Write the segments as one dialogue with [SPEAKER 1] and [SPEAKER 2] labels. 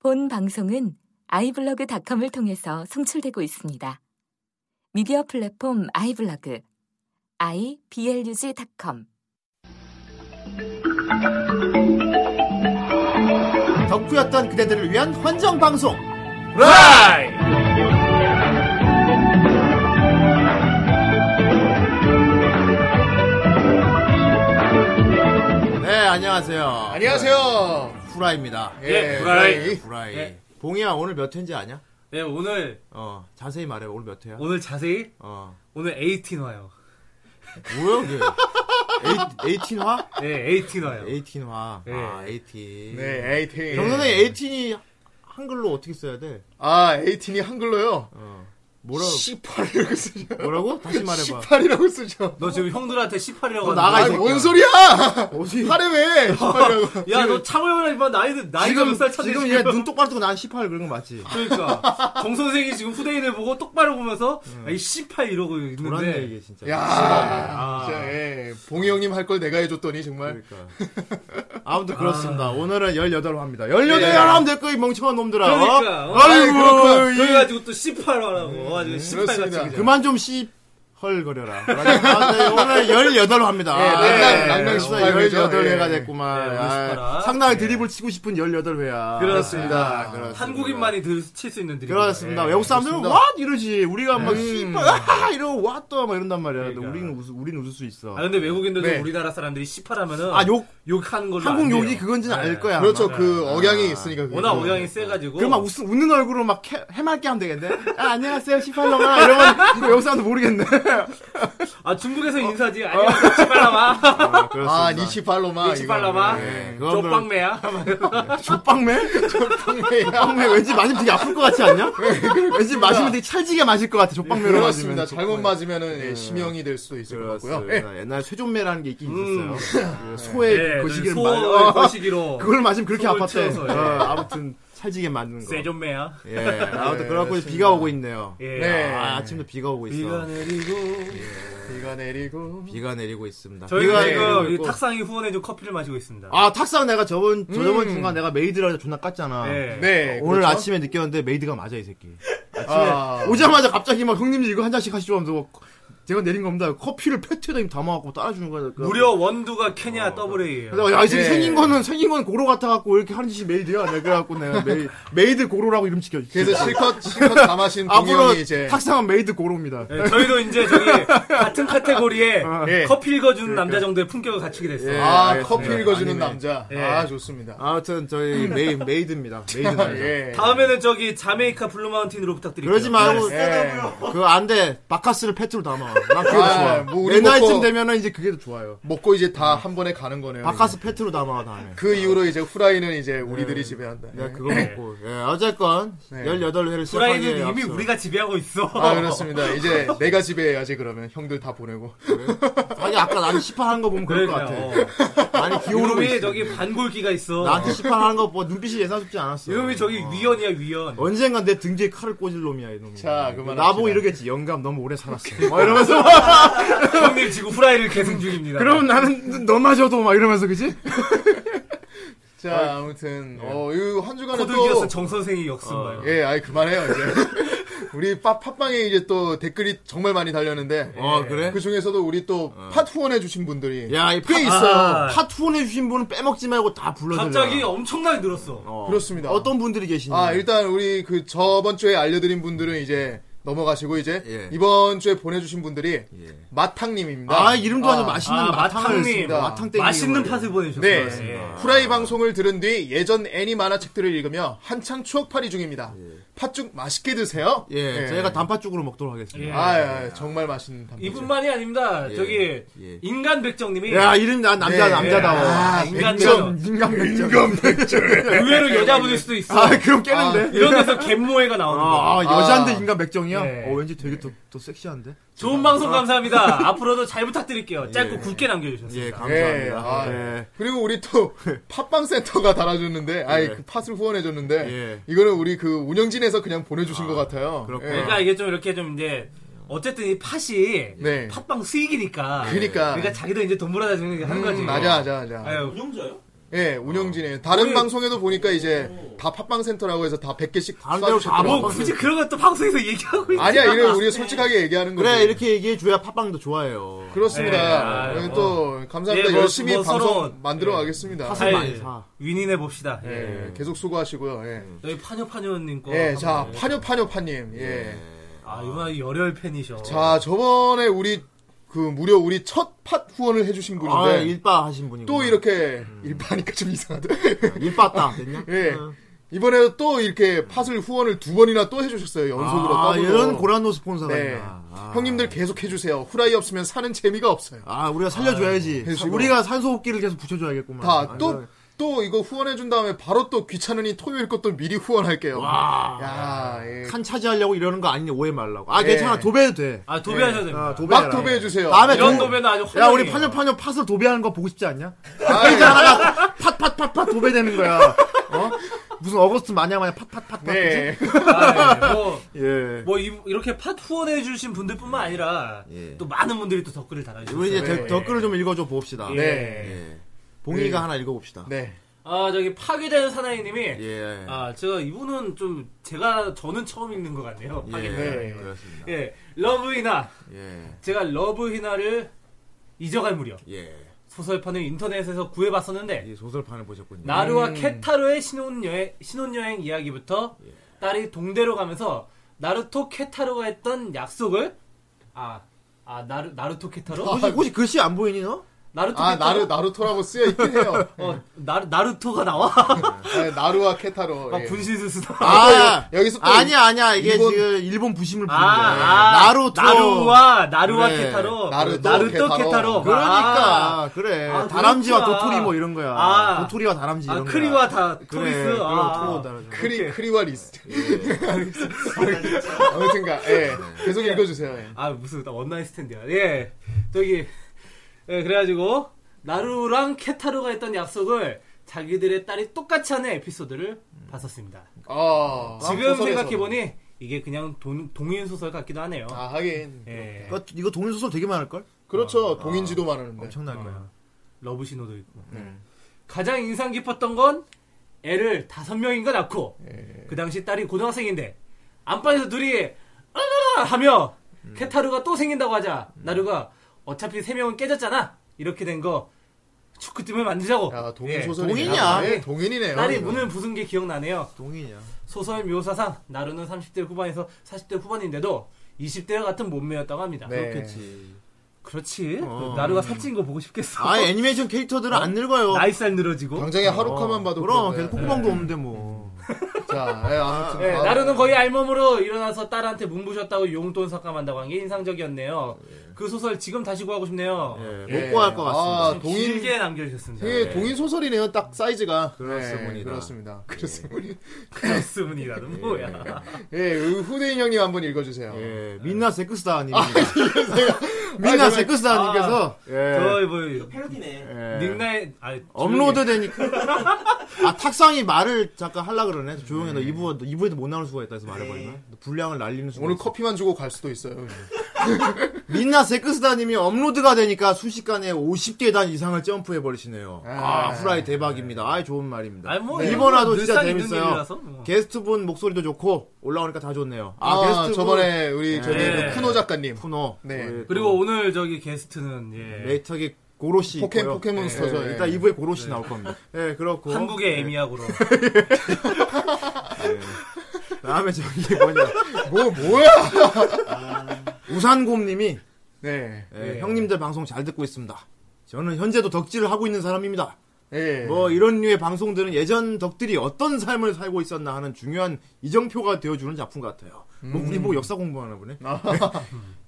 [SPEAKER 1] 본 방송은 아이블로그닷컴을 통해서 송출되고 있습니다. 미디어 플랫폼 아이블로그 iblog.com
[SPEAKER 2] 덕후였던 그대들을 위한 환정 방송.
[SPEAKER 3] 라이!
[SPEAKER 2] 네, 안녕하세요.
[SPEAKER 3] 안녕하세요.
[SPEAKER 2] 후라입니다.
[SPEAKER 3] 예, 후라이.
[SPEAKER 2] 후라이.
[SPEAKER 4] 예.
[SPEAKER 3] 네.
[SPEAKER 2] 봉이야, 오늘 몇 회인지 아냐?
[SPEAKER 3] 네, 오늘,
[SPEAKER 2] 어, 자세히 말해. 오늘 몇 회야?
[SPEAKER 3] 오늘 자세히,
[SPEAKER 2] 어.
[SPEAKER 3] 오늘 에이틴 와요.
[SPEAKER 2] 뭐야, 이게? 에이, 에이틴화?
[SPEAKER 3] 네, 에이틴 와요.
[SPEAKER 2] 에이틴화. 아,
[SPEAKER 3] 네.
[SPEAKER 2] 에이틴.
[SPEAKER 4] 예. 네, 에이틴.
[SPEAKER 2] 정선생 에이틴이 한글로 어떻게 써야 돼?
[SPEAKER 4] 아, 에이틴이 한글로요.
[SPEAKER 2] 어. 뭐라고?
[SPEAKER 4] 18이라고 쓰죠.
[SPEAKER 2] 뭐라고? 다시 말해봐.
[SPEAKER 4] 18이라고 쓰죠.
[SPEAKER 3] 너 지금 형들한테 18이라고
[SPEAKER 2] 너 어, 나가, 이
[SPEAKER 4] 아니,
[SPEAKER 2] 새끼야.
[SPEAKER 4] 뭔 소리야!
[SPEAKER 2] 어디?
[SPEAKER 4] 팔에 왜! 18이라고.
[SPEAKER 3] 야, 너 참으면 이번 나이는, 나이가
[SPEAKER 2] 지금,
[SPEAKER 3] 몇살 차지?
[SPEAKER 2] 지금 얘 눈 똑바로 뜨고 난18 그런 거 맞지?
[SPEAKER 4] 아,
[SPEAKER 3] 그러니까. 정선생이 지금 후대인을 보고 똑바로 보면서, 야, 이18 이러고
[SPEAKER 2] 음. 돌았네,
[SPEAKER 3] 있는데.
[SPEAKER 2] 이게 진짜.
[SPEAKER 4] 야,
[SPEAKER 3] 아.
[SPEAKER 4] 진짜, 예. 봉이 형님 할 걸 내가 해줬더니, 정말.
[SPEAKER 2] 그러니까. 아무튼 그렇습니다. 오늘은 18화입니다. 18회 하면 될 거야, 이 멍청한 놈들아. 어?
[SPEAKER 3] 그러니까, 어?
[SPEAKER 2] 아이고,
[SPEAKER 4] 그렇구나.
[SPEAKER 2] 이- 음,
[SPEAKER 3] 그래가지고 또 18 와라고. 아주 18같이.
[SPEAKER 4] 그렇습니다.
[SPEAKER 3] 그냥.
[SPEAKER 2] 그만 좀 씨, 헐거려라. 그러니까 오늘 18화입니다. 아,
[SPEAKER 4] 예, 랑랑, 랑랑 18 죠.
[SPEAKER 2] 18회가
[SPEAKER 4] 예.
[SPEAKER 2] 됐구만.
[SPEAKER 3] 네,
[SPEAKER 2] 아,
[SPEAKER 3] 18화.
[SPEAKER 2] 상당히 드립을 치고 싶은 18회야.
[SPEAKER 3] 그렇습니다.
[SPEAKER 2] 아,
[SPEAKER 3] 예.
[SPEAKER 2] 그렇습니다.
[SPEAKER 3] 한국인만이 들 칠 수 있는 예. 드립.
[SPEAKER 2] 그렇습니다. 외국 사람들은
[SPEAKER 4] 그렇습니다.
[SPEAKER 2] 와 이러지. 우리가 막 씨발 아 이러고 와또 막 이런단 말이야. 근데
[SPEAKER 3] 그러니까.
[SPEAKER 2] 우리는 웃, 우리는 웃을 수 있어.
[SPEAKER 3] 아, 근데 외국인들도
[SPEAKER 4] 네.
[SPEAKER 3] 우리나라 사람들이 18 하면은.
[SPEAKER 2] 아 욕
[SPEAKER 3] 욕하는 걸로. 안
[SPEAKER 2] 한국
[SPEAKER 3] 돼요.
[SPEAKER 2] 욕이 그건지는 알 거야.
[SPEAKER 4] 그렇죠.
[SPEAKER 2] 아마.
[SPEAKER 4] 그, 억양이 있으니까. 그게. 아,
[SPEAKER 3] 워낙 오양이 세가지고.
[SPEAKER 2] 그럼 막 웃, 웃는 얼굴로 막 캐- 해맑게 하면 되겠네. 아, 안녕하세요, 시팔로마. 이러면 이거 외국 사람도 모르겠네.
[SPEAKER 3] 아
[SPEAKER 2] 어.
[SPEAKER 3] 중국에서 인사지 안녕하세요 치발라마
[SPEAKER 4] 아, 니치팔로마.
[SPEAKER 3] 치발라마
[SPEAKER 2] 예, 그건 별로-
[SPEAKER 3] 쪽방매야
[SPEAKER 2] 족빵맨? 네. 족빵맨 왠지 맞으면 되게 아플 것 같지 않냐?
[SPEAKER 4] 네.
[SPEAKER 2] 왠지 맞으면 되게 찰지게 맞을 것 같아. 족빵맨으로
[SPEAKER 4] 그렇습니다.
[SPEAKER 2] 맞으면.
[SPEAKER 4] 잘못 맞으면은, 예, 심형이 될 수도 있을 것 같고요. 예.
[SPEAKER 2] 네. 그렇습니다. 옛날 쇠존매라는 게 있긴 있었어요. 그 소의 네, 거시기를 맞.
[SPEAKER 3] 소의 예, 어, 거시기로
[SPEAKER 2] 그걸 맞으면 그렇게
[SPEAKER 3] 속을
[SPEAKER 2] 아팠대.
[SPEAKER 3] 채워서, 예.
[SPEAKER 2] 어, 아무튼 찰지게 맞는 거.
[SPEAKER 3] 세존매야
[SPEAKER 2] 예. 아무튼
[SPEAKER 4] 예,
[SPEAKER 2] 그렇고
[SPEAKER 4] 그렇습니다.
[SPEAKER 2] 비가 오고 있네요.
[SPEAKER 3] 예.
[SPEAKER 4] 네.
[SPEAKER 2] 아, 아침도 비가 오고 있어.
[SPEAKER 3] 비가 내리고
[SPEAKER 4] 비가 예. 내리고.
[SPEAKER 2] 비가 내리고 있습니다. 비가
[SPEAKER 3] 저희가 지금
[SPEAKER 2] 내리고
[SPEAKER 3] 이
[SPEAKER 2] 있고.
[SPEAKER 3] 탁상이 후원해준 커피를 마시고 있습니다
[SPEAKER 2] 아 탁상 내가 저번 저번 중간 내가 메이드라 존나 깠잖아.
[SPEAKER 3] 네.
[SPEAKER 4] 네.
[SPEAKER 2] 오늘
[SPEAKER 4] 그렇죠?
[SPEAKER 2] 아침에 느꼈는데 메이드가 맞아 이 새끼.
[SPEAKER 4] 아.
[SPEAKER 2] 오자마자 갑자기 막 형님 이거 한 잔씩 하시죠 하면서 제가 내린 겁니다. 커피를 패트에다 담아갖고 따라주는 거야. 그래갖고.
[SPEAKER 3] 무려 원두가
[SPEAKER 2] 어,
[SPEAKER 3] 케냐 더블A예요
[SPEAKER 2] 근데 야이 새끼
[SPEAKER 4] 예.
[SPEAKER 2] 생긴 거는 생긴 건 고로 같아갖고 왜 이렇게 하는 짓이 메이드야. 내가 그래갖고 내가 메이, 메이드 고로라고 이름 지켜.
[SPEAKER 4] 그래서 실컷, 실컷 다 마신 봉이
[SPEAKER 2] 앞으로
[SPEAKER 4] 형이 이제.
[SPEAKER 2] 탁상은 메이드 예. 고로입니다.
[SPEAKER 3] 네, 저희도 이제 저기 같은 카테고리에
[SPEAKER 4] 예.
[SPEAKER 3] 커피 읽어주는 남자 정도의 품격을 갖추게 됐어요
[SPEAKER 2] 어, 그러니까. 예.
[SPEAKER 4] 아,
[SPEAKER 2] 알겠습니다.
[SPEAKER 4] 커피 읽어주는
[SPEAKER 2] 아니네.
[SPEAKER 4] 남자.
[SPEAKER 3] 예.
[SPEAKER 4] 아, 좋습니다.
[SPEAKER 2] 아무튼 저희 메이 메이드입니다. 메이드 남자.
[SPEAKER 4] 예.
[SPEAKER 3] 다음에는 저기 자메이카 블루마운틴으로 부탁드릴게요
[SPEAKER 2] 그러지 말고
[SPEAKER 4] 예.
[SPEAKER 2] 그거 안 돼. 바카스를 패트로 담아. 난 그게
[SPEAKER 4] 아,
[SPEAKER 2] 좋아.
[SPEAKER 4] 뭐 우리
[SPEAKER 2] 내 나이쯤
[SPEAKER 4] 먹고-
[SPEAKER 2] 되면은 이제 그게 더 좋아요.
[SPEAKER 4] 먹고 이제 다 한 번에 가는 거네요. 이제.
[SPEAKER 2] 바카스 패트로 담아 다음에.
[SPEAKER 4] 예. 그 이후로 이제 후라이는 이제
[SPEAKER 2] 예.
[SPEAKER 4] 우리들이 지배한다.
[SPEAKER 2] 내가 그거 먹고. 예, 어쨌건
[SPEAKER 4] 네.
[SPEAKER 2] 18회를 시작하기
[SPEAKER 3] 후라이는 이미 우리가 지배하고 있어
[SPEAKER 4] 아 그렇습니다. 이제 내가 지배해야지 그러면 형들 다 보내고.
[SPEAKER 2] 아니 아까 나는 18 하는 거 보면 그럴 것 같아.
[SPEAKER 3] 그러니까요. 어.
[SPEAKER 2] 많이 기울고
[SPEAKER 3] 이놈이
[SPEAKER 2] 있어. 아,
[SPEAKER 3] 저기 반골기가 있어.
[SPEAKER 2] 나한테 18 하는 거 보고 눈빛이 예사롭지 않았어.
[SPEAKER 3] 이놈이 네 저기
[SPEAKER 2] 어.
[SPEAKER 3] 위헌이야 위헌.
[SPEAKER 2] 언젠간 내 등 뒤에 칼을 꽂을 놈이야 이놈.
[SPEAKER 4] 자, 그만합시다.
[SPEAKER 2] 나보고 이러겠지. 영감 너무 오래 살았어. 막 이러면서 막
[SPEAKER 3] 형님 지금 후라이를 계승 중입니다.
[SPEAKER 2] 그럼 나는 너마저도 막 이러면서 그지?
[SPEAKER 4] 자
[SPEAKER 2] 예.
[SPEAKER 4] 아무튼 어이한 주간에
[SPEAKER 3] 코드 기어스
[SPEAKER 4] 또
[SPEAKER 3] 정 선생이 역습 말요.
[SPEAKER 4] 예, 아이 그만해요 이제. 우리 팟 팟빵에 이제 또 댓글이 정말 많이 달렸는데.
[SPEAKER 2] 어, 예. 그래?
[SPEAKER 4] 그 중에서도 우리 또 팟 후원해 주신 분들이
[SPEAKER 2] 야, 이꽤
[SPEAKER 3] 있어요.
[SPEAKER 2] 파투원해 주신 분은 빼먹지 말고 다 불러줘.
[SPEAKER 3] 아. 갑자기 엄청나게 늘었어.
[SPEAKER 4] 그렇습니다.
[SPEAKER 2] 어떤 분들이 계신지.
[SPEAKER 4] 아 일단 우리 그 저번 주에 알려드린 분들은 이제 넘어가시고 이제
[SPEAKER 2] 예.
[SPEAKER 4] 이번 주에 보내주신 분들이 마탕님입니다.
[SPEAKER 2] 아, 이름도 아주 맛있는
[SPEAKER 3] 아,
[SPEAKER 2] 마탕을
[SPEAKER 3] 마탕님.
[SPEAKER 2] 씁니다. 마탕 땡이
[SPEAKER 3] 맛있는 팥을 보내주셨어요.
[SPEAKER 4] 네.
[SPEAKER 3] 예.
[SPEAKER 2] 아,
[SPEAKER 4] 후라이 방송을 들은 뒤 예전 애니 만화책들을 읽으며 한창 추억팔이 중입니다. 팥죽 맛있게 드세요.
[SPEAKER 2] 예, 저희가 단팥죽으로 먹도록 하겠습니다.
[SPEAKER 3] 예.
[SPEAKER 4] 아, 아, 정말 맛있는 단팥.
[SPEAKER 3] 이분만이 아닙니다. 저기
[SPEAKER 2] 예.
[SPEAKER 3] 인간 백정님이
[SPEAKER 2] 야, 이름 나 남자
[SPEAKER 4] 예.
[SPEAKER 2] 남자다워.
[SPEAKER 3] 아, 인간
[SPEAKER 2] 백점, 인간 백점.
[SPEAKER 3] 의외로 여자분일 수도 있어.
[SPEAKER 2] 예. 아, 그럼 깨는데.
[SPEAKER 3] 이런 데서 갯모해가 나오는 거야.
[SPEAKER 2] 아, 아, 여자인데 인간 백정이야?
[SPEAKER 3] 네.
[SPEAKER 2] 어, 왠지 되게 더, 더 섹시한데?
[SPEAKER 3] 좋은 방송
[SPEAKER 2] 아.
[SPEAKER 3] 감사합니다. 앞으로도 잘 부탁드릴게요. 짧고 굵게 남겨주셨습니다.
[SPEAKER 2] 예,
[SPEAKER 4] 예,
[SPEAKER 2] 감사합니다.
[SPEAKER 4] 아,
[SPEAKER 2] 예.
[SPEAKER 4] 그리고 우리 또 팥빵 센터가 달아줬는데, 아이
[SPEAKER 2] 예.
[SPEAKER 4] 그 팥을 후원해줬는데
[SPEAKER 2] 예.
[SPEAKER 4] 이거는 우리 그 운영진에서 그냥 보내주신 것 같아요.
[SPEAKER 2] 그렇구나.
[SPEAKER 4] 예.
[SPEAKER 3] 그러니까 이게 좀 이렇게 좀 이제 어쨌든 이 팥이
[SPEAKER 4] 네.
[SPEAKER 3] 팥빵 수익이니까.
[SPEAKER 4] 그러니까.
[SPEAKER 3] 그러니까 자기도 이제 돈 벌어다 주는 게 하는 거지.
[SPEAKER 4] 음, 맞아, 맞아, 맞아.
[SPEAKER 3] 아유,
[SPEAKER 5] 운영자요?
[SPEAKER 4] 예, 운영진이에요. 다른
[SPEAKER 3] 거의-
[SPEAKER 4] 방송에도 보니까 이제 다 팟빵 센터라고 해서 다 100개씩
[SPEAKER 2] 다른 데로 다
[SPEAKER 3] 뭐
[SPEAKER 2] 먹어.
[SPEAKER 3] 굳이 그런 것도 방송에서 얘기하고 있지.
[SPEAKER 4] 아니야, 이래 우리 솔직하게 얘기하는 거지.
[SPEAKER 2] 그래 이렇게 얘기해 줘야 팟빵도 네, 좋아해요. 뭐. 네,
[SPEAKER 4] 그렇습니다.
[SPEAKER 3] 예, 아유,
[SPEAKER 4] 또 감사합니다.
[SPEAKER 3] 예, 뭐,
[SPEAKER 4] 열심히
[SPEAKER 3] 뭐
[SPEAKER 4] 방송
[SPEAKER 3] 서러운.
[SPEAKER 4] 만들어
[SPEAKER 3] 예.
[SPEAKER 4] 가겠습니다.
[SPEAKER 2] 사실 많이
[SPEAKER 3] 예.
[SPEAKER 2] 사.
[SPEAKER 3] 윈윈해 봅시다.
[SPEAKER 4] 예,
[SPEAKER 3] 예.
[SPEAKER 2] 네.
[SPEAKER 4] 계속 수고하시고요. 예,
[SPEAKER 2] 음.
[SPEAKER 3] 여기 파녀파녀님 거.
[SPEAKER 4] 예,
[SPEAKER 2] 뭐
[SPEAKER 3] 한번
[SPEAKER 4] 자
[SPEAKER 3] 해볼까요?
[SPEAKER 4] 파뇨 파뇨 파님. 예,
[SPEAKER 3] 아 이분은 열혈 팬이셔.
[SPEAKER 4] 자 저번에 우리 그 무려 우리 첫 팟 후원을 해주신 분인데
[SPEAKER 2] 아 일빠 음. 하신 분이고
[SPEAKER 4] 또 이렇게 일파니까 좀 이상하다.
[SPEAKER 2] 일빠 따 됐냐?
[SPEAKER 4] 예. 이번에도 또 이렇게 팟을 후원을 두 번이나 또 해주셨어요. 연속으로
[SPEAKER 2] 아,
[SPEAKER 4] 더블로.
[SPEAKER 2] 이런 고란노 스폰서가
[SPEAKER 4] 네.
[SPEAKER 2] 있나. 아.
[SPEAKER 4] 형님들 계속 해주세요. 후라이 없으면 사는 재미가 없어요.
[SPEAKER 2] 아, 우리가 살려줘야지.
[SPEAKER 4] 계속
[SPEAKER 2] 사- 우리가 산소호흡기를 계속
[SPEAKER 3] 뭐
[SPEAKER 2] 붙여줘야겠구만.
[SPEAKER 4] 다
[SPEAKER 2] 아,
[SPEAKER 4] 또 또 이거 후원해준 다음에 바로 또 귀찮으니 토요일 것도 미리 후원할게요.
[SPEAKER 2] 와.
[SPEAKER 4] 야, 예.
[SPEAKER 2] 칸 차지하려고 이러는 거 아니냐, 오해 말라고. 아,
[SPEAKER 4] 예. 네.
[SPEAKER 2] 괜찮아. 도배해도 돼.
[SPEAKER 3] 아 도배하셔야 됩니다.
[SPEAKER 2] 아, 도배해라.
[SPEAKER 4] 막 도배해주세요.
[SPEAKER 2] 다음에
[SPEAKER 3] 이런
[SPEAKER 2] 도-
[SPEAKER 3] 도배는 아주
[SPEAKER 2] 야, 우리
[SPEAKER 3] 환영이에요.
[SPEAKER 2] 파녀파녀 팥을 도배하는 거 보고 싶지 않냐?
[SPEAKER 4] 아, 예.
[SPEAKER 2] 하나가 팥팥팥팥 도배되는 거야. 어? 무슨 어거스트 마냥 마냥 팥팥팥팥.
[SPEAKER 4] 네.
[SPEAKER 3] 아, 예. 뭐,
[SPEAKER 2] 예.
[SPEAKER 3] 뭐 이, 이렇게 팟 후원해 주신 분들뿐만 아니라
[SPEAKER 2] 예.
[SPEAKER 3] 또 많은 분들이 또 댓글을 달아주셨어요.
[SPEAKER 2] 우리 이제
[SPEAKER 4] 네.
[SPEAKER 2] 덧- 댓글을 좀 읽어줘 봅시다.
[SPEAKER 3] 예.
[SPEAKER 4] 네.
[SPEAKER 2] 예. 봉이가
[SPEAKER 4] 네.
[SPEAKER 2] 하나 읽어봅시다.
[SPEAKER 4] 네.
[SPEAKER 3] 아 저기 파괴된 사나이님이
[SPEAKER 2] 예.
[SPEAKER 3] 아 제가 이분은 좀 제가 저는 처음 읽는 것 같네요.
[SPEAKER 2] 예.
[SPEAKER 3] 파괴된
[SPEAKER 4] 네.
[SPEAKER 3] 사나이.
[SPEAKER 2] 그렇습니다.
[SPEAKER 3] 예, 러브 히나
[SPEAKER 2] 예.
[SPEAKER 3] 제가 러브 히나를 잊어갈 무렵
[SPEAKER 2] 예.
[SPEAKER 3] 소설판을 인터넷에서 구해봤었는데
[SPEAKER 2] 이 소설판을 보셨군요.
[SPEAKER 3] 나루와 케타로의 신혼여행, 신혼여행 이야기부터
[SPEAKER 2] 예.
[SPEAKER 3] 딸이 동대로 가면서 나루토 케타로가 했던 약속을 아, 아 나루, 나루토 케타로?
[SPEAKER 2] 혹시, 혹시 글씨 안 보이니 너?
[SPEAKER 3] 나루토
[SPEAKER 4] 아,
[SPEAKER 3] 케타로?
[SPEAKER 4] 나루, 나루토라고 쓰여 있긴 해요.
[SPEAKER 3] 어, 나루, 나루토가 나와?
[SPEAKER 4] 네, 나루와 케타로.
[SPEAKER 3] 막
[SPEAKER 4] 예.
[SPEAKER 3] 분신술 쓰다
[SPEAKER 2] 아,
[SPEAKER 4] 여기서 또
[SPEAKER 2] 아니야, 아니야. 이게
[SPEAKER 4] 일본-
[SPEAKER 2] 지금 일본 부심을 부는
[SPEAKER 3] 아,
[SPEAKER 2] 거야.
[SPEAKER 3] 아,
[SPEAKER 2] 나루토.
[SPEAKER 3] 나루와, 나루와
[SPEAKER 2] 그래.
[SPEAKER 3] 케타로.
[SPEAKER 4] 나루토,
[SPEAKER 3] 나루토
[SPEAKER 4] 케타로.
[SPEAKER 3] 케타로.
[SPEAKER 2] 그러니까
[SPEAKER 3] 아,
[SPEAKER 2] 그래
[SPEAKER 3] 아,
[SPEAKER 2] 다람쥐와
[SPEAKER 3] 그렇구나.
[SPEAKER 2] 도토리 뭐 이런 거야.
[SPEAKER 3] 아.
[SPEAKER 2] 도토리와 다람쥐
[SPEAKER 3] 아,
[SPEAKER 2] 이런 거야.
[SPEAKER 3] 크리와 다, 토리스.
[SPEAKER 2] 그래,
[SPEAKER 3] 아,
[SPEAKER 2] 그럼 토
[SPEAKER 4] 크리, 크리와 리스트.
[SPEAKER 3] 예.
[SPEAKER 4] 아무튼가, 예. 계속 읽어주세요. 예.
[SPEAKER 3] 아 무슨 원나잇 스탠드야. 예. 저기 예, 그래가지고 나루랑 케타루가 했던 약속을 자기들의 딸이 똑같이 하는 에피소드를 봤었습니다.
[SPEAKER 4] 어,
[SPEAKER 3] 지금
[SPEAKER 4] 소설에서는.
[SPEAKER 3] 생각해 보니 이게 그냥 동, 동인 소설 같기도 하네요.
[SPEAKER 4] 아, 하긴.
[SPEAKER 3] 예.
[SPEAKER 2] 그거- 이거 동인 소설 되게 많을 걸?
[SPEAKER 4] 그렇죠.
[SPEAKER 3] 아,
[SPEAKER 4] 동인지도
[SPEAKER 3] 네.
[SPEAKER 4] 많았는데.
[SPEAKER 2] 엄청난 거야.
[SPEAKER 3] 어. 러브 신호도 있고.
[SPEAKER 4] 음.
[SPEAKER 2] 네.
[SPEAKER 3] 가장 인상 깊었던 건 애를 다섯 명인가 낳고
[SPEAKER 4] 예.
[SPEAKER 3] 그 당시 딸이 고등학생인데 안방에서 둘이 아라라 하며
[SPEAKER 4] 음.
[SPEAKER 3] 케타루가 또 생긴다고 하자 나루가 어차피 세 명은 깨졌잖아 이렇게 된 거 축구팀을 만들자고
[SPEAKER 4] 야,
[SPEAKER 3] 예.
[SPEAKER 4] 아, 동인 소설이.
[SPEAKER 2] 동인이야.
[SPEAKER 4] 예, 동인이네요.
[SPEAKER 3] 딸이
[SPEAKER 4] 이거.
[SPEAKER 3] 문을 부순 게 기억나네요
[SPEAKER 2] 동인이야.
[SPEAKER 3] 소설 묘사상 나루는 30대 후반에서 40대 후반인데도 20대와 같은 몸매였다고 합니다
[SPEAKER 4] 네.
[SPEAKER 2] 그렇겠지.
[SPEAKER 3] 그렇지
[SPEAKER 2] 어.
[SPEAKER 3] 나루가 살찐 거 보고 싶겠어
[SPEAKER 2] 아 애니메이션 캐릭터들은 안 늙어요.
[SPEAKER 3] 나이살 네. 늘어지고
[SPEAKER 4] 당장에 하루카만
[SPEAKER 2] 어,
[SPEAKER 4] 봐도.
[SPEAKER 2] 그럼
[SPEAKER 4] 그런데.
[SPEAKER 2] 계속 콧구멍도 없는데 뭐.
[SPEAKER 4] 자, 예, 아무튼.
[SPEAKER 3] 예,
[SPEAKER 4] 아,
[SPEAKER 3] 나루는 거의 알몸으로 일어나서 딸한테 문부셨다고 용돈 삭감한다고 한 게 인상적이었네요. 그 소설 지금 다시 구하고 싶네요.
[SPEAKER 2] 예,
[SPEAKER 4] 예.
[SPEAKER 2] 못 구할 것 같습니다.
[SPEAKER 4] 아, 동인.
[SPEAKER 3] 길게 남겨주셨습니다.
[SPEAKER 4] 되게 예, 동인 소설이네요. 딱 사이즈가.
[SPEAKER 2] 그렇습니다.
[SPEAKER 4] 예, 그렇습니다. 그렇습니다.
[SPEAKER 3] 그렇습니다는 뭐야.
[SPEAKER 4] 예, 그 후대인 형님 한번 읽어주세요.
[SPEAKER 2] 예, 민나 세크스다님.
[SPEAKER 4] 아,
[SPEAKER 2] 민나
[SPEAKER 4] 정말-
[SPEAKER 2] 세크스다님께서 예,
[SPEAKER 3] 저뭐
[SPEAKER 5] 패러디네.
[SPEAKER 2] 예,
[SPEAKER 3] 닉네임 아,
[SPEAKER 2] 업로드 되니까. 아, 탁상이 말을 잠깐 하려 그러네. 조용히 너 2부, 2부에도 못 나올 수가 있다 해서 말해버리나? 너 분량을 날리는 수가
[SPEAKER 4] 오늘
[SPEAKER 2] 있어.
[SPEAKER 4] 커피만 주고 갈 수도 있어요.
[SPEAKER 2] 예. 민나 세크스다님이 업로드가 되니까 순식간에 50개 단 이상을 점프해버리시네요. 아,
[SPEAKER 4] 아,
[SPEAKER 2] 후라이 대박입니다. 아이, 좋은 말입니다.
[SPEAKER 3] 아니, 뭐
[SPEAKER 2] 이번화도 진짜
[SPEAKER 3] 늘상 있는
[SPEAKER 2] 재밌어요.
[SPEAKER 3] 일이라서 뭐.
[SPEAKER 2] 게스트분 목소리도 좋고, 올라오니까 다 좋네요.
[SPEAKER 4] 아,
[SPEAKER 2] 아, 게스트분. 뭐,
[SPEAKER 4] 저번에 우리 저기
[SPEAKER 3] 예.
[SPEAKER 4] 그 쿠노 작가님.
[SPEAKER 2] 쿠노.
[SPEAKER 4] 네.
[SPEAKER 2] 우리 또
[SPEAKER 3] 그리고 오늘 저기 게스트는 예.
[SPEAKER 2] 레이터기 고로시.
[SPEAKER 4] 포켓-
[SPEAKER 2] 있고요.
[SPEAKER 4] 포켓몬스터죠,
[SPEAKER 2] 예,
[SPEAKER 4] 예.
[SPEAKER 2] 일단 2부에 고로시 나올 겁니다. 예, 그렇고.
[SPEAKER 3] 한국의 에미야고로
[SPEAKER 2] 다음에 저기 뭐냐.
[SPEAKER 4] 뭐 뭐야?
[SPEAKER 2] 우산곰님이
[SPEAKER 4] 네.
[SPEAKER 2] 예, 형님들 방송 잘 듣고 있습니다. 저는 현재도 덕질을 하고 있는 사람입니다.
[SPEAKER 4] 예.
[SPEAKER 2] 뭐 이런 류의 방송들은 예전 덕들이 어떤 삶을 살고 있었나 하는 중요한 이정표가 되어주는 작품 같아요. 뭐
[SPEAKER 4] 음.
[SPEAKER 2] 우리 뭐 역사 공부하나 보네.
[SPEAKER 4] 아.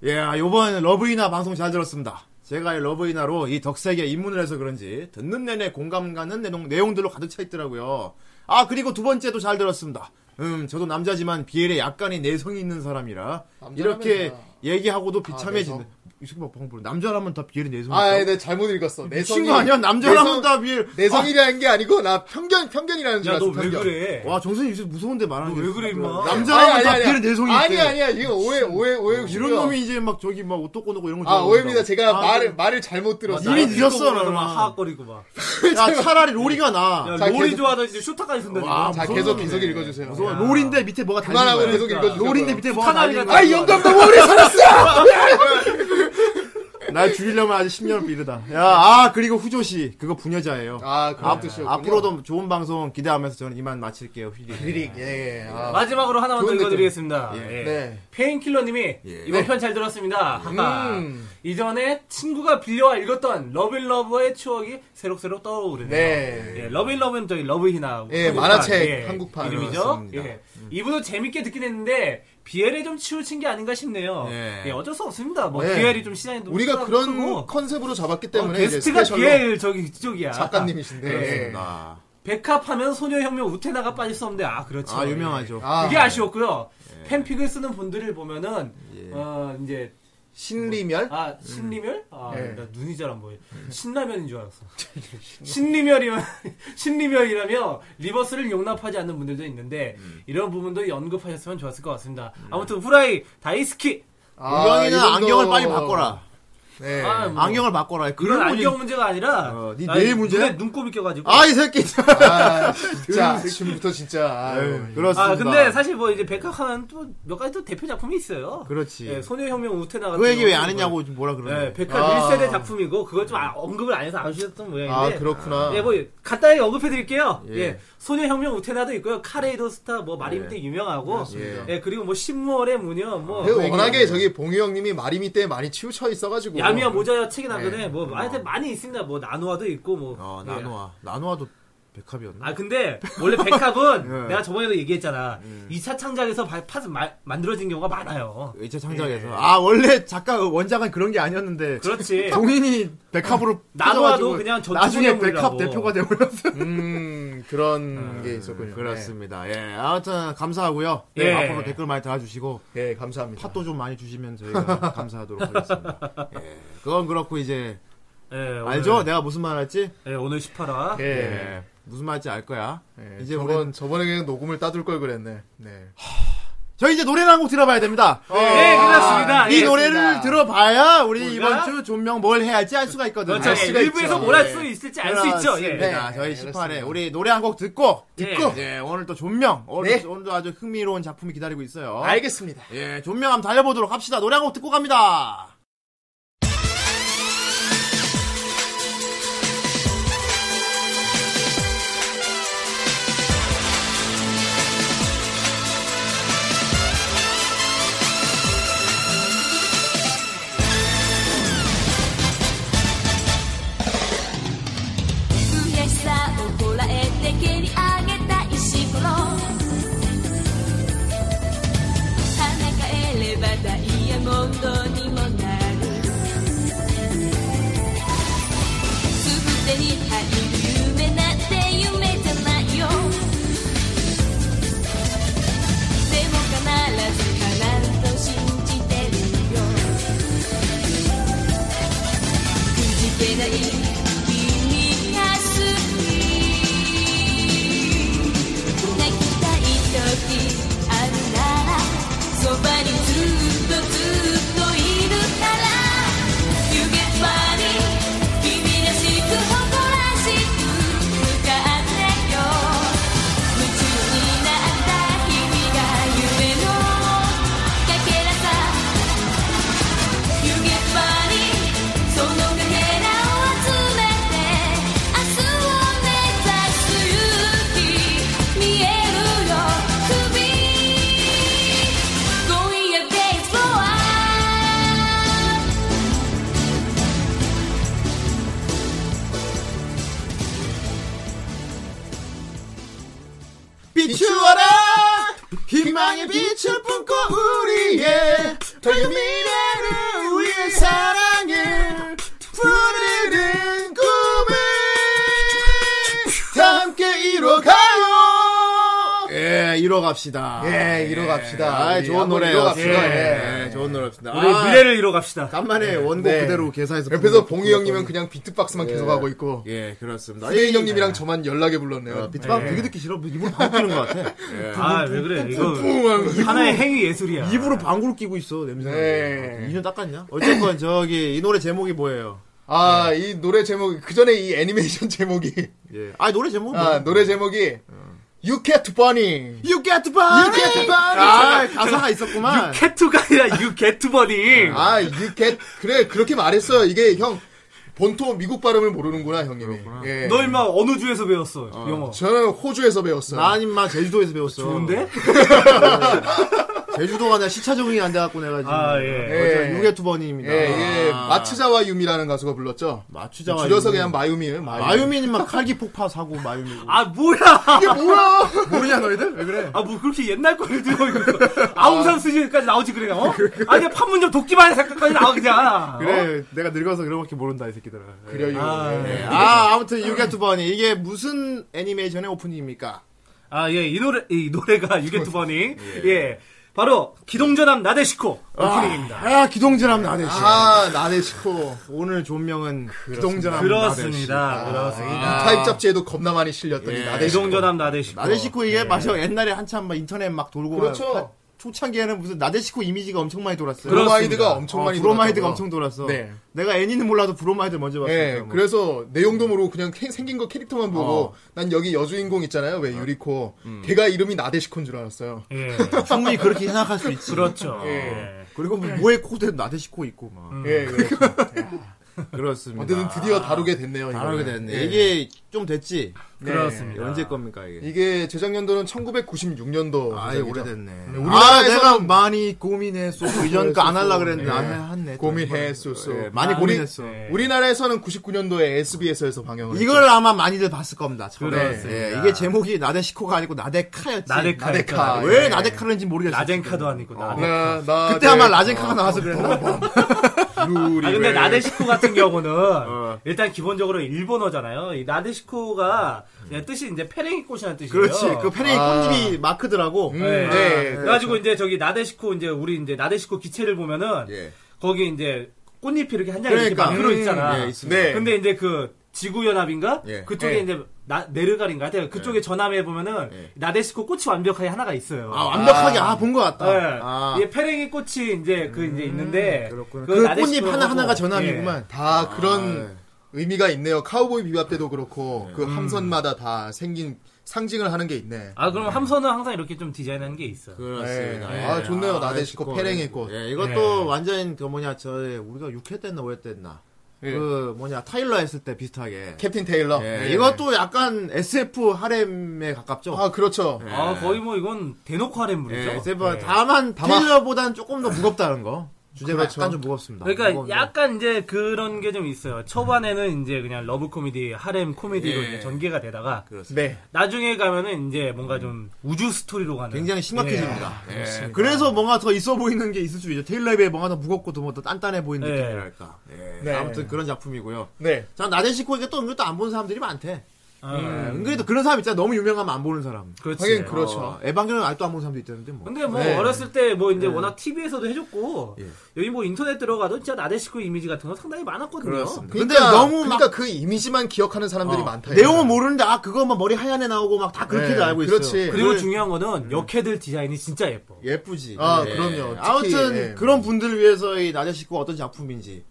[SPEAKER 2] 예, 아, 요번 러브이나 방송 잘 들었습니다. 제가 이 러브이나로 이 덕세계에 입문을 해서 그런지 듣는 내내 공감 가는 내용, 내용들로 가득 차 있더라고요. 아 그리고 두 번째도 잘 들었습니다. 음, 저도 남자지만 비엘에 약간의 내성이 있는 사람이라
[SPEAKER 4] 남자라면
[SPEAKER 2] 이렇게
[SPEAKER 4] 다- 아,
[SPEAKER 2] 얘기하고도
[SPEAKER 4] 내성.
[SPEAKER 2] 비참해지는 이 새끼 막 방금 남자라면 다 비엘은 내성이
[SPEAKER 4] 아,
[SPEAKER 2] 있다고?
[SPEAKER 4] 네, 잘못 읽었어.
[SPEAKER 2] 미친
[SPEAKER 4] 내성이
[SPEAKER 2] 거 아니야? 남자라면
[SPEAKER 4] 내성-
[SPEAKER 2] 다 비엘.
[SPEAKER 4] 내성이라는 게 아니고 나 편견 편견이라는 줄
[SPEAKER 3] 야,
[SPEAKER 4] 알았어.
[SPEAKER 3] 너 왜
[SPEAKER 4] 편견.
[SPEAKER 2] 아,
[SPEAKER 3] 그래?
[SPEAKER 2] 와 정선이 요새 무서운데 말하는
[SPEAKER 3] 너
[SPEAKER 2] 게
[SPEAKER 3] 왜 그래, 임마?
[SPEAKER 2] 남자라면
[SPEAKER 4] 아니,
[SPEAKER 2] 다
[SPEAKER 4] 아니, 아니.
[SPEAKER 2] 비엘은 내성이 있대.
[SPEAKER 4] 아니 아니야 이거 오해 오해 오해
[SPEAKER 2] 이런 놈이 이제 막 저기 막 옷도 꺼놓고 이런 거.
[SPEAKER 4] 아
[SPEAKER 2] 좋아하고
[SPEAKER 4] 오해입니다.
[SPEAKER 2] 그러더라고.
[SPEAKER 4] 제가
[SPEAKER 2] 아,
[SPEAKER 4] 말을 말을 잘못 들었어.
[SPEAKER 2] 이미
[SPEAKER 4] 요
[SPEAKER 2] 늦었어, 나는.
[SPEAKER 3] 막 하악거리고 막.
[SPEAKER 2] 그, 야 차라리 로리가 나.
[SPEAKER 3] 야,
[SPEAKER 4] 자,
[SPEAKER 3] 롤이
[SPEAKER 4] 계속-
[SPEAKER 3] 좋아하던 이제 쇼타까지
[SPEAKER 2] 와,
[SPEAKER 3] 쓴다니까.
[SPEAKER 4] 자
[SPEAKER 2] 무서운
[SPEAKER 4] 계속
[SPEAKER 2] 놈이네.
[SPEAKER 4] 계속 읽어주세요.
[SPEAKER 2] 무서워. 롤인데 밑에 뭐가 달린
[SPEAKER 4] 그만하고
[SPEAKER 2] 거야.
[SPEAKER 4] 계속 읽어주세요.
[SPEAKER 2] 롤인데 밑에 뭐가
[SPEAKER 3] 북한
[SPEAKER 2] 달린
[SPEAKER 3] 아이가
[SPEAKER 2] 거야.
[SPEAKER 4] 아이 영감 너무 오래 살았어.
[SPEAKER 2] 날 죽이려면 아직 10년 삐르다. 야, 아, 그리고 후조씨. 그거 분여자예요.
[SPEAKER 4] 아 그런 뜻이었군요.
[SPEAKER 2] 앞으로도 좋은 방송 기대하면서 저는 이만 마칠게요. 휘리.
[SPEAKER 4] 그릭 예. 예. 아,
[SPEAKER 3] 마지막으로 하나만 더
[SPEAKER 4] 좋은 예.
[SPEAKER 3] 읽어드리겠습니다. 예.
[SPEAKER 4] 네.
[SPEAKER 3] 페인킬러님이 이번 편 잘 들었습니다. 하하.
[SPEAKER 4] 음.
[SPEAKER 3] 이전에 친구가 빌려와 읽었던 러빌러브의 추억이 새록새록 떠오르네요.
[SPEAKER 4] 네.
[SPEAKER 3] 예, 러빌러브는 저희 러브히나
[SPEAKER 4] 예,
[SPEAKER 3] 한국판,
[SPEAKER 4] 만화책 음. 한국판.
[SPEAKER 3] 이름이죠.
[SPEAKER 2] 그렇습니다.
[SPEAKER 3] 예. 이분은 재밌게 듣긴 했는데 비엘에 좀 치우친 게 아닌가 싶네요.
[SPEAKER 2] 예.
[SPEAKER 3] 예, 어쩔 수 없습니다. 뭐
[SPEAKER 4] 네.
[SPEAKER 3] 비엘이 좀 시장에 좀
[SPEAKER 4] 우리가
[SPEAKER 3] 크다-
[SPEAKER 4] 그런
[SPEAKER 3] 크고.
[SPEAKER 4] 컨셉으로 잡았기
[SPEAKER 3] 어,
[SPEAKER 4] 때문에 이제
[SPEAKER 3] 게스트가
[SPEAKER 4] 스페셜로
[SPEAKER 3] 비엘 저기 쪽이야.
[SPEAKER 4] 작가님이신데. 아,
[SPEAKER 2] 그렇습니다.
[SPEAKER 3] 백합하면 소녀혁명 우테나가 빠질 수 없는데 아 그렇죠.
[SPEAKER 2] 아,
[SPEAKER 3] 예.
[SPEAKER 2] 유명하죠.
[SPEAKER 4] 아,
[SPEAKER 3] 그게 아쉬웠고요. 팬픽을 쓰는 분들을 보면은
[SPEAKER 2] 예. 음.
[SPEAKER 3] 어 이제
[SPEAKER 4] 신리멸?
[SPEAKER 3] 아 신리멸? 아
[SPEAKER 4] 예.
[SPEAKER 3] 나 눈이 잘 안 보여. 신라면인 줄 알았어. 신리멸이면 신리멸이라며 리버스를 용납하지 않는 분들도 있는데
[SPEAKER 2] 음.
[SPEAKER 3] 이런 부분도 언급하셨으면 좋았을 것 같습니다. 아무튼 후라이 다이스키
[SPEAKER 4] 아,
[SPEAKER 2] 우영이는
[SPEAKER 4] 이건 더-
[SPEAKER 2] 안경을 빨리 바꿔라.
[SPEAKER 4] 네.
[SPEAKER 3] 아, 뭐.
[SPEAKER 2] 예. 안경을 바꿔라.
[SPEAKER 3] 그런
[SPEAKER 2] 그런
[SPEAKER 3] 안경
[SPEAKER 2] 안경.
[SPEAKER 3] 문제가 아니라
[SPEAKER 2] 어, 네
[SPEAKER 3] 나
[SPEAKER 2] 뇌의 문제야?
[SPEAKER 3] 눈에 눈곱이 껴가지고
[SPEAKER 2] 아, 이 새끼.
[SPEAKER 4] 아, 진짜 지금부터 진짜 아유.
[SPEAKER 2] 에휴, 네, 그렇습니다.
[SPEAKER 3] 아, 근데 사실 뭐 이제 백학한 또 몇 가지 또 대표 작품이 있어요.
[SPEAKER 2] 그렇지.
[SPEAKER 3] 예, 소녀혁명 우테나 같은
[SPEAKER 2] 그 얘기 왜 안
[SPEAKER 3] 경우는
[SPEAKER 2] 했냐고 지금 뭐라
[SPEAKER 3] 뭐, 예,
[SPEAKER 2] 그러네.
[SPEAKER 3] 네. 백합
[SPEAKER 4] 아.
[SPEAKER 3] 1세대 작품이고 그걸 좀 아- 언급을 안 해서 아쉬웠던
[SPEAKER 4] 아,
[SPEAKER 3] 모양인데.
[SPEAKER 4] 그렇구나.
[SPEAKER 3] 예, 뭐 간단히 언급해 드릴게요.
[SPEAKER 2] 예.
[SPEAKER 3] 예. 소녀혁명 우테나도 있고요. 카레이도 스타 뭐 마림 때 유명하고.
[SPEAKER 4] 예.
[SPEAKER 3] 예. 그리고 뭐 신무월의 무녀 뭐
[SPEAKER 4] 그 워낙에 저기 봉희 형님이 마리미 때 많이 치우쳐 있어가지고
[SPEAKER 3] 야미야 모자야 책이 나거든.
[SPEAKER 4] 예.
[SPEAKER 3] 뭐 하여튼 많이 있습니다. 뭐 나노아도 있고 뭐.
[SPEAKER 2] 어,
[SPEAKER 3] 예.
[SPEAKER 2] 나노아. 나노아도 백합이었나?
[SPEAKER 3] 아 근데 원래 백합은
[SPEAKER 2] 예.
[SPEAKER 3] 내가 저번에도 얘기했잖아. 2차 창작에서 바- 팟 마- 만들어진 경우가 많아요.
[SPEAKER 2] 2차 창작에서. 아, 원래 작가, 원작은 그런 게 아니었는데.
[SPEAKER 3] 네. 그렇지.
[SPEAKER 2] 동인이 백합으로
[SPEAKER 3] 음.
[SPEAKER 2] 삐져가지고
[SPEAKER 3] 나노아도 그냥 전투
[SPEAKER 2] 나중에 백합
[SPEAKER 3] 소녀물이라고.
[SPEAKER 2] 대표가 되어버렸어.
[SPEAKER 4] 음 그런 게 있었군요. 네.
[SPEAKER 2] 그렇습니다. 예. 아무튼 감사하고요. 네,
[SPEAKER 3] 음, 예.
[SPEAKER 2] 앞으로 댓글 많이 달아주시고
[SPEAKER 4] 네, 예, 감사합니다.
[SPEAKER 2] 팟도 좀 많이 주시면 저희가 감사하도록 하겠습니다. 예. 그건 그렇고 이제
[SPEAKER 3] 예,
[SPEAKER 2] 알죠?
[SPEAKER 3] 오늘,
[SPEAKER 2] 내가 무슨 말 할지?
[SPEAKER 3] 예, 네, 오늘 18화.
[SPEAKER 4] 예.
[SPEAKER 2] 예. 무슨 말 할지 알 거야.
[SPEAKER 4] 예,
[SPEAKER 2] 이제 뭐
[SPEAKER 4] 저번
[SPEAKER 2] 우리
[SPEAKER 4] 저번에 그냥 녹음을 따둘 걸 그랬네. 네.
[SPEAKER 2] 저희 이제 노래를 한곡 들어봐야 됩니다.
[SPEAKER 3] 네, 그렇습니다.
[SPEAKER 2] 이
[SPEAKER 3] 예.
[SPEAKER 2] 노래를 들어봐야 우리
[SPEAKER 3] 우리가-
[SPEAKER 2] 이번 주 존명 뭘 해야 할지 알 수가 있거든요.
[SPEAKER 3] 그렇죠.
[SPEAKER 4] 알
[SPEAKER 3] 예,
[SPEAKER 4] 수가
[SPEAKER 3] 일부에서
[SPEAKER 4] 있죠.
[SPEAKER 3] 뭘 할 수
[SPEAKER 2] 예.
[SPEAKER 3] 있을지 알 수 있죠. 예.
[SPEAKER 2] 네, 저희 18회 우리 노래 한 곡 듣고
[SPEAKER 3] 듣고.
[SPEAKER 2] 예, 오늘 또 존명 오늘,
[SPEAKER 4] 네.
[SPEAKER 2] 오늘도 아주 흥미로운 작품이 기다리고 있어요.
[SPEAKER 4] 알겠습니다.
[SPEAKER 2] 예, 존명 한번 달려보도록 합시다. 노래 한 곡 듣고 갑니다.
[SPEAKER 5] 悔しさをこらえて蹴り上げた石ころ跳ね返ればダイヤモンドにもなるすぐ手に入る夢なんて夢じゃないよでも必ず叶うと信じてるよくじけない君が好き泣きたい時あるならそばにずっとずっといるから You get funny 君らしく誇らしく向かってよ夢中になった君が夢のかけらさ「そのかけらを集めて明日へと目指す勇気」「見えるよ首」「今夜ベースボール」
[SPEAKER 2] 비추어라 희망의 빛을 품고 우리의 밝은 미래를 위해 사랑해 푸르른 꿈을 다 함께 이뤄가요 예 예, 이뤄 갑시다.
[SPEAKER 4] 예, 이뤄 갑시다.
[SPEAKER 2] 아,
[SPEAKER 4] 우리
[SPEAKER 2] 좋은
[SPEAKER 4] 한번 이뤄
[SPEAKER 2] 노래예요.
[SPEAKER 4] 갑시다.
[SPEAKER 2] 예,
[SPEAKER 4] 예.
[SPEAKER 2] 좋은 노래입니다.
[SPEAKER 3] 우리
[SPEAKER 2] 아,
[SPEAKER 3] 미래를 이뤄 갑시다.
[SPEAKER 2] 간만에 원곡
[SPEAKER 4] 네.
[SPEAKER 2] 그대로 개사해서 부르는
[SPEAKER 4] 옆에서 봉희 형님은
[SPEAKER 2] 부르는
[SPEAKER 4] 그냥 비트박스만 계속하고 있고
[SPEAKER 2] 예, 그렇습니다.
[SPEAKER 4] 후대인
[SPEAKER 2] 예,
[SPEAKER 4] 형님이랑 저만 연락에 불렀네요.
[SPEAKER 2] 어, 비트박 되게 듣기 싫어. 입으로 방구 끼는 것 같아. 예.
[SPEAKER 3] 아 왜 그래 이거 하나의 행위 예술이야.
[SPEAKER 2] 입으로 방구를 끼고 있어 냄새나.
[SPEAKER 4] 네.
[SPEAKER 2] 이년 닦았냐? 어쨌건 저기 이 노래 제목이 뭐예요?
[SPEAKER 4] 아 이 노래 제목 그 전에 이 애니메이션 제목이
[SPEAKER 2] 예, 아 노래 제목.
[SPEAKER 4] 아 노래 제목이 You Cat Bunny.
[SPEAKER 2] You get by. You get by. 아 가사가 있었구만.
[SPEAKER 3] 캐투가 아니라 유 개투버닝.
[SPEAKER 4] 아 You Cat 그래 그렇게 말했어요. 이게 형 본토 미국 발음을 모르는구나 형님이. 예.
[SPEAKER 3] 너 임마 어느 주에서 배웠어 영어?
[SPEAKER 4] 저는 호주에서 배웠어요.
[SPEAKER 2] 난 인마 제주도에서 배웠어.
[SPEAKER 3] 좋은데?
[SPEAKER 2] 제주도가 내가 시차 적응이 안 돼갖고 내가 지금.
[SPEAKER 3] 아, 예.
[SPEAKER 2] 어쨌든
[SPEAKER 4] 예.
[SPEAKER 2] 유게투번입니다.
[SPEAKER 4] 예, 예.
[SPEAKER 2] 아.
[SPEAKER 4] 마츠자와 유미라는 가수가 불렀죠.
[SPEAKER 2] 마추자와
[SPEAKER 4] 줄여서
[SPEAKER 2] 유미.
[SPEAKER 4] 그냥 마유미예요. 마유미.
[SPEAKER 2] 마유미님 막 칼기 폭파 사고 마유미.
[SPEAKER 3] 아 뭐야?
[SPEAKER 4] 이게 뭐야?
[SPEAKER 2] 아, 모르냐 너희들? 왜 그래?
[SPEAKER 3] 아 뭐 그렇게 옛날 거를 들고 이거 아웅산 수지까지 나오지 그래 어? 아니 판문점 도끼만 생각까지 나와 그냥. 어?
[SPEAKER 2] 그래 내가 늙어서 그거밖에 모른다 이 새끼들아.
[SPEAKER 4] 그래요.
[SPEAKER 3] 아,
[SPEAKER 4] 예.
[SPEAKER 2] 예. 아 아무튼 유게투번이 이게 무슨 애니메이션의 오프닝입니까?
[SPEAKER 3] 아, 예, 이 노래, 이 노래가 유게투버닝. 예. 바로, 기동전함 나데시코 오프닝입니다.
[SPEAKER 2] 아 기동전함 나대시.
[SPEAKER 4] 아, 나네시코.
[SPEAKER 2] 오늘 존명은 기동전함
[SPEAKER 3] 그렇습니다. 그렇습니다.
[SPEAKER 4] 이 타입 잡지에도 겁나 많이 실렸더니
[SPEAKER 2] 아. 예.
[SPEAKER 4] 나대시코.
[SPEAKER 3] 기동전함 나데시코.
[SPEAKER 2] 나대시코 이게 맞아 네. 옛날에 한참 막 인터넷 막 돌고
[SPEAKER 4] 그렇죠.
[SPEAKER 2] 막 초창기에는 무슨 나대시코 이미지가 엄청 많이 돌았어요.
[SPEAKER 3] 그렇-
[SPEAKER 4] 브로마이드가
[SPEAKER 3] 그렇습니다.
[SPEAKER 4] 엄청
[SPEAKER 2] 어,
[SPEAKER 4] 많이
[SPEAKER 2] 브로마이드가
[SPEAKER 4] 돌았다고요.
[SPEAKER 2] 엄청 돌았어.
[SPEAKER 4] 네.
[SPEAKER 2] 내가 애니는 몰라도 브로마이드 먼저 봤어.
[SPEAKER 4] 예,
[SPEAKER 2] 뭐.
[SPEAKER 4] 그래서 내용도 모르고 그냥 캐- 생긴 거 캐릭터만 보고
[SPEAKER 2] 어. 음.
[SPEAKER 4] 난 여기 여주인공 있잖아요. 왜 유리코. 걔가 이름이 나데시코인 줄 알았어요.
[SPEAKER 3] 예.
[SPEAKER 2] 충분히 그렇게 생각할 수 있지.
[SPEAKER 3] 그렇죠.
[SPEAKER 4] 예.
[SPEAKER 2] 그리고 뭐 모에 코드에 나대시코 있고 막.
[SPEAKER 4] 예, 그래서
[SPEAKER 2] 음, 그렇습니다.
[SPEAKER 4] 어쨌든 드디어 다루게 됐네요. 이거를.
[SPEAKER 2] 다르게 됐네. 네.
[SPEAKER 4] 예.
[SPEAKER 2] 이게 좀 됐지.
[SPEAKER 3] 그렇습니다.
[SPEAKER 2] 언제 겁니까 이게?
[SPEAKER 4] 이게 재작년도는 1996년도.
[SPEAKER 2] 아이 오래됐네. 아
[SPEAKER 4] 우리나라에서는-
[SPEAKER 2] 내가 많이 고민했어. 이전 거안 할라 그랬는데
[SPEAKER 4] 예.
[SPEAKER 2] 안 해- 했네. 또.
[SPEAKER 4] 고민했었어.
[SPEAKER 2] 예, 많이
[SPEAKER 4] 아,
[SPEAKER 2] 고민했어. 네.
[SPEAKER 3] 우리- 예.
[SPEAKER 4] 우리나라에서는 99년도에 SBS에서 방영을
[SPEAKER 2] 이걸 아마 많이들 봤을 겁니다. 처음에.
[SPEAKER 3] 그렇습니다.
[SPEAKER 2] 예, 이게 제목이 나데시코가 아니고 나데카였지. 아,
[SPEAKER 3] 나데카.
[SPEAKER 4] 나데카.
[SPEAKER 3] 나데카.
[SPEAKER 2] 왜 나데카는지 모르겠어.
[SPEAKER 3] 예. 라젠카도 아니고, 나. 네. 아,
[SPEAKER 4] 했죠. 나, 나
[SPEAKER 2] 그때 아마 아, 라젠카가 나와서 그랬나?
[SPEAKER 4] 루리.
[SPEAKER 3] 아, 근데 나데시코 같은 경우는,
[SPEAKER 2] 어.
[SPEAKER 3] 일단 기본적으로 일본어잖아요. 이 나데시코가, 예, 뜻이 이제 페랭이 꽃이라는
[SPEAKER 2] 음.
[SPEAKER 3] 뜻이에요.
[SPEAKER 2] 그렇지. 그 음, 페레이
[SPEAKER 4] 아.
[SPEAKER 2] 꽃잎이 마크더라고.
[SPEAKER 3] 네.
[SPEAKER 4] 네.
[SPEAKER 2] 그렇죠.
[SPEAKER 3] 그래가지고 이제 저기 나데시코 이제 우리 이제 나데시코 기체를 보면은
[SPEAKER 2] 예.
[SPEAKER 3] 거기 이제 꽃잎이 이렇게 한 장에
[SPEAKER 2] 그러니까.
[SPEAKER 3] 이렇게 막들어
[SPEAKER 2] 음,
[SPEAKER 3] 있잖아.
[SPEAKER 2] 예, 있습니다. 네.
[SPEAKER 3] 근데 이제 그 지구연합인가
[SPEAKER 2] 예.
[SPEAKER 3] 그쪽에
[SPEAKER 4] 예.
[SPEAKER 3] 이제 나, 네르갈인가 하여튼 그쪽에 전함에 보면은
[SPEAKER 2] 예.
[SPEAKER 3] 나데시코 꽃이 완벽하게 하나가 있어요.
[SPEAKER 2] 아, 완벽하게 아 본 것 같다.
[SPEAKER 3] 예.
[SPEAKER 2] 아.
[SPEAKER 3] 이게 페랭이 꽃이 이제 그 이제 있는데
[SPEAKER 2] 그렇구나.
[SPEAKER 3] 그
[SPEAKER 2] 그 꽃잎
[SPEAKER 3] 나데시코하고-
[SPEAKER 2] 하나 하나가
[SPEAKER 3] 예.
[SPEAKER 2] 전함이구만.
[SPEAKER 4] 다
[SPEAKER 2] 네.
[SPEAKER 4] 그런 의미가 있네요. 카우보이 비밥 때도 그렇고 그
[SPEAKER 2] 음.
[SPEAKER 4] 함선마다 다 생긴 상징을 하는 게 있네.
[SPEAKER 3] 아 그럼 함선은 항상 이렇게 좀 디자인하는 게 있어. 요
[SPEAKER 2] 그렇습니다.
[SPEAKER 4] 네.
[SPEAKER 2] 예.
[SPEAKER 4] 아, 좋네요. 나대시코 페랭이 꽃.
[SPEAKER 2] 예, 이것도 완전 그 뭐냐 저 우리가 6회 때나 5회 때나
[SPEAKER 4] 예.
[SPEAKER 2] 그 뭐냐 타일러 했을 때 비슷하게.
[SPEAKER 4] 캡틴 테일러.
[SPEAKER 2] 예,
[SPEAKER 4] 네.
[SPEAKER 2] 이것도 약간 SF 하렘에 가깝죠.
[SPEAKER 4] 아 그렇죠.
[SPEAKER 3] 아 거의 뭐 이건 대놓고 하는 물이죠.
[SPEAKER 2] 예, SF 다만 테일러보다는 조금 더 무겁다는 거. 주제가
[SPEAKER 4] 그렇죠.
[SPEAKER 2] 약간 좀 무겁습니다.
[SPEAKER 3] 그러니까
[SPEAKER 2] 무거운데.
[SPEAKER 3] 약간 이제 그런 게 좀 있어요. 초반에는 이제 그냥 러브 코미디, 하렘 코미디로
[SPEAKER 2] 예.
[SPEAKER 3] 이제 전개가 되다가
[SPEAKER 2] 그렇습니다.
[SPEAKER 4] 네.
[SPEAKER 3] 나중에 가면은 이제 뭔가 좀 우주 스토리로 가는
[SPEAKER 2] 굉장히 심각해집니다. 예, 그래서 뭔가 더 있어 보이는 게 있을 수 있죠. 테일러에 비해 뭔가 더 무겁고 더, 뭐 더 단단해 보이는
[SPEAKER 3] 예.
[SPEAKER 2] 느낌이랄까. 예,
[SPEAKER 4] 네.
[SPEAKER 2] 아무튼 그런 작품이고요.
[SPEAKER 4] 네.
[SPEAKER 2] 자, 나데시코 이게 또 은근히 안 보는 사람들이 많대.
[SPEAKER 3] 아,
[SPEAKER 2] 은근히 또 그런 사람 있잖아. 너무 음, 유명하면 안 보는 사람.
[SPEAKER 3] 그렇지.
[SPEAKER 4] 하긴 그렇죠.
[SPEAKER 2] 어, 에반게리온 아직도 안 보는 사람도 있다는데 뭐.
[SPEAKER 3] 근데 뭐
[SPEAKER 4] 네.
[SPEAKER 3] 어렸을 때 뭐 이제 워낙 TV에서도 해줬고
[SPEAKER 2] 예.
[SPEAKER 3] 여기 뭐 인터넷 들어가도 진짜 나데시코 이미지 같은 거 상당히 많았거든요.
[SPEAKER 2] 그렇습니다.
[SPEAKER 4] 그러니까,
[SPEAKER 2] 근데 너무 막-
[SPEAKER 4] 그러니까 그 이미지만 기억하는
[SPEAKER 3] 뭐
[SPEAKER 4] 사람들이 많다.
[SPEAKER 2] 내용은 모르는데 아 그거 막 머리 하얀 애 나오고 막 다 그렇게들
[SPEAKER 4] 네,
[SPEAKER 2] 알고 있어요.
[SPEAKER 4] 그렇지.
[SPEAKER 3] 그리고
[SPEAKER 2] 그걸
[SPEAKER 3] 중요한 거는 역캐들 디자인이 진짜 예뻐.
[SPEAKER 2] 예. 예쁘지. 네.
[SPEAKER 4] 아, 그럼요. 특히,
[SPEAKER 2] 아무튼
[SPEAKER 4] 예.
[SPEAKER 2] 그런 분들을 위해서 이 나대식구 어떤 작품인지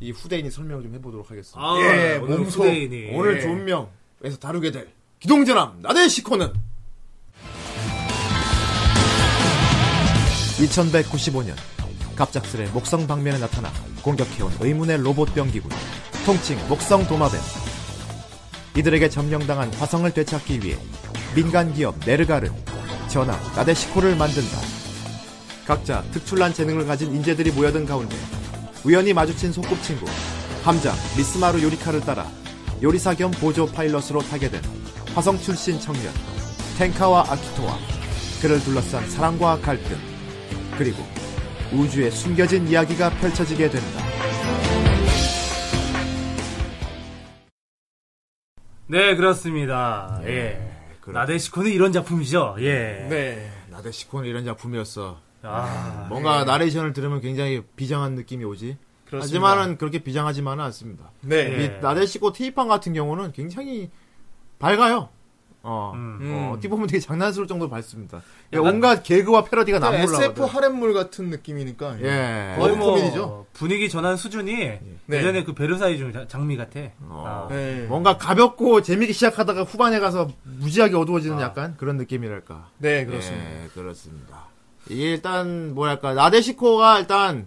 [SPEAKER 2] 이 후대인이 설명을 좀 해보도록 하겠습니다.
[SPEAKER 3] 아,
[SPEAKER 4] 예,
[SPEAKER 3] 오늘
[SPEAKER 4] 몸소.
[SPEAKER 3] 후대인이.
[SPEAKER 2] 네, 오늘 존명에서 다루게 될 기동전함 나대시코는 2195년 갑작스레 목성 방면에 나타나 공격해온 의문의 로봇 병기군 통칭 목성 도마뱀 이들에게 점령당한 화성을 되찾기 위해 민간 기업 네르가른 전함 나데시코를 만든다 각자 특출난 재능을 가진 인재들이 모여든 가운데 우연히 마주친 소꿉친구 함장 미스마루 요리카를 따라 요리사 겸 보조 파일럿으로 타게 된 화성 출신 청년 텐카와 아키토와 그를 둘러싼 사랑과 갈등 그리고 우주의 숨겨진 이야기가 펼쳐지게 된다.
[SPEAKER 3] 네, 그렇습니다. 예. 나데시코는 이런 작품이죠. 예.
[SPEAKER 4] 네.
[SPEAKER 2] 나데시코는 이런 작품이었어.
[SPEAKER 3] 아,
[SPEAKER 2] 뭔가 나레이션을 들으면 굉장히 비장한 느낌이 오지.
[SPEAKER 4] 그렇습니다.
[SPEAKER 2] 하지만은 그렇게 비장하지만은 않습니다.
[SPEAKER 4] 네.
[SPEAKER 3] 예.
[SPEAKER 2] 이 나데시코 테이판 같은 경우는 굉장히 밝아요. 어,
[SPEAKER 4] 음.
[SPEAKER 2] 어, 어떻게 보면 되게 장난스러울 정도로 밝습니다. 예, 온갖 개그와 패러디가
[SPEAKER 4] 그러니까
[SPEAKER 2] 남몰라거든.
[SPEAKER 4] SF 하렘물 같은 느낌이니까. 음.
[SPEAKER 2] 예.
[SPEAKER 3] 거의 뭐
[SPEAKER 4] 코미디죠?
[SPEAKER 3] 분위기 전환 수준이
[SPEAKER 4] 네.
[SPEAKER 3] 예전에 그 베르사유 중 자- 장미 같아. 아.
[SPEAKER 4] 네.
[SPEAKER 2] 뭔가 가볍고 재밌게 시작하다가 후반에 가서 무지하게 어두워지는 약간 그런 느낌이랄까.
[SPEAKER 4] 아. 네, 그렇습니다.
[SPEAKER 2] 예, 그렇습니다. 이게 일단 뭐랄까 나데시코가 일단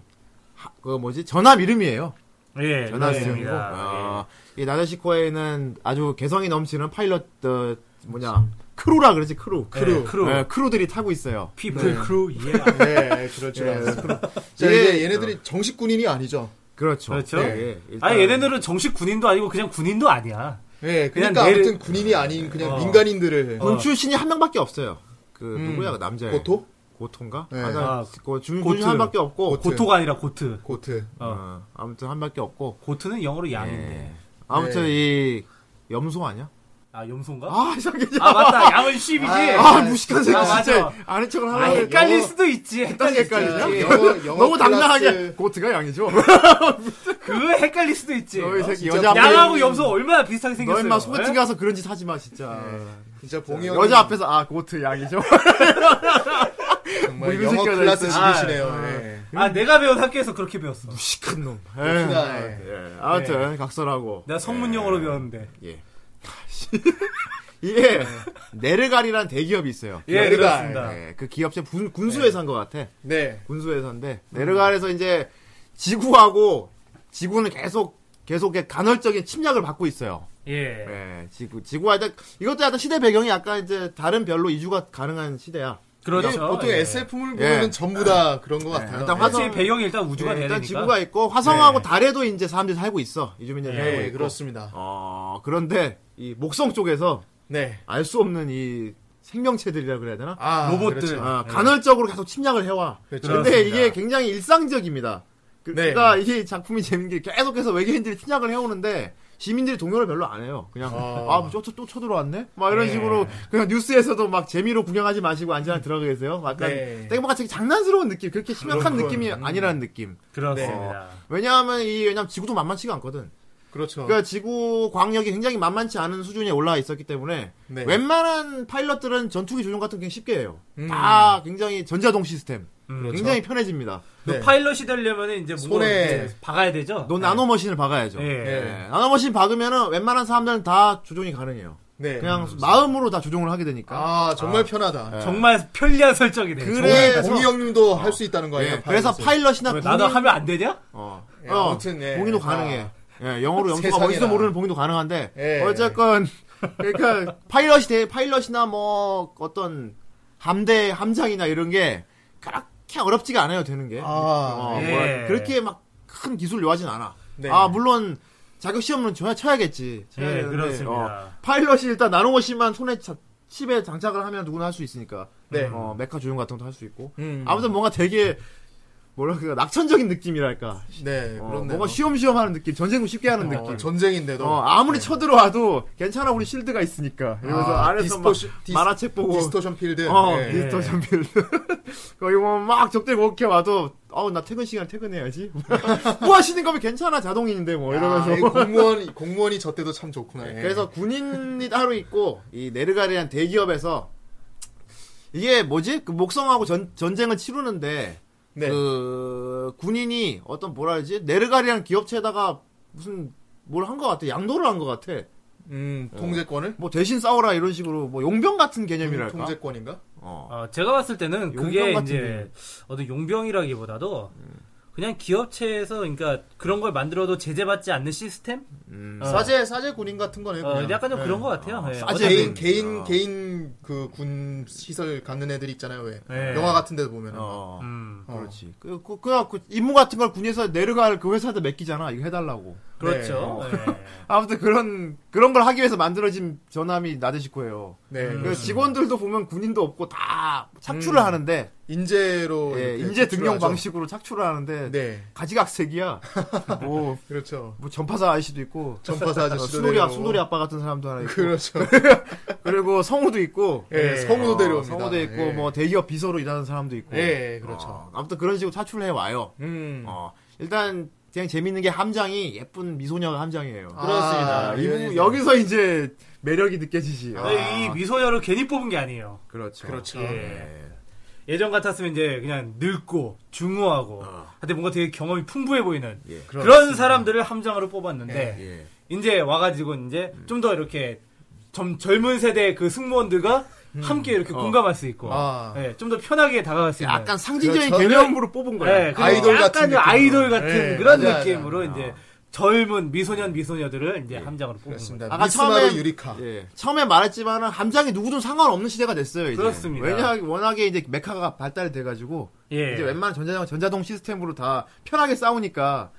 [SPEAKER 2] 하- 그 뭐지 전함 이름이에요.
[SPEAKER 3] 예,
[SPEAKER 4] 네,
[SPEAKER 2] 전함 이름이고
[SPEAKER 3] 그렇습니다.
[SPEAKER 2] 어, 이 나데시코에는 아주 개성이 넘치는 파일럿 어, 뭐냐 크루라 그러지 크루
[SPEAKER 3] 네, 크루. 크루.
[SPEAKER 2] 예, 크루들이 타고 있어요.
[SPEAKER 3] 피플 크루 예.
[SPEAKER 4] 네, 그렇죠.
[SPEAKER 2] 예.
[SPEAKER 4] 자,
[SPEAKER 2] 예.
[SPEAKER 4] 이제 얘네들이 정식 군인이 아니죠.
[SPEAKER 2] 그렇죠.
[SPEAKER 3] 그렇죠.
[SPEAKER 2] 예, 일단-
[SPEAKER 3] 아니 얘네들은 정식 군인도 아니고 그냥 군인도 아니야.
[SPEAKER 4] 예,
[SPEAKER 3] 그냥
[SPEAKER 4] 그러니까
[SPEAKER 3] 내를-
[SPEAKER 4] 아무튼 군인이 아닌 그냥
[SPEAKER 3] 어.
[SPEAKER 4] 민간인들을
[SPEAKER 2] 군 출신이 한 명밖에 없어요. 그
[SPEAKER 4] 음.
[SPEAKER 2] 누구야 그 남자애
[SPEAKER 4] 고토?
[SPEAKER 2] 고토인가?
[SPEAKER 4] 네.
[SPEAKER 2] 아, 나
[SPEAKER 3] 아,
[SPEAKER 2] 그 준,
[SPEAKER 3] 고트.
[SPEAKER 2] 준이 한 밖에 없고
[SPEAKER 4] 고트.
[SPEAKER 3] 고토가 아니라 고트.
[SPEAKER 4] 고트.
[SPEAKER 2] 어, 아무튼 한 밖에 없고
[SPEAKER 3] 고트는 영어로 양인데.
[SPEAKER 2] 예. 아무튼 이 염소 아니야?
[SPEAKER 3] 아 염소인가?
[SPEAKER 2] 아 이상해.
[SPEAKER 3] 아 맞다. 양은 10이지.
[SPEAKER 2] 아, 무식한 새끼
[SPEAKER 3] 아,
[SPEAKER 2] 진짜
[SPEAKER 3] 맞아.
[SPEAKER 2] 아는 척을
[SPEAKER 3] 아,
[SPEAKER 2] 하려고
[SPEAKER 3] 헷갈릴
[SPEAKER 4] 영어-
[SPEAKER 3] 수도 있지. 헷갈릴 수도
[SPEAKER 2] 헷갈리냐?
[SPEAKER 3] 있지.
[SPEAKER 4] 영어, 영어
[SPEAKER 2] 너무
[SPEAKER 4] 클래스-
[SPEAKER 2] 당당하게 고트가 양이죠.
[SPEAKER 3] 그 헷갈릴 수도 있지.
[SPEAKER 2] 너희 새끼
[SPEAKER 4] 진짜
[SPEAKER 2] 여자 앞에
[SPEAKER 3] 아, 양하고 염소 얼마나 비슷하게
[SPEAKER 2] 너
[SPEAKER 3] 생겼어요.
[SPEAKER 2] 인마 소개팅
[SPEAKER 3] 예?
[SPEAKER 2] 가서 그런 짓 하지 마 진짜.
[SPEAKER 4] 진짜 봉이 형
[SPEAKER 2] 여자 앞에서 아 고트 양이죠. 뭐
[SPEAKER 4] 정말
[SPEAKER 2] 이런
[SPEAKER 4] 영어
[SPEAKER 2] 새끼가
[SPEAKER 4] 클래스
[SPEAKER 2] 있어요.
[SPEAKER 4] 지기시네요.
[SPEAKER 3] 아,
[SPEAKER 4] 예.
[SPEAKER 3] 아 내가 배운 학교에서 그렇게 배웠어.
[SPEAKER 2] 무식한 놈. 예.
[SPEAKER 4] 그렇구나, 예.
[SPEAKER 2] 예. 아무튼 각설하고
[SPEAKER 3] 내가 성문 영어로 배웠는데.
[SPEAKER 2] 예. 이게 네르갈이라는 예. 대기업이 있어요.
[SPEAKER 3] 예,
[SPEAKER 4] 내가-
[SPEAKER 3] 그렇습니다.
[SPEAKER 2] 예, 그 기업체 군, 군수회사인 것 같아.
[SPEAKER 4] 네.
[SPEAKER 2] 군수회사인데
[SPEAKER 3] 음.
[SPEAKER 2] 네르갈에서 이제 지구하고 지구는 계속 계속 이렇게 간헐적인 침략을 받고 있어요.
[SPEAKER 3] 예.
[SPEAKER 2] 예, 지구 지구가 일단 이것도 약간 시대 배경이 약간 이제 다른 별로 이주가 가능한 시대야.
[SPEAKER 3] 그렇죠.
[SPEAKER 4] 이게 보통
[SPEAKER 3] 예.
[SPEAKER 4] SF물 보면
[SPEAKER 2] 예.
[SPEAKER 4] 은 전부 다 그런 것 같아요.
[SPEAKER 2] 일단
[SPEAKER 4] 예.
[SPEAKER 2] 화성-
[SPEAKER 3] 확실히 배경이 일단 우주가
[SPEAKER 2] 예,
[SPEAKER 3] 돼야
[SPEAKER 2] 일단
[SPEAKER 3] 되니까.
[SPEAKER 2] 지구가 있고 화성하고
[SPEAKER 3] 예.
[SPEAKER 2] 달에도 이제 사람들이 살고 있어. 이주민들이
[SPEAKER 3] 예,
[SPEAKER 2] 살고
[SPEAKER 4] 네,
[SPEAKER 2] 있고.
[SPEAKER 4] 그렇습니다.
[SPEAKER 2] 어 그런데 이 목성 쪽에서
[SPEAKER 4] 네.
[SPEAKER 2] 알 수 없는 이 생명체들이라 그래야 되나?
[SPEAKER 4] 아,
[SPEAKER 3] 로봇들.
[SPEAKER 4] 그렇죠.
[SPEAKER 2] 아, 간헐적으로 계속 침략을 해와.
[SPEAKER 4] 그렇죠.
[SPEAKER 2] 근데
[SPEAKER 3] 그렇습니다.
[SPEAKER 2] 이게 굉장히 일상적입니다. 그-
[SPEAKER 4] 네.
[SPEAKER 2] 그러니까 이게 작품이 재밌는 게 계속해서 외계인들이 침략을 해오는데 시민들이 동요를 별로 안 해요. 그냥
[SPEAKER 4] 어.
[SPEAKER 2] 아, 또, 또 쳐들어왔네? 막 이런 식으로 그냥 뉴스에서도 막 재미로 구경하지 마시고 앉아 들어가 계세요. 약간
[SPEAKER 4] 네.
[SPEAKER 2] 땡보같이 장난스러운 느낌, 그렇게 심각한 느낌이 아니라는 느낌.
[SPEAKER 3] 그렇습니다.
[SPEAKER 2] 네. 왜냐하면 이 왜냐면 지구도 만만치가 않거든.
[SPEAKER 4] 그렇죠.
[SPEAKER 2] 그러니까 지구 광역이 굉장히 만만치 않은 수준에 올라와 있었기 때문에
[SPEAKER 4] 네.
[SPEAKER 2] 웬만한 파일럿들은 전투기 조종 같은 게 굉장히 쉽게 해요. 다 굉장히 전자동 시스템. 굉장히 편해집니다.
[SPEAKER 4] 네.
[SPEAKER 3] 그 파일럿이 되려면 이제 뭔가
[SPEAKER 4] 손에-
[SPEAKER 3] 이렇게 박아야 되죠.
[SPEAKER 2] 너 나노머신을 박아야죠.
[SPEAKER 3] 예.
[SPEAKER 2] 예. 나노머신 박으면은 웬만한 사람들은 다 조종이 가능해요.
[SPEAKER 4] 네.
[SPEAKER 2] 그냥 마음으로 다 조종을 하게 되니까. 예.
[SPEAKER 4] 아, 정말 편하다.
[SPEAKER 3] 정말 편리한 설정이네.
[SPEAKER 2] 그래.
[SPEAKER 4] 정말 봉이 형님도 할 수 있다는 거
[SPEAKER 2] 예,
[SPEAKER 4] 아니에요?
[SPEAKER 2] 그래서
[SPEAKER 4] 파일럿을.
[SPEAKER 2] 파일럿이나
[SPEAKER 3] 정말 나도
[SPEAKER 2] 군인-
[SPEAKER 3] 하면 안 되냐?
[SPEAKER 2] 어.
[SPEAKER 4] 예,
[SPEAKER 2] 어,
[SPEAKER 4] 아무튼, 예.
[SPEAKER 2] 봉인도 가능해.
[SPEAKER 4] 아.
[SPEAKER 2] 예, 영어로 영수가
[SPEAKER 4] 세상에나.
[SPEAKER 2] 뭔지도 모르는 봉인도 가능한데
[SPEAKER 4] 예.
[SPEAKER 2] 어쨌건 그러니까 파일럿이 돼 파일럿이나 뭐 어떤 함대 함장이나 이런 게 그렇게 어렵지가 않아요 되는 게.
[SPEAKER 4] 아,
[SPEAKER 2] 어,
[SPEAKER 3] 예.
[SPEAKER 2] 뭐랄까. 그렇게 막 큰 기술 요하진 않아.
[SPEAKER 4] 네.
[SPEAKER 2] 아 물론 자격 시험은 줘야 쳐야겠지. 쳐야
[SPEAKER 3] 예,
[SPEAKER 2] 되는데,
[SPEAKER 3] 그렇습니다.
[SPEAKER 2] 네, 어, 파일럿이 일단 나노머신만 손에 자- 칩에 장착을 하면 누구나 할 수 있으니까.
[SPEAKER 4] 네.
[SPEAKER 2] 어, 메카 조종 같은 것도 할 수 있고.
[SPEAKER 4] 음.
[SPEAKER 2] 아무튼 뭔가 되게 뭐랄까 낙천적인 느낌이랄까.
[SPEAKER 4] 네,
[SPEAKER 2] 어,
[SPEAKER 4] 그렇네요.
[SPEAKER 2] 뭔가 쉬엄쉬엄 하는 느낌, 전쟁도 쉽게 하는
[SPEAKER 4] 어,
[SPEAKER 2] 느낌.
[SPEAKER 4] 전쟁인데도.
[SPEAKER 2] 어, 아무리 쳐들어와도 괜찮아 우리 실드가 있으니까. 이러면서
[SPEAKER 4] 아,
[SPEAKER 2] 안에서
[SPEAKER 4] 디스토시-
[SPEAKER 2] 막
[SPEAKER 4] 디스-
[SPEAKER 2] 만화책 보고
[SPEAKER 4] 디스토션 필드.
[SPEAKER 2] 어,
[SPEAKER 4] 예.
[SPEAKER 2] 디스토션 빌드. 거기 보면 막 적들이 그렇게 와도, 어우, 나 퇴근 시간 퇴근해야지. 뭐 하시는 거면 괜찮아, 자동인인데, 뭐, 이러면서.
[SPEAKER 4] 아, 이 공무원 공무원이 저 때도 참 좋구나. 예.
[SPEAKER 2] 네. 그래서 군인이 따로 있고, 이 네르가리안 대기업에서, 이게 뭐지? 그 목성하고 전, 전쟁을 치르는데,
[SPEAKER 4] 네.
[SPEAKER 2] 그, 군인이 어떤 뭐라 그러지? 네르가리안 기업체에다가 무슨, 뭘 한 것 같아. 양도를 한 것 같아.
[SPEAKER 4] 음, 통제권을
[SPEAKER 2] 뭐 대신 싸워라 이런 식으로 뭐 용병 같은 개념이랄까.
[SPEAKER 4] 음, 통제권인가?
[SPEAKER 2] 어.
[SPEAKER 3] 어, 제가 봤을 때는
[SPEAKER 2] 용병
[SPEAKER 3] 그게
[SPEAKER 2] 같은
[SPEAKER 3] 이제 어떤 용병이라기보다도 그냥 기업체에서 그러니까 그런 걸 만들어도 제재받지 않는 시스템?
[SPEAKER 2] 음.
[SPEAKER 3] 어.
[SPEAKER 4] 사제 사제 군인 같은 거네요.
[SPEAKER 3] 어,
[SPEAKER 4] 그냥.
[SPEAKER 3] 약간 좀 그런 것 같아요. 예.
[SPEAKER 2] 싸지
[SPEAKER 3] 어차피-
[SPEAKER 4] 개인
[SPEAKER 2] 네.
[SPEAKER 4] 개인
[SPEAKER 2] 어.
[SPEAKER 4] 개인 그 군 시설 갖는 애들 있잖아요. 왜
[SPEAKER 3] 네.
[SPEAKER 4] 영화 같은 데도 보면 은
[SPEAKER 2] 예. 어.
[SPEAKER 3] 음.
[SPEAKER 2] 그렇지. 그, 그, 그, 그 임무 같은 걸 군에서 내려갈 그 회사한테 맡기잖아. 이거 해달라고.
[SPEAKER 3] 그렇죠. 네.
[SPEAKER 2] 아무튼 그런 그런 걸 하기 위해서 만들어진 전함이 나대식코예요.
[SPEAKER 4] 네.
[SPEAKER 2] 그 직원들도 보면 군인도 없고 다 착출을 하는데
[SPEAKER 4] 인재로
[SPEAKER 2] 예,
[SPEAKER 4] 음. 이렇게
[SPEAKER 2] 인재 등용
[SPEAKER 4] 구출하죠.
[SPEAKER 2] 방식으로 착출을 하는데
[SPEAKER 4] 네.
[SPEAKER 2] 가지각색이야. 뭐,
[SPEAKER 4] 그렇죠.
[SPEAKER 2] 뭐 전파사 아저씨도 있고
[SPEAKER 4] 전파사 아저씨도
[SPEAKER 2] 순돌이
[SPEAKER 4] 데리고.
[SPEAKER 2] 아 순돌이 아빠 같은 사람도 하나 있고
[SPEAKER 4] 그렇죠.
[SPEAKER 2] 그리고 네. 성우도 있고 어,
[SPEAKER 4] 예, 성우도 데려옵니다.
[SPEAKER 2] 성우도 있고
[SPEAKER 4] 예.
[SPEAKER 2] 뭐 대기업 비서로 일하는 사람도 있고
[SPEAKER 4] 예, 그렇죠.
[SPEAKER 2] 어, 아무튼 그런 식으로 차출해 와요.
[SPEAKER 4] 음.
[SPEAKER 2] 어, 일단 그냥 재밌는 게 함장이 예쁜 미소녀 함장이에요.
[SPEAKER 4] 그렇습니다.
[SPEAKER 2] 아, 이 부-
[SPEAKER 4] 예.
[SPEAKER 2] 여기서 이제 매력이 느껴지지. 아,
[SPEAKER 3] 아니, 네, 이 미소녀를 괜히 뽑은 게 아니에요.
[SPEAKER 2] 그렇죠.
[SPEAKER 4] 그렇죠.
[SPEAKER 3] 예. 예전 같았으면 이제 그냥 늙고 중후하고
[SPEAKER 4] 어.
[SPEAKER 3] 하여튼 뭔가 되게 경험이 풍부해 보이는
[SPEAKER 2] 예.
[SPEAKER 3] 그런 사람들을 함장으로 뽑았는데
[SPEAKER 2] 예.
[SPEAKER 3] 이제 와가지고 이제
[SPEAKER 4] 음.
[SPEAKER 3] 좀 더 이렇게 점- 젊은 세대의 그 승무원들과 함께 이렇게 공감할 수 있고
[SPEAKER 4] 음. 어.
[SPEAKER 3] 예,
[SPEAKER 4] 아.
[SPEAKER 3] 좀 더 편하게 다가갈 수 있는
[SPEAKER 2] 약간 상징적인
[SPEAKER 4] 그렇죠.
[SPEAKER 2] 개념으로 뽑은 거야.
[SPEAKER 3] 예, 그리고
[SPEAKER 4] 아이돌
[SPEAKER 3] 약간
[SPEAKER 4] 같은
[SPEAKER 3] 그
[SPEAKER 4] 느낌으로.
[SPEAKER 3] 아이돌 같은
[SPEAKER 4] 예,
[SPEAKER 3] 그런
[SPEAKER 4] 맞아요, 예.
[SPEAKER 3] 느낌으로 이제 젊은 미소년 미소녀들을 이제 함장으로 뽑은 거예요.
[SPEAKER 4] 그렇습니다.
[SPEAKER 2] 아까
[SPEAKER 4] 미스마루
[SPEAKER 2] 처음에-
[SPEAKER 4] 그러니까 유리카.
[SPEAKER 2] 예. 처음에 말했지만은 함장이 누구든 상관없는 시대가 됐어요. 이제.
[SPEAKER 3] 그렇습니다.
[SPEAKER 2] 왜냐 워낙에 이제 메카가 발달이 돼가지고
[SPEAKER 3] 예.
[SPEAKER 2] 이제 웬만한 전자장 전자동 시스템으로 다 편하게 싸우니까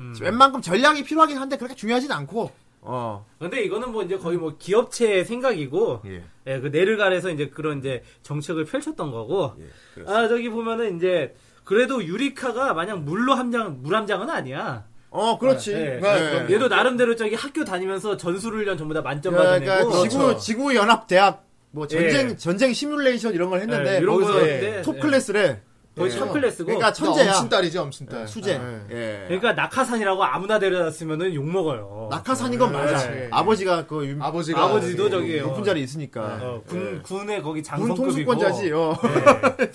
[SPEAKER 3] 음.
[SPEAKER 2] 웬만큼 전략이 필요하긴 한데 그렇게 중요하진 않고 어
[SPEAKER 3] 근데 이거는 뭐 이제 거의 뭐 기업체의 생각이고
[SPEAKER 2] 예.
[SPEAKER 3] 예, 그 내르간에서 이제 그런 이제 정책을 펼쳤던 거고.
[SPEAKER 2] 예,
[SPEAKER 3] 아 저기 보면은 이제 그래도 유리카가 만약 물로 함장 물함장은 아니야.
[SPEAKER 2] 어, 그렇지.
[SPEAKER 3] 예.
[SPEAKER 2] 네.
[SPEAKER 4] 네.
[SPEAKER 3] 얘도 나름대로 저기 학교 다니면서 전술훈련 전부 다 만점
[SPEAKER 2] 그러니까
[SPEAKER 3] 받아내고
[SPEAKER 2] 지구
[SPEAKER 4] 그렇죠.
[SPEAKER 2] 지구 연합 대학 뭐 전쟁
[SPEAKER 3] 예.
[SPEAKER 2] 전쟁 시뮬레이션 이런 걸 했는데
[SPEAKER 3] 예, 이런
[SPEAKER 2] 거기서
[SPEAKER 3] 거였는데,
[SPEAKER 2] 톱
[SPEAKER 3] 예.
[SPEAKER 2] 클래스래.
[SPEAKER 3] 거의 첫 클래스고.
[SPEAKER 2] 그러니까 천재야.
[SPEAKER 4] 엄친딸이죠, 엄친딸.
[SPEAKER 2] 수재.
[SPEAKER 4] 네.
[SPEAKER 2] 예.
[SPEAKER 3] 그러니까 낙하산이라고 아무나 데려다 쓰면은 욕 먹어요.
[SPEAKER 2] 낙하산인 건 맞아.
[SPEAKER 4] 그렇지.
[SPEAKER 2] 아버지가 그 유...
[SPEAKER 4] 아버지가
[SPEAKER 3] 예.
[SPEAKER 4] 네.
[SPEAKER 3] 아버지도 네. 저기
[SPEAKER 2] 높은 자리 있으니까.
[SPEAKER 3] 어, 군 군에 거기
[SPEAKER 2] 어, 네. 군
[SPEAKER 3] 장성급이고. 예.
[SPEAKER 2] 통수권자지. 어.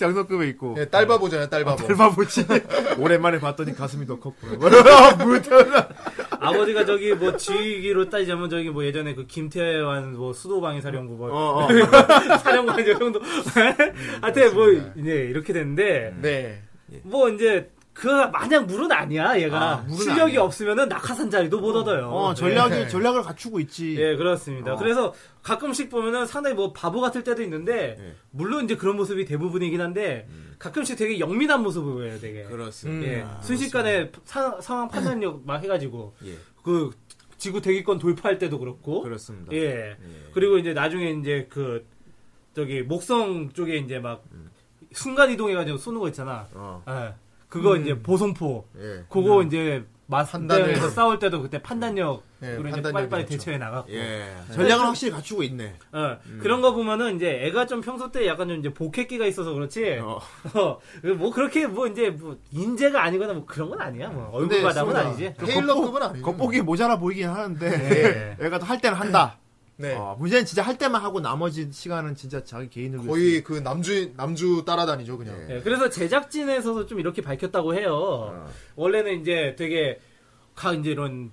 [SPEAKER 2] 장성급에 있고.
[SPEAKER 4] 예, 딸바보잖아요, 딸바보.
[SPEAKER 2] 델바보지. 오랜만에 봤더니 가슴이 더 컸구나. 뭐야, 뭐, 태어나.
[SPEAKER 3] 아버지가 저기 뭐 지휘기로 따지자면 저기 뭐 예전에 그 김태환 뭐 수도방위 사령부 뭐
[SPEAKER 2] 어, 어. 네,
[SPEAKER 3] 사령관 이 정도. 하여튼 뭐 이제 이렇게 됐는데
[SPEAKER 4] 네.
[SPEAKER 3] 뭐 이제 그 만약 물은 아니야 얘가
[SPEAKER 2] 아, 물은
[SPEAKER 3] 실력이
[SPEAKER 2] 아니야.
[SPEAKER 3] 없으면은 낙하산 자리도 못 얻어요.
[SPEAKER 2] 어, 아. 전략,
[SPEAKER 4] 네.
[SPEAKER 2] 전략을 갖추고 있지.
[SPEAKER 3] 예, 그렇습니다. 그래서 가끔씩 보면은 상당히 뭐 바보 같을 때도 있는데
[SPEAKER 2] 네.
[SPEAKER 3] 물론 이제 그런 모습이 대부분이긴 한데 가끔씩 되게 영민한 모습을 보여요, 되게.
[SPEAKER 2] 음. 그렇습니다.
[SPEAKER 3] 예, 순식간에 사- 상황 판단력 막 해가지고
[SPEAKER 2] 예.
[SPEAKER 3] 그 지구 대기권 돌파할 때도 그렇고
[SPEAKER 2] 그렇습니다.
[SPEAKER 3] 예. 그리고 이제 나중에 이제 그 저기 목성 쪽에 이제 막 순간 이동해가지고 쏘는 거 있잖아.
[SPEAKER 2] 어.
[SPEAKER 3] 예. 그거 이제 보송포.
[SPEAKER 2] 예.
[SPEAKER 3] 그거 이제
[SPEAKER 4] 판단을-
[SPEAKER 3] 맞대에서 싸울 때도 그때 판단력으로
[SPEAKER 4] 예,
[SPEAKER 3] 이제
[SPEAKER 4] 판단력이
[SPEAKER 3] 빨리빨리
[SPEAKER 4] 있죠.
[SPEAKER 3] 대처해 나가고.
[SPEAKER 2] 예. 전략을 확실히 갖추고 있네.
[SPEAKER 3] 어,
[SPEAKER 2] 음.
[SPEAKER 3] 그런 거 보면은 이제 애가 좀 평소 때 약간 좀 이제 복했기가 있어서 그렇지.
[SPEAKER 2] 어.
[SPEAKER 3] 어, 뭐 그렇게 뭐 이제 뭐 인재가 아니거나 뭐 그런 건 아니야. 뭐 얼굴
[SPEAKER 2] 근데
[SPEAKER 3] 바닥은
[SPEAKER 2] 수고다.
[SPEAKER 3] 아니지.
[SPEAKER 4] 헤일러급은 아니죠.
[SPEAKER 2] 그 겉보기 모자라 보이긴 네. 하는데, 얘가 할 때는 한다.
[SPEAKER 4] 네.
[SPEAKER 2] 어, 문제는 진짜 할 때만 하고 나머지 시간은 진짜 자기 개인으로.
[SPEAKER 4] 거의 그 남주 남주
[SPEAKER 2] 네.
[SPEAKER 4] 따라다니죠, 그냥.
[SPEAKER 3] 예, 그래서 제작진에서도 좀 이렇게 밝혔다고 해요.
[SPEAKER 2] 아.
[SPEAKER 3] 원래는 이제 되게 가 이제 이런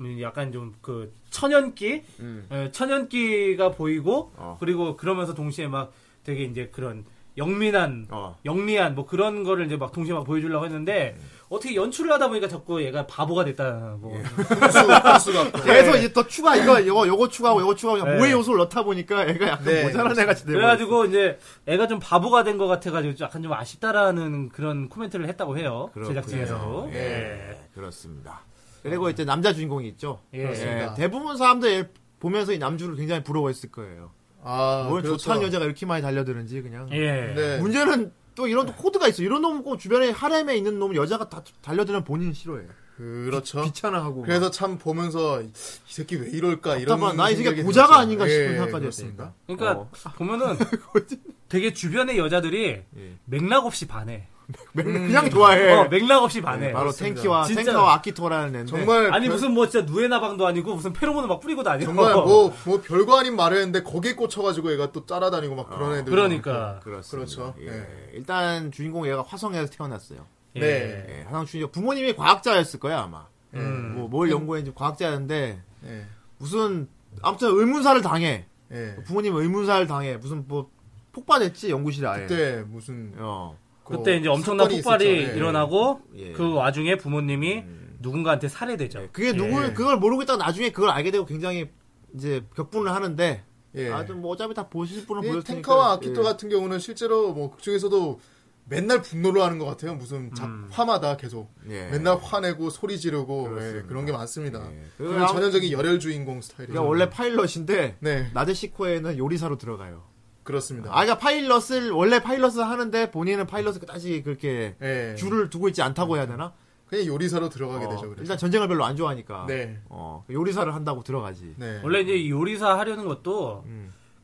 [SPEAKER 3] 음, 약간 좀 그 천연기, 예, 천연기가 보이고
[SPEAKER 2] 음. 어.
[SPEAKER 3] 그리고 그러면서 동시에 막 되게 이제 그런 영민한,
[SPEAKER 2] 어.
[SPEAKER 3] 영리한 뭐 그런 거를 이제 막 동시에 막 보여주려고 했는데
[SPEAKER 2] 음.
[SPEAKER 3] 어떻게 연출을 하다 보니까 자꾸 얘가 바보가
[SPEAKER 2] 예.
[SPEAKER 3] 됐다고.
[SPEAKER 4] 그 수 같고.
[SPEAKER 2] 계속 이제 더 추가, 이거, 이거, 요거 추가하고, 요거 추가하고,
[SPEAKER 3] 예.
[SPEAKER 2] 모의 요소를 넣다 보니까 애가 약간
[SPEAKER 4] 네.
[SPEAKER 2] 모자란 애가 지돼.
[SPEAKER 3] 그래가지고 이제 애가 좀 바보가 된 것 같아가지고 약간 좀 아쉽다라는 그런 코멘트를 했다고 해요. 제작진에서도.
[SPEAKER 2] 예. 그렇습니다. 그리고 이제 남자 주인공이 있죠.
[SPEAKER 3] 예.
[SPEAKER 4] 네. 그렇습니다.
[SPEAKER 2] 대부분 사람들 얘 보면서 이 남주를 굉장히 부러워했을 거예요.
[SPEAKER 4] 아,
[SPEAKER 2] 뭘
[SPEAKER 4] 그렇죠.
[SPEAKER 2] 좋다는 여자가 이렇게 많이 달려드는지 그냥.
[SPEAKER 3] 예.
[SPEAKER 4] 네.
[SPEAKER 2] 문제는 또 이런 코드가 있어. 이런 놈은 꼭 주변에 하렘에 있는 놈 여자가 다 달려드는 본인 싫어해.
[SPEAKER 4] 그렇죠.
[SPEAKER 2] 귀찮아하고.
[SPEAKER 4] 그래서 참 보면서 이 새끼 왜 이럴까 이런
[SPEAKER 2] 잠깐만 나이 새끼
[SPEAKER 4] 생각이
[SPEAKER 2] 고자가
[SPEAKER 4] 들었죠.
[SPEAKER 2] 아닌가 싶은
[SPEAKER 4] 예,
[SPEAKER 2] 생각까지
[SPEAKER 4] 그렇습니다.
[SPEAKER 2] 했으니까.
[SPEAKER 3] 그러니까
[SPEAKER 2] 어.
[SPEAKER 3] 보면은 되게 주변의 여자들이
[SPEAKER 2] 예.
[SPEAKER 3] 맥락 없이 반해.
[SPEAKER 4] 음,
[SPEAKER 2] 그냥 좋아해. 네,
[SPEAKER 3] 어, 맥락 없이 반해.
[SPEAKER 2] 예, 바로 탱키와
[SPEAKER 3] 진짜.
[SPEAKER 2] 탱카와 아키토라는 애인데.
[SPEAKER 4] 네. 정말
[SPEAKER 3] 아니
[SPEAKER 4] 별-
[SPEAKER 3] 무슨 뭐 진짜 누에나방도 아니고 무슨 페로몬을 막 뿌리고 다니고.
[SPEAKER 4] 정말 뭐, 뭐 별거 아닌 말을 했는데 거기에 꽂혀가지고 얘가 또 따라다니고 막 그런 애들.
[SPEAKER 3] 그러니까.
[SPEAKER 2] 그렇습니다.
[SPEAKER 4] 그렇죠.
[SPEAKER 2] 예. 일단 주인공 얘가 화성에서 태어났어요.
[SPEAKER 3] 예.
[SPEAKER 4] 네.
[SPEAKER 2] 예, 화성 주인공 부모님이 과학자였을 거야 아마.
[SPEAKER 3] 음.
[SPEAKER 2] 뭐 뭘 연구했는지 과학자였는데
[SPEAKER 4] 예.
[SPEAKER 2] 무슨 아무튼 의문사를 당해.
[SPEAKER 4] 예.
[SPEAKER 2] 부모님 의문사를 당해. 무슨 뭐 폭발했지 연구실에 아예.
[SPEAKER 4] 그때 무슨
[SPEAKER 2] 어.
[SPEAKER 4] 그
[SPEAKER 3] 그때 이제 엄청난
[SPEAKER 4] 사건이
[SPEAKER 3] 폭발이
[SPEAKER 4] 있었죠. 예.
[SPEAKER 3] 일어나고
[SPEAKER 2] 예.
[SPEAKER 3] 그 와중에 부모님이 누군가한테 살해되죠.
[SPEAKER 2] 그게 누구
[SPEAKER 4] 예.
[SPEAKER 2] 그걸 모르고 있다가 나중에 그걸 알게 되고 굉장히 이제 격분을 하는데
[SPEAKER 4] 예.
[SPEAKER 2] 아좀 뭐 어차피 다 보실 분은
[SPEAKER 4] 이
[SPEAKER 2] 보셨으니까
[SPEAKER 4] 탱커와 아키토
[SPEAKER 2] 예.
[SPEAKER 4] 같은 경우는 실제로 뭐 그중에서도 맨날 분노를 하는 것 같아요. 무슨 작,
[SPEAKER 3] 음.
[SPEAKER 4] 화마다 계속
[SPEAKER 2] 예.
[SPEAKER 4] 맨날 화내고 소리 지르고
[SPEAKER 2] 그렇습니다.
[SPEAKER 4] 예, 그런 게 많습니다.
[SPEAKER 2] 예.
[SPEAKER 4] 그리고
[SPEAKER 2] 그냥-
[SPEAKER 4] 전형적인 열혈 주인공 스타일이죠.
[SPEAKER 2] 그러니까 원래 파일럿인데
[SPEAKER 4] 네.
[SPEAKER 2] 나데시코에는 요리사로 들어가요.
[SPEAKER 4] 그렇습니다.
[SPEAKER 2] 아, 그러니까 파일럿을 원래 파일럿을 하는데 본인은 파일럿을 그다지 그렇게
[SPEAKER 4] 예.
[SPEAKER 2] 줄을 두고 있지 않다고 해야 되나?
[SPEAKER 4] 그냥 요리사로 들어가게
[SPEAKER 2] 어,
[SPEAKER 4] 되죠. 그래서.
[SPEAKER 2] 일단 전쟁을 별로 안 좋아하니까.
[SPEAKER 4] 네.
[SPEAKER 2] 어, 요리사를 한다고 들어가지.
[SPEAKER 4] 네.
[SPEAKER 3] 원래 이제 이 요리사 하려는 것도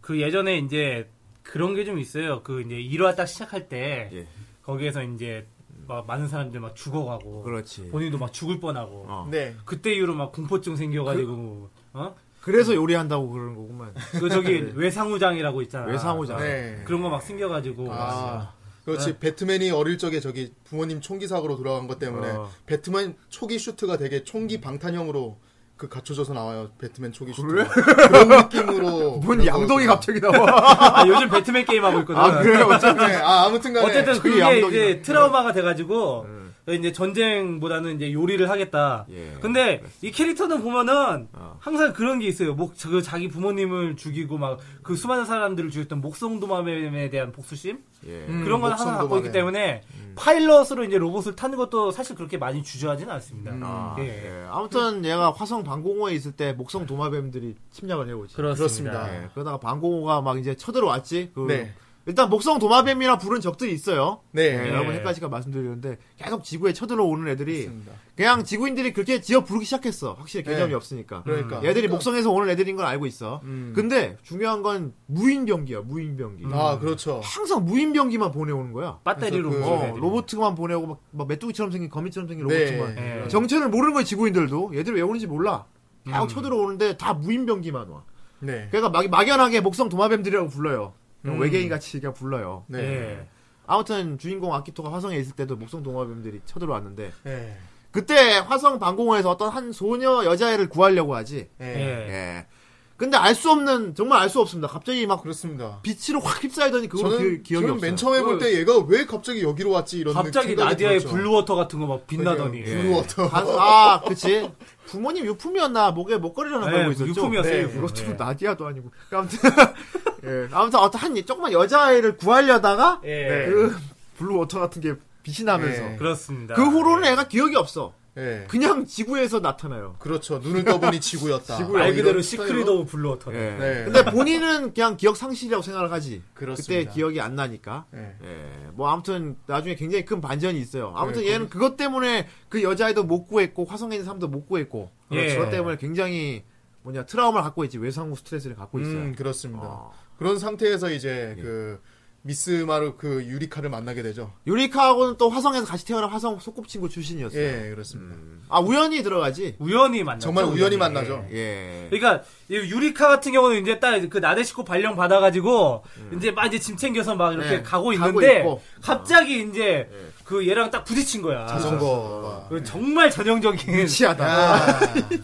[SPEAKER 3] 그 예전에 이제 그런 게 좀 있어요. 그 이제 일화 딱 시작할 때
[SPEAKER 2] 예.
[SPEAKER 3] 거기에서 이제 막 많은 사람들 막 죽어가고
[SPEAKER 2] 그렇지.
[SPEAKER 3] 본인도 막 죽을 뻔하고
[SPEAKER 2] 어.
[SPEAKER 4] 네.
[SPEAKER 3] 그때 이후로 막 공포증 생겨가지고 어?
[SPEAKER 2] 그래서 요리한다고 그러는 거구만.
[SPEAKER 3] 그 저기 외상우장이라고 있잖아.
[SPEAKER 2] 외상우장.
[SPEAKER 4] 네.
[SPEAKER 3] 그런 거 막 생겨가지고
[SPEAKER 4] 아, 그렇지. 배트맨이 어릴 적에 저기 부모님 총기 사고로 돌아간 것 때문에
[SPEAKER 2] 어.
[SPEAKER 4] 배트맨 초기 슈트가 되게 총기 방탄형으로 그 갖춰져서 나와요. 배트만 초기 슈트.
[SPEAKER 2] 그래?
[SPEAKER 4] 그런 느낌으로.
[SPEAKER 2] 뭔 양동이 갑자기 나와.
[SPEAKER 3] 아, 요즘 배트맨 게임 하고 있거든.
[SPEAKER 2] 아, 그래요? 어차피.
[SPEAKER 4] 네, 아, 아무튼 간에
[SPEAKER 3] 어쨌든
[SPEAKER 2] 저기
[SPEAKER 3] 그게
[SPEAKER 2] 양동이
[SPEAKER 3] 이제
[SPEAKER 2] 나왔구나.
[SPEAKER 3] 트라우마가 돼가지고 이제 전쟁보다는 이제 요리를 하겠다.
[SPEAKER 2] 예,
[SPEAKER 3] 근데 이 캐릭터는 보면은
[SPEAKER 2] 어.
[SPEAKER 3] 항상 그런 게 있어요. 목, 저- 그 자기 부모님을 죽이고 막 그 수많은 사람들을 죽였던 목성도맘에 대한 복수심
[SPEAKER 2] 예.
[SPEAKER 4] 음,
[SPEAKER 3] 그런 건 항상 갖고
[SPEAKER 4] 목성도마네.
[SPEAKER 3] 있기 때문에 파일럿으로 이제 로봇을 타는 것도 사실 그렇게 많이 주저하지는 않습니다.
[SPEAKER 2] 아,
[SPEAKER 3] 예.
[SPEAKER 2] 예. 아무튼 얘가 화성 방공호에 있을 때 목성 도마뱀들이 침략을 해오지.
[SPEAKER 4] 그렇습니다.
[SPEAKER 2] 예. 그러다가 방공호가 막 이제 쳐들어왔지. 그
[SPEAKER 4] 네.
[SPEAKER 2] 일단 목성 도마뱀이라 부른 적들이 있어요.
[SPEAKER 4] 네.
[SPEAKER 2] 예, 여러분 헷갈리니까 말씀드리는데 계속 지구에 쳐들어오는 애들이
[SPEAKER 4] 그렇습니다.
[SPEAKER 2] 그냥 지구인들이 그렇게 지어 부르기 시작했어. 확실히 개념이
[SPEAKER 4] 네.
[SPEAKER 2] 없으니까.
[SPEAKER 4] 그러니까.
[SPEAKER 2] 얘들이 음, 목성에서 오는 애들인 걸 알고 있어.
[SPEAKER 4] 음.
[SPEAKER 2] 근데 중요한 건 무인 병기야, 무인 병기. 음.
[SPEAKER 4] 아, 그렇죠.
[SPEAKER 2] 항상 무인 병기만 보내오는 거야.
[SPEAKER 3] 배터리로
[SPEAKER 4] 그래서 그-
[SPEAKER 2] 어, 로봇만 보내고 막, 막 메뚜기처럼 생긴 거미처럼 생긴 로봇만.
[SPEAKER 4] 네.
[SPEAKER 3] 예.
[SPEAKER 2] 정체를 모르는 거야 지구인들도. 얘들이 왜 오는지 몰라.
[SPEAKER 4] 음.
[SPEAKER 2] 계속 쳐들어오는데 다 무인 병기만 와.
[SPEAKER 4] 네.
[SPEAKER 2] 그러니까 막, 막연하게 목성 도마뱀들이라고 불러요. 외계인 같이 그냥 불러요.
[SPEAKER 4] 음. 네.
[SPEAKER 3] 예.
[SPEAKER 2] 아무튼 주인공 아키토가 화성에 있을 때도 목성 도마뱀들이 쳐들어왔는데
[SPEAKER 4] 네.
[SPEAKER 2] 그때 화성 방공호에서 어떤 한 소녀 여자애를 구하려고 하지.
[SPEAKER 4] 네.
[SPEAKER 3] 예.
[SPEAKER 2] 예. 근데 알 수 없는 정말 알 수 없습니다. 갑자기 막
[SPEAKER 4] 그렇습니다.
[SPEAKER 2] 빛으로 확 휩싸이더니 그건 기,
[SPEAKER 4] 저는
[SPEAKER 2] 기억이
[SPEAKER 4] 저는
[SPEAKER 2] 없어요.
[SPEAKER 4] 맨 처음에 볼 때 얘가 왜 갑자기 여기로 왔지 이런
[SPEAKER 3] 갑자기
[SPEAKER 4] 생각이
[SPEAKER 3] 나디아의
[SPEAKER 4] 들었죠.
[SPEAKER 3] 블루워터 같은 거 막 빛나더니
[SPEAKER 4] 그러게요. 블루워터.
[SPEAKER 2] 간- 아, 그치. 부모님 유품이었나, 목에 목걸이라는 걸
[SPEAKER 3] 예,
[SPEAKER 2] 알고 있었죠.
[SPEAKER 3] 유품이었어요,
[SPEAKER 2] 네,
[SPEAKER 3] 유품.
[SPEAKER 2] 그렇죠.
[SPEAKER 3] 예.
[SPEAKER 2] 나디아도 아니고. 아무튼, 예. 아무튼, 어떤 한, 조그만 여자아이를 구하려다가,
[SPEAKER 3] 예.
[SPEAKER 2] 그, 블루워터 같은 게 빛이 나면서.
[SPEAKER 4] 예.
[SPEAKER 3] 그렇습니다. 네.
[SPEAKER 2] 그 후로는 애가 기억이 없어.
[SPEAKER 4] 예.
[SPEAKER 2] 그냥 지구에서 나타나요.
[SPEAKER 4] 그렇죠. 눈을 떠보니 지구였다.
[SPEAKER 2] 지구야.
[SPEAKER 3] 예. 말 그대로
[SPEAKER 4] 이런
[SPEAKER 3] 시크릿
[SPEAKER 4] 스타일로.
[SPEAKER 3] 오브 블루워터.
[SPEAKER 2] 예.
[SPEAKER 4] 네.
[SPEAKER 2] 근데 본인은 그냥 기억 상실이라고 생각을 하지.
[SPEAKER 4] 그렇습니다.
[SPEAKER 2] 때 기억이 안 나니까.
[SPEAKER 4] 예.
[SPEAKER 2] 예. 뭐 아무튼 나중에 굉장히 큰 반전이 있어요. 아무튼
[SPEAKER 4] 네,
[SPEAKER 2] 얘는 그것 때문에 그 여자애도 못 구했고 화성에 있는 사람도 못 구했고. 그렇죠.
[SPEAKER 3] 예.
[SPEAKER 2] 그것 때문에 굉장히 뭐냐 트라우마를 갖고 있지 외상후 스트레스를 갖고 있어요.
[SPEAKER 4] 음, 그렇습니다.
[SPEAKER 2] 어.
[SPEAKER 4] 그런 상태에서 이제 그 미스 마루 그 유리카를 만나게 되죠.
[SPEAKER 2] 유리카하고는 또 화성에서 같이 태어난 화성 소꿉친구 출신이었어요.
[SPEAKER 4] 예, 그렇습니다.
[SPEAKER 2] 아 우연히 들어가지.
[SPEAKER 3] 우연히 만나.
[SPEAKER 4] 정말 우연히 만나죠.
[SPEAKER 2] 예.
[SPEAKER 3] 그러니까 이 유리카 같은 경우는 이제 딱 그 나데시코 발령 받아가지고
[SPEAKER 4] 음.
[SPEAKER 3] 이제 막 이제 짐 챙겨서 막 이렇게
[SPEAKER 4] 예.
[SPEAKER 2] 네,
[SPEAKER 3] 가고
[SPEAKER 2] 가고
[SPEAKER 3] 있는데
[SPEAKER 2] 있고.
[SPEAKER 3] 갑자기 이제 그 얘랑 딱 부딪힌 거야.
[SPEAKER 4] 자전거.
[SPEAKER 3] 그 정말 전형적인
[SPEAKER 2] 치하다.
[SPEAKER 4] 아,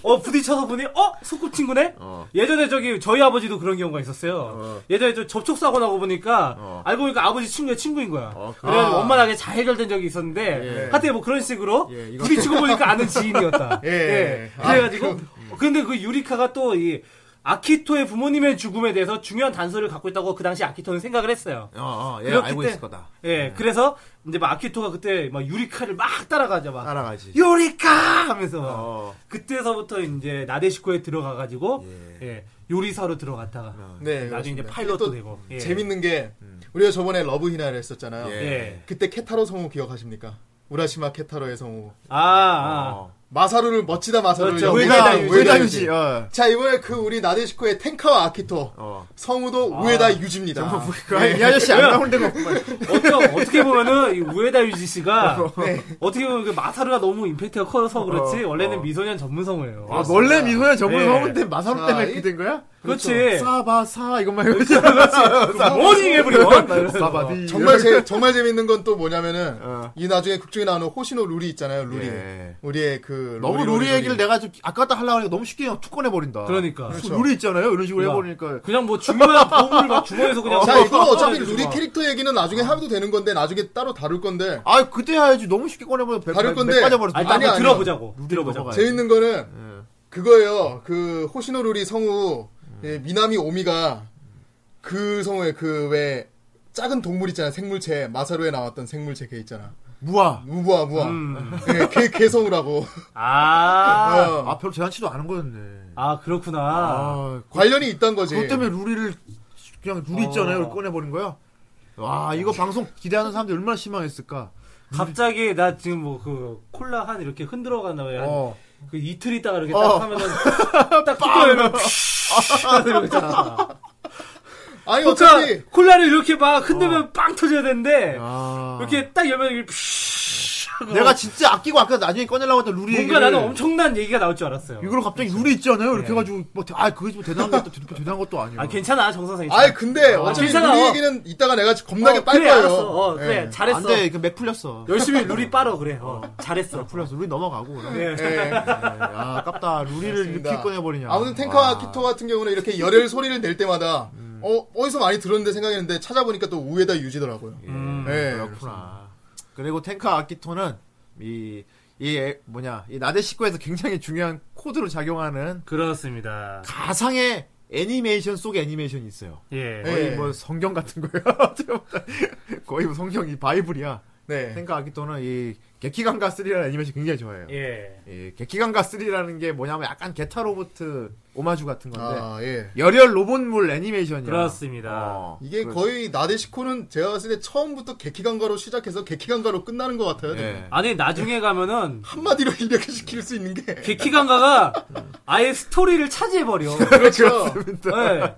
[SPEAKER 3] 어 부딪혀서 보니 어 소꿉친구네
[SPEAKER 2] 어.
[SPEAKER 3] 예전에 저기 저희 아버지도 그런 경우가 있었어요
[SPEAKER 2] 어.
[SPEAKER 3] 예전에 저 접촉 사고 나고 보니까
[SPEAKER 2] 어.
[SPEAKER 3] 알고 보니까 아버지 친구의 친구인 거야
[SPEAKER 2] 어, 그-
[SPEAKER 3] 그래서
[SPEAKER 4] 아.
[SPEAKER 3] 원만하게 잘 해결된 적이 있었는데
[SPEAKER 2] 예.
[SPEAKER 3] 하여튼 뭐 그런 식으로
[SPEAKER 2] 예, 이거-
[SPEAKER 3] 부딪히고 보니까 아는 지인이었다
[SPEAKER 4] 예. 아,
[SPEAKER 3] 그래가지고 근데 그 유리카가 또 이 아키토의 부모님의 죽음에 대해서 중요한 단서를 갖고 있다고 그 당시 아키토는 생각을 했어요
[SPEAKER 2] 어, 어, 예,
[SPEAKER 3] 그렇기
[SPEAKER 2] 알고
[SPEAKER 3] 때-
[SPEAKER 2] 있을 거다.
[SPEAKER 3] 예 그래서 이제 막 아키토가 그때 막 유리카를 막 따라가죠 막
[SPEAKER 2] 따라가지.
[SPEAKER 3] 요리카 하면서 막
[SPEAKER 2] 어.
[SPEAKER 3] 그때서부터 이제 나데시코에 들어가가지고 예, 요리사로 들어갔다가
[SPEAKER 4] 네,
[SPEAKER 3] 나중에 이제
[SPEAKER 4] 그렇습니다.
[SPEAKER 3] 파일럿도
[SPEAKER 4] 또
[SPEAKER 3] 되고 예.
[SPEAKER 4] 재밌는 게 우리가 저번에 러브 히나를 했었잖아요.
[SPEAKER 2] 예.
[SPEAKER 3] 예.
[SPEAKER 4] 그때 케타로 성우 기억하십니까? 우라시마 케타로의 성우.
[SPEAKER 3] 아, 아.
[SPEAKER 2] 어.
[SPEAKER 4] 마사루를 멋지다 마사루를
[SPEAKER 3] 그렇죠.
[SPEAKER 4] 연기한
[SPEAKER 2] 우에다
[SPEAKER 4] 우에다
[SPEAKER 2] 우에다
[SPEAKER 4] 유지.
[SPEAKER 2] 유지. 어.
[SPEAKER 4] 자 이번에 그 우리 나데시코의 탱카와 아키토
[SPEAKER 2] 어.
[SPEAKER 4] 성우도 우에다 유지입니다.
[SPEAKER 2] 그 아이, 이 아저씨 안 나오는 데가 없구만.
[SPEAKER 3] 어쩌, 어떻게 보면은 이 우에다 유지 씨가
[SPEAKER 4] 네.
[SPEAKER 3] 어떻게 보면 그 마사루가 너무 임팩트가 커서 그렇지
[SPEAKER 2] 어,
[SPEAKER 3] 원래는
[SPEAKER 2] 어.
[SPEAKER 3] 미소년 전문 성우예요.
[SPEAKER 2] 아, 원래 미소년 전문
[SPEAKER 3] 네.
[SPEAKER 2] 성우인데 마사로
[SPEAKER 4] 자,
[SPEAKER 2] 때문에
[SPEAKER 4] 이-
[SPEAKER 2] 그렇게 된 거야? 그렇죠.
[SPEAKER 3] 그렇지.
[SPEAKER 2] 사바사 이것만 해보자.
[SPEAKER 3] 모닝 에브리원.
[SPEAKER 2] 사바디.
[SPEAKER 4] 정말 재 정말 재밌는 건 또 뭐냐면은
[SPEAKER 2] 어.
[SPEAKER 4] 이 나중에 극중에 나오는 호시노 루리 있잖아요. 루리
[SPEAKER 2] 예.
[SPEAKER 4] 우리의 그
[SPEAKER 2] 너무
[SPEAKER 4] 로리,
[SPEAKER 2] 루리 얘기를 내가 좀 아까다 하려고 하니까 너무 쉽게 그냥 툭 꺼내버린다. 그렇죠.
[SPEAKER 3] 그러니까.
[SPEAKER 2] 무슨 루리 있잖아요. 이런 식으로
[SPEAKER 3] 야.
[SPEAKER 2] 해버리니까.
[SPEAKER 3] 그냥 뭐 중요한 보물을 막 주머니에서 그냥 뭐
[SPEAKER 4] 자 이거 어차피
[SPEAKER 3] 꺼내가지고
[SPEAKER 4] 루리
[SPEAKER 3] 막.
[SPEAKER 4] 캐릭터 얘기는
[SPEAKER 2] 어.
[SPEAKER 4] 나중에 해도 되는 건데 나중에 따로 다룰 건데
[SPEAKER 2] 아 그때 해야지. 너무 쉽게 꺼내버려. 배,
[SPEAKER 4] 다를
[SPEAKER 2] 배-
[SPEAKER 4] 건데.
[SPEAKER 2] 배 빠져버렸어.
[SPEAKER 3] 아, 일단 한번
[SPEAKER 4] 아니야, 아니야.
[SPEAKER 3] 들어보자고. 들어보자고.
[SPEAKER 2] 넘어가요.
[SPEAKER 4] 재밌는 거는
[SPEAKER 2] 예.
[SPEAKER 4] 그거예요. 그 호시노
[SPEAKER 2] 음.
[SPEAKER 4] 루리 성우 예, 미나미 오미가 그 성우의 그왜 작은 동물 있잖아 생물체 마사로에 나왔던 생물체 걔 있잖아
[SPEAKER 2] 무아.
[SPEAKER 4] 무부아 무아 예, 걔 개성우라고
[SPEAKER 3] 아,
[SPEAKER 4] 어.
[SPEAKER 2] 음. 아 별로 대단치도 않은 거였네.
[SPEAKER 3] 아 그렇구나.
[SPEAKER 2] 아
[SPEAKER 4] 관련이 있단 거지
[SPEAKER 2] 그것 때문에 루리를 그냥 루리
[SPEAKER 3] 어.
[SPEAKER 2] 있잖아요. 이걸 꺼내버린 거야. 와 이거 방송 기대하는 사람들이 얼마나 실망했을까.
[SPEAKER 3] 갑자기 나 지금 뭐 그 콜라 한 이렇게 흔들어 가나 봐요.
[SPEAKER 2] 어.
[SPEAKER 3] 그 이틀 있다가 이렇게
[SPEAKER 2] 어.
[SPEAKER 3] 딱 하면은 딱 뜯어내면 이러고 있잖아.
[SPEAKER 4] 아니 어차피
[SPEAKER 3] 그러니까 콜라를 이렇게 막 흔들면
[SPEAKER 4] 어.
[SPEAKER 3] 빵 터져야 되는데
[SPEAKER 2] 아.
[SPEAKER 3] 이렇게 딱 열면 이렇게 피쉬
[SPEAKER 4] 어.
[SPEAKER 3] 하고
[SPEAKER 2] 어. 내가 진짜 아끼고 아까 나중에 꺼내려고 했던 루리
[SPEAKER 3] 뭔가
[SPEAKER 2] 얘기를
[SPEAKER 3] 나는 엄청난 얘기가 나올 줄 알았어요.
[SPEAKER 2] 이걸 갑자기 룰이 있잖아요. 이렇게 해가지고 뭐아 그게 뭐 대단한 것도 대단한 것도 아니야.
[SPEAKER 3] 아 괜찮아 정선생.
[SPEAKER 4] 아이 근데 어차피
[SPEAKER 3] 괜찮아.
[SPEAKER 4] 우리 얘기는 이따가 내가 겁나게
[SPEAKER 3] 어,
[SPEAKER 4] 빨
[SPEAKER 3] 그래,
[SPEAKER 4] 거예요
[SPEAKER 3] 알았어. 어, 그래
[SPEAKER 4] 예.
[SPEAKER 3] 잘했어.
[SPEAKER 2] 안돼 그맥 풀렸어.
[SPEAKER 3] 열심히 룰이 빨어 그래. 어, 잘했어.
[SPEAKER 2] 풀렸어. 룰이 넘어가고. 그럼.
[SPEAKER 3] 네.
[SPEAKER 4] 예.
[SPEAKER 2] 아 아깝다. 루리를 이렇게
[SPEAKER 4] 알겠습니다.
[SPEAKER 2] 꺼내버리냐.
[SPEAKER 4] 아무튼 탱카와
[SPEAKER 2] 와.
[SPEAKER 4] 키토 같은 경우는 이렇게 열혈 소리를 낼 때마다
[SPEAKER 3] 음.
[SPEAKER 4] 어 어디서 많이 들었는데 생각했는데 찾아보니까 또 우에다 유지더라고요.
[SPEAKER 3] 음.
[SPEAKER 4] 예.
[SPEAKER 2] 네, 그렇구나. 그리고 탱카 아키토는 이, 이 애- 뭐냐 이 나데시코에서 굉장히 중요한 코드로 작용하는
[SPEAKER 3] 그렇습니다.
[SPEAKER 2] 가상의 애니메이션 속의 애니메이션이 있어요.
[SPEAKER 3] 예.
[SPEAKER 4] 예.
[SPEAKER 2] 거의 뭐 성경 같은 거예요. 어떻게 보면. 거의 뭐 성경이 바이블이야.
[SPEAKER 4] 네.
[SPEAKER 2] 탱카 아키토는 이 개키강가 3라는 애니메이션 굉장히 좋아해요.
[SPEAKER 3] 예.
[SPEAKER 2] 예, 개키강가 3라는 게 뭐냐면 약간 게타 로보트 오마주 같은 건데
[SPEAKER 4] 아 예.
[SPEAKER 2] 열혈 로봇물 애니메이션이야.
[SPEAKER 3] 그렇습니다.
[SPEAKER 2] 어,
[SPEAKER 4] 이게
[SPEAKER 3] 그렇죠.
[SPEAKER 2] 그-
[SPEAKER 4] 거의 나데시코는 제가 봤을 때 처음부터 개키강가로 시작해서 개키강가로 끝나는 것 같아요.
[SPEAKER 2] 예.
[SPEAKER 3] 아니 나중에 가면은
[SPEAKER 4] 한마디로 일격시킬 수 있는 게
[SPEAKER 3] 그렇죠. 개키강가가 아예 스토리를 차지해버려.
[SPEAKER 4] 그렇죠.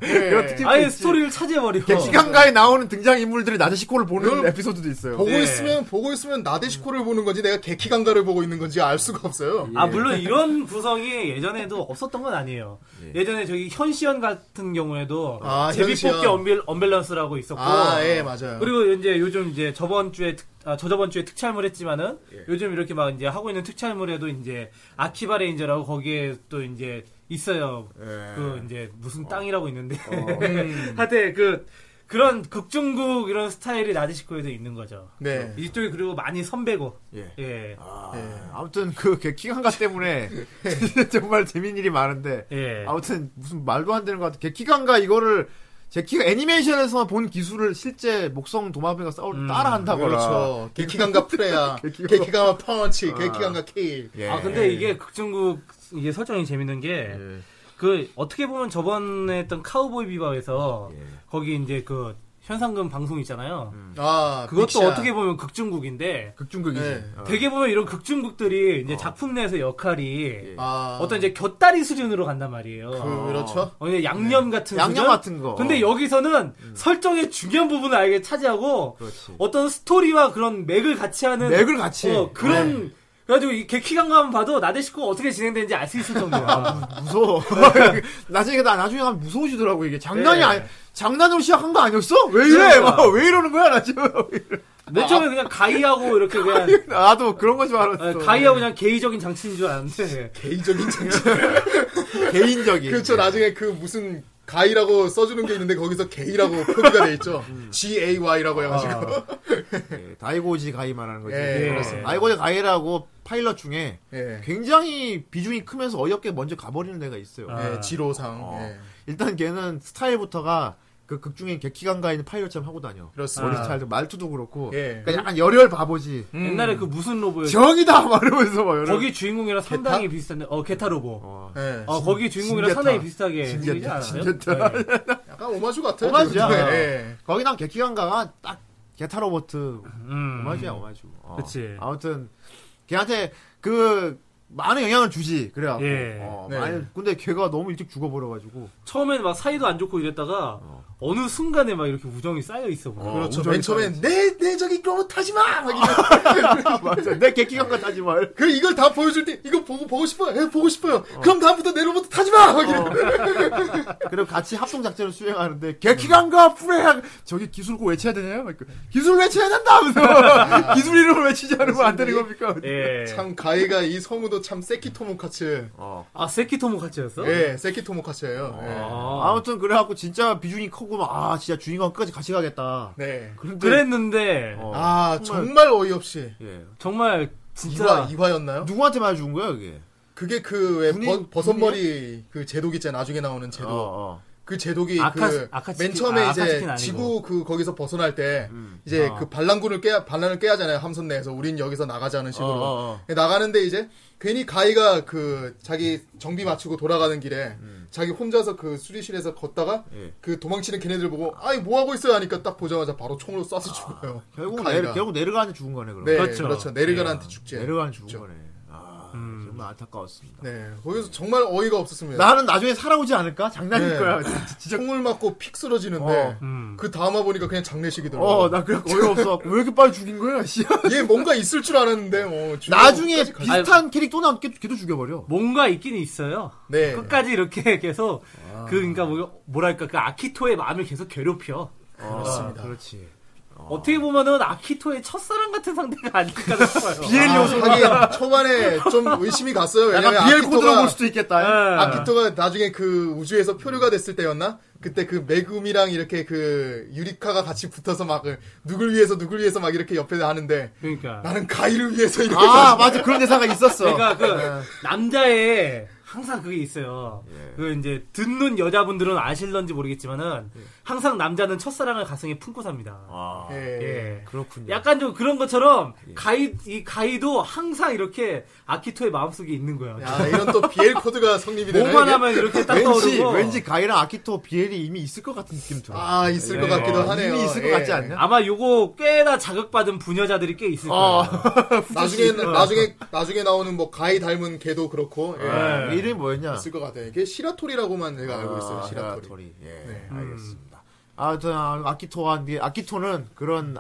[SPEAKER 3] 예.
[SPEAKER 4] 예.
[SPEAKER 2] 이거 특히
[SPEAKER 3] 아예
[SPEAKER 2] 있지.
[SPEAKER 3] 스토리를 차지해버려.
[SPEAKER 2] 개키강가에 나오는 등장 인물들이 나데시코를 보는
[SPEAKER 4] 그럼-
[SPEAKER 2] 에피소드도 있어요.
[SPEAKER 4] 보고
[SPEAKER 3] 예.
[SPEAKER 4] 있으면 보고 있으면 나데시코를 보는 건지 내가 개키강가를 보고 있는 건지 알 수가 없어요.
[SPEAKER 3] 아 물론 이런 구성이 예전에도 없었던 건 아니에요. 예. 전에 저기 현시연 같은 경우에도
[SPEAKER 4] 아,
[SPEAKER 3] 제비뽑기
[SPEAKER 4] 현시연.
[SPEAKER 3] 언빌, 언밸런스라고 있었고
[SPEAKER 4] 아 예 맞아요.
[SPEAKER 3] 그리고 이제 요즘 이제 저번 주에 특, 아, 저저번 주에 특촬물 했지만은
[SPEAKER 4] 예.
[SPEAKER 3] 요즘 이렇게 막 이제 하고 있는 특촬물에도 이제 아키바 레인저라고 거기에 또 이제 있어요.
[SPEAKER 2] 예.
[SPEAKER 4] 예.
[SPEAKER 3] 그 이제 무슨 땅이라고 있는데
[SPEAKER 4] 어.
[SPEAKER 3] 하여튼 그 그런 극중국 이런 스타일이 나데시코에도 있는 거죠.
[SPEAKER 4] 네.
[SPEAKER 3] 이쪽이 그리고 많이 선배고
[SPEAKER 2] 예.
[SPEAKER 3] 예.
[SPEAKER 2] 아,
[SPEAKER 4] 예.
[SPEAKER 2] 아무튼 그 개키강가 때문에 정말 재밌는 일이 많은데
[SPEAKER 4] 네.
[SPEAKER 3] 예.
[SPEAKER 2] 아무튼 무슨 말도 안 되는 것 같아. 개키강가 이거를 제키가 애니메이션에서 본 기술을 실제 목성 도마뱀과 싸울 때 따라한다거나.
[SPEAKER 4] 음, 그렇죠. 개키강가 프레야, 개키강가 아. 펀치, 개키강가 케일.
[SPEAKER 2] 예.
[SPEAKER 3] 아 근데 이게 극중국 이게 설정이 재밌는 게
[SPEAKER 2] 예.
[SPEAKER 3] 그 어떻게 보면 저번에 했던 카우보이 비밥에서
[SPEAKER 2] 예.
[SPEAKER 3] 거기 이제 그 현상금 방송 있잖아요.
[SPEAKER 2] 음.
[SPEAKER 4] 아
[SPEAKER 3] 그것도
[SPEAKER 4] 빅시야.
[SPEAKER 3] 어떻게 보면 극중국인데
[SPEAKER 2] 극중극이지.
[SPEAKER 4] 예.
[SPEAKER 2] 어.
[SPEAKER 3] 되게 보면 이런 극중국들이 이제 작품 내에서
[SPEAKER 2] 예.
[SPEAKER 3] 역할이
[SPEAKER 4] 아
[SPEAKER 3] 어떤 이제 곁다리 수준으로 간단 말이에요.
[SPEAKER 4] 그, 그렇죠.
[SPEAKER 3] 어, 이제 양념 같은
[SPEAKER 2] 네. 양념
[SPEAKER 3] 수준?
[SPEAKER 2] 같은 거. 어. 음.
[SPEAKER 3] 근데 여기서는 설정의 중요한 부분을 아예 차지하고
[SPEAKER 2] 그렇지.
[SPEAKER 3] 어떤 스토리와 그런 맥을 같이 하는
[SPEAKER 2] 맥을 같이 네.
[SPEAKER 3] 어, 그런 그래가지고 이 개키강감 봐도 나데시코가 어떻게 진행되는지 알 수 있을 정도야.
[SPEAKER 2] 무서워. 나중에 나 나중에 가면 무서워지더라고 이게 장난이
[SPEAKER 4] 네.
[SPEAKER 3] 예.
[SPEAKER 2] 아니 장난으로 시작한 거 아니었어? 왜
[SPEAKER 4] 그렇죠.
[SPEAKER 2] 이래?
[SPEAKER 3] 그러니까.
[SPEAKER 2] 막 왜 이러는 거야 나 지금?
[SPEAKER 3] 맨 처음에 그냥 가이하고 이렇게 그냥
[SPEAKER 2] 나도 그런 거지
[SPEAKER 3] 어,
[SPEAKER 2] 말았어.
[SPEAKER 3] 가이하고 그냥 개의적인 장치인 줄 알았는데
[SPEAKER 4] 개인적인 장치.
[SPEAKER 2] 개인적인.
[SPEAKER 4] 그렇죠. 나중에 그 무슨 가이라고 써주는 게 있는데 거기서 게이라고 표기가 돼 있죠. G A Y라고 해가지고.
[SPEAKER 2] 예, 다이고지 가이 말하는 거지.
[SPEAKER 4] 예,
[SPEAKER 2] 어,
[SPEAKER 4] 그렇습니다.
[SPEAKER 2] 다이고지 가이라고 파일럿 중에
[SPEAKER 4] 예.
[SPEAKER 2] 굉장히 비중이 크면서 어이없게 먼저 가버리는 데가 있어요.
[SPEAKER 3] 아.
[SPEAKER 4] 예, 지로상.
[SPEAKER 2] 어.
[SPEAKER 4] 예.
[SPEAKER 2] 일단 걔는 스타일부터가 그 극중에 객기관가 있는 파일럿처럼 하고 다녀.
[SPEAKER 3] 아.
[SPEAKER 2] 머리
[SPEAKER 4] 그렇습니다.
[SPEAKER 2] 스타일도 말투도 그렇고.
[SPEAKER 4] 예.
[SPEAKER 2] 그러니까 약간 열혈 바보지.
[SPEAKER 3] 옛날에 그 무슨 로보였지?
[SPEAKER 2] 정이다 말하면서 막 이런.
[SPEAKER 3] 거기 주인공이랑 상당히 비슷한데 어 게타로보. 어,
[SPEAKER 2] 어.
[SPEAKER 4] 예.
[SPEAKER 3] 거기 주인공이랑
[SPEAKER 2] 진게타.
[SPEAKER 3] 상당히 비슷하게 생기지
[SPEAKER 2] 진짜
[SPEAKER 3] 않았어요?
[SPEAKER 2] 진짜.
[SPEAKER 3] 네.
[SPEAKER 4] 약간 오마주 같아요.
[SPEAKER 2] 오마주야.
[SPEAKER 4] 그래도. 예.
[SPEAKER 2] 거기랑 객기관가가 딱 게타 로버트
[SPEAKER 3] 음.
[SPEAKER 2] 오마주야 오마주. 어.
[SPEAKER 3] 그치.
[SPEAKER 2] 아무튼 걔한테 그 많은 영향을 주지 그래갖고.
[SPEAKER 3] 예.
[SPEAKER 2] 어,
[SPEAKER 4] 네.
[SPEAKER 2] 많이- 근데 걔가 너무 일찍 죽어버려가지고.
[SPEAKER 3] 처음에는 막 사이도 안 좋고 이랬다가 어. 느 순간에 막 이렇게 우정이 쌓여 있어 보여.
[SPEAKER 4] 그렇죠.
[SPEAKER 2] 우정이
[SPEAKER 4] 맨 처음엔 내, 내 저기 로봇 하지 마! 막 이래.
[SPEAKER 2] 맞아. 내 객기관가 타지 말.
[SPEAKER 4] 그 이걸 다 보여줄 때 이거 보고 보고 싶어요. 예, 보고 싶어요. 어. 그럼 다음부터 내 로봇 타지 마! 막 이래.
[SPEAKER 2] 그리고 같이 합동 작전을 수행하는데 개키강과 프레야 저기 기술고 외쳐야 되나요? 막 이렇게, 기술 외쳐야 된다 하면서 기술 이름을 외치지 않으면 안 되는 겁니까?
[SPEAKER 3] 예.
[SPEAKER 4] 참 가이가 이 성우도 참 세키토모카츠.
[SPEAKER 2] 어.
[SPEAKER 3] 아 세키토모 카츠였어?
[SPEAKER 4] 예, 세키토모카츠예요. 예.
[SPEAKER 3] 아.
[SPEAKER 2] 아무튼 그래갖고 진짜 비중이 크고 막, 아 진짜 주인공 끝까지 같이 가겠다.
[SPEAKER 4] 네.
[SPEAKER 2] 그런데
[SPEAKER 3] 그랬는데
[SPEAKER 2] 어.
[SPEAKER 4] 아,
[SPEAKER 2] 정말-
[SPEAKER 4] 정말 어이없이.
[SPEAKER 2] 예.
[SPEAKER 3] 정말 진짜
[SPEAKER 4] 이화, 이화였나요?
[SPEAKER 2] 누구한테 말해 준 거야 그게?
[SPEAKER 4] 그게 그 왜
[SPEAKER 2] 군인-
[SPEAKER 4] 버섯머리 그 제독 있잖아 나중에 나오는 제독
[SPEAKER 2] 어, 어.
[SPEAKER 4] 그 제독이
[SPEAKER 3] 아카-
[SPEAKER 4] 그
[SPEAKER 3] 아카츠키-
[SPEAKER 4] 맨 처음에
[SPEAKER 3] 아,
[SPEAKER 4] 이제
[SPEAKER 3] 아카츠키는 아니고.
[SPEAKER 4] 지구 그 거기서 벗어날 때
[SPEAKER 2] 음.
[SPEAKER 4] 이제
[SPEAKER 2] 아.
[SPEAKER 4] 그 반란군을 깨 반란을 깨야잖아요 함선 내에서 우린 여기서 나가자는 식으로
[SPEAKER 2] 어, 어,
[SPEAKER 4] 예, 나가는데 이제 괜히 가이가 그 자기 정비 맞추고 돌아가는 길에 자기 혼자서 그 수리실에서 걷다가
[SPEAKER 2] 음. 예.
[SPEAKER 4] 그 도망치는 걔네들 보고 아이 뭐 하고 있어요 하니까 딱 보자마자 바로 총으로 쏴서 죽어요.
[SPEAKER 2] 아, 결국
[SPEAKER 4] 가이가.
[SPEAKER 2] 내르 결국 내르가한테 죽은 거네 그럼.
[SPEAKER 4] 네
[SPEAKER 3] 그렇죠.
[SPEAKER 4] 그렇죠, 내르간한테
[SPEAKER 2] 아,
[SPEAKER 4] 죽지.
[SPEAKER 2] 내르가한테 죽은
[SPEAKER 4] 죽죠. 그렇죠. 음.
[SPEAKER 2] 거네. 아 정말 안타까웠습니다.
[SPEAKER 4] 네 거기서 정말 어이가 없었습니다.
[SPEAKER 2] 나는 나중에 살아오지 않을까? 장난일
[SPEAKER 4] 네.
[SPEAKER 2] 거야.
[SPEAKER 4] 총을 맞고 픽 쓰러지는데
[SPEAKER 2] 어.
[SPEAKER 3] 음.
[SPEAKER 4] 그 다음 와 보니까 그냥 장례식이더라고요.
[SPEAKER 2] 어, 나 그래 어이없어. 왜 이렇게 빨리 죽인 거야? 씨.
[SPEAKER 4] 얘 뭔가 있을 줄 알았는데 뭐 죽이고
[SPEAKER 2] 나중에
[SPEAKER 4] 끝까지 가-
[SPEAKER 2] 비슷한 캐릭 또 나오면 걔- 걔도 죽여버려. 어,
[SPEAKER 3] 뭔가 있긴 있어요.
[SPEAKER 4] 네.
[SPEAKER 3] 끝까지 이렇게 계속
[SPEAKER 2] 아.
[SPEAKER 3] 그 그러니까 뭐- 뭐랄까 그 아키토의 마음을 계속 괴롭혀.
[SPEAKER 4] 그렇습니다.
[SPEAKER 2] 그렇지.
[SPEAKER 3] 어떻게 보면은 아키토의 첫사랑 같은 상대가 아닐까 싶어요.
[SPEAKER 2] 비엘 요소.
[SPEAKER 4] 하긴 초반에 좀 의심이 갔어요. 왜냐면
[SPEAKER 2] 약간 비엘 코드로
[SPEAKER 4] 아키토가
[SPEAKER 2] 볼 수도 있겠다.
[SPEAKER 4] 아키토가 나중에 그 우주에서 표류가 됐을 때였나? 그때 그 메금이랑 이렇게 그 유리카가 같이 붙어서 막 그 누굴 위해서 누굴 위해서 막 이렇게 옆에 하는데
[SPEAKER 3] 그러니까
[SPEAKER 4] 나는 가이를 위해서 이렇게
[SPEAKER 2] 아 맞아 그런 대사가 있었어. 네.
[SPEAKER 3] 그러니까 그 남자의 항상 그게 있어요.
[SPEAKER 2] 예.
[SPEAKER 3] 그 이제 듣는 여자분들은 아실런지 모르겠지만은 항상 남자는 첫사랑을 가슴에 품고 삽니다.
[SPEAKER 2] 예. 아
[SPEAKER 4] 예.
[SPEAKER 3] 예.
[SPEAKER 2] 그렇군요. 예.
[SPEAKER 3] 약간 좀 그런 것처럼 가이 이 가이도 항상 이렇게 아키토의 마음속에 있는 거야.
[SPEAKER 4] 야, 이런 또 BL 코드가 성립이 되네.
[SPEAKER 3] 뭐만
[SPEAKER 4] 이게?
[SPEAKER 3] 하면 이렇게 딱
[SPEAKER 2] 왠지
[SPEAKER 3] 떠오르고
[SPEAKER 2] 왠지 가이랑 아키토 비엘이 이미 있을 것 같은 느낌 들어.
[SPEAKER 4] 아, 있을 것
[SPEAKER 3] 예.
[SPEAKER 4] 같기도
[SPEAKER 2] 어,
[SPEAKER 4] 하네요.
[SPEAKER 2] 이미 있을 것
[SPEAKER 4] 예.
[SPEAKER 2] 같지 않냐?
[SPEAKER 3] 아마 요거 꽤나 자극받은 부녀자들이 꽤 있을 거예요.
[SPEAKER 2] 아.
[SPEAKER 4] 나중에 나중에 나중에 나오는 뭐 가이 닮은 개도 그렇고 예.
[SPEAKER 3] 네.
[SPEAKER 2] 예. 이름이 뭐였냐?
[SPEAKER 4] 있을 것 같아요. 이게 시라토리라고만 제가 알고 있어요.
[SPEAKER 2] 아,
[SPEAKER 4] 시라토리.
[SPEAKER 2] 시라토리. 예,
[SPEAKER 4] 네.
[SPEAKER 3] 음.
[SPEAKER 2] 알겠습니다. 아, 저 아키토와 니- 아키토는 그런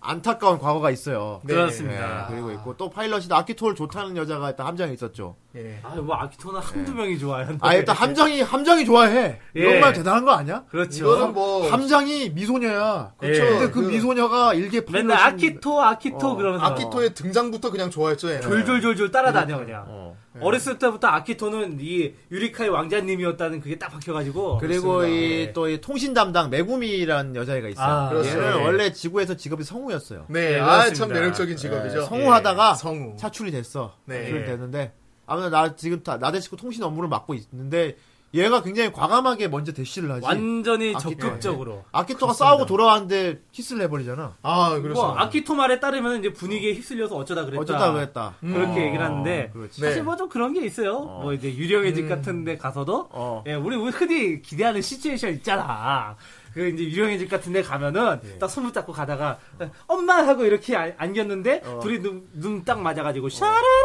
[SPEAKER 2] 안타까운 과거가 있어요.
[SPEAKER 4] 네.
[SPEAKER 3] 그렇습니다.
[SPEAKER 2] 예, 그리고 있고 또 파일럿이 아키토를 좋다는 여자가 일단 함정이 있었죠.
[SPEAKER 4] 예.
[SPEAKER 3] 아, 뭐 아키토는 한두 명이 좋아요.
[SPEAKER 2] 네. 아 일단 함정이 함정이 좋아해.
[SPEAKER 3] 네. 예.
[SPEAKER 2] 이런 말 대단한 거 아니야?
[SPEAKER 3] 그렇죠.
[SPEAKER 4] 이거는 뭐
[SPEAKER 2] 함장이 미소녀야.
[SPEAKER 3] 그렇죠.
[SPEAKER 2] 근데 그
[SPEAKER 4] 그-
[SPEAKER 2] 미소녀가 일개
[SPEAKER 3] 맨날 아키토 아키토
[SPEAKER 2] 어,
[SPEAKER 3] 그러면서
[SPEAKER 4] 아키토의 등장부터 그냥 좋아했죠. 얘는.
[SPEAKER 3] 졸졸졸졸 따라다녀 그냥.
[SPEAKER 2] 어.
[SPEAKER 3] 어. 렸을 때부터 아키토는 이 유리카의 왕자님이었다는 그게 딱 박혀가지고
[SPEAKER 2] 그리고
[SPEAKER 3] 그렇습니다. 네. 예.
[SPEAKER 2] 이또이 통신 담당 메구미라는 여자애가 있어요.
[SPEAKER 3] 아,
[SPEAKER 2] 얘는
[SPEAKER 4] 그렇죠.
[SPEAKER 2] 원래 지구에서 직업이 성우였어요.
[SPEAKER 4] 네,
[SPEAKER 3] 네,
[SPEAKER 4] 아
[SPEAKER 3] 그렇습니다.
[SPEAKER 4] 참 매력적인
[SPEAKER 2] 예,
[SPEAKER 4] 직업이죠.
[SPEAKER 2] 성우하다가
[SPEAKER 4] 예, 성우.
[SPEAKER 2] 차출이 됐어.
[SPEAKER 4] 네.
[SPEAKER 2] 차출이 됐는데 아무나 나 지금 다 나대식구 통신 업무를 맡고 있는데 얘가 굉장히 과감하게 먼저 대시를 하지.
[SPEAKER 3] 완전히
[SPEAKER 2] 아키토. 네,
[SPEAKER 3] 적극적으로
[SPEAKER 2] 아키토가 싸우고 돌아왔는데 키스를 해버리잖아.
[SPEAKER 4] 아,
[SPEAKER 3] 뭐
[SPEAKER 4] 그렇습니다.
[SPEAKER 3] 아키토 말에 따르면 이제 분위기에 휩쓸려서 어쩌다 그랬다
[SPEAKER 2] 어쩌다 그랬다.
[SPEAKER 3] 그렇게
[SPEAKER 2] 어,
[SPEAKER 3] 얘기를 하는데
[SPEAKER 2] 그렇지. 음.
[SPEAKER 3] 사실
[SPEAKER 4] 네.
[SPEAKER 3] 뭐 좀 그런 게 있어요 뭐 이제 유령의 집 같은 데 가서도
[SPEAKER 2] 어.
[SPEAKER 3] 예, 우리 우리 흔히 기대하는 시츄에이션 있잖아 그 이제 유령의 집 같은 데 가면은 딱 손을 잡고 가다가 엄마 하고 이렇게 안- 안겼는데 둘이 눈 딱 맞아가지고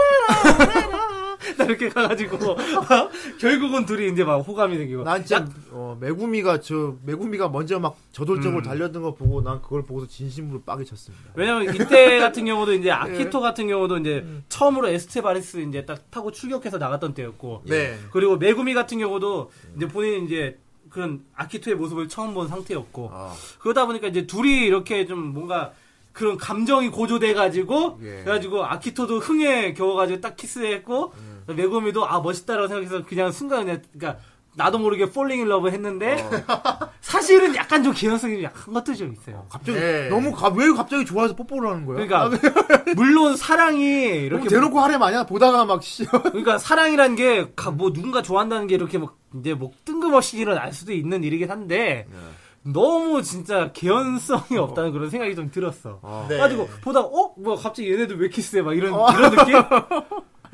[SPEAKER 3] 샤라라라라 나 이렇게 가가지고 어? 결국은 둘이 이제 막 호감이 생기고
[SPEAKER 2] 난 진짜
[SPEAKER 3] 약-
[SPEAKER 2] 어, 메구미가 저 메구미가 먼저 막 저돌적으로
[SPEAKER 3] 음.
[SPEAKER 2] 달려든 거 보고 난 그걸 보고서 진심으로 빠개 쳤습니다.
[SPEAKER 3] 왜냐면 이때 같은 경우도 이제 아키토 같은 경우도 이제 처음으로 에스테바리스 이제 딱 타고 출격해서 나갔던 때였고
[SPEAKER 4] 네.
[SPEAKER 3] 그리고 메구미 같은 경우도 이제 본인 이제 그런 아키토의 모습을 처음 본 상태였고
[SPEAKER 2] 아.
[SPEAKER 3] 그러다 보니까 이제 둘이 이렇게 좀 뭔가 그런 감정이 고조돼 가지고
[SPEAKER 2] 예.
[SPEAKER 3] 그래가지고 아키토도 흥에 겨워가지고 딱 키스했고 메구미도 아 멋있다라고 생각해서 그냥 순간 그냥 그러니까 나도 모르게 폴링 인 러브 했는데 사실은 약간 좀 개연성이 좀 약한 것도 좀 있어요.
[SPEAKER 2] 갑자기
[SPEAKER 4] 네.
[SPEAKER 2] 너무 가- 왜 갑자기 좋아해서 뽀뽀를 하는 거야?
[SPEAKER 3] 그러니까 물론 사랑이
[SPEAKER 2] 너무 뭐
[SPEAKER 3] 이렇게 뭐
[SPEAKER 2] 대놓고 하래 마냐 보다가 막 씨.
[SPEAKER 3] 그러니까 사랑이란 게 뭐 누군가 좋아한다는 게 이렇게 막 이제 뭐 뜬금없이 일어날 수도 있는 일이긴 한데 너무 진짜 개연성이 없다는 그런 생각이 좀 들었어.
[SPEAKER 2] 아,
[SPEAKER 4] 네.
[SPEAKER 3] 가지고 보다 어뭐 갑자기 얘네들 왜 키스해 막 이런 이런 느낌?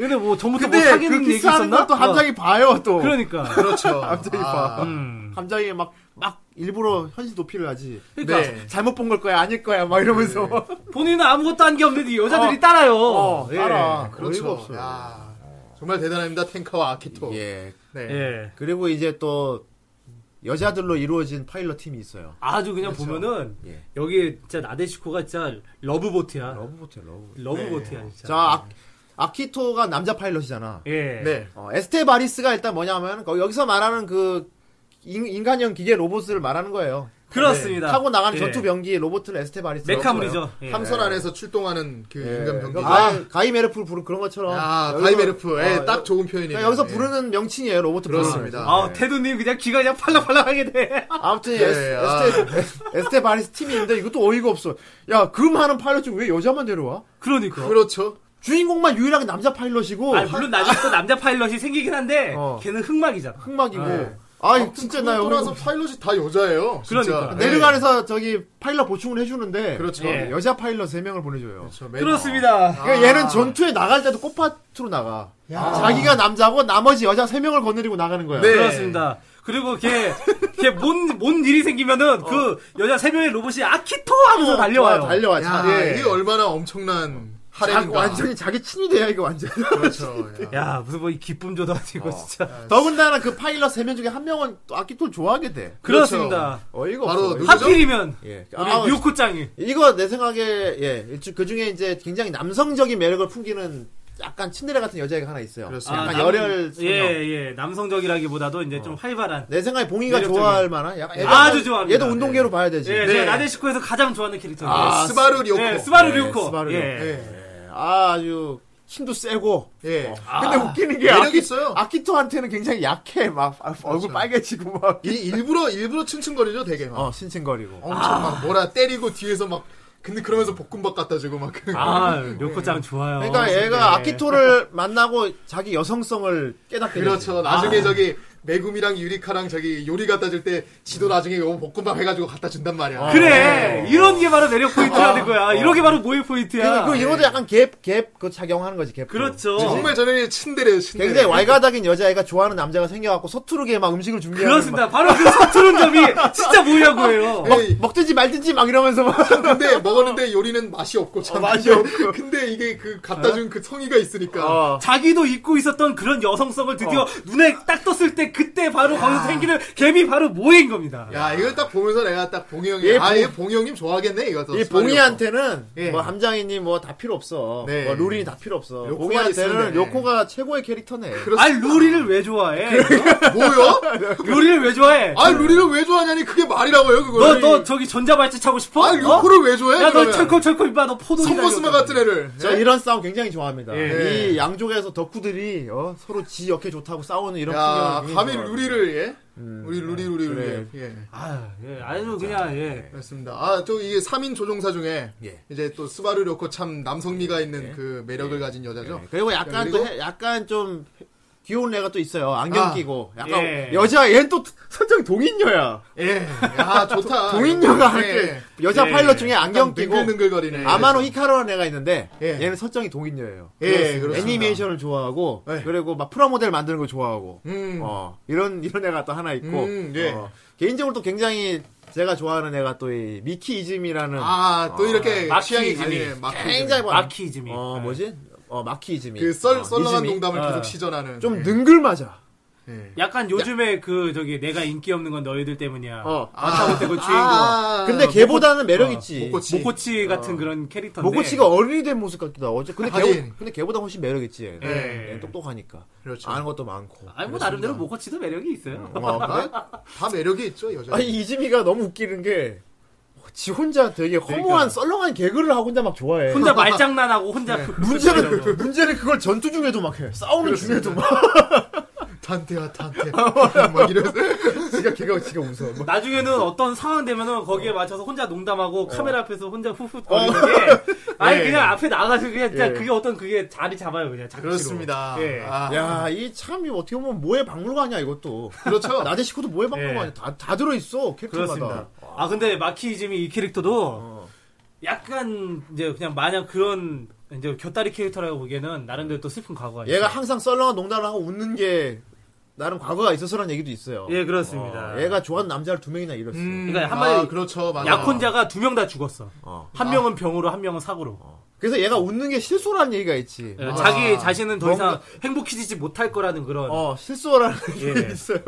[SPEAKER 3] 얘네 뭐 전부터 뭐
[SPEAKER 2] 근데 그
[SPEAKER 3] 사귀는 얘기
[SPEAKER 2] 키스하는
[SPEAKER 3] 있었나?
[SPEAKER 2] 걸또 함장이 봐요 또.
[SPEAKER 3] 어, 그러니까.
[SPEAKER 4] 그렇죠.
[SPEAKER 2] 갑자기 봐.
[SPEAKER 3] 음.
[SPEAKER 2] 함장이 막 막 일부러 현실 도피를 하지.
[SPEAKER 3] 그러니까
[SPEAKER 4] 네.
[SPEAKER 2] 잘못 본 걸 거야 아닐 거야 막 이러면서.
[SPEAKER 3] 본인은 아무것도 한 게 없는데 여자들이 따라요.
[SPEAKER 2] 어,
[SPEAKER 3] 예.
[SPEAKER 2] 따라. 어이가
[SPEAKER 4] 그렇죠.
[SPEAKER 2] 없어요.
[SPEAKER 4] 야, 아, 정말 대단합니다. 텐카와 아키토.
[SPEAKER 2] 예.
[SPEAKER 4] 네.
[SPEAKER 3] 예.
[SPEAKER 2] 그리고 이제 또 여자들로 이루어진 파일럿 팀이 있어요.
[SPEAKER 3] 아주 그냥 보면은
[SPEAKER 2] 예.
[SPEAKER 3] 여기 진짜 나데시코가 진짜 러브보트야.
[SPEAKER 2] 러브보트 러브.
[SPEAKER 3] 러브보트야 진짜.
[SPEAKER 2] 자 아, 아키토가 남자 파일럿이잖아.
[SPEAKER 3] 예.
[SPEAKER 4] 네.
[SPEAKER 2] 어, 에스테바리스가 일단 뭐냐면 거기- 여기서 말하는 그 인, 인간형 기계 로봇을 말하는 거예요.
[SPEAKER 3] 그렇습니다.
[SPEAKER 2] 네. 타고 나가는
[SPEAKER 3] 예.
[SPEAKER 2] 전투 병기 로봇을 에스테바리스.
[SPEAKER 3] 메카물이죠. 예.
[SPEAKER 4] 함선 안에서 출동하는 그 인간 병기.
[SPEAKER 2] 아, 가이메르프를 부른 그런 것처럼.
[SPEAKER 4] 아,
[SPEAKER 2] 여기서-
[SPEAKER 4] 가이메르프. 예,
[SPEAKER 2] 어,
[SPEAKER 4] 딱
[SPEAKER 2] 여-
[SPEAKER 4] 좋은 표현이에요.
[SPEAKER 2] 그러니까 여기서
[SPEAKER 4] 예.
[SPEAKER 2] 부르는 명칭이에요. 로봇
[SPEAKER 4] 그렇습니다.
[SPEAKER 2] 부르는.
[SPEAKER 3] 아,
[SPEAKER 4] 네.
[SPEAKER 3] 태두님 그냥 귀가 그냥 팔랑팔랑하게 돼.
[SPEAKER 2] 아무튼
[SPEAKER 4] 네,
[SPEAKER 2] 에스,
[SPEAKER 4] 아.
[SPEAKER 2] 에스테, 에스테바리스 팀인데 이것도 어이가 없어. 야, 금하는 파일럿 중왜 여자만 데려와?
[SPEAKER 3] 그러니까.
[SPEAKER 4] 그렇죠.
[SPEAKER 2] 주인공만 유일하게 남자 파일럿이고
[SPEAKER 3] 아, 물론 나중에 또 남자 파일럿이 생기긴 한데
[SPEAKER 2] 어.
[SPEAKER 3] 걔는 흑막이잖아.
[SPEAKER 2] 흑막이고
[SPEAKER 4] 네.
[SPEAKER 2] 아 진짜 나 여기
[SPEAKER 4] 돌아서 파일럿이 다 여자예요. 진짜.
[SPEAKER 3] 그러니까.
[SPEAKER 4] 네.
[SPEAKER 2] 내륙안에서 저기 파일럿 보충을 해주는데
[SPEAKER 4] 그렇죠.
[SPEAKER 2] 예, 여자 파일럿 3명을 보내줘요.
[SPEAKER 4] 그렇죠. 맨-
[SPEAKER 3] 그렇습니다.
[SPEAKER 2] 그러니까 얘는 전투에 나갈 때도 꽃밭으로 나가.
[SPEAKER 4] 아. 야.
[SPEAKER 2] 자기가 남자고 나머지 여자 3명을 거느리고 나가는 거야.
[SPEAKER 4] 네.
[SPEAKER 3] 그렇습니다. 그리고 걔, 걔뭔 뭔 일이 생기면은 그 여자 세 명의 로봇이 아키토 하면서 달려와요.
[SPEAKER 2] 어. 와, 달려와.
[SPEAKER 4] 야,
[SPEAKER 2] 자, 예.
[SPEAKER 4] 이게 얼마나 엄청난
[SPEAKER 2] 자,
[SPEAKER 4] 할애인가.
[SPEAKER 2] 완전히 자기 친위대야 이거 완전.
[SPEAKER 4] 그렇죠. 야.
[SPEAKER 3] 야 무슨 뭐이 기쁨조도 아니고
[SPEAKER 2] 어.
[SPEAKER 3] 진짜.
[SPEAKER 2] 더군다나 그 파일럿 3명 중에 한 명은 또 아키톨 좋아하게 돼.
[SPEAKER 3] 그렇습니다.
[SPEAKER 2] 어이가
[SPEAKER 4] 바로
[SPEAKER 2] 없어.
[SPEAKER 4] 누구- 그죠?
[SPEAKER 3] 하필이면
[SPEAKER 2] 예.
[SPEAKER 3] 우리
[SPEAKER 2] 그렇죠. 아,
[SPEAKER 3] 류코 짱이.
[SPEAKER 2] 이거 내 생각에 예그 중에 이제 굉장히 남성적인 매력을 품기는 약간 친데레 같은 여자애가 하나 있어요.
[SPEAKER 4] 그렇습니다.
[SPEAKER 2] 약간
[SPEAKER 3] 아, 남-
[SPEAKER 2] 열혈 어. 소녀.
[SPEAKER 3] 예, 예. 남성적이라기보다도 이제 좀 활발한.
[SPEAKER 2] 내 생각에 봉이가
[SPEAKER 3] 매력적인.
[SPEAKER 2] 좋아할 만한. 약간 얘도-
[SPEAKER 3] 예. 아주 좋아합니다.
[SPEAKER 2] 얘도 운동계로 봐야 되지.
[SPEAKER 3] 예,
[SPEAKER 2] 네.
[SPEAKER 3] 제가 나데시코에서 가장 좋아하는 캐릭터입니다.
[SPEAKER 4] 아, 스바루 리오코.
[SPEAKER 3] 예, 스바루
[SPEAKER 2] 네,
[SPEAKER 3] 류코.
[SPEAKER 2] 스바루
[SPEAKER 3] 예.
[SPEAKER 2] 류코.
[SPEAKER 4] 예.
[SPEAKER 2] 아, 아주 힘도 세고.
[SPEAKER 4] 예.
[SPEAKER 3] 어.
[SPEAKER 2] 근데 웃기는 게
[SPEAKER 4] 매력
[SPEAKER 2] 아키,
[SPEAKER 4] 있어요. 그렇죠.
[SPEAKER 2] 아키토한테는 굉장히 약해. 막 아, 얼굴 빨개지고 막.
[SPEAKER 4] 일, 일부러 일부러 층층거리죠, 되게 막.
[SPEAKER 2] 어 신친거리고.
[SPEAKER 4] 엄청 막 뭐라 때리고 뒤에서 막 근데 그러면서 볶음밥 갖다 주고 막 그-
[SPEAKER 3] 아, 류코짱 좋아요.
[SPEAKER 2] 그러니까 얘가 아키토를 만나고 자기 여성성을 깨닫게
[SPEAKER 4] 그렇죠. 나중에
[SPEAKER 2] 아.
[SPEAKER 4] 저기 메구미랑 유리카랑 저기 요리 갖다 줄 때 지도 나중에 요 볶음밥 해가지고 갖다 준단
[SPEAKER 2] 아.
[SPEAKER 4] 말이야.
[SPEAKER 3] 그래! 이런 게 바로 매력 포인트라는
[SPEAKER 4] 어.
[SPEAKER 3] 거야. 이런 게 바로 모의 포인트야.
[SPEAKER 2] 그 이거도 약간 갭갭 그 착용하는 거지 갭.
[SPEAKER 3] 그렇죠.
[SPEAKER 4] 그러니까 정말 저녁에 친데레요, 친데레.
[SPEAKER 2] 굉장히 왈가닥인 여자애가 좋아하는 남자가 생겨갖고 서투르게 막 음식을 준비하는
[SPEAKER 3] 그렇습니다. 바로 그 서투른 점이 진짜 모의하고예요.
[SPEAKER 2] 막, 막 먹든지 말든지 막 이러면서 막
[SPEAKER 4] 근데 먹었는데 요리는 맛이 없고 참.
[SPEAKER 2] 어, 맛이 없고.
[SPEAKER 4] 근데 이게 그 갖다 준 그 성의가 있으니까.
[SPEAKER 2] 어.
[SPEAKER 3] 자기도 잊고 있었던 그런 여성성을 드디어 눈에 딱 떴을 때 그때 바로 거기서 생기는 갭이 바로 모인 겁니다.
[SPEAKER 4] 아. 야, 이걸 딱 보면서 내가 딱 봉이 형이
[SPEAKER 2] 예, 봉-
[SPEAKER 4] 아, 얘 봉이 형님 좋아하겠네, 이거.
[SPEAKER 2] 이 봉이한테는
[SPEAKER 4] 예.
[SPEAKER 2] 뭐 함장이니 뭐 다 필요 없어.
[SPEAKER 4] 네.
[SPEAKER 2] 뭐 루린이 다 필요 없어.
[SPEAKER 4] 요코가 있으면
[SPEAKER 2] 봉이한테는
[SPEAKER 4] 돼. 그렇죠.
[SPEAKER 2] 요코가 최고의 캐릭터네.
[SPEAKER 3] 아니, 루리를 왜 좋아해?
[SPEAKER 2] 네.
[SPEAKER 3] 어?
[SPEAKER 4] 뭐요?
[SPEAKER 3] 루리를 왜 좋아해?
[SPEAKER 4] 아, 루리를 왜 좋아하냐니 그게 말이라고요,
[SPEAKER 3] 너,
[SPEAKER 4] 그거.
[SPEAKER 3] 너 저기 전자발찌 차고 싶어?
[SPEAKER 4] 아, 요코를 왜 좋아해?
[SPEAKER 3] 야, 너
[SPEAKER 4] 그러면?
[SPEAKER 3] 철컹철컹 임마, 너 포도.
[SPEAKER 4] 성모스마 같은 애를. 네?
[SPEAKER 2] 저 이런 싸움 굉장히 좋아합니다.
[SPEAKER 4] 예.
[SPEAKER 2] 이 양쪽에서 덕후들이 어, 서로 지 역해 좋다고 싸우는 이런
[SPEAKER 4] 야,
[SPEAKER 2] 풍경을
[SPEAKER 4] 감히
[SPEAKER 2] 굉장히 좋아합니다.
[SPEAKER 4] 루리를 예? 우리 루리 루리 루리.
[SPEAKER 2] 네, 그래.
[SPEAKER 4] 예.
[SPEAKER 3] 아, 예, 아주 그냥,
[SPEAKER 2] 네.
[SPEAKER 3] 예.
[SPEAKER 4] 그렇습니다. 아, 저 이게 3인 조종사 중에
[SPEAKER 2] 예.
[SPEAKER 4] 이제 또 스바루 료코 참 남성미가 있는 그 매력을 가진 여자죠.
[SPEAKER 2] 네. 그리고 약간
[SPEAKER 4] 그리고-
[SPEAKER 2] 또 해- 약간 좀 귀여운 애가 또 있어요. 안경
[SPEAKER 4] 아.
[SPEAKER 2] 끼고 약간
[SPEAKER 3] 예.
[SPEAKER 2] 여자 얘는 또 선정 동인녀야.
[SPEAKER 4] 예. 야, 좋다.
[SPEAKER 2] 그러니까. 동인녀가
[SPEAKER 4] 예.
[SPEAKER 2] 이렇게 여자
[SPEAKER 3] 예.
[SPEAKER 2] 파일럿 중에 안경
[SPEAKER 4] 약간
[SPEAKER 2] 끼고 예.
[SPEAKER 4] 능글능글거리네.
[SPEAKER 2] 아마노 히카루라는 애가 있는데
[SPEAKER 4] 예.
[SPEAKER 2] 얘는 설정이 동인녀예요.
[SPEAKER 4] 예, 그렇습니다.
[SPEAKER 2] 애니메이션을 좋아하고
[SPEAKER 4] 예.
[SPEAKER 2] 그리고 막 프라모델 만드는 걸 좋아하고
[SPEAKER 4] 음.
[SPEAKER 2] 어, 이런 이런 애가 또 하나 있고
[SPEAKER 4] 음, 예.
[SPEAKER 2] 어, 개인적으로 또 굉장히 제가 좋아하는 애가 또 이 미키 이즘이라는
[SPEAKER 4] 아, 또 이렇게
[SPEAKER 3] 아,
[SPEAKER 4] 취향이
[SPEAKER 3] 마키즈미.
[SPEAKER 4] 갈리네. 마키. 네.
[SPEAKER 2] 굉장히 뭐-
[SPEAKER 3] 아키즘이. 예.
[SPEAKER 2] 어 뭐지 어 마키 이즘이
[SPEAKER 4] 그 썰,
[SPEAKER 2] 어,
[SPEAKER 4] 썰렁한
[SPEAKER 2] 이즈미.
[SPEAKER 4] 농담을
[SPEAKER 3] 어.
[SPEAKER 4] 계속 시전하는.
[SPEAKER 2] 좀
[SPEAKER 4] 예.
[SPEAKER 2] 능글맞아.
[SPEAKER 4] 예.
[SPEAKER 3] 약간 요즘에 그, 저기, 내가 인기 없는 건 너희들 때문이야.
[SPEAKER 2] 어.
[SPEAKER 3] 마타모테 그 주인공.
[SPEAKER 4] 아,
[SPEAKER 2] 근데 걔보다는 매력 있지. 어.
[SPEAKER 4] 모코치. 네.
[SPEAKER 3] 모코치 같은 그런 캐릭터인데.
[SPEAKER 2] 모코치가 어른이 된 모습 같기도 하고. 어째- 근데 걔
[SPEAKER 4] 아, 하긴.
[SPEAKER 2] 근데 걔보다 훨씬 매력 있지. 얘는.
[SPEAKER 4] 예.
[SPEAKER 2] 얘는 똑똑하니까.
[SPEAKER 4] 그렇죠.
[SPEAKER 2] 아는 것도 많고.
[SPEAKER 3] 아니, 뭐, 나름대로 모코치도 매력이 있어요.
[SPEAKER 2] 어, 그래?
[SPEAKER 4] 아, 다 매력이 있죠,
[SPEAKER 3] 네.
[SPEAKER 4] 여자.
[SPEAKER 2] 아니 이즈미가 너무 웃기는 게. 지 혼자 되게 허무한 썰렁한 개그를 하고 혼자 막 좋아해.
[SPEAKER 3] 그러니까. 혼자 말장난하고, 혼자.
[SPEAKER 2] 네.
[SPEAKER 3] 그
[SPEAKER 2] 문제는 문제는 그걸 전투 중에도 막 해. 싸우는 중에도 막
[SPEAKER 4] 탄테야, 탄테. 막 이러면서.
[SPEAKER 2] 지가 걔가 지가 웃어. 뭐. 막.
[SPEAKER 3] 나중에는 어떤 상황 되면은 거기에 맞춰서 혼자
[SPEAKER 2] 어.
[SPEAKER 3] 농담하고 카메라 앞에서 혼자 후훗 거리는 게 아니
[SPEAKER 2] 네.
[SPEAKER 4] 예.
[SPEAKER 3] 그냥 앞에 나가서 그냥 진짜
[SPEAKER 2] 예.
[SPEAKER 3] 그게 어떤 그게 자리 잡아요 그냥 장치로.
[SPEAKER 4] 그렇습니다.
[SPEAKER 3] 예.
[SPEAKER 4] 아,
[SPEAKER 2] 야, 이 참이 어떻게 보면 뭐의 박물관이야 이것도.
[SPEAKER 4] 그렇죠.
[SPEAKER 2] 나데시코도 뭐의
[SPEAKER 3] 예.
[SPEAKER 2] 박물관이야. 다, 다 들어 있어
[SPEAKER 3] 그렇습니다.
[SPEAKER 2] 캐릭터마다.
[SPEAKER 3] 아 근데 마키이즈미 이 캐릭터도
[SPEAKER 2] 어.
[SPEAKER 3] 약간 이제 그냥 마냥 그런 이제 곁다리 캐릭터라고 보기에는 나름대로 또 슬픈 과거가 있어요.
[SPEAKER 2] 얘가 항상 썰렁한 농담을 하고 웃는 게 나름 과거가 있어서라는 얘기도 있어요.
[SPEAKER 3] 예 그렇습니다.
[SPEAKER 2] 어, 얘가 좋아하는 남자를 두 명이나 잃었어.
[SPEAKER 3] 그러니까
[SPEAKER 4] 아,
[SPEAKER 3] 한마디로
[SPEAKER 4] 그렇죠. 맞아.
[SPEAKER 3] 약혼자가 두 명 다 죽었어.
[SPEAKER 2] 어.
[SPEAKER 3] 한 명은 병으로 한 명은 사고로.
[SPEAKER 2] 그래서 얘가 웃는 게 실소라는 얘기가 있지.
[SPEAKER 3] 예,
[SPEAKER 4] 아.
[SPEAKER 3] 자기 자신은 더 이상
[SPEAKER 2] 뭔가-
[SPEAKER 3] 행복해지지 못할 거라는 그런
[SPEAKER 2] 어, 실소라는 얘기가
[SPEAKER 3] 예.
[SPEAKER 2] 있어요.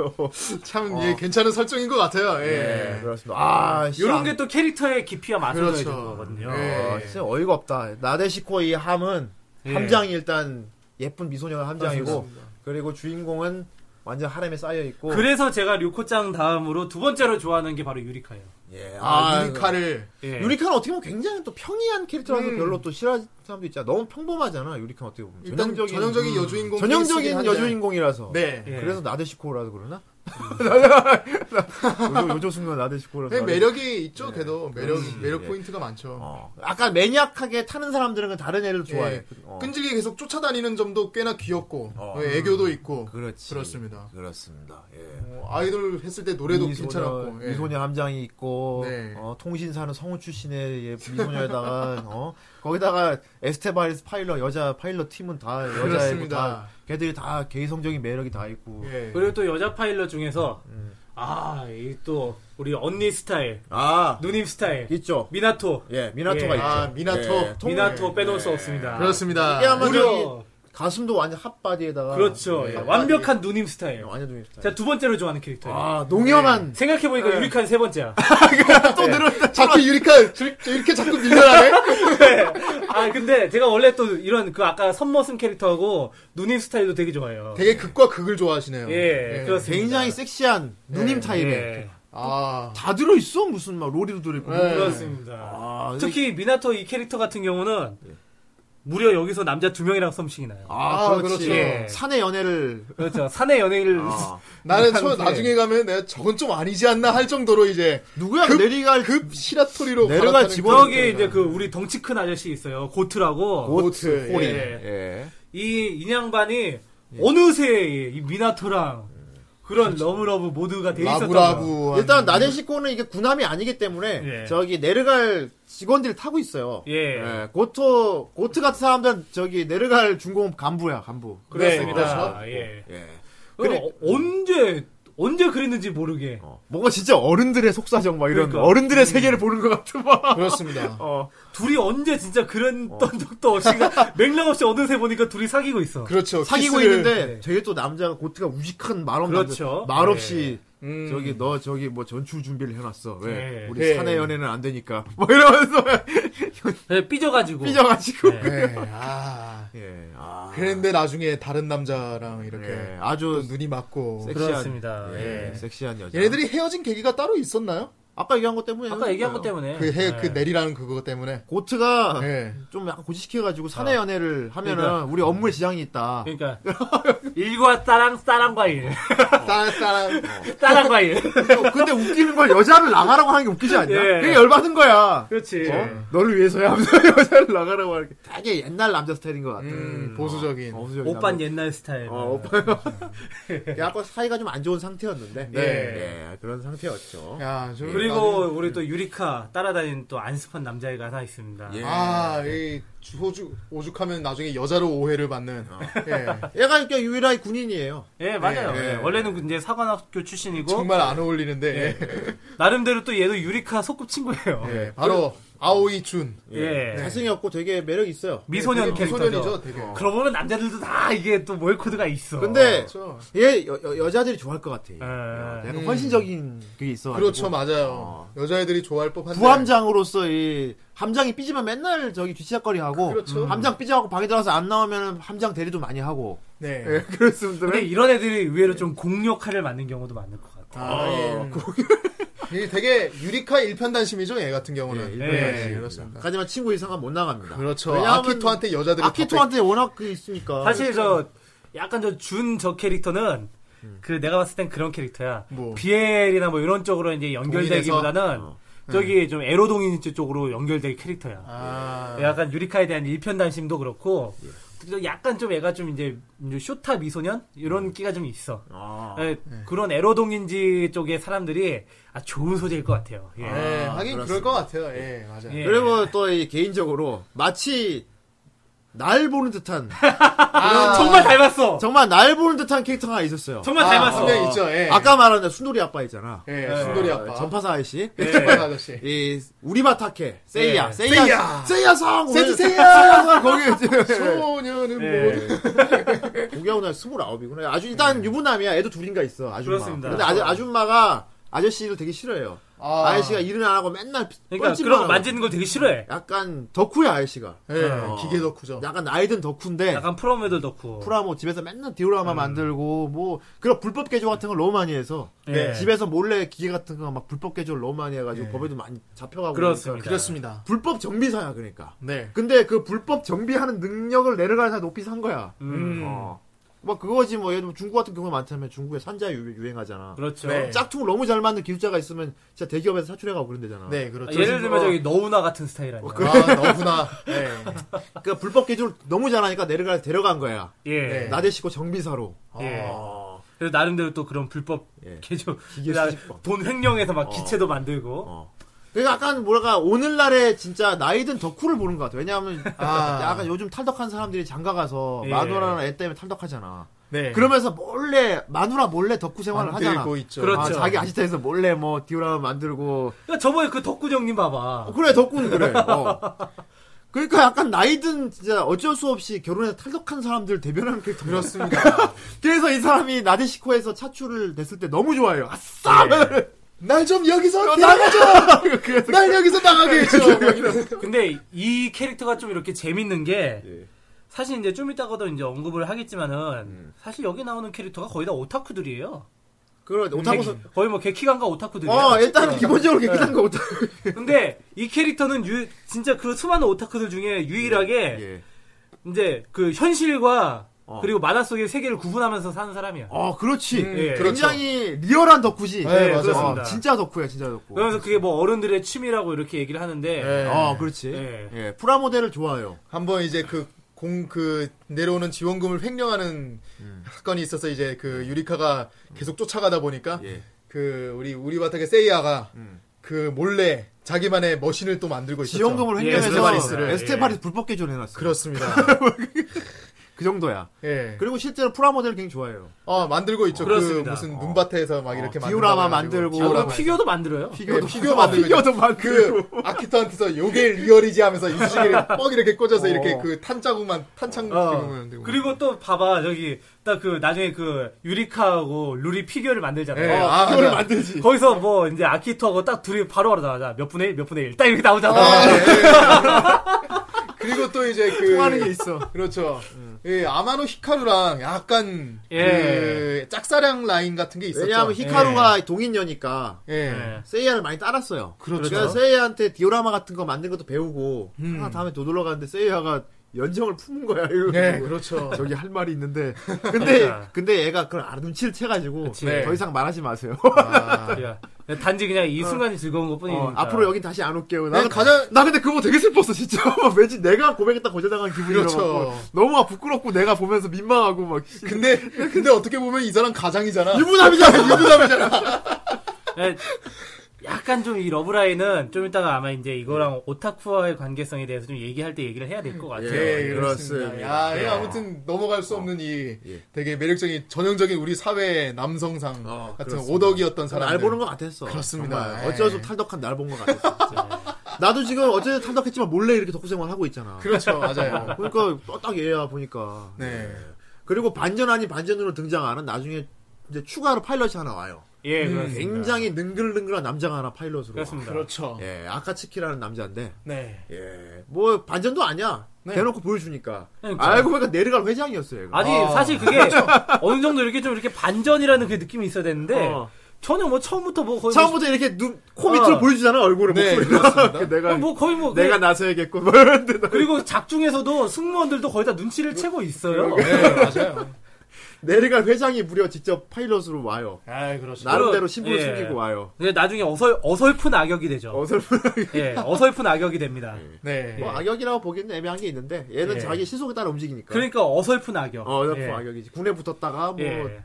[SPEAKER 4] 참, 예, 괜찮은 설정인 것 같아요.
[SPEAKER 2] 예,
[SPEAKER 4] 예.
[SPEAKER 2] 그렇습니다. 아,
[SPEAKER 3] 이런 게 또 캐릭터의 깊이와 맞춰져야
[SPEAKER 4] 그렇죠.
[SPEAKER 3] 되는 거거든요.
[SPEAKER 4] 예.
[SPEAKER 2] 아, 진짜 어이가 없다. 나데시코 이 함은
[SPEAKER 3] 예.
[SPEAKER 2] 함장이 일단 예쁜 미소녀가 함장이고
[SPEAKER 4] 그렇습니다.
[SPEAKER 2] 그리고 주인공은 완전 하렘에 쌓여 있고.
[SPEAKER 3] 그래서 제가 류코짱 다음으로 두 번째로 좋아하는 게 바로 유리카예요.
[SPEAKER 2] 예.
[SPEAKER 4] 아,
[SPEAKER 2] 아,
[SPEAKER 4] 유리카를.
[SPEAKER 3] 예.
[SPEAKER 2] 유리칸 어떻게 보면 굉장히 또 평이한 캐릭터라서
[SPEAKER 4] 음.
[SPEAKER 2] 별로 또 싫어하는 사람도 있잖아. 너무 평범하잖아. 유리칸 어떻게 보면
[SPEAKER 4] 일단 전형적인,
[SPEAKER 2] 전형적인 음.
[SPEAKER 4] 여주인공.
[SPEAKER 2] 전형적인
[SPEAKER 4] 케이스긴 한데.
[SPEAKER 2] 여주인공이라서. 음.
[SPEAKER 4] 네.
[SPEAKER 3] 예.
[SPEAKER 2] 그래서 나데시코라서 그러나? 요즘, 요즘 순간 나대식구라서.
[SPEAKER 4] 그냥 네, 매력이 있죠. 그래도 매력
[SPEAKER 2] 음,
[SPEAKER 4] 매력
[SPEAKER 2] 예.
[SPEAKER 4] 포인트가 많죠.
[SPEAKER 2] 어. 아까 매니악하게 타는 사람들은 그 다른 애를 좋아해.
[SPEAKER 4] 예.
[SPEAKER 2] 어.
[SPEAKER 4] 끈질기 게 계속 쫓아다니는 점도 꽤나 귀엽고
[SPEAKER 2] 어.
[SPEAKER 4] 예, 애교도 있고
[SPEAKER 2] 그렇지.
[SPEAKER 4] 그렇습니다.
[SPEAKER 2] 그렇습니다. 예.
[SPEAKER 4] 어, 아이돌 했을 때 노래도
[SPEAKER 2] 미소녀,
[SPEAKER 4] 괜찮았고 예.
[SPEAKER 2] 미소녀 함장이 있고
[SPEAKER 4] 네.
[SPEAKER 2] 어, 통신사는 성우 출신의 예, 미소녀에다가 어, 거기다가 에스테바리스 파일럿 여자 파일럿 팀은 다 여자애고
[SPEAKER 4] 그렇습니다.
[SPEAKER 2] 다 걔들이 다 개성적인 매력이 다 있고
[SPEAKER 4] 예.
[SPEAKER 3] 그리고 또 여자 파일럿 중에서
[SPEAKER 2] 음.
[SPEAKER 3] 아, 이 또 우리 언니 스타일,
[SPEAKER 2] 아
[SPEAKER 3] 누님 스타일,
[SPEAKER 2] 있죠
[SPEAKER 3] 미나토,
[SPEAKER 2] 예 미나토가
[SPEAKER 3] 예.
[SPEAKER 2] 있죠
[SPEAKER 4] 아, 미나토.
[SPEAKER 2] 통-
[SPEAKER 3] 미나토 빼놓을 수 없습니다.
[SPEAKER 4] 그렇습니다.
[SPEAKER 2] 이게 아마
[SPEAKER 3] 무려
[SPEAKER 2] 가슴도 완전 핫바디에다가
[SPEAKER 3] 그렇죠.
[SPEAKER 2] 예,
[SPEAKER 3] 예, 완벽한 누님 스타일.
[SPEAKER 2] 완전 동일 스타일
[SPEAKER 3] 자, 두 번째로 좋아하는 캐릭터예요.
[SPEAKER 2] 아 예. 농염한 예.
[SPEAKER 3] 생각해보니까 유리칸 세 번째야.
[SPEAKER 4] 예. 또 늘었다. 자꾸 유리카 저- 저 이렇게 자꾸 밀려나네.
[SPEAKER 3] 아, 근데 제가 원래 또 이런 그 아까 선머슴 캐릭터하고 누님 스타일도 되게 좋아해요.
[SPEAKER 4] 되게 극과 극을 좋아하시네요.
[SPEAKER 3] 예, 그렇습니다.
[SPEAKER 2] 굉장히 섹시한
[SPEAKER 4] 네.
[SPEAKER 2] 누님 타입의
[SPEAKER 3] 예,
[SPEAKER 4] 아,
[SPEAKER 2] 다 들어있어 무슨 막 로리도 들어있고
[SPEAKER 4] 네.
[SPEAKER 3] 그렇습니다.
[SPEAKER 2] 예. 아, 예.
[SPEAKER 3] 특히 미나토 이 캐릭터 같은 경우는 무려 여기서 남자 두 명이랑 썸씽이 나요.
[SPEAKER 2] 아,
[SPEAKER 4] 아,
[SPEAKER 2] 그렇지.
[SPEAKER 4] 그렇죠.
[SPEAKER 2] 예. 사내 연애를
[SPEAKER 3] 그렇죠. 사내 연예인
[SPEAKER 2] 아.
[SPEAKER 4] 나는 저 나중에 가면 내가 저건 좀 아니지 않나 할 정도로 이제
[SPEAKER 2] 누구야
[SPEAKER 4] 급-
[SPEAKER 2] 내리갈
[SPEAKER 4] 급 시라토리로
[SPEAKER 2] 네. 내려갈
[SPEAKER 4] 갈아타는
[SPEAKER 2] 집어-
[SPEAKER 3] 저기 이제 그 우리 덩치 큰 아저씨 있어요. 고트라고.
[SPEAKER 4] 보트,
[SPEAKER 2] 꼬리.
[SPEAKER 4] 예.
[SPEAKER 2] 예.
[SPEAKER 3] 이 인양반이 어느새 이 미나토랑 그런 러브러브 모두가 돼 있었던 거예요.
[SPEAKER 4] 라부라부
[SPEAKER 2] 일단 나데시코는 이게 군함이 아니기 때문에
[SPEAKER 3] 예.
[SPEAKER 2] 저기 내르갈 직원들이 타고 있어요.
[SPEAKER 3] 예.
[SPEAKER 2] 고토 고트 같은 사람들은 저기 내르갈 중공 간부야 간부.
[SPEAKER 3] 그렇습니다.
[SPEAKER 2] 어,
[SPEAKER 3] 예.
[SPEAKER 2] 예.
[SPEAKER 3] 그래
[SPEAKER 2] 그래-
[SPEAKER 3] 어, 언제 언제 그랬는지 모르게.
[SPEAKER 2] 어. 뭔가 진짜 어른들의 속사정 막 이런
[SPEAKER 3] 그러니까.
[SPEAKER 2] 어른들의 세계를 보는 것 같은 막.
[SPEAKER 4] 그렇습니다.
[SPEAKER 2] 어.
[SPEAKER 3] 둘이 언제 진짜 그랬던 적도 없이 그냥 맥락 없이 어느새 보니까 둘이 사귀고 있어.
[SPEAKER 4] 그렇죠.
[SPEAKER 2] 사귀고
[SPEAKER 4] 키스를-
[SPEAKER 2] 있는데
[SPEAKER 3] 예.
[SPEAKER 2] 되게 또 남자가 고트가 우직한 말없
[SPEAKER 3] 그렇죠.
[SPEAKER 2] 말 없이
[SPEAKER 4] 음.
[SPEAKER 2] 저기 너 저기 뭐 전출 준비를 해놨어 왜
[SPEAKER 3] 예.
[SPEAKER 2] 우리
[SPEAKER 4] 예.
[SPEAKER 2] 사내 연애는 안 되니까 뭐 이러면서
[SPEAKER 3] 네, 삐져가지고.
[SPEAKER 2] 삐져가지고
[SPEAKER 4] 네, 아.
[SPEAKER 2] 예. 아.
[SPEAKER 4] 그랬는데 나중에 다른 남자랑 이렇게
[SPEAKER 2] 예.
[SPEAKER 4] 또
[SPEAKER 2] 아주
[SPEAKER 4] 눈이 맞고
[SPEAKER 2] 섹시한
[SPEAKER 3] 그렇습니다.
[SPEAKER 2] 예.
[SPEAKER 3] 예.
[SPEAKER 2] 섹시한 여자.
[SPEAKER 4] 얘네들이 헤어진 계기가 따로 있었나요?
[SPEAKER 2] 아까 얘기한 것 때문에
[SPEAKER 3] 아까 얘기한 것 때문에.
[SPEAKER 4] 그 해
[SPEAKER 3] 네.
[SPEAKER 4] 그 내리라는 그거 때문에
[SPEAKER 2] 고트가
[SPEAKER 4] 예.
[SPEAKER 2] 좀 약간 고지시켜가지고 사내
[SPEAKER 4] 아.
[SPEAKER 2] 연애를 하면은
[SPEAKER 3] 그러니까.
[SPEAKER 2] 우리 업무에 지장이 있다.
[SPEAKER 3] 그러니까 일과 따랑 따랑 과일,
[SPEAKER 4] 따라 따라
[SPEAKER 3] 따랑 과일.
[SPEAKER 2] 근데 웃기는 건 여자를 나가라고 하는 게 웃기지 않냐?
[SPEAKER 3] 예.
[SPEAKER 2] 그게 열받은 거야.
[SPEAKER 3] 그렇지.
[SPEAKER 2] 어? 너를 위해서야 하면서 여자를 나가라고 하는 게 되게 옛날 남자 스타일인 것 같아.
[SPEAKER 4] 음, 보수적인
[SPEAKER 2] 보수적인
[SPEAKER 3] 오빤
[SPEAKER 2] 남자.
[SPEAKER 3] 옛날 스타일.
[SPEAKER 2] 어, 오빠. 음. 약간 사이가 좀 안 좋은 상태였는데.
[SPEAKER 4] 네.
[SPEAKER 2] 예, 그런 상태였죠.
[SPEAKER 4] 야, 저
[SPEAKER 3] 그리고 우리 또 유리카 따라다니는 또 안습한 남자애가 하나 있습니다.
[SPEAKER 2] 예.
[SPEAKER 4] 아, 이 주- 호주 오죽하면 나중에 여자로 오해를 받는. 예.
[SPEAKER 2] 얘가 이렇게 유일하게 군인이에요.
[SPEAKER 3] 예, 맞아요.
[SPEAKER 2] 예.
[SPEAKER 3] 예, 원래는 이제 사관학교 출신이고
[SPEAKER 4] 정말 안 어울리는데.
[SPEAKER 3] 나름대로 또 얘도 유리카 소꿉친구예요.
[SPEAKER 4] 예. 예. 바로 아오이 준.
[SPEAKER 3] 예.
[SPEAKER 2] 잘생겼고 되게 매력 있어요.
[SPEAKER 3] 미소년 캐릭터죠. 어.
[SPEAKER 4] 소년이죠, 되게.
[SPEAKER 3] 그러고 보면 남자들도 다 이게 또 모의코드가 있어.
[SPEAKER 2] 근데
[SPEAKER 4] 그렇죠.
[SPEAKER 2] 얘 여, 여, 여자들이 좋아할 것 같아.
[SPEAKER 3] 예.
[SPEAKER 2] 약간
[SPEAKER 4] 음.
[SPEAKER 2] 헌신적인 그게 있어.
[SPEAKER 4] 그렇죠, 맞아요.
[SPEAKER 2] 어.
[SPEAKER 4] 여자애들이 좋아할 법한데.
[SPEAKER 2] 부함장으로서 이 함장이 삐지면 맨날 저기 뒤치작거리 하고
[SPEAKER 4] 그렇죠.
[SPEAKER 2] 함장 삐져갖고 방에 들어가서 안 나오면 함장 대리도 많이 하고
[SPEAKER 4] 네.
[SPEAKER 2] 예, 그렇습니다.
[SPEAKER 3] 근데 이런 애들이 의외로 좀 공력화를 맞는 경우도 많을 것 같아.
[SPEAKER 4] 아, 예. 이 되게 유리카 일편단심이죠, 얘 같은 경우는.
[SPEAKER 2] 예,
[SPEAKER 3] 일편단심입니다.
[SPEAKER 4] 예, 그렇습니다.
[SPEAKER 2] 하지만 친구 이상은 못 나갑니다.
[SPEAKER 4] 그렇죠.
[SPEAKER 2] 왜냐하면
[SPEAKER 4] 아키토한테 여자들이
[SPEAKER 2] 아키토한테 워낙 그 있으니까
[SPEAKER 3] 사실 저 약간 저 준 저 캐릭터는 그 내가 봤을 땐 그런 캐릭터야.
[SPEAKER 4] 뭐.
[SPEAKER 3] 비엘이나 뭐 이런 쪽으로 이제 연결되기보다는
[SPEAKER 2] 어.
[SPEAKER 3] 저기 좀 에로동인지 쪽으로 연결될 캐릭터야.
[SPEAKER 4] 아.
[SPEAKER 3] 예, 약간 유리카에 대한 일편단심도 그렇고 또 약간 좀 애가 좀 이제 이제 쇼타 미소년 이런 끼가 좀 있어.
[SPEAKER 2] 아.
[SPEAKER 3] 예, 그런 에로동인지 쪽의 사람들이 아, 좋은 소재일 것 같아요. 예.
[SPEAKER 4] 예, 하긴
[SPEAKER 2] 그렇습니다.
[SPEAKER 4] 그럴 것 같아요. 예, 맞아요.
[SPEAKER 3] 예.
[SPEAKER 2] 그리고 또 이 개인적으로 마치 날 보는 듯한
[SPEAKER 4] 아,
[SPEAKER 3] 정말 닮았어. 아,
[SPEAKER 2] 정말 날 보는 듯한 캐릭터가 하나 있었어요.
[SPEAKER 3] 정말 닮았어.
[SPEAKER 4] 네, 있죠. 예.
[SPEAKER 2] 아까 말한 순돌이 아빠 있잖아.
[SPEAKER 4] 예, 순돌이 아빠.
[SPEAKER 2] 전파사 아이씨.
[SPEAKER 3] 네.
[SPEAKER 4] 예, 전파사 아저씨.
[SPEAKER 2] 이 우리마타케 세이야
[SPEAKER 3] 예.
[SPEAKER 2] 세이야 세이야상
[SPEAKER 4] 세이야!
[SPEAKER 2] 세이야상 거기 이제
[SPEAKER 4] 소녀는 뭐.
[SPEAKER 3] 예.
[SPEAKER 4] 모두
[SPEAKER 2] 고경훈 날 스물아홉이구나 아주 일단
[SPEAKER 4] 네.
[SPEAKER 2] 유부남이야 애도 둘인가 있어 아줌마
[SPEAKER 3] 그렇습니다.
[SPEAKER 2] 근데 아주, 아줌마가 아저씨를 되게 싫어해요
[SPEAKER 4] 아,
[SPEAKER 2] 아. 저씨가 일은 안 하고 맨날
[SPEAKER 3] 그러니까
[SPEAKER 2] 뻘짓만
[SPEAKER 3] 그런 거
[SPEAKER 2] 하고.
[SPEAKER 3] 만지는 걸 되게 싫어해.
[SPEAKER 2] 약간 덕후야 아저씨가
[SPEAKER 4] 예,
[SPEAKER 2] 어.
[SPEAKER 4] 기계 덕후죠.
[SPEAKER 2] 약간 나이든 덕후인데
[SPEAKER 3] 약간 네. 음. 프로메도 넣고.
[SPEAKER 2] 프라모 집에서 맨날 디오라마 만들고 뭐 그런 불법 개조 같은 걸 너무 많이 해서
[SPEAKER 3] 예.
[SPEAKER 2] 집에서 몰래 기계 같은 거 막 불법 개조를 너무 많이 해가지고 법에도 많이 잡혀가고
[SPEAKER 3] 그렇습니다.
[SPEAKER 2] 그러니까.
[SPEAKER 4] 그렇습니다.
[SPEAKER 2] 불법 정비사야 그러니까
[SPEAKER 4] 네.
[SPEAKER 2] 근데 그 불법 정비하는 능력을 내려가는 사람 높이 산 거야.
[SPEAKER 3] 음.
[SPEAKER 2] 어. 막 그거지 뭐 예를 들면 중국 같은 경우가 많다면 중국에 산자 유- 유행하잖아. 어,
[SPEAKER 3] 그렇죠.
[SPEAKER 4] 네.
[SPEAKER 2] 짝퉁을 너무 잘 만든 기술자가 있으면 진짜 대기업에서 사출해가고 그런 데잖아.
[SPEAKER 4] 네,
[SPEAKER 3] 아,
[SPEAKER 4] 그렇죠.
[SPEAKER 3] 예를 들면 저기 너우나 같은 스타일 아니야.
[SPEAKER 4] 아, 너구나. 네.
[SPEAKER 2] 그러니까 불법 기술 너무 잘하니까 내려가 데려간 거야.
[SPEAKER 3] 예.
[SPEAKER 4] 네. 아.
[SPEAKER 2] 나대시고 정비사로.
[SPEAKER 3] 예.
[SPEAKER 2] 어.
[SPEAKER 3] 그래서 나름대로 또 그런 불법
[SPEAKER 2] 예.
[SPEAKER 3] 개조
[SPEAKER 2] 기계
[SPEAKER 3] 나-
[SPEAKER 2] 수집법.
[SPEAKER 3] 돈 횡령해서 막
[SPEAKER 2] 어.
[SPEAKER 3] 기체도 만들고
[SPEAKER 2] 어. 그러니까 약간 뭐랄까 오늘날에 진짜 나이든 덕후를 보는 것 같아. 왜냐하면
[SPEAKER 4] 아.
[SPEAKER 2] 약간 요즘 탈덕한 사람들이 장가가서
[SPEAKER 3] 예.
[SPEAKER 2] 마누라나 애 때문에 탈덕하잖아.
[SPEAKER 4] 네.
[SPEAKER 2] 그러면서 몰래 마누라 몰래 덕후 생활을 하잖아.
[SPEAKER 4] 만들고 있죠.
[SPEAKER 3] 그렇죠.
[SPEAKER 2] 아, 자기 아시타에서 몰래 뭐 디오라마 만들고
[SPEAKER 3] 그러니까 저번에 그 덕구정님 봐봐
[SPEAKER 2] 어, 그래 덕후는 그래. 어. 그러니까 약간 나이든 진짜 어쩔 수 없이 결혼해서 탈덕한 사람들 대변하는 캐릭터.
[SPEAKER 4] 그렇습니다.
[SPEAKER 2] 그래서 이 사람이 나데시코에서 차출을 됐을 때 너무 좋아요. 아싸!
[SPEAKER 4] 네.
[SPEAKER 2] 어,
[SPEAKER 4] 날 좀 여기서 나가줘.
[SPEAKER 2] 나가줘! 그래서
[SPEAKER 4] 날 여기서 나가게 해줘. 막 이런.
[SPEAKER 3] 근데 이 캐릭터가 좀 이렇게 재밌는 게
[SPEAKER 2] 예.
[SPEAKER 3] 사실 이제 좀 이따가도 이제 언급을 하겠지만은
[SPEAKER 2] 음.
[SPEAKER 3] 사실 여기 나오는 캐릭터가 거의 다 오타쿠들이에요
[SPEAKER 2] 그런 오타쿠서
[SPEAKER 3] 개- 거의 뭐 개키간과 오타쿠들이에요
[SPEAKER 2] 어
[SPEAKER 3] 그렇죠.
[SPEAKER 2] 일단 기본적으로
[SPEAKER 3] 네.
[SPEAKER 2] 깨끗한 거 오타쿠.
[SPEAKER 3] 근데 이 캐릭터는 유- 진짜 그 수많은 오타쿠들 중에 유일하게
[SPEAKER 2] 예.
[SPEAKER 3] 이제 그 현실과
[SPEAKER 2] 어.
[SPEAKER 3] 그리고 만화 속의 세계를 구분하면서 사는 사람이야.
[SPEAKER 2] 어 그렇지.
[SPEAKER 4] 음,
[SPEAKER 3] 예.
[SPEAKER 2] 굉장히 리얼한 덕후지.
[SPEAKER 4] 네, 맞아요.
[SPEAKER 3] 그렇습니다.
[SPEAKER 2] 어, 진짜 덕후야 진짜 덕후.
[SPEAKER 3] 그러면서 그게 뭐 어른들의 취미라고 이렇게 얘기를 하는데
[SPEAKER 4] 네.
[SPEAKER 2] 어 그렇지.
[SPEAKER 3] 예.
[SPEAKER 2] 예. 프라모델을 좋아해요.
[SPEAKER 4] 한번 이제 그 공 그 내려오는 지원금을 횡령하는
[SPEAKER 2] 음.
[SPEAKER 4] 사건이 있어서 이제 그 유리카가 계속 쫓아가다 보니까
[SPEAKER 2] 예.
[SPEAKER 4] 그 우리 우리 바닥의 세이야가
[SPEAKER 2] 음.
[SPEAKER 4] 그 몰래 자기만의 머신을 또 만들고 있었죠.
[SPEAKER 2] 지원금을
[SPEAKER 3] 예,
[SPEAKER 2] 횡령해서
[SPEAKER 3] 에스테바리스를. 예.
[SPEAKER 2] 에스테바리스 불법 개조해놨어.
[SPEAKER 4] 그렇습니다.
[SPEAKER 2] 그 정도야.
[SPEAKER 4] 예.
[SPEAKER 2] 그리고 실제로 프라모델 굉장히 좋아해요.
[SPEAKER 4] 어 만들고 있죠. 그
[SPEAKER 3] 그렇습니다.
[SPEAKER 4] 무슨
[SPEAKER 2] 어.
[SPEAKER 4] 눈밭에서 막 이렇게
[SPEAKER 2] 디오라마
[SPEAKER 4] 만들어가지고.
[SPEAKER 2] 만들고.
[SPEAKER 3] 아, 그럼
[SPEAKER 2] 뭐라고
[SPEAKER 3] 피규어도 만들어요.
[SPEAKER 2] 네, 피규어도
[SPEAKER 4] 예, 피규어 만들고
[SPEAKER 2] 피규어도 만들고.
[SPEAKER 4] 그 아키토한테서 요게 리얼이지 하면서 인수식을 뻑 이렇게 꽂아서 이렇게
[SPEAKER 2] 어.
[SPEAKER 4] 그 탄자국만 탄창
[SPEAKER 3] 어.
[SPEAKER 4] 지금은
[SPEAKER 3] 그리고 또 봐봐 저기 딱 그 나중에 그 유리카하고 루리 피규어를 만들잖아요.
[SPEAKER 4] 예.
[SPEAKER 2] 어,
[SPEAKER 4] 아,
[SPEAKER 2] 피규어를
[SPEAKER 4] 그래.
[SPEAKER 2] 만들지.
[SPEAKER 3] 거기서 뭐 이제 아키토하고 딱 둘이 바로 알아나자 몇 분의 1, 몇 분의 1. 딱 이렇게 나오잖아.
[SPEAKER 4] 아, 예. 그리고 또 이제 그
[SPEAKER 2] 통하는 게 있어.
[SPEAKER 4] 그렇죠. 예, 아마노 히카루랑 약간
[SPEAKER 3] 예.
[SPEAKER 4] 그 짝사랑 라인 같은 게 있었죠. 네.
[SPEAKER 2] 왜냐하면 히카루가 동인녀니까
[SPEAKER 4] 예.
[SPEAKER 3] 예.
[SPEAKER 2] 세이야를 많이 따랐어요.
[SPEAKER 4] 그렇죠.
[SPEAKER 2] 러니까 세이야한테 디오라마 같은 거 만든 것도 배우고 하나 다음에 도 놀러 갔는데 세이야가 연정을 품은 거야. 이거.
[SPEAKER 4] 예, 그렇죠. 네.
[SPEAKER 2] 저기 할 말이 있는데 근데
[SPEAKER 3] 아.
[SPEAKER 2] 근데 얘가 그걸 아 눈치를 채가지고
[SPEAKER 3] 그치.
[SPEAKER 2] 더 이상 말하지 마세요.
[SPEAKER 4] 아,
[SPEAKER 3] 야, 네. 단지 그냥 이 순간이 즐거운 것뿐이니까.
[SPEAKER 2] 어, 앞으로 여긴 다시 안 올게요. 나
[SPEAKER 4] 네, 가장-
[SPEAKER 2] 나 근데 그거 되게 슬펐어 진짜. 막 왠지 내가 고백했다 거절당한 기분이라서
[SPEAKER 4] 그렇죠.
[SPEAKER 2] 너무 막 부끄럽고 내가 보면서 민망하고 막
[SPEAKER 4] 근데 근데 어떻게 보면 이 사람 가장이잖아.
[SPEAKER 2] 유부남이잖아. 유부남이잖아.
[SPEAKER 3] 예, 약간 좀 이 러브라인은 좀 이따가 아마 이제 이거랑 오타쿠와의 관계성에 대해서 좀 얘기할 때 얘기를 해야 될 것 같아요.
[SPEAKER 2] 예,
[SPEAKER 4] 그렇습니다. 야,
[SPEAKER 2] 그렇습니다. 네.
[SPEAKER 4] 예, 아무튼 넘어갈 수 없는 이
[SPEAKER 2] 예.
[SPEAKER 4] 되게 매력적인 전형적인 우리 사회의 남성상
[SPEAKER 2] 어,
[SPEAKER 4] 같은
[SPEAKER 2] 그렇습니다.
[SPEAKER 4] 오덕이었던 사람.
[SPEAKER 2] 날 보는 것 같았어.
[SPEAKER 4] 그렇습니다.
[SPEAKER 2] 정말.
[SPEAKER 4] 예.
[SPEAKER 2] 어쩔 수 없이 탈덕한 날 본 것 같았어. 진짜. 나도 지금 어쨌든 탈덕했지만 몰래 이렇게 덕후 생활 하고 있잖아.
[SPEAKER 4] 그렇죠, 맞아요.
[SPEAKER 2] 그러니까 딱 얘야 보니까.
[SPEAKER 4] 네.
[SPEAKER 2] 그리고 반전 아닌 반전으로 등장하는 나중에 이제 추가로 파일럿이 하나 와요.
[SPEAKER 3] 예, 그렇습니다.
[SPEAKER 2] 굉장히 능글능글한 남자가 하나 파일럿으로.
[SPEAKER 3] 그렇습니다.
[SPEAKER 4] 그렇죠.
[SPEAKER 2] 와. 예, 아카츠키라는 남자인데.
[SPEAKER 4] 네.
[SPEAKER 2] 예, 뭐 반전도 아니야.
[SPEAKER 4] 네.
[SPEAKER 2] 대놓고 보여주니까.
[SPEAKER 3] 그러니까.
[SPEAKER 2] 알고 보니까 내르갈 회장이었어요. 얘가.
[SPEAKER 3] 아니
[SPEAKER 4] 아.
[SPEAKER 3] 사실 그게 어느 정도 이렇게 좀 이렇게 반전이라는 그 느낌이 있어야 되는데
[SPEAKER 2] 어.
[SPEAKER 3] 전혀 뭐 처음부터 뭐 거의
[SPEAKER 2] 처음부터 이렇게 눈, 코 밑으로
[SPEAKER 3] 어.
[SPEAKER 2] 보여주잖아 얼굴을
[SPEAKER 4] 네,
[SPEAKER 2] 목소리로. 내가
[SPEAKER 3] 뭐, 뭐 거의 뭐
[SPEAKER 2] 내가
[SPEAKER 3] 그냥-
[SPEAKER 2] 나서야겠고 뭐 이런데
[SPEAKER 3] 그리고 작중에서도 승무원들도 거의 다 눈치를 채고 있어요.
[SPEAKER 4] 네, 맞아요.
[SPEAKER 2] 내리갈 회장이 무려 직접 파일럿으로 와요.
[SPEAKER 4] 아, 그렇죠.
[SPEAKER 2] 나름대로 신분을
[SPEAKER 3] 예.
[SPEAKER 2] 숨기고 와요.
[SPEAKER 3] 근데 나중에 어설 어설픈 악역이 되죠.
[SPEAKER 2] 어설픈
[SPEAKER 3] 예, 어설픈 악역이 됩니다.
[SPEAKER 4] 네.
[SPEAKER 2] 뭐 악역이라고 보기에는 애매한 게 있는데 얘는
[SPEAKER 3] 예.
[SPEAKER 2] 자기 시속에 따라 움직이니까.
[SPEAKER 3] 그러니까 어설픈 악역.
[SPEAKER 2] 어, 어설픈
[SPEAKER 3] 예.
[SPEAKER 2] 악역이지. 군에 붙었다가 뭐
[SPEAKER 3] 예.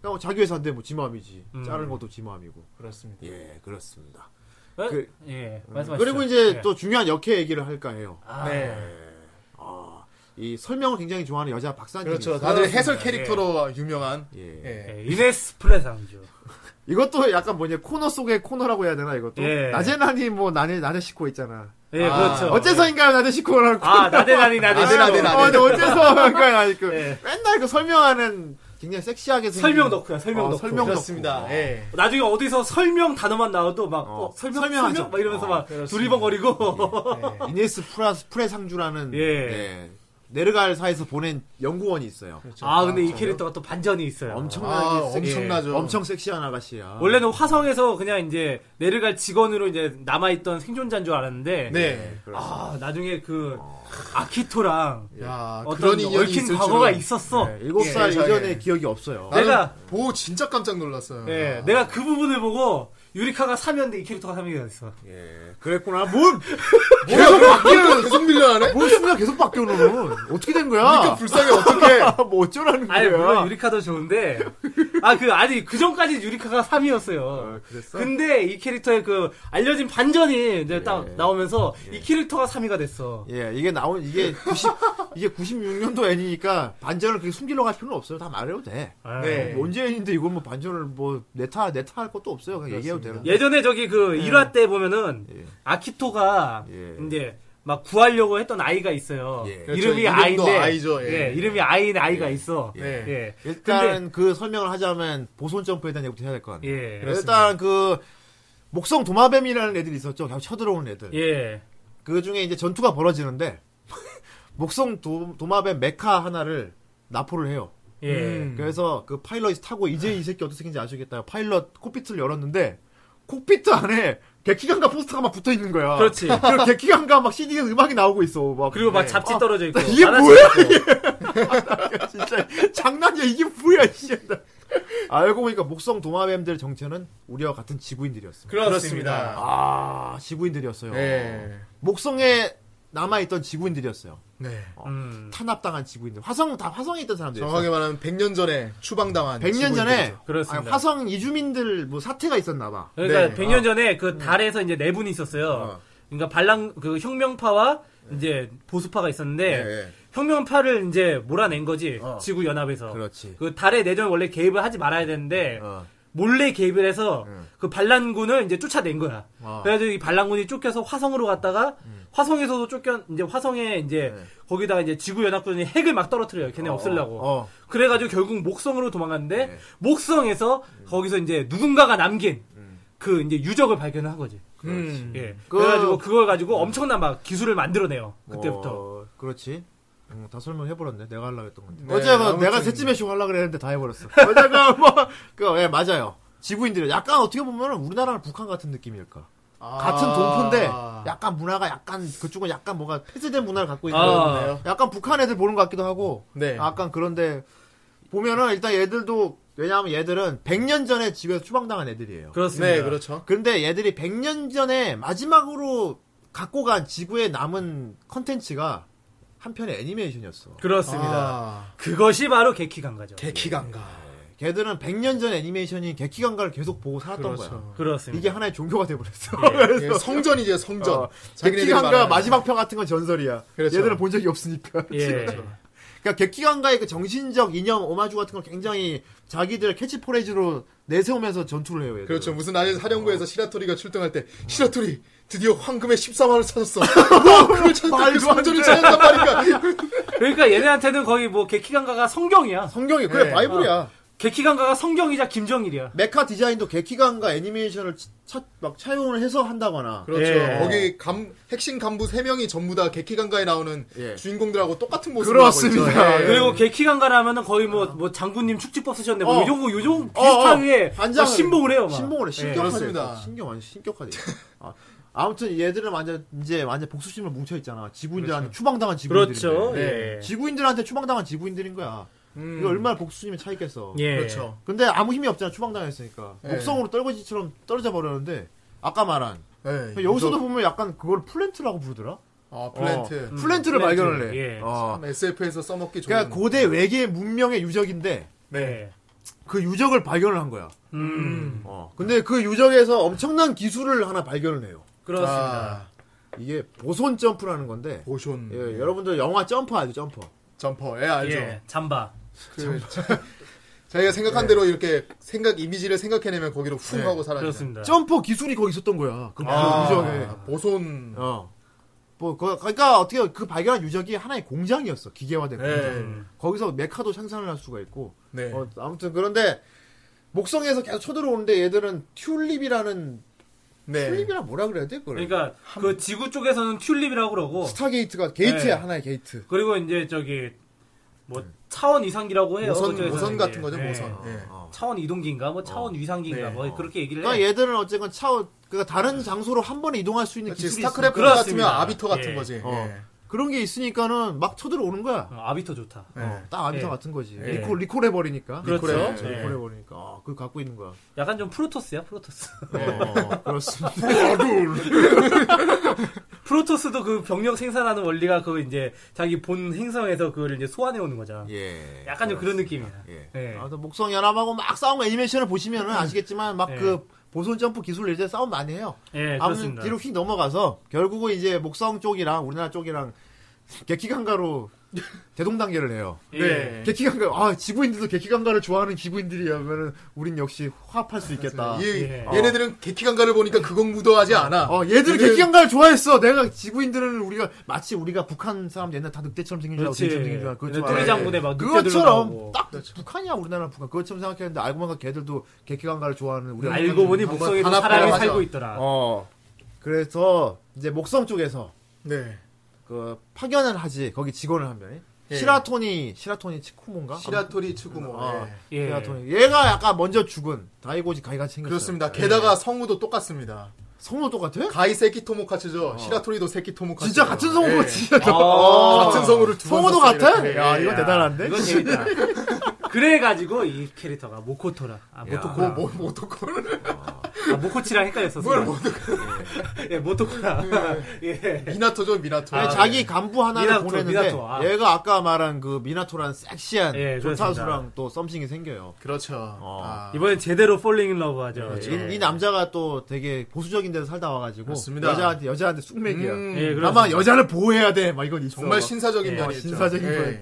[SPEAKER 2] 그냥 자기 회사인데 뭐지 마음이지.
[SPEAKER 3] 음.
[SPEAKER 2] 자른 것도 지 마음이고.
[SPEAKER 4] 그렇습니다.
[SPEAKER 2] 예, 그렇습니다.
[SPEAKER 3] 어?
[SPEAKER 2] 그-
[SPEAKER 3] 예, 말씀하시죠.
[SPEAKER 2] 그리고 이제
[SPEAKER 3] 예.
[SPEAKER 2] 또 중요한 역해 얘기를 할까 해요.
[SPEAKER 3] 아,
[SPEAKER 4] 네.
[SPEAKER 2] 아, 이 설명을 굉장히 좋아하는 여자 박사님.
[SPEAKER 4] 그렇죠. 다들 해설 캐릭터로 유명한.
[SPEAKER 2] 예.
[SPEAKER 4] 예.
[SPEAKER 3] 예, 이네스 플레상이죠.
[SPEAKER 2] 이것도 약간 뭐냐 코너 속의 코너라고 해야 되나 이것도.
[SPEAKER 3] 예.
[SPEAKER 2] 나제나니 뭐 나네 나네 시코 있잖아.
[SPEAKER 3] 예,
[SPEAKER 4] 아,
[SPEAKER 3] 그렇죠.
[SPEAKER 2] 어째서인가요 나네 시코라고.
[SPEAKER 3] 아, 나대나니 나대나니.
[SPEAKER 4] 나대나니,
[SPEAKER 2] 어, 근데 어째서 그러니까 나 그,
[SPEAKER 3] 예.
[SPEAKER 2] 맨날 그 설명하는 굉장히 섹시하게 생긴
[SPEAKER 3] 설명 덕후야, 설명
[SPEAKER 2] 어,
[SPEAKER 3] 덕후.
[SPEAKER 2] 설명
[SPEAKER 4] 그렇습니다.
[SPEAKER 2] 덕후.
[SPEAKER 4] 예.
[SPEAKER 3] 나중에 어디서 설명 단어만 나와도 막
[SPEAKER 2] 어,
[SPEAKER 3] 어, 설명
[SPEAKER 2] 설명하죠.
[SPEAKER 3] 설명 막 이러면서
[SPEAKER 2] 어, 예,
[SPEAKER 3] 막
[SPEAKER 4] 그렇습니다.
[SPEAKER 3] 두리번거리고
[SPEAKER 2] 이네스 프라 프레상주라는
[SPEAKER 3] 예.
[SPEAKER 2] 예. 네르갈 사에서 보낸 연구원이 있어요.
[SPEAKER 3] 아 근데 이 캐릭터가 또 반전이 있어요.
[SPEAKER 2] 그렇죠. 엄청나게
[SPEAKER 4] 아,
[SPEAKER 2] 섹-
[SPEAKER 4] 엄청나죠.
[SPEAKER 2] 예, 엄청 섹시한 아가씨야.
[SPEAKER 3] 원래는 화성에서 그냥 이제 내려갈 직원으로 이제 남아있던 생존자인 줄 알았는데
[SPEAKER 2] 예.
[SPEAKER 4] 네.
[SPEAKER 3] 아 나중에 그 아키토랑
[SPEAKER 4] 야,
[SPEAKER 3] 어떤
[SPEAKER 4] 그런 인연이
[SPEAKER 3] 얽힌
[SPEAKER 4] 있을
[SPEAKER 3] 과거가
[SPEAKER 4] 줄은.
[SPEAKER 3] 있었어.
[SPEAKER 2] 네, 7살
[SPEAKER 4] 예,
[SPEAKER 2] 이전의
[SPEAKER 4] 예.
[SPEAKER 2] 기억이 없어요.
[SPEAKER 3] 네. 내가-
[SPEAKER 4] 나는 보고 진짜 깜짝 놀랐어요.
[SPEAKER 3] 예, 내가 그 부분을 보고 유리카가 3위였는데 이 캐릭터가 3위가 됐어.
[SPEAKER 2] 예, 그랬구나. 뭘,
[SPEAKER 4] 계속 바뀌어요. 계속 밀려나네.
[SPEAKER 2] 뭘 순간 계속 바뀌어, 너는. 어떻게 된 거야?
[SPEAKER 4] 그러니까 불쌍해 어떡해.
[SPEAKER 2] 뭐 어쩌라는 거야.
[SPEAKER 3] 아니 물론 유리카도 좋은데 아 그 아니 그 전까지 유리카가 3위였어요.
[SPEAKER 4] 아,
[SPEAKER 2] 그랬어?
[SPEAKER 3] 근데 이 캐릭터의 그 알려진 반전이 이제 딱
[SPEAKER 4] 예.
[SPEAKER 3] 나오면서 이 캐릭터가 3위가 됐어.
[SPEAKER 2] 예, 이게 나온, 이게 90, 이게 96년도 애니니까 반전을 그렇게 숨기려고 할 필요는 없어요. 다 말해도 돼.
[SPEAKER 3] 아,
[SPEAKER 4] 네.
[SPEAKER 2] 뭐 언제 애니인데 이걸 뭐 반전을 뭐 내타, 내타 할 것도 없어요. 그냥 얘기해도 되는 거
[SPEAKER 3] 예전에 저기 그 1화 때 보면은
[SPEAKER 2] 예.
[SPEAKER 3] 아키토가
[SPEAKER 2] 예.
[SPEAKER 3] 이제 막 구하려고 했던 아이가 있어요.
[SPEAKER 2] 예.
[SPEAKER 4] 그렇죠.
[SPEAKER 3] 이름이
[SPEAKER 4] 이름도
[SPEAKER 3] 아이인데
[SPEAKER 4] 아이죠, 예.
[SPEAKER 3] 예, 이름이 아이인 아이가 있어.
[SPEAKER 4] 예.
[SPEAKER 3] 예.
[SPEAKER 2] 일단 그 설명을 하자면 보손 점프에 대한 얘기부터 해야 될 것 같네요.
[SPEAKER 3] 예.
[SPEAKER 2] 일단 그 목성 도마뱀이라는 애들이 있었죠. 그냥 쳐들어오는 애들.
[SPEAKER 3] 예.
[SPEAKER 2] 그 중에 이제 전투가 벌어지는데 목성 도, 도마뱀 메카 하나를 납포를 해요.
[SPEAKER 3] 예.
[SPEAKER 2] 그래서 그 파일럿이 타고
[SPEAKER 3] 아.
[SPEAKER 2] 이제 이 새끼 어떻게 생긴지 아시겠다. 파일럿 콕피트를 열었는데 콕피트 안에 객기관과 포스터가 막 붙어 있는 거야.
[SPEAKER 3] 그렇지.
[SPEAKER 2] 그리고 객기관과 막 CD에서 음악이 나오고 있어. 막 네.
[SPEAKER 3] 그리고
[SPEAKER 4] 네.
[SPEAKER 3] 막 잡지 떨어져 있고.
[SPEAKER 2] 이게
[SPEAKER 3] 만화책
[SPEAKER 2] 뭐야? 네.
[SPEAKER 3] 있고.
[SPEAKER 2] 아, 진짜 장난이야 이게 뭐야 씨. 알고 보니까 목성 도마뱀들 정체는 우리와 같은 지구인들이었습니다.
[SPEAKER 3] 그렇습니다.
[SPEAKER 2] 아 지구인들이었어요.
[SPEAKER 4] 네.
[SPEAKER 2] 목성에 남아 있던 지구인들이었어요.
[SPEAKER 4] 네.
[SPEAKER 3] 음.
[SPEAKER 2] 탄압당한 지구인들. 화성 다 화성에 있던 사람들이었어요.
[SPEAKER 4] 정확히 말하면 100년 전에 추방당한
[SPEAKER 2] 100년 전에
[SPEAKER 4] 지구인들이죠.
[SPEAKER 3] 그렇습니다.
[SPEAKER 2] 아니, 화성 이주민들 뭐 사태가 있었나 봐.
[SPEAKER 3] 그러니까
[SPEAKER 4] 네.
[SPEAKER 3] 100년 전에
[SPEAKER 2] 음.
[SPEAKER 3] 그 달에서 이제 네 분이 있었어요. 그러니까 반란 그 혁명파와
[SPEAKER 2] 네.
[SPEAKER 3] 이제 보수파가 있었는데
[SPEAKER 4] 네.
[SPEAKER 3] 혁명파를 이제 몰아낸 거지
[SPEAKER 2] 어.
[SPEAKER 3] 지구 연합에서.
[SPEAKER 2] 그렇지.
[SPEAKER 3] 그 달의 내전 원래 개입을 하지 말아야 되는데
[SPEAKER 2] 어.
[SPEAKER 3] 몰래 개입을 해서
[SPEAKER 2] 네.
[SPEAKER 3] 그 반란군을 이제 쫓아낸 거야.
[SPEAKER 2] 어.
[SPEAKER 3] 그래가지고 이 반란군이 쫓겨서 화성으로 갔다가
[SPEAKER 2] 음.
[SPEAKER 3] 화성에서도 쫓겨 이제 화성에 이제 거기다가 이제 지구 연합군이 핵을 막 떨어뜨려요. 걔네 없애려고.
[SPEAKER 2] 네. 어. 네.
[SPEAKER 3] 그래가지고 결국 목성으로 도망갔는데 목성에서 거기서 이제 누군가가 남긴 그 이제 유적을 발견한 거지.
[SPEAKER 4] 음.
[SPEAKER 3] 예.
[SPEAKER 2] 음. 그-
[SPEAKER 3] 그래가지고 그걸 가지고 엄청난 막 기술을 만들어내요. 그때부터.
[SPEAKER 2] 어, 그렇지. 음, 다 설명해버렸네. 내가 하려고 했던 건데.
[SPEAKER 4] 네,
[SPEAKER 2] 어제가
[SPEAKER 4] 아무튼.
[SPEAKER 2] 내가 셋집에 쇼 하려고 그랬는데 다 해버렸어. 어제가 뭐, 그, 예, 맞아요. 지구인들이 약간 어떻게 보면 우리나라랑 북한 같은 느낌일까.
[SPEAKER 4] 아.
[SPEAKER 2] 같은
[SPEAKER 4] 네,
[SPEAKER 2] 동포인데, 약간 문화가 약간, 그쪽은 약간 뭔가 폐쇄된 문화를 갖고 있는
[SPEAKER 3] 아.
[SPEAKER 2] 거네요. 약간 북한 애들 보는 것 같기도 하고,
[SPEAKER 4] 네.
[SPEAKER 2] 약간 그런데, 보면은 일단 얘들도, 왜냐하면 얘들은 100년 전에 지구에서 추방당한 애들이에요.
[SPEAKER 3] 그렇습니다.
[SPEAKER 4] 네, 그렇죠.
[SPEAKER 2] 근데 얘들이 100년 전에 마지막으로 갖고 간 지구에 남은 컨텐츠가 한 편의 애니메이션이었어. 아.
[SPEAKER 3] 그렇습니다.
[SPEAKER 4] 아.
[SPEAKER 3] 그것이 바로 개키간가죠.
[SPEAKER 4] 개키강가.
[SPEAKER 2] 걔들은 100년 전 애니메이션인 개키간가를 계속 보고 살았던 거야.
[SPEAKER 4] 그렇죠.
[SPEAKER 3] 그렇습니다.
[SPEAKER 2] 이게 하나의 종교가 돼버렸어.
[SPEAKER 4] 예, 성전이죠, 성전.
[SPEAKER 2] 어,
[SPEAKER 4] 자기네들이
[SPEAKER 2] 개키간가
[SPEAKER 4] 말하는.
[SPEAKER 2] 마지막 편 같은 건 전설이야.
[SPEAKER 4] 그렇죠.
[SPEAKER 2] 얘들은 본 적이 없으니까.
[SPEAKER 3] 예.
[SPEAKER 2] 그러니까 개키간가의 그 정신적 이념 오마주 같은 걸 굉장히 자기들 캐치포레이즈로 내세우면서 전투를 해요. 얘들은.
[SPEAKER 4] 그렇죠. 무슨 날에 사령부에서 시라토리가 출동할 때 시라토리 드디어 황금의 14화를 찾았어. 그걸 찾았다. 그
[SPEAKER 2] 말도 안
[SPEAKER 4] 성전을 찾았단 말이야.
[SPEAKER 3] 그러니까 얘네한테는 거의 뭐 개키간가가 성경이야.
[SPEAKER 2] 성경이 그래
[SPEAKER 4] 네.
[SPEAKER 2] 바이블이야.
[SPEAKER 3] 개키간가가 성경이자 김정일이야.
[SPEAKER 2] 메카 디자인도 개키간과 애니메이션을 차, 막 차용을 해서 한다거나
[SPEAKER 4] 그렇죠.
[SPEAKER 3] 예.
[SPEAKER 4] 거기 감- 핵심 간부 3명이 전부 다 개키강가에 나오는
[SPEAKER 2] 예.
[SPEAKER 4] 주인공들하고 똑같은 모습을
[SPEAKER 2] 그렇습니다.
[SPEAKER 4] 하고 있죠. 예.
[SPEAKER 3] 그리고 개키간가라면은 거의 뭐, 뭐 장군님 축지법 쓰셨네. 뭐
[SPEAKER 2] 어.
[SPEAKER 3] 이런 거, 요즘 비슷하게 막
[SPEAKER 2] 반장을-
[SPEAKER 3] 신봉을 해요. 막. 예.
[SPEAKER 2] 신봉을 해. 신격화입니다.
[SPEAKER 4] 예. 그렇습니다.
[SPEAKER 2] 신경 완전 신격화돼. 아, 아무튼 얘들은 완전 이제 완전 복수심을 뭉쳐 있잖아. 지구인들한테 추방당한 지구인들.
[SPEAKER 3] 그렇죠. 예.
[SPEAKER 2] 지구인들한테 추방당한 지구인들인 거야.
[SPEAKER 4] 음.
[SPEAKER 2] 이거 얼마나 복수심이 차있겠어.
[SPEAKER 3] 예.
[SPEAKER 4] 그렇죠.
[SPEAKER 2] 근데 아무 힘이 없잖아. 추방당했으니까.
[SPEAKER 4] 예.
[SPEAKER 2] 목성으로 떨거지처럼 떨어져 버렸는데 아까 말한 그러니까
[SPEAKER 4] 예.
[SPEAKER 2] 여기서도 보면 약간 그걸 플랜트라고 부르더라.
[SPEAKER 4] 아, 플랜트. 음.
[SPEAKER 2] 어, 플랜트를
[SPEAKER 3] 음. 플랜트.
[SPEAKER 2] 발견을 해.
[SPEAKER 3] 예. 음.
[SPEAKER 2] 어.
[SPEAKER 4] SF에서 써먹기 좋은.
[SPEAKER 2] 그러니까 고대 외계 문명의 유적인데
[SPEAKER 3] 네.
[SPEAKER 2] 그 유적을 발견을 한 거야.
[SPEAKER 3] 음.
[SPEAKER 2] 어. 근데 그 유적에서 엄청난 기술을 하나 발견을 해요.
[SPEAKER 3] 그렇습니다.
[SPEAKER 4] 아,
[SPEAKER 2] 이게 보손 점프라는 건데
[SPEAKER 4] 보존.
[SPEAKER 2] 예, 여러분들 영화 점프 알죠? 점프.
[SPEAKER 4] 점퍼. 예, 알죠.
[SPEAKER 3] 예. 잠바.
[SPEAKER 4] 그, 자- 자기가 생각한
[SPEAKER 2] 예.
[SPEAKER 4] 대로 이렇게 생각 이미지를 생각해내면 거기로
[SPEAKER 2] 네.
[SPEAKER 4] 훅 하고 사라져.
[SPEAKER 3] 그렇습니다.
[SPEAKER 2] 점프 기술이 거기 있었던 거야. 그
[SPEAKER 4] 네. 아,
[SPEAKER 2] 유적에.
[SPEAKER 4] 보손.
[SPEAKER 2] 어. 뭐 그, 러니까 어떻게 그 발견한 유적이 하나의 공장이었어. 기계화된
[SPEAKER 4] 예.
[SPEAKER 2] 공장. 거기서 메카도 생산을 할 수가 있고.
[SPEAKER 4] 네.
[SPEAKER 2] 어, 아무튼 그런데 목성에서 계속 쳐들어오는데 얘들은 튤립이라는
[SPEAKER 4] 네.
[SPEAKER 2] 트립이라 뭐라 그래야 돼 그걸?
[SPEAKER 3] 그러니까 그 지구 쪽에서는 튤립이라고 그러고
[SPEAKER 2] 스타게이트가 게이트야
[SPEAKER 3] 네.
[SPEAKER 2] 하나의 게이트.
[SPEAKER 3] 그리고 이제 저기 뭐 차원 이상기라고 해요.
[SPEAKER 4] 모선
[SPEAKER 3] 그쪽에서는
[SPEAKER 4] 모선
[SPEAKER 3] 이제.
[SPEAKER 4] 같은 거죠
[SPEAKER 3] 네.
[SPEAKER 4] 모선. 예.
[SPEAKER 3] 차원 이동기인가 뭐 차원 위상기인가
[SPEAKER 2] 네.
[SPEAKER 3] 뭐 그렇게 얘기를
[SPEAKER 2] 그러니까
[SPEAKER 3] 해요.
[SPEAKER 2] 얘들은 어쨌건 차 그러니까 다른 장소로 한 번에 이동할 수 있는
[SPEAKER 4] 그렇지
[SPEAKER 2] 기술이
[SPEAKER 4] 스타크래프트
[SPEAKER 2] 있으니까.
[SPEAKER 4] 같으면
[SPEAKER 3] 그렇습니다.
[SPEAKER 4] 아비터 같은
[SPEAKER 3] 예.
[SPEAKER 4] 거지.
[SPEAKER 2] 어.
[SPEAKER 4] 예.
[SPEAKER 2] 그런 게 있으니까는 막 쳐들어 오는 거야.
[SPEAKER 3] 어, 아비터 좋다.
[SPEAKER 4] 네.
[SPEAKER 2] 어, 딱 아비타
[SPEAKER 3] 예.
[SPEAKER 2] 같은 거지.
[SPEAKER 3] 예.
[SPEAKER 2] 리콜 리콜해 버리니까.
[SPEAKER 3] 그렇죠.
[SPEAKER 2] 리콜해
[SPEAKER 3] 네.
[SPEAKER 2] 버리니까. 아, 그걸 갖고 있는 거야.
[SPEAKER 3] 약간 좀 프로토스야 프로토스.
[SPEAKER 2] 어, 그렇습니다.
[SPEAKER 3] 프로토스도 그 병력 생산하는 원리가 그 이제 자기 본 행성에서 그걸 이제 소환해 오는 거잖아.
[SPEAKER 2] 예.
[SPEAKER 3] 약간 좀 그런 느낌이야.
[SPEAKER 2] 예.
[SPEAKER 3] 예.
[SPEAKER 2] 아무튼 목성 연합하고 막 싸우는 애니메이션을 보시면은 아시겠지만 막
[SPEAKER 3] 예.
[SPEAKER 2] 그 보손 점프 기술 이제 싸움 많이 해요.
[SPEAKER 3] 예,
[SPEAKER 2] 아무튼
[SPEAKER 3] 그렇습니다.
[SPEAKER 2] 뒤로 휙 넘어가서 결국은 이제 목성 쪽이랑 우리나라 쪽이랑 객기강가로 대동단계를 해요.
[SPEAKER 3] 예.
[SPEAKER 4] 네.
[SPEAKER 2] 객기강가 아 지구인들도 객기강가를 좋아하는 지구인들이라면은 우린 역시 화합할 수 있겠다.
[SPEAKER 4] 네, 얘,
[SPEAKER 2] 예.
[SPEAKER 4] 얘네들은 개키강가를 보니까 그건 무도하지 않아.
[SPEAKER 2] 어 얘들
[SPEAKER 4] 얘들-
[SPEAKER 2] 객기강가를 좋아했어. 내가 지구인들은 우리가 마치 우리가 북한 사람 옛날 다 늑대처럼 생긴 줄 알고
[SPEAKER 3] 그렇지.
[SPEAKER 2] 돼지처럼 생긴 줄 알고 그거 좋아해.
[SPEAKER 3] 뚜레장군에 막 늑대들로
[SPEAKER 2] 그것처럼
[SPEAKER 3] 나오고.
[SPEAKER 2] 딱
[SPEAKER 3] 그렇죠.
[SPEAKER 2] 북한이야 우리나라 북한 그것처럼 생각했는데 알고 보니까 걔들도 객기강가를 좋아하는 우리
[SPEAKER 3] 알고 보니
[SPEAKER 4] 한번
[SPEAKER 3] 목성에도
[SPEAKER 4] 단합을
[SPEAKER 3] 사람이
[SPEAKER 4] 하자.
[SPEAKER 3] 살고 있더라.
[SPEAKER 2] 어 그래서 이제 목성 쪽에서
[SPEAKER 4] 네.
[SPEAKER 2] 그 파견을 하지 거기 직원을 한 명이
[SPEAKER 4] 예.
[SPEAKER 2] 시라토니 시라토니 치쿠몬가
[SPEAKER 4] 시라토리 추구모.
[SPEAKER 2] 아,
[SPEAKER 4] 예.
[SPEAKER 3] 예.
[SPEAKER 2] 시라토니 얘가 약간 먼저 죽은 다이고지 예. 가이가 생겼어요
[SPEAKER 4] 그렇습니다. 게다가 성우도 똑같습니다.
[SPEAKER 2] 성우 똑같아?
[SPEAKER 4] 가이 세키토모카츠죠. 시라토리도 세키토모카츠.
[SPEAKER 2] 어. 진짜 같은 성우가 진짜
[SPEAKER 3] 아.
[SPEAKER 4] 같은 성우를 두 번.
[SPEAKER 2] 성우도
[SPEAKER 4] 썼어요,
[SPEAKER 2] 같아?
[SPEAKER 4] 이렇게.
[SPEAKER 2] 야
[SPEAKER 4] 예.
[SPEAKER 2] 이거 대단한데
[SPEAKER 3] 이건 재밌다. 그래가지고 이 캐릭터가 모코토라. 아, 모토코라.
[SPEAKER 4] 뭐, 뭐, 어떡하나.
[SPEAKER 3] 아, 모코치랑 헷갈렸어. 뭘 모토코라. 예, 모토코라.
[SPEAKER 2] 음.
[SPEAKER 3] 예.
[SPEAKER 4] 미나토죠, 미나토.
[SPEAKER 2] 아니,
[SPEAKER 3] 아,
[SPEAKER 2] 자기 간부 하나를
[SPEAKER 3] 미나토,
[SPEAKER 2] 보냈는데
[SPEAKER 3] 미나토, 아.
[SPEAKER 2] 얘가 아까 말한 그 미나토란 섹시한
[SPEAKER 3] 예,
[SPEAKER 2] 조타수랑
[SPEAKER 3] 그렇습니다.
[SPEAKER 2] 또 썸씽이 생겨요
[SPEAKER 4] 그렇죠.
[SPEAKER 2] 어.
[SPEAKER 4] 아.
[SPEAKER 3] 이번엔 제대로 폴링 인 러브 하죠.
[SPEAKER 2] 네,
[SPEAKER 3] 예.
[SPEAKER 2] 이, 이 남자가 또 되게 보수적인 데서 살다 와가지고
[SPEAKER 4] 그렇습니다.
[SPEAKER 2] 여자한테 여자한테 숙맥이야
[SPEAKER 4] 음,
[SPEAKER 3] 예, 그렇습니다.
[SPEAKER 2] 아마 여자를 보호해야 돼 막 이건 있어
[SPEAKER 4] 정말
[SPEAKER 2] 막.
[SPEAKER 4] 신사적인
[SPEAKER 3] 예,
[SPEAKER 4] 면이 있죠.
[SPEAKER 2] 신사적인
[SPEAKER 4] 예.
[SPEAKER 2] 면.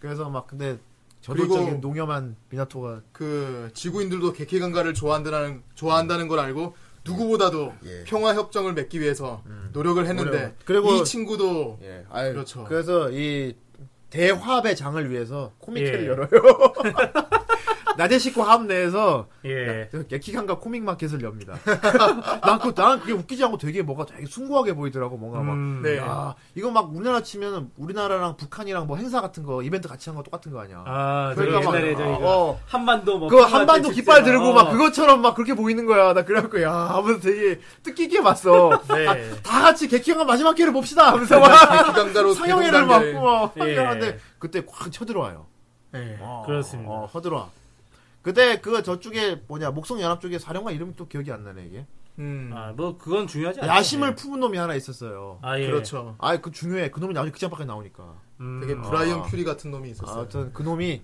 [SPEAKER 2] 그래서 막 근데 저돌적인
[SPEAKER 4] 그리고-
[SPEAKER 2] 농염한 미나토가
[SPEAKER 4] 그 지구인들도 개케강가를 좋아한다는 좋아한다는 걸 알고 누구보다도
[SPEAKER 2] 예. 음.
[SPEAKER 4] 평화 협정을 맺기 위해서 노력을 했는데
[SPEAKER 2] 노력. 그리고-
[SPEAKER 4] 이 친구도
[SPEAKER 2] 예, 아유,
[SPEAKER 4] 그렇죠.
[SPEAKER 2] 그래서 이 대화합의 장을 위해서 코믹회를
[SPEAKER 3] 예.
[SPEAKER 2] 열어요. 나데시코 합 내에서 네.
[SPEAKER 3] 예.
[SPEAKER 2] 개키간과 코믹 마켓을 엽니다. 난, 그, 난 그게 웃기지 않고 되게 뭐가 되게 숭고하게 보이더라고 뭔가 막.
[SPEAKER 3] 음,
[SPEAKER 4] 네.
[SPEAKER 2] 아, 이거 막 우리나라 치면 우리나라랑 북한이랑 뭐 행사 같은 거 이벤트 같이 한 거 똑같은 거 아니야.
[SPEAKER 3] 아, 저기 옛날에 저기
[SPEAKER 2] 아, 어.
[SPEAKER 3] 한반도 뭐
[SPEAKER 2] 그 한반도
[SPEAKER 3] 평화제
[SPEAKER 2] 깃발
[SPEAKER 3] 집세
[SPEAKER 2] 들고
[SPEAKER 3] 어.
[SPEAKER 2] 막 그것처럼 막 그렇게 보이는 거야. 나 그래갖고 야 하면서 되게 뜻깊게 봤어.
[SPEAKER 3] 네.
[SPEAKER 2] 다 같이 개키간 마지막 회를 봅시다 하면서 막
[SPEAKER 4] 개키강가로
[SPEAKER 2] 상영회를 막고 막
[SPEAKER 3] 예.
[SPEAKER 2] 하는데 그때 확 쳐들어와요.
[SPEAKER 4] 예.
[SPEAKER 2] 어,
[SPEAKER 3] 그렇습니다.
[SPEAKER 2] 어, 허들어와. 그때 그 저쪽에 뭐냐 목성 연합 쪽에 사령관 이름이 또 기억이 안 나네 이게.
[SPEAKER 4] 음,
[SPEAKER 3] 아, 뭐 그건 중요하지 않아요. 네.
[SPEAKER 2] 야심을 품은 놈이 하나 있었어요.
[SPEAKER 3] 아, 예.
[SPEAKER 4] 그렇죠.
[SPEAKER 2] 아, 그 중요해. 그 놈이 나중에 극장밖에 나오니까.
[SPEAKER 3] 음,
[SPEAKER 4] 되게 브라이언 큐리 같은 놈이 있었어요.
[SPEAKER 2] 아. 아무튼 그 놈이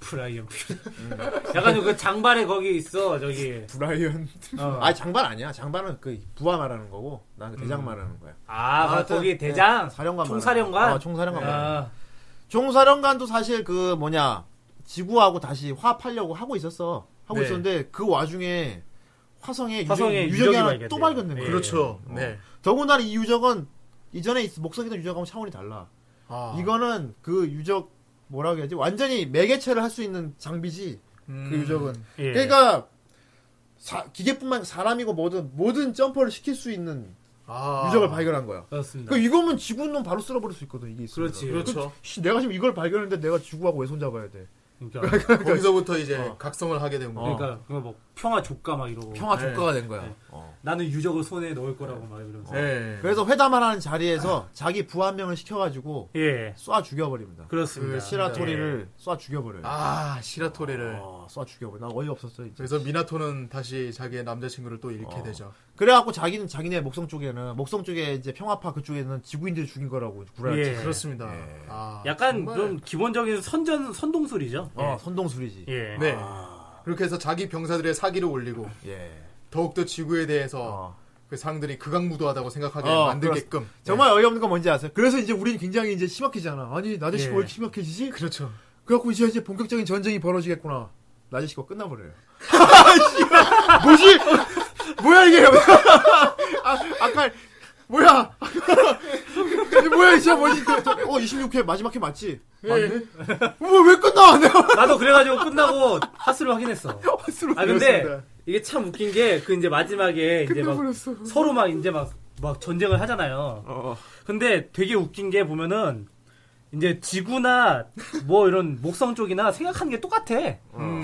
[SPEAKER 3] 브라이언 퓨리.
[SPEAKER 2] 음.
[SPEAKER 3] 약간 좀그 장발에 거기 있어 저기. 어.
[SPEAKER 2] 브라이언. 아, 장반 아니야. 장반은 그 부하 말하는 거고, 난그 대장 말하는 거야.
[SPEAKER 3] 음. 아,
[SPEAKER 2] 아무튼,
[SPEAKER 3] 거기 대장.
[SPEAKER 2] 네, 사령관
[SPEAKER 3] 총사령관.
[SPEAKER 2] 어, 총사령관 말하는
[SPEAKER 3] 아,
[SPEAKER 2] 종사령관도 사실 그 뭐냐 지구하고 다시 화합하려고 하고 있었어 하고
[SPEAKER 4] 네.
[SPEAKER 2] 있었는데 그 와중에 화성에
[SPEAKER 3] 화성에
[SPEAKER 2] 유적이,
[SPEAKER 3] 유적이
[SPEAKER 2] 하나
[SPEAKER 3] 발견돼요.
[SPEAKER 2] 또 발견된 거야.
[SPEAKER 3] 예.
[SPEAKER 4] 그렇죠.
[SPEAKER 2] 어.
[SPEAKER 4] 네.
[SPEAKER 2] 더군다나 이 유적은 이전에 있- 목성이던 유적하고 차원이 달라.
[SPEAKER 4] 아,
[SPEAKER 2] 이거는 그 유적 뭐라 그래야지 완전히 매개체를 할 수 있는 장비지
[SPEAKER 4] 음,
[SPEAKER 2] 그 유적은.
[SPEAKER 3] 예.
[SPEAKER 2] 그러니까 사- 기계뿐만 사람이고 모든 모든 점퍼를 시킬 수 있는
[SPEAKER 4] 아,
[SPEAKER 2] 유적을 발견한 거야.
[SPEAKER 3] 그렇습니다.
[SPEAKER 2] 그 이거면 지구는 바로 쓸어버릴 수 있거든 이게 있으면.
[SPEAKER 3] 네. 그렇지.
[SPEAKER 4] 그렇죠.
[SPEAKER 2] 씨, 내가 지금 이걸 발견했는데 내가 지구하고 왜 손잡아야 돼?
[SPEAKER 3] 그러니까
[SPEAKER 4] 거기서부터 이제
[SPEAKER 2] 어.
[SPEAKER 4] 각성을 하게 된 거예요.
[SPEAKER 3] 그러니까 그거 뭐 평화 조카 막 이러고.
[SPEAKER 2] 평화
[SPEAKER 4] 네.
[SPEAKER 2] 조과가 된 거야.
[SPEAKER 3] 네.
[SPEAKER 2] 어.
[SPEAKER 3] 나는 유적을 손에 넣을 거라고 막 이러면서.
[SPEAKER 2] 네.
[SPEAKER 4] 예.
[SPEAKER 2] 그래서 회담을 하는 자리에서 자기 부하 한 명을 시켜가지고
[SPEAKER 3] 예.
[SPEAKER 2] 쏴 죽여버립니다.
[SPEAKER 3] 그렇습니다.
[SPEAKER 4] 그
[SPEAKER 2] 시라토리를 쏴 죽여버려요.
[SPEAKER 4] 아, 시라토리를.
[SPEAKER 2] 어, 쏴 죽여버려. 나 어이없었어 이제.
[SPEAKER 4] 그래서 미나토는 다시 자기의 남자친구를 또 잃게
[SPEAKER 2] 어.
[SPEAKER 4] 되죠.
[SPEAKER 2] 그래갖고 자기는 자기네 목성 쪽에는 목성 쪽에 이제 평화파 그쪽에는 지구인들이 죽인 거라고 구라를
[SPEAKER 3] 예.
[SPEAKER 2] 치.
[SPEAKER 4] 그렇습니다.
[SPEAKER 2] 예.
[SPEAKER 4] 아,
[SPEAKER 3] 네. 약간
[SPEAKER 4] 정말.
[SPEAKER 3] 좀 기본적인 선전 선동술이죠.
[SPEAKER 2] 어 선동술이지.
[SPEAKER 3] 예.
[SPEAKER 2] 예.
[SPEAKER 3] 예.
[SPEAKER 4] 네. 그렇게 해서 자기 병사들의 사기를 올리고 더욱더 지구에 대해서
[SPEAKER 2] 예. 어.
[SPEAKER 4] 그 상들이 극악무도하다고 생각하게
[SPEAKER 2] 어,
[SPEAKER 4] 만들게끔. 예.
[SPEAKER 2] 정말 어이없는 건 뭔지 아세요? 그래서 이제 우리는 굉장히 이제 심각해지잖아. 아니 나대식
[SPEAKER 3] 예.
[SPEAKER 2] 왜 이렇게 심각해지지?
[SPEAKER 4] 네. 그렇죠.
[SPEAKER 2] 그래갖고 이제 이제 본격적인 전쟁이 벌어지겠구나. 나지씨가 끝나버려요. 씨발, 뭐지? 뭐야 이게? 아, 아까 뭐야? 이게 뭐야 진짜 뭐지? 그, 저, 어 26회 마지막 회 맞지? 맞네. 뭐왜 끝나? 내가
[SPEAKER 3] 나도 그래가지고 끝나고 하스를 확인했어.
[SPEAKER 2] 스스로
[SPEAKER 3] 아 근데
[SPEAKER 2] 그랬습니다.
[SPEAKER 3] 이게 참 웃긴 게 그 이제 마지막에 이제 막
[SPEAKER 4] 끝내버렸어.
[SPEAKER 3] 서로 막 이제 막 막 전쟁을 하잖아요.
[SPEAKER 2] 어, 어.
[SPEAKER 3] 근데 되게 웃긴 게 보면은 이제 지구나 뭐 이런 목성 쪽이나 생각하는 게 똑같아.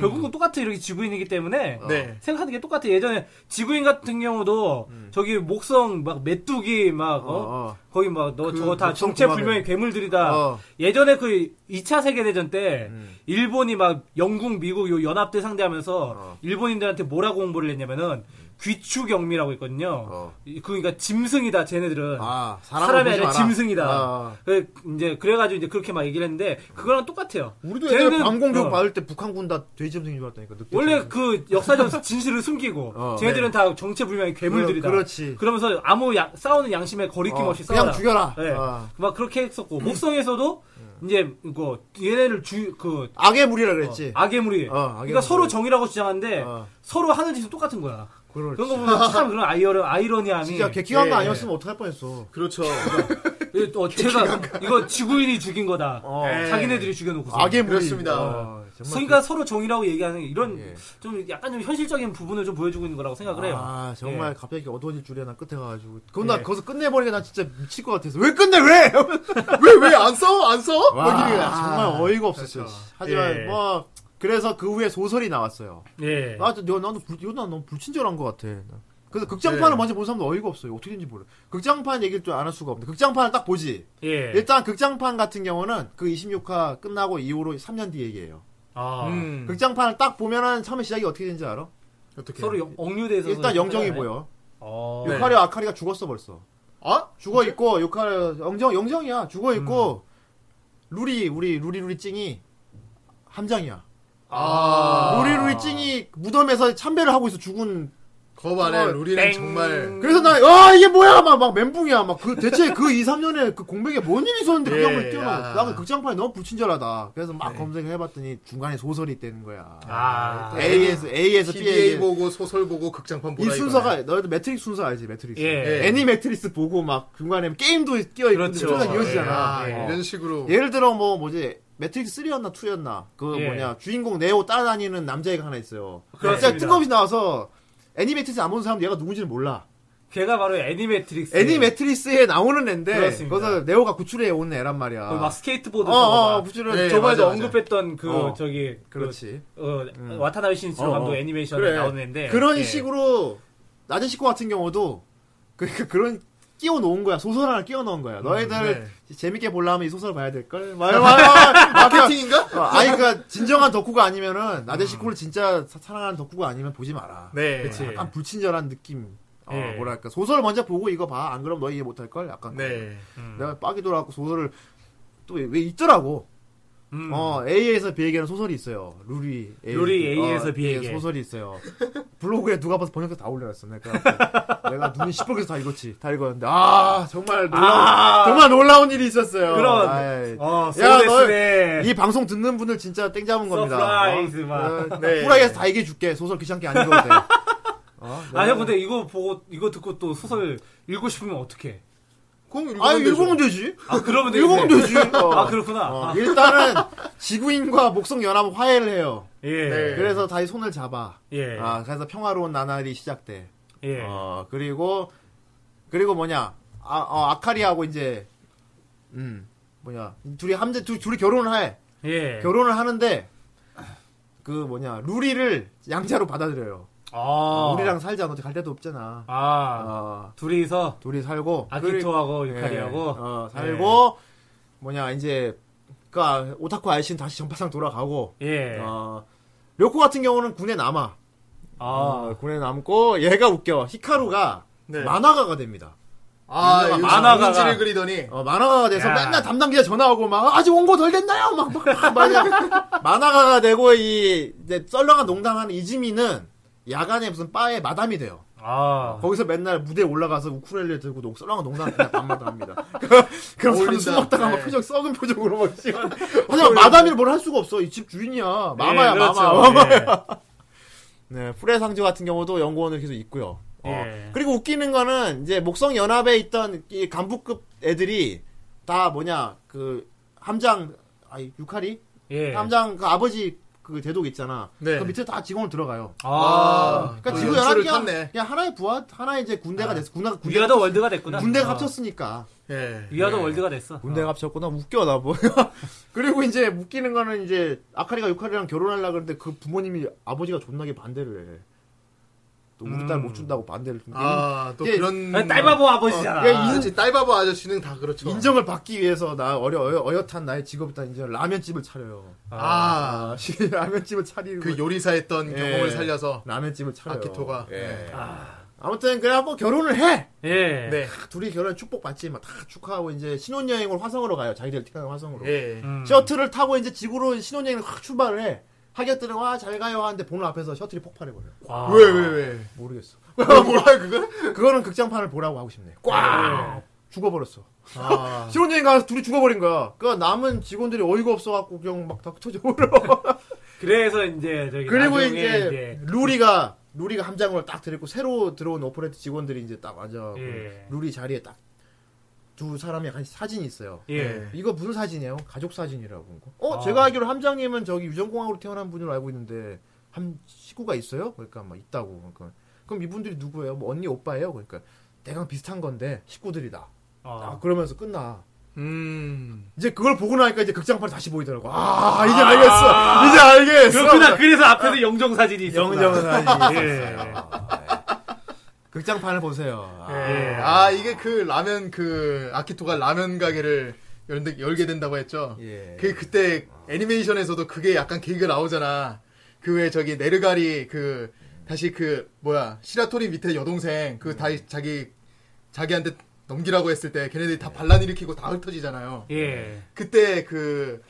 [SPEAKER 3] 결국은 똑같아 이렇게 지구인이기 때문에
[SPEAKER 2] 어.
[SPEAKER 4] 네.
[SPEAKER 3] 생각하는 게 똑같아. 예전에 지구인 같은 경우도 저기 목성 막 메뚜기 막
[SPEAKER 2] 음.
[SPEAKER 3] 어?
[SPEAKER 2] 어, 어.
[SPEAKER 3] 거기 막 너
[SPEAKER 2] 그
[SPEAKER 3] 저거 다
[SPEAKER 2] 목성
[SPEAKER 3] 정체
[SPEAKER 2] 구마들.
[SPEAKER 3] 불명의 괴물들이다.
[SPEAKER 2] 어.
[SPEAKER 3] 예전에 그 2차 세계 대전 때
[SPEAKER 2] 음.
[SPEAKER 3] 일본이 막 영국, 미국 요 연합들 상대하면서
[SPEAKER 2] 어.
[SPEAKER 3] 일본인들한테 뭐라고 홍보를 했냐면은 귀추경미라고 있거든요.
[SPEAKER 2] 어.
[SPEAKER 3] 이- 그러니까 짐승이다 쟤네들은.
[SPEAKER 2] 아, 사람을
[SPEAKER 3] 사람이
[SPEAKER 2] 보지
[SPEAKER 3] 아니라
[SPEAKER 2] 마라.
[SPEAKER 3] 짐승이다.
[SPEAKER 2] 아.
[SPEAKER 3] 그 이제 그래가지고 이제 그렇게 막 얘기를 했는데 그거랑 똑같아요.
[SPEAKER 2] 우리도
[SPEAKER 3] 쟤네는-
[SPEAKER 2] 옛날에 방공교육
[SPEAKER 3] 어.
[SPEAKER 2] 받을 때 북한군 다 돼지점생인 줄 알았다니까. 늑대
[SPEAKER 3] 원래
[SPEAKER 2] 점생.
[SPEAKER 3] 그 역사적 진실을 숨기고
[SPEAKER 2] 어,
[SPEAKER 3] 쟤네들은 다 정체불명의 괴물들이다.
[SPEAKER 2] 그- 그렇지.
[SPEAKER 3] 그러면서 아무 양- 싸우는 양심에 거리낌
[SPEAKER 2] 어,
[SPEAKER 3] 없이
[SPEAKER 2] 그냥
[SPEAKER 3] 싸워라.
[SPEAKER 2] 죽여라.
[SPEAKER 3] 네.
[SPEAKER 2] 어.
[SPEAKER 3] 막 그렇게 했었고 목성에서도 이제 그 얘네를 주그
[SPEAKER 2] 악의 무리라 그랬지.
[SPEAKER 3] 악의 무리.
[SPEAKER 2] 어, 악의
[SPEAKER 3] 그러니까
[SPEAKER 2] 무리.
[SPEAKER 3] 서로 정의라고 주장하는데
[SPEAKER 2] 어.
[SPEAKER 3] 서로 하는 짓은 똑같은 거야.
[SPEAKER 2] 그렇지.
[SPEAKER 3] 그런 거 보면 참 그런 아이러, 아이러니함이
[SPEAKER 2] 진짜 개키감도
[SPEAKER 4] 예, 예.
[SPEAKER 2] 아니었으면 어떡할 뻔했어.
[SPEAKER 4] 그렇죠.
[SPEAKER 3] 이- 어, 제가 이거 지구인이 죽인 거다.
[SPEAKER 2] 어.
[SPEAKER 3] 자기네들이 죽여놓고.
[SPEAKER 2] 악의 무리.
[SPEAKER 4] 그렇습니다.
[SPEAKER 2] 어, 정말
[SPEAKER 3] 그러니까 서로 정의라고 얘기하는 이런
[SPEAKER 2] 예.
[SPEAKER 3] 좀 약간 좀 현실적인 부분을 좀 보여주고 있는 거라고 생각을 해요.
[SPEAKER 2] 아 정말
[SPEAKER 3] 예.
[SPEAKER 2] 갑자기 어두워질 줄이야 난 끝에 가가지고 그건 나
[SPEAKER 3] 예.
[SPEAKER 2] 거기서 끝내버리니까 난 진짜 미칠 것 같아서 왜 끝내 왜?
[SPEAKER 4] 왜 왜 안 써? 안 써?
[SPEAKER 2] 와,
[SPEAKER 4] 막 이래.
[SPEAKER 2] 정말 어이가 없었어요 하지만
[SPEAKER 3] 예.
[SPEAKER 2] 뭐 그래서 그 후에 소설이 나왔어요
[SPEAKER 3] 예.
[SPEAKER 2] 나도 너 나도 불, 이거 난 너무 불친절한 것 같아 그래서 극장판을 먼저 본 사람도 어이가 없어요 어떻게 된지 모르 극장판 얘기를 좀 안 할 수가 없는데 극장판을 딱 보지
[SPEAKER 3] 예.
[SPEAKER 2] 일단 극장판 같은 경우는 그 26화 끝나고 이후로 3년 뒤 얘기예요 어.
[SPEAKER 3] 아.
[SPEAKER 4] 음.
[SPEAKER 2] 극장판을 딱 보면은 처음에 시작이 어떻게 되는지 알아?
[SPEAKER 4] 어떻게?
[SPEAKER 3] 서로 영- 억류돼서
[SPEAKER 2] 일단 영정이
[SPEAKER 3] 하잖아요.
[SPEAKER 2] 보여
[SPEAKER 3] 어.
[SPEAKER 4] 네.
[SPEAKER 2] 요카리와 아카리가 죽었어 벌써
[SPEAKER 4] 아?
[SPEAKER 2] 죽어 있고 요카 영정 영정이야 죽어 있고 루리 우리 루리 루리 찡이 함장이야.
[SPEAKER 4] 아.
[SPEAKER 2] 루리 루리 찡이 무덤에서 참배를 하고 있어 죽은.
[SPEAKER 4] 겁 안에
[SPEAKER 3] 땡.
[SPEAKER 4] 루리는 정말
[SPEAKER 2] 그래서 나아 이게 뭐야 막 막 멘붕이야 막 그 대체 그 2, 3년에 그 공백에 뭔 일이 있었는데 그
[SPEAKER 4] 예,
[SPEAKER 2] 경우를 뛰어나.
[SPEAKER 4] 아.
[SPEAKER 2] 나는 극장판이 너무 불친절하다. 그래서 막 검색해봤더니 중간에 소설이 있다는 거야.
[SPEAKER 3] 아.
[SPEAKER 2] A에서 A에서
[SPEAKER 4] TBA
[SPEAKER 2] B에
[SPEAKER 4] 보고 소설 보고 극장판
[SPEAKER 2] 이
[SPEAKER 4] 보라
[SPEAKER 2] 순서가 너희도 매트릭스 순서 알지 매트릭스.
[SPEAKER 3] 예.
[SPEAKER 2] 애니 매트릭스 보고 막 중간에 게임도 끼어 있고
[SPEAKER 3] 그렇죠.
[SPEAKER 2] 순서가 이어지잖아.
[SPEAKER 4] 이거잖아.
[SPEAKER 3] 예.
[SPEAKER 4] 이런 식으로
[SPEAKER 2] 예를 들어 뭐 뭐지 매트릭스 3였나 2였나 그
[SPEAKER 3] 예.
[SPEAKER 2] 뭐냐 주인공 네오 따라다니는 남자애가 하나 있어요.
[SPEAKER 3] 그렇습니다.
[SPEAKER 2] 진짜 뜬금없이 나와서 애니매트릭스 안 본 사람 얘가 누군지는 몰라.
[SPEAKER 3] 걔가 바로 애니매트릭스.
[SPEAKER 2] 애니매트릭스에 나오는 애인데
[SPEAKER 3] 예. 그렇습니다.
[SPEAKER 2] 거기서 네오가 구출해 온 애란 말이야.
[SPEAKER 3] 그막 스케이트보드.
[SPEAKER 2] 어,
[SPEAKER 3] 어,
[SPEAKER 2] 어,
[SPEAKER 3] 어,
[SPEAKER 2] 구출을
[SPEAKER 4] 네,
[SPEAKER 2] 저번에
[SPEAKER 4] 맞아,
[SPEAKER 3] 저번에도
[SPEAKER 4] 맞아.
[SPEAKER 3] 언급했던 그
[SPEAKER 2] 어.
[SPEAKER 3] 저기
[SPEAKER 2] 그렇지.
[SPEAKER 3] 그, 어, 와타나베 신스로
[SPEAKER 2] 어,
[SPEAKER 3] 감독
[SPEAKER 2] 어.
[SPEAKER 3] 애니메이션에
[SPEAKER 2] 그래.
[SPEAKER 3] 나오는 애인데
[SPEAKER 2] 그런
[SPEAKER 3] 예.
[SPEAKER 2] 식으로 낮은 식구 같은 경우도 그러니까 그런 끼워 놓은 거야. 소설 하나 끼워 넣은
[SPEAKER 3] 음,
[SPEAKER 2] 거야. 너희들
[SPEAKER 3] 네.
[SPEAKER 2] 재밌게 보려면 이 소설 봐야 될 걸.
[SPEAKER 4] 마케팅인가?
[SPEAKER 3] 어,
[SPEAKER 2] 아니 그러니까 진정한 덕후가 아니면은
[SPEAKER 3] 음.
[SPEAKER 2] 나대 식구를 진짜 사- 사랑하는 덕후가 아니면 보지 마라.
[SPEAKER 4] 네.
[SPEAKER 3] 그치.
[SPEAKER 2] 약간 불친절한 느낌. 어,
[SPEAKER 3] 예.
[SPEAKER 2] 뭐랄까 소설 먼저 보고 이거 봐. 안 그럼 너 이해 못할 걸. 약간.
[SPEAKER 4] 네.
[SPEAKER 2] 내가 빡이 돌아갖고 소설을 또 왜 있더라고.
[SPEAKER 3] 음.
[SPEAKER 2] 어 A에서 B에게는 소설이 있어요. 룰이 A,
[SPEAKER 3] 룰이 A에서 B에게.
[SPEAKER 2] 소설이 있어. 요 블로그에 누가 봐서 번역해서 다 올려놨어. 내가 내가 눈이 시뻘개서 다 읽었지. 다 읽었는데 아 정말 놀라운
[SPEAKER 3] 아.
[SPEAKER 2] 정말 놀라운 일이 있었어요.
[SPEAKER 3] 그런
[SPEAKER 2] 아이.
[SPEAKER 3] 어,
[SPEAKER 2] 야,
[SPEAKER 3] 소데스네.
[SPEAKER 2] 이 방송 듣는 분들 진짜 땡 잡은 겁니다.
[SPEAKER 3] 서프라이즈 막.
[SPEAKER 2] 어?
[SPEAKER 4] 네.
[SPEAKER 2] 후라이에서 다 얘기해 줄게. 소설 귀찮게 안 읽어도 돼. 어? 네.
[SPEAKER 3] 아니 근데 이거 보고 이거 듣고 또 소설 읽고 싶으면 어떡해?
[SPEAKER 4] 그럼 읽으면
[SPEAKER 2] 아니,
[SPEAKER 4] 되죠.
[SPEAKER 2] 읽으면 되지.
[SPEAKER 3] 아 그러면
[SPEAKER 2] 읽으면
[SPEAKER 3] 되겠네.
[SPEAKER 2] 되지. 어.
[SPEAKER 3] 아 그렇구나.
[SPEAKER 2] 어,
[SPEAKER 3] 아,
[SPEAKER 2] 일단은 지구인과 목성 연합은 화해를 해요.
[SPEAKER 3] 예.
[SPEAKER 4] 네.
[SPEAKER 2] 그래서 다시 손을 잡아.
[SPEAKER 3] 예.
[SPEAKER 2] 아, 그래서 평화로운 나날이 시작돼.
[SPEAKER 3] 예.
[SPEAKER 2] 어, 그리고 그리고 뭐냐? 아, 어, 아카리하고 이제 음. 뭐냐? 둘이 함재 둘, 둘이 결혼을 해.
[SPEAKER 3] 예.
[SPEAKER 2] 결혼을 하는데 그 뭐냐? 루리를 양자로 받아들여요.
[SPEAKER 3] 아.
[SPEAKER 2] 우리랑 살자. 너갈 데도 없잖아.
[SPEAKER 3] 아.
[SPEAKER 2] 어,
[SPEAKER 3] 둘이서
[SPEAKER 2] 둘이 살고
[SPEAKER 3] 아키토하고
[SPEAKER 2] 그리고-
[SPEAKER 3] 유카리하고
[SPEAKER 2] 예, 어, 살고 뭐냐 이제 그 아- 오타쿠 아이씨는 다시 전파상 돌아가고
[SPEAKER 3] 예.
[SPEAKER 2] 어, 료코 같은 경우는 군에 남아.
[SPEAKER 3] 아.
[SPEAKER 2] 어, 군에 남고 얘가 웃겨. 히카루가
[SPEAKER 4] 네.
[SPEAKER 2] 만화가가 됩니다.
[SPEAKER 4] 아,
[SPEAKER 2] 만화가-
[SPEAKER 3] 만화가가-
[SPEAKER 4] 만화가 지를 그리더니
[SPEAKER 2] 어, 만화가가 돼서
[SPEAKER 3] 야.
[SPEAKER 2] 맨날 담당 기자 전화하고 막 아직 원고 덜 됐나요? 막, 막, 막, 막 이래. 만화가가 되고 이 이제 썰렁한 농담하는 이지미는 야간에 무슨 바에 마담이 돼요.
[SPEAKER 3] 아.
[SPEAKER 2] 거기서 맨날 무대에 올라가서 우쿨렐레 들고 농, 썰렁한 농담 그냥 밤마다 합니다. 그럼 사람
[SPEAKER 4] 어울린다.
[SPEAKER 2] 숨 막다가 막
[SPEAKER 4] 네.
[SPEAKER 2] 표정 썩은 표정으로 막 지금. 하지만 마담이를 뭘 할 수가 없어. 이 집 주인이야. 마마야
[SPEAKER 3] 예, 그렇죠.
[SPEAKER 2] 마마.
[SPEAKER 3] 예.
[SPEAKER 2] 네, 프레 상조 같은 경우도 연구원을 계속 있고요. 어,
[SPEAKER 3] 예.
[SPEAKER 2] 그리고 웃기는 거는 이제 목성 연합에 있던 이 간부급 애들이 다 뭐냐 그 함장 아니 유카리
[SPEAKER 3] 예.
[SPEAKER 2] 함장 그 아버지 그 대독 있잖아.
[SPEAKER 4] 네.
[SPEAKER 2] 그 밑에 다 직원으로 들어가요.
[SPEAKER 3] 아,
[SPEAKER 2] 그러니까
[SPEAKER 4] 아,
[SPEAKER 2] 지구 연합이
[SPEAKER 4] 연출을 탔네.
[SPEAKER 2] 그냥, 그냥 하나의 부하, 하나의 이제 군대가 됐어. 군대가
[SPEAKER 3] 위아더 월드가 됐구나.
[SPEAKER 2] 군대가
[SPEAKER 3] 어.
[SPEAKER 2] 합쳤으니까.
[SPEAKER 4] 예.
[SPEAKER 3] 위아더 월드가 됐어.
[SPEAKER 2] 군대가 합쳤구나. 웃겨 나 뭐. 그리고 이제 웃기는 거는 이제 아카리가 유카리랑 결혼하려 그러는데 그 부모님이 아버지가 존나게 반대를 해. 또 우리 딸 못 준다고 반대를. 좀-
[SPEAKER 4] 음. 아, 또
[SPEAKER 2] 예.
[SPEAKER 4] 그런.
[SPEAKER 3] 아, 딸바보 아버지잖아.
[SPEAKER 4] 어, 예, 그렇지. 딸바보 아저씨는 다 그렇죠.
[SPEAKER 2] 인정을 받기 위해서 나 어려 어여, 어엿한 나의 직업이다 이제 라면집을 차려요.
[SPEAKER 4] 아,
[SPEAKER 2] 아, 시- 라면집을 차리고
[SPEAKER 4] 그 요리사했던
[SPEAKER 2] 예.
[SPEAKER 4] 경험을 살려서.
[SPEAKER 2] 라면집을 차려요.
[SPEAKER 4] 아키토가.
[SPEAKER 2] 예.
[SPEAKER 4] 예.
[SPEAKER 2] 아무튼 그래 한번 결혼을 해.
[SPEAKER 3] 예.
[SPEAKER 4] 네.
[SPEAKER 2] 둘이 결혼 축복 받지 막 다 축하하고 이제 신혼여행을 화성으로 가요. 자기들 태어난 화성으로.
[SPEAKER 4] 예.
[SPEAKER 3] 음.
[SPEAKER 2] 셔틀을 타고 이제 지구로 신혼여행을 확 출발을 해. 하객들은 와 잘 가요 하는데 보는 앞에서 셔틀이 폭발해 버려. 요
[SPEAKER 3] 와.
[SPEAKER 4] 왜, 왜, 왜?
[SPEAKER 2] 모르겠어.
[SPEAKER 4] 뭐라, 그거?
[SPEAKER 2] 그거는 극장판을 보라고 하고 싶네. 꽉 죽어버렸어.
[SPEAKER 4] 아.
[SPEAKER 2] 신혼여행 가서 둘이 죽어버린 거야. 그러니까 남은 직원들이 어이가 없어갖고 그냥 막다 터져 버려.
[SPEAKER 3] 그래서 이제 저기
[SPEAKER 2] 그리고
[SPEAKER 3] 나중에
[SPEAKER 2] 이제, 루리가 루리가 함장으로 딱 들었고 새로 들어온 오퍼레이트 직원들이 이제 딱 앉아
[SPEAKER 3] 예.
[SPEAKER 2] 루리 자리에 딱 두 사람이 한 사진이 있어요.
[SPEAKER 3] 예.
[SPEAKER 2] 이거 무슨 사진이에요? 가족 사진이라고. 그런 거. 어,
[SPEAKER 3] 아.
[SPEAKER 2] 제가 알기로 함장님은 저기 유전공학으로 태어난 분으로 알고 있는데 함 식구가 있어요? 그러니까 막 있다고. 그러니까 그럼 이분들이 누구예요? 뭐 언니 오빠예요? 그러니까 대강 비슷한 건데 식구들이다. 아,
[SPEAKER 3] 어.
[SPEAKER 2] 그러면서 끝나.
[SPEAKER 4] 음.
[SPEAKER 2] 이제 그걸 보고 나니까 이제 극장판 다시 보이더라고. 아, 이제 알겠어. 이제 알겠어.
[SPEAKER 3] 그렇구나. 그래서 앞에서 영정 사진이 있었구나.
[SPEAKER 2] 아, 영정은 아니.
[SPEAKER 3] 예.
[SPEAKER 2] 극장판을 보세요. 아,
[SPEAKER 4] 그 예. 아, 이게 그 라면 그, 아키토가 라면 가게를 열, 열게 된다고 했죠.
[SPEAKER 2] 예.
[SPEAKER 4] 그 그때 애니메이션에서도 그게 약간 계기가 나오잖아. 그 왜 저기 네르가리 그 다시 그 뭐야 시라토리 밑에 여동생 그 다시 자기 자기한테 넘기라고 했을 때 걔네들이 다 반란 일으키고 다 흩어지잖아요.
[SPEAKER 3] 예.
[SPEAKER 4] 그때 그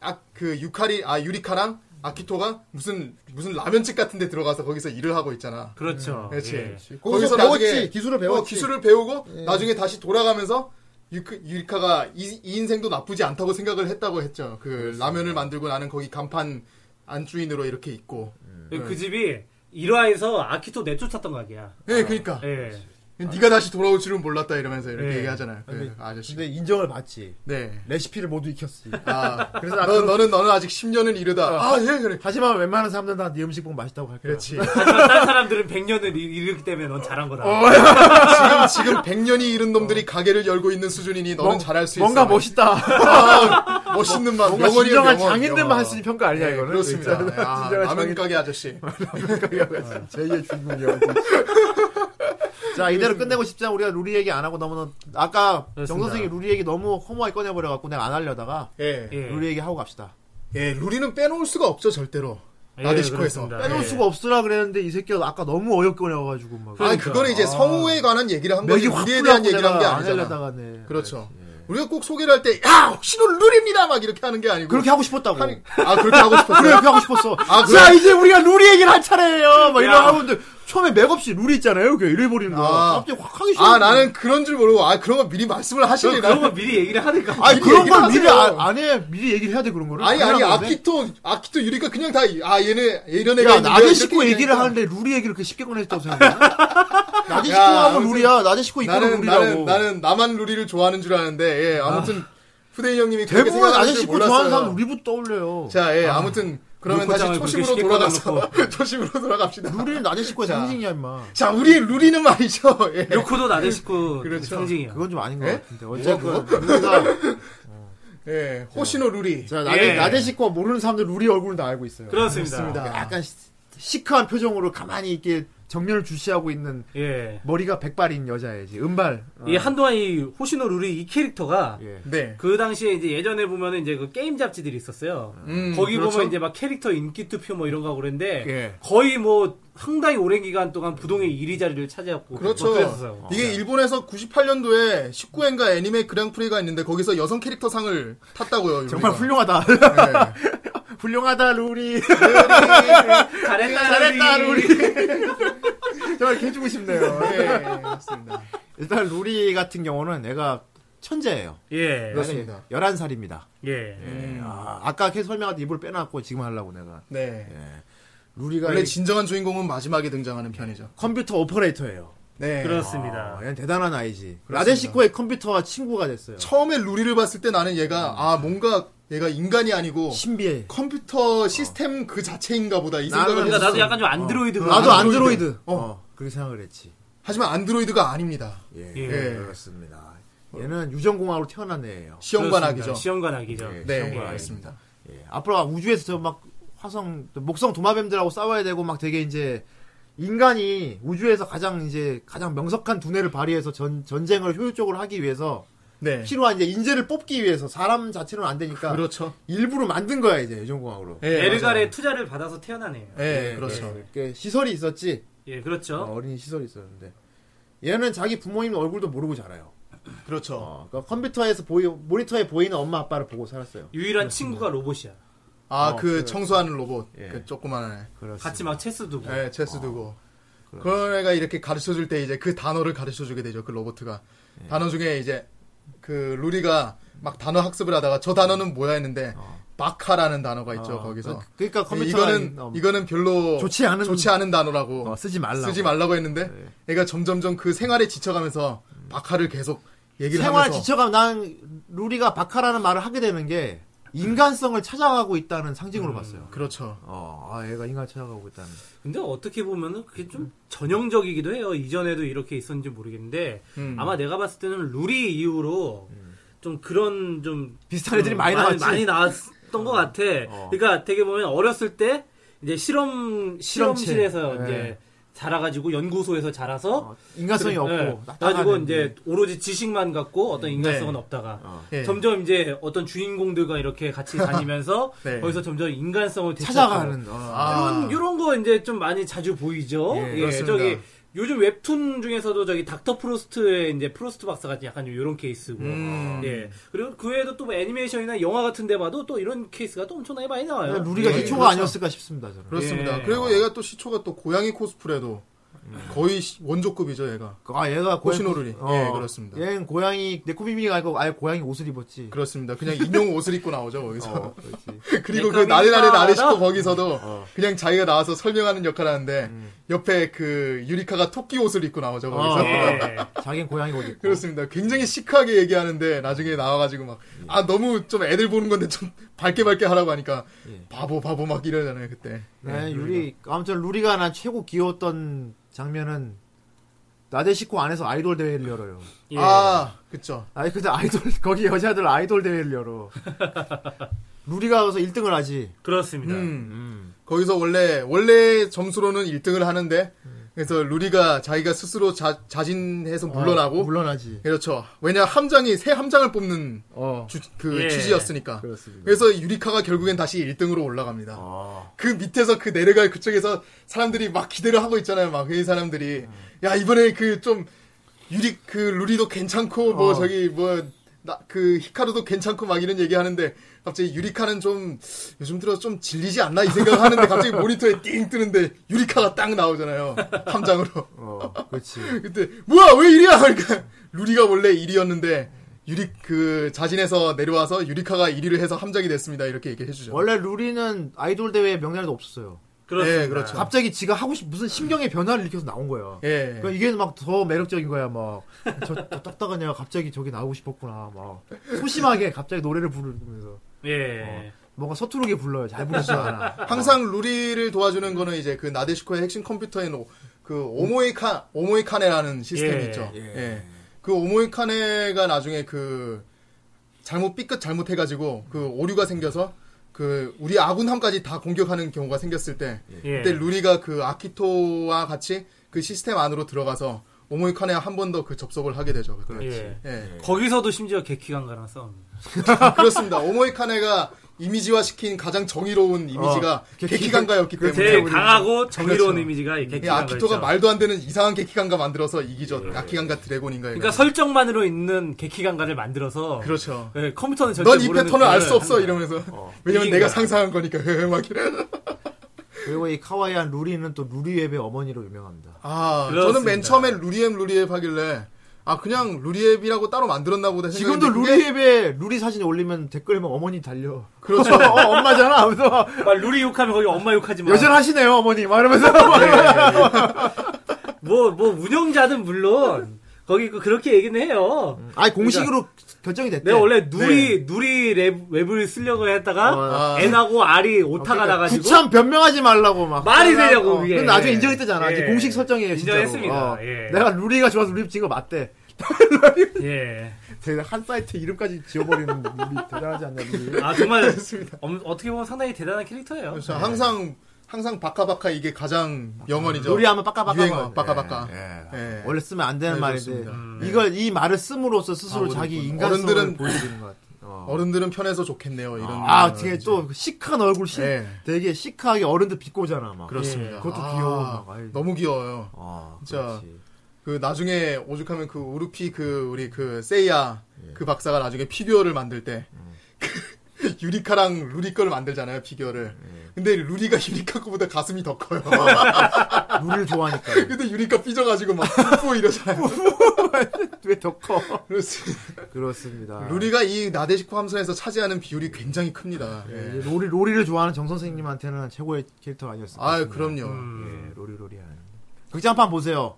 [SPEAKER 4] 아, 그 유카리 아 유리카랑 아키토가 무슨 무슨 라면집 같은 데 들어가서 거기서 일을 하고
[SPEAKER 2] 음,
[SPEAKER 4] 있잖아.
[SPEAKER 3] 그렇죠.
[SPEAKER 4] 그렇지.
[SPEAKER 3] 예.
[SPEAKER 2] 거기서 배웠지. 기술을 배웠지. 예.
[SPEAKER 4] 어, 기술을 배우고 나중에 다시 돌아가면서 유크, 유리카가 이, 이 인생도 나쁘지 않다고 생각을 했다고 했죠. 그 라면을 만들고 나는 거기 간판 안주인으로 이렇게 있고.
[SPEAKER 2] 음.
[SPEAKER 3] 그 집이 1화에서 아키토 내쫓았던 가게야.
[SPEAKER 4] 예, 그러니까
[SPEAKER 3] 예.
[SPEAKER 4] 네가 다시 돌아올 줄은 몰랐다 이러면서 이렇게
[SPEAKER 3] 예.
[SPEAKER 4] 얘기하잖아요. 그
[SPEAKER 2] 근데-
[SPEAKER 4] 아저씨.
[SPEAKER 2] 근데 인정을 받지.
[SPEAKER 4] 네.
[SPEAKER 2] 레시피를 모두 익혔지.
[SPEAKER 4] 아,
[SPEAKER 2] 그래서
[SPEAKER 4] 너,
[SPEAKER 2] 아까
[SPEAKER 4] 너는 너는 아직 10년은 이르다. 아, 예, 그래.
[SPEAKER 2] 하지만 웬만한 사람들은 다 네 음식 보면 맛있다고 할 거야.
[SPEAKER 4] 그렇지.
[SPEAKER 3] 하지만 아, 다른 사람들은 100년을 이르기 때문에 넌 잘한 거다.
[SPEAKER 4] 어, 지금 지금 100년이 이른 놈들이 가게를 열고 있는 수준이니 너는
[SPEAKER 2] 어. 뭔-
[SPEAKER 4] 잘할 수
[SPEAKER 2] 뭔가
[SPEAKER 4] 있어.
[SPEAKER 2] 멋있다.
[SPEAKER 4] 아, 멋있는 맛.
[SPEAKER 2] 뭔가
[SPEAKER 4] 명언이에요,
[SPEAKER 2] 진정한
[SPEAKER 4] 명언,
[SPEAKER 2] 장인들만
[SPEAKER 4] 명언.
[SPEAKER 2] 할 수 있는 평가 아니야
[SPEAKER 4] 예,
[SPEAKER 2] 이거는.
[SPEAKER 4] 그렇습니다. 아,
[SPEAKER 2] 진정한
[SPEAKER 4] 라면
[SPEAKER 2] 장인-
[SPEAKER 4] 가게 아저씨.
[SPEAKER 2] 제2의 주인공이야. 그- 자 이대로 끝내고 싶지 않아 우리가 루리 얘기 안 하고 너무 아까 정
[SPEAKER 3] 그렇습니다.
[SPEAKER 2] 선생이 루리 얘기 너무 허무하게 꺼내버려갖고 내가 안 하려다가
[SPEAKER 4] 예.
[SPEAKER 3] 예.
[SPEAKER 2] 루리 얘기 하고 갑시다.
[SPEAKER 4] 예, 루리는 빼놓을 수가 없죠, 절대로.
[SPEAKER 3] 예,
[SPEAKER 4] 나데시코에서.
[SPEAKER 3] 그렇습니다.
[SPEAKER 2] 빼놓을
[SPEAKER 3] 예.
[SPEAKER 2] 수가 없으라 그랬는데 이 새끼가 아까 너무 어렵게 꺼내가지고 막.
[SPEAKER 4] 아니, 그거는 이제 성우에 관한 얘기를 한 거지,
[SPEAKER 2] 맥이 확
[SPEAKER 4] 루리에 대한 얘기를 한
[SPEAKER 2] 풀려갖고
[SPEAKER 4] 게
[SPEAKER 2] 내가 예, 안
[SPEAKER 4] 아니잖아.
[SPEAKER 2] 하려다가네.
[SPEAKER 4] 그렇죠. 우리가 꼭 소개를 할 때, 야, 혹시는 루리입니다! 막 이렇게 하는 게 아니고.
[SPEAKER 2] 그렇게 하고 싶었다고.
[SPEAKER 4] 하니- 아, 그렇게 하고
[SPEAKER 2] 그래,
[SPEAKER 4] 싶었어요?
[SPEAKER 2] 이렇게 하고 싶었어.
[SPEAKER 4] 아, 그래?
[SPEAKER 2] 자, 이제 우리가 루리 얘기를 할 차례예요. 막
[SPEAKER 3] 야.
[SPEAKER 2] 이런 하고는데 처음에 맥없이 루리 있잖아요. 그냥 이래버리는 거야.
[SPEAKER 4] 아.
[SPEAKER 2] 갑자기 확 하기 싫어.
[SPEAKER 4] 아, 나는 그런 줄 모르고, 아, 그런 거 미리 말씀을 하시니.
[SPEAKER 3] 그럼 그런
[SPEAKER 4] 나는-
[SPEAKER 3] 거 미리 얘기를 하니까.
[SPEAKER 2] 아니,
[SPEAKER 4] 미리
[SPEAKER 2] 그런
[SPEAKER 4] 얘기를
[SPEAKER 2] 걸 미리
[SPEAKER 4] 하세요.
[SPEAKER 2] 안, 안 해. 미리 얘기를 해야 돼, 그런 거를.
[SPEAKER 4] 아니, 아니,
[SPEAKER 2] 당연한 건데.
[SPEAKER 4] 아키토, 아키토 유리가 그냥 다, 아, 얘네, 이런 애가
[SPEAKER 2] 야,
[SPEAKER 4] 있는데
[SPEAKER 2] 나대
[SPEAKER 4] 이렇게
[SPEAKER 2] 식구 얘기를
[SPEAKER 4] 얘기하니까.
[SPEAKER 2] 하는데 루리 얘기를 그렇게 쉽게 꺼냈다고 생각해. 나대 식구하고
[SPEAKER 4] 아무튼
[SPEAKER 2] 루리야. 나대 식구 이거
[SPEAKER 4] 나는,
[SPEAKER 2] 루리라고.
[SPEAKER 4] 나는, 나는 나만 루리를 좋아하는 줄 아는데, 예, 아무튼, 후대인 형님이 그렇게
[SPEAKER 2] 대부분
[SPEAKER 4] 생각하는
[SPEAKER 2] 나대
[SPEAKER 4] 줄
[SPEAKER 2] 식구 좋아하는 사람
[SPEAKER 4] 몰랐어요.
[SPEAKER 2] 우리부터 떠올려요.
[SPEAKER 4] 자, 예, 아무튼, 그러면 다시
[SPEAKER 3] 물고장을 그렇게
[SPEAKER 4] 초심으로
[SPEAKER 3] 쉽게
[SPEAKER 4] 돌아가서, 초심으로 돌아갑시다.
[SPEAKER 2] 루리는 나대 식구의
[SPEAKER 4] 자.
[SPEAKER 2] 상징이야, 임마.
[SPEAKER 4] 자, 우리의 루리는 말이죠. 예.
[SPEAKER 3] 요코도 나데시코
[SPEAKER 4] 그렇죠.
[SPEAKER 3] 상징이야.
[SPEAKER 2] 그건 좀 아닌 것
[SPEAKER 4] 예? 그
[SPEAKER 2] 같은데. 어쨌건 루리가
[SPEAKER 4] 예, 호시노 루리.
[SPEAKER 2] 자, 나대,
[SPEAKER 3] 예.
[SPEAKER 2] 나대 식구 모르는 사람들 루리 얼굴은 다 알고 있어요.
[SPEAKER 3] 그렇습니다.
[SPEAKER 4] 그렇습니다.
[SPEAKER 2] 약간 시- 시크한 표정으로 가만히 이렇게 정면을 주시하고 있는
[SPEAKER 3] 예.
[SPEAKER 2] 머리가 백발인 여자애지. 은발. 어.
[SPEAKER 3] 이 한동안 이 호시노 루리 이 캐릭터가
[SPEAKER 2] 예.
[SPEAKER 4] 네.
[SPEAKER 3] 그 당시에 이제 예전에 보면은 이제 그 게임 잡지들이 있었어요.
[SPEAKER 4] 음,
[SPEAKER 3] 거기
[SPEAKER 4] 그렇죠.
[SPEAKER 3] 보면 이제 막 캐릭터 인기 투표 뭐 이런 거 하고 그랬는데
[SPEAKER 4] 예.
[SPEAKER 3] 거의 뭐 상당히 오랜 기간 동안 부동의 1위 자리를 차지하고
[SPEAKER 4] 그렇죠.
[SPEAKER 3] 뭐 그랬었어요.
[SPEAKER 4] 이게 일본에서 98년도에 19회인가 애니메 그랑프리가 있는데 거기서 여성 캐릭터 상을 탔다고요. 루리가.
[SPEAKER 2] 정말 훌륭하다.
[SPEAKER 4] 예.
[SPEAKER 2] 훌륭하다, 루리.
[SPEAKER 3] 잘했다
[SPEAKER 2] 잘했다,
[SPEAKER 3] 루리.
[SPEAKER 2] 루리. 정말 이렇게 해주고 싶네요.
[SPEAKER 4] 예, 예, 그렇습니다.
[SPEAKER 2] 일단 루리 같은 경우는 애가 천재예요.
[SPEAKER 3] 예.
[SPEAKER 4] 그렇습니다.
[SPEAKER 2] 11살입니다.
[SPEAKER 3] 예.
[SPEAKER 2] 아, 아까 계속 설명하던 입을 빼놨고 지금 하려고 내가.
[SPEAKER 4] 네.
[SPEAKER 2] 루리가
[SPEAKER 4] 원래
[SPEAKER 2] 그러니까 이
[SPEAKER 4] 진정한 주인공은 마지막에 등장하는 편이죠.
[SPEAKER 2] 컴퓨터 오퍼레이터예요.
[SPEAKER 4] 네.
[SPEAKER 2] 아,
[SPEAKER 3] 그렇습니다.
[SPEAKER 2] 얘는 대단한 아이지. 라데시코의 컴퓨터와 친구가 됐어요.
[SPEAKER 4] 처음에 루리를 봤을 때 나는 얘가 아 뭔가 얘가 인간이 아니고
[SPEAKER 2] 신비해.
[SPEAKER 4] 컴퓨터 시스템 그 자체인가 보다 이
[SPEAKER 2] 나는
[SPEAKER 4] 생각을
[SPEAKER 2] 그러니까
[SPEAKER 3] 그러니까 나도
[SPEAKER 4] 했었어.
[SPEAKER 3] 약간 좀 안드로이드.
[SPEAKER 2] 나도
[SPEAKER 4] 안드로이드.
[SPEAKER 2] 안드로이드. 어.
[SPEAKER 4] 어.
[SPEAKER 2] 그렇게 생각을 했지.
[SPEAKER 4] 하지만 안드로이드가 아닙니다.
[SPEAKER 2] 예.
[SPEAKER 3] 예.
[SPEAKER 2] 그렇습니다. 얘는 유전공학으로 태어난 애예요.
[SPEAKER 4] 시험관악이죠.
[SPEAKER 3] 시험관악이죠.
[SPEAKER 2] 예,
[SPEAKER 4] 네,
[SPEAKER 2] 시험관악입니다.
[SPEAKER 4] 알겠습니다.
[SPEAKER 2] 예. 앞으로 우주에서 저 막 화성, 목성 도마뱀들하고 싸워야 되고 막 되게 이제 인간이 우주에서 가장 이제 가장 명석한 두뇌를 발휘해서 전, 전쟁을 효율적으로 하기 위해서
[SPEAKER 4] 네.
[SPEAKER 2] 필요한 이제 인재를 뽑기 위해서 사람 자체로는 안 되니까
[SPEAKER 4] 그렇죠.
[SPEAKER 2] 일부러 만든 거야 이제 유전공학으로.
[SPEAKER 4] 예,
[SPEAKER 3] 에르갈의 투자를 받아서 태어나네요.
[SPEAKER 4] 맞아요. 예, 그렇죠.
[SPEAKER 2] 그 시설이 있었지.
[SPEAKER 3] 예,
[SPEAKER 2] 어,
[SPEAKER 3] 그렇죠.
[SPEAKER 2] 어린이 시설이 있었는데 얘는 자기 부모님 얼굴도 모르고 자라요.
[SPEAKER 4] 그렇죠.
[SPEAKER 2] 어, 그러니까 컴퓨터에서 보이 모니터에 보이는 엄마 아빠를 보고 살았어요.
[SPEAKER 3] 유일한 친구가 로봇이야.
[SPEAKER 4] 아,
[SPEAKER 2] 어,
[SPEAKER 4] 그
[SPEAKER 2] 그래.
[SPEAKER 4] 청소하는 로봇.
[SPEAKER 2] 예.
[SPEAKER 4] 그 조그만한
[SPEAKER 2] 그렇습니다.
[SPEAKER 3] 같이 막 체스 두고.
[SPEAKER 4] 애.
[SPEAKER 2] 네.
[SPEAKER 4] 예,
[SPEAKER 2] 아,
[SPEAKER 4] 체스 두고. 그런 애가 이렇게 가르쳐 줄 때 이제 그 단어를 가르쳐 주게 되죠. 그 로봇가.
[SPEAKER 2] 예.
[SPEAKER 4] 단어 중에 이제 그 루리가 막 단어 학습을 하다가 저 단어는 뭐야 했는데 마카라는 단어가 있죠.
[SPEAKER 2] 어,
[SPEAKER 4] 거기서.
[SPEAKER 2] 그- 그러니까 컴퓨터가
[SPEAKER 4] 네, 이거는
[SPEAKER 2] 어,
[SPEAKER 4] 이거는 별로
[SPEAKER 2] 좋지 않은-
[SPEAKER 4] 단어라고
[SPEAKER 2] 어, 쓰지 말라고. 네.
[SPEAKER 4] 쓰지 말라고 했는데 애가 점점점 그 생활에 지쳐가면서
[SPEAKER 2] 음.
[SPEAKER 4] 마카를 계속 얘기를
[SPEAKER 2] 생활
[SPEAKER 4] 하면서
[SPEAKER 2] 지쳐가면 난 루리가 바카라는 말을 하게 되는 게 인간성을 찾아가고 있다는 상징으로 봤어요.
[SPEAKER 4] 그렇죠.
[SPEAKER 2] 어, 아, 얘가 인간 찾아가고 있다는.
[SPEAKER 3] 근데 어떻게 보면은 그게 좀 전형적이기도 해요. 이전에도 이렇게 있었는지 모르겠는데
[SPEAKER 2] 음.
[SPEAKER 3] 아마 내가 봤을 때는 루리 이후로 좀 그런 좀
[SPEAKER 2] 비슷한 애들이
[SPEAKER 3] 음,
[SPEAKER 2] 많이 나왔지.
[SPEAKER 3] 많이 나왔던 것 같아.
[SPEAKER 2] 어.
[SPEAKER 3] 그러니까 되게 보면 어렸을 때 이제 실험 실험실에서
[SPEAKER 2] 실험체. 예.
[SPEAKER 3] 이제 자라가지고 연구소에서 자라서
[SPEAKER 2] 어, 인간성이 없고
[SPEAKER 3] 예.
[SPEAKER 2] 낯다가는.
[SPEAKER 3] 가지고 이제 오로지 지식만 갖고 어떤 인간성은
[SPEAKER 4] 네.
[SPEAKER 3] 없다가
[SPEAKER 2] 어.
[SPEAKER 4] 예.
[SPEAKER 3] 점점 이제 어떤 주인공들과 이렇게 같이 다니면서
[SPEAKER 4] 네.
[SPEAKER 3] 거기서 점점 인간성을
[SPEAKER 2] 찾아가는. 어.
[SPEAKER 4] 아.
[SPEAKER 3] 이런 이런 거 이제 좀 많이 자주 보이죠.
[SPEAKER 2] 예,
[SPEAKER 3] 예,
[SPEAKER 4] 그렇습니다.
[SPEAKER 3] 저기 요즘 웹툰 중에서도 저기 닥터 프로스트의 이제 프로스트 박사가 약간 이런 케이스고.
[SPEAKER 4] 음.
[SPEAKER 3] 예. 그리고 그 외에도 또뭐 애니메이션이나 영화 같은 데 봐도 또 이런 케이스가 또 엄청나게 많이 나와요.
[SPEAKER 2] 네, 루리가
[SPEAKER 4] 예,
[SPEAKER 2] 희초가
[SPEAKER 4] 그렇죠.
[SPEAKER 2] 아니었을까 싶습니다. 저는.
[SPEAKER 4] 그렇습니다.
[SPEAKER 3] 예.
[SPEAKER 4] 그리고 얘가 또 시초가 또 고양이 코스프레도
[SPEAKER 2] 음.
[SPEAKER 4] 거의 시- 원조급이죠, 얘가.
[SPEAKER 2] 아 얘가 고양이- 어,
[SPEAKER 4] 호시노루리. 예, 그렇습니다.
[SPEAKER 2] 얘는 고양이 네코비미가 아니고 아예 고양이 옷을 입었지.
[SPEAKER 4] 그렇습니다. 그냥 인형 옷을 입고 나오죠, 거기서.
[SPEAKER 2] 어, 그렇지.
[SPEAKER 4] 그리고 그
[SPEAKER 3] 네,
[SPEAKER 4] 나래 나래 나래
[SPEAKER 3] 그러니까
[SPEAKER 4] 싶고
[SPEAKER 3] 나오다.
[SPEAKER 4] 거기서도 그냥 자기가 나와서 설명하는 역할을 하는데 옆에 그 유리카가 토끼 옷을 입고 나오죠, 거기서.
[SPEAKER 2] 어.
[SPEAKER 3] 예.
[SPEAKER 2] 자기는 고양이 옷 입고.
[SPEAKER 4] 그렇습니다. 굉장히 시크하게 얘기하는데 나중에 나와가지고 막, 아, 너무 좀 애들 보는 건데 좀 밝게 밝게 하라고 하니까 바보, 바보 막 이러잖아요, 그때.
[SPEAKER 2] 네, 유리 아무튼 루리가 난 최고 귀여웠던 장면은 나데시코 안에서 아이돌 대회를 열어요.
[SPEAKER 3] 예.
[SPEAKER 4] 아, 그쵸.
[SPEAKER 2] 아니 근데 아이돌 거기 여자들 아이돌 대회를 열어. 루리가 가서 1등을 하지.
[SPEAKER 3] 그렇습니다.
[SPEAKER 4] 음. 거기서 원래 원래 점수로는 1등을 하는데 그래서 루리가 자기가 스스로 자, 자진해서 물러나고
[SPEAKER 2] 어, 물러나지.
[SPEAKER 4] 그렇죠. 왜냐 함장이 새 함장을 뽑는
[SPEAKER 2] 어.
[SPEAKER 4] 주- 그
[SPEAKER 3] 예.
[SPEAKER 4] 취지였으니까.
[SPEAKER 2] 그렇습니다. 어. 아,
[SPEAKER 4] 그래서 유리카가 결국엔 다시 1등으로 올라갑니다. 그 밑에서 그 내려갈 그쪽에서 사람들이 막 기대를 하고 있잖아요. 막 이 사람들이 야 이번에 그 좀 유리 그 루리도 괜찮고 뭐
[SPEAKER 2] 어.
[SPEAKER 4] 저기 뭐 나 그 히카루도 괜찮고 막 이런 얘기 하는데 갑자기 유리카는 좀 요즘 들어 좀 질리지 않나 이 생각을 하는데 갑자기 모니터에 띵 뜨는데 유리카가 딱 나오잖아요 함장으로
[SPEAKER 2] 어, 그렇지.
[SPEAKER 4] 그때 뭐야 왜 이리야 그러니까 루리가 원래 1위였는데 유리 그 자진해서 내려와서 유리카가 1위를 해서 함장이 됐습니다 이렇게 얘기해 주죠.
[SPEAKER 3] 어,
[SPEAKER 2] 원래 루리는 아이돌 대회 명단에도 없었어요.
[SPEAKER 3] 그렇습니다.
[SPEAKER 4] 예, 그렇죠.
[SPEAKER 2] 갑자기 지가 하고 싶 무슨 심경의 변화를 일으켜서 나온 거야.
[SPEAKER 4] 예.
[SPEAKER 2] 그러니까 이게 막 더 매력적인 거야 막저 딱딱한 애가 갑자기 저기 나오고 싶었구나 막 소심하게 갑자기 노래를 부르면서
[SPEAKER 3] 예.
[SPEAKER 2] 뭔가 서투르게 불러요 잘 부르지도 않아
[SPEAKER 4] 항상 루리를 도와주는 거는 이제 그 나데시코의 핵심 컴퓨터에는 그 오모이카 오모이카네라는 시스템이
[SPEAKER 3] 예,
[SPEAKER 4] 있죠.
[SPEAKER 2] 예.
[SPEAKER 4] 예. 그 오모이카네가 나중에 그 잘못 삐끗 잘못해 가지고 그 오류가 생겨서 그 우리 아군함까지 다 공격하는 경우가 생겼을 때
[SPEAKER 3] 예.
[SPEAKER 4] 그때 루리가 그 아키토와 같이 그 시스템 안으로 들어가서 오모이카네 한 번 더 그 접속을 하게 되죠. 그때.
[SPEAKER 3] 예.
[SPEAKER 4] 예. 아,
[SPEAKER 3] 거기서도 심지어 개키강가랑 싸웁니다.
[SPEAKER 4] 그렇습니다. 오모이카네가 이미지화 시킨 가장 정의로운 이미지가 개키간가였기 때문에
[SPEAKER 3] 어, 그 제일 강하고 정의로운
[SPEAKER 4] 그렇죠.
[SPEAKER 3] 이미지가 이
[SPEAKER 4] 이
[SPEAKER 3] 개키강가.
[SPEAKER 4] 아키토가
[SPEAKER 3] 있죠.
[SPEAKER 4] 말도 안 되는 이상한 개키간가 만들어서 이기죠. 아키간가 드래곤인가
[SPEAKER 3] 예. 그러니까
[SPEAKER 4] 그러니까
[SPEAKER 3] 설정만으로 있는 개키강가를 만들어서
[SPEAKER 4] 그렇죠.
[SPEAKER 3] 예, 컴퓨터는 절대
[SPEAKER 4] 넌 이
[SPEAKER 3] 모르는
[SPEAKER 4] 패턴을 알 수
[SPEAKER 3] 그걸-
[SPEAKER 4] 없어 이러면서 왜냐면
[SPEAKER 3] 이긴
[SPEAKER 4] 내가
[SPEAKER 3] 거야.
[SPEAKER 4] 상상한 거니까 막 이래.
[SPEAKER 2] 그리고 이 카와이한 루리는 또 루리웹의 어머니로 유명합니다
[SPEAKER 4] 아
[SPEAKER 3] 그렇습니다.
[SPEAKER 4] 저는 맨 처음에 루리앱 루리앱 하길래 아 그냥 루리앱이라고 따로 만들었나 보다
[SPEAKER 2] 지금도
[SPEAKER 4] 생각했는데 그게-
[SPEAKER 2] 루리웹에 루리 사진 올리면 댓글에 막 어머니 달려
[SPEAKER 4] 그렇죠.
[SPEAKER 2] 어, 엄마잖아 하면서
[SPEAKER 3] 막 루리 욕하면 거기 엄마 욕하지 마.
[SPEAKER 2] 여전하시네요 어머니 막 이러면서
[SPEAKER 3] 네, 뭐, 뭐, 운영자는 물론, 거기 그- 그렇게 얘기는 해요.
[SPEAKER 2] 아니 공식으로 결정이 됐대.
[SPEAKER 4] 네.
[SPEAKER 2] 네.
[SPEAKER 3] 내가 원래 누리 누리 랩, 웹을 쓰려고
[SPEAKER 2] 어.
[SPEAKER 4] 아.
[SPEAKER 3] 했다가 N하고 R이 오타가
[SPEAKER 4] 그러니까
[SPEAKER 3] 나가지고
[SPEAKER 2] 부참 변명하지 말라고 막
[SPEAKER 3] 말이
[SPEAKER 2] 그러나-
[SPEAKER 3] 되냐고,
[SPEAKER 2] 어,
[SPEAKER 3] 그게.
[SPEAKER 2] 근데 나중에 인정했잖아.
[SPEAKER 3] 예.
[SPEAKER 2] 이제 공식 설정이에요. 진짜로.
[SPEAKER 3] 인정했습니다.
[SPEAKER 2] 어.
[SPEAKER 3] 예.
[SPEAKER 2] 내가 루리가 좋아서 루리 찍은 거 맞대.
[SPEAKER 3] 예.
[SPEAKER 2] 제가 한 사이트 이름까지 지워버리는 루리 대단하지 않냐 루리.
[SPEAKER 3] 아 정말 엄- 어떻게 보면 상당히 대단한 캐릭터예요.
[SPEAKER 4] 그래서 항상 항상 바카바카 이게 가장 영원이죠.
[SPEAKER 2] 루리 하면 빠까빠까.
[SPEAKER 4] 유행어,
[SPEAKER 2] 하면.
[SPEAKER 4] 빠까빠까.
[SPEAKER 2] 예. 예.
[SPEAKER 4] 예.
[SPEAKER 2] 원래 쓰면 안 되는
[SPEAKER 4] 네,
[SPEAKER 2] 말인데
[SPEAKER 4] 그렇습니다.
[SPEAKER 2] 이걸 이 말을 씀으로써 스스로
[SPEAKER 4] 아,
[SPEAKER 2] 자기
[SPEAKER 4] 어른들은-
[SPEAKER 2] 인간성을
[SPEAKER 4] 어른들은-
[SPEAKER 2] 보여드리는 것 같아. 어.
[SPEAKER 4] 어른들은 편해서 좋겠네요. 이런.
[SPEAKER 2] 아,
[SPEAKER 4] 말이죠.
[SPEAKER 2] 되게 또 시크한 얼굴, 시,
[SPEAKER 4] 예.
[SPEAKER 2] 되게 시크하게 어른들 비꼬잖아 막.
[SPEAKER 4] 그렇습니다.
[SPEAKER 2] 예. 그것도
[SPEAKER 4] 아,
[SPEAKER 2] 귀여워. 막. 아이.
[SPEAKER 4] 너무 귀여워요.
[SPEAKER 2] 아,
[SPEAKER 4] 진짜.
[SPEAKER 2] 그렇지.
[SPEAKER 4] 그 나중에 오죽하면 그 우루피 그 우리 그 세이야
[SPEAKER 2] 예.
[SPEAKER 4] 그 박사가 나중에 피규어를 만들 때
[SPEAKER 2] 음.
[SPEAKER 4] 그 유리카랑 루리 거를 만들잖아요 피규어를.
[SPEAKER 2] 예.
[SPEAKER 4] 근데 루리가 유리카 거보다 가슴이 더 커요.
[SPEAKER 2] 어, 루리를 좋아하니까
[SPEAKER 4] 근데 유리카 삐져가지고 막 뿌뿌 이러잖아요.
[SPEAKER 2] 왜 더 커?
[SPEAKER 4] 그래서
[SPEAKER 2] 그렇습니다.
[SPEAKER 4] 루리가 이 나대식구 함선에서 차지하는 비율이 굉장히 큽니다.
[SPEAKER 2] 예, 이 로리 로리를 좋아하는 정 선생님한테는 최고의 캐릭터 아니었을까?
[SPEAKER 4] 아
[SPEAKER 2] 싶습니다.
[SPEAKER 4] 그럼요.
[SPEAKER 2] 예, 로리 로리한. 극장판 보세요.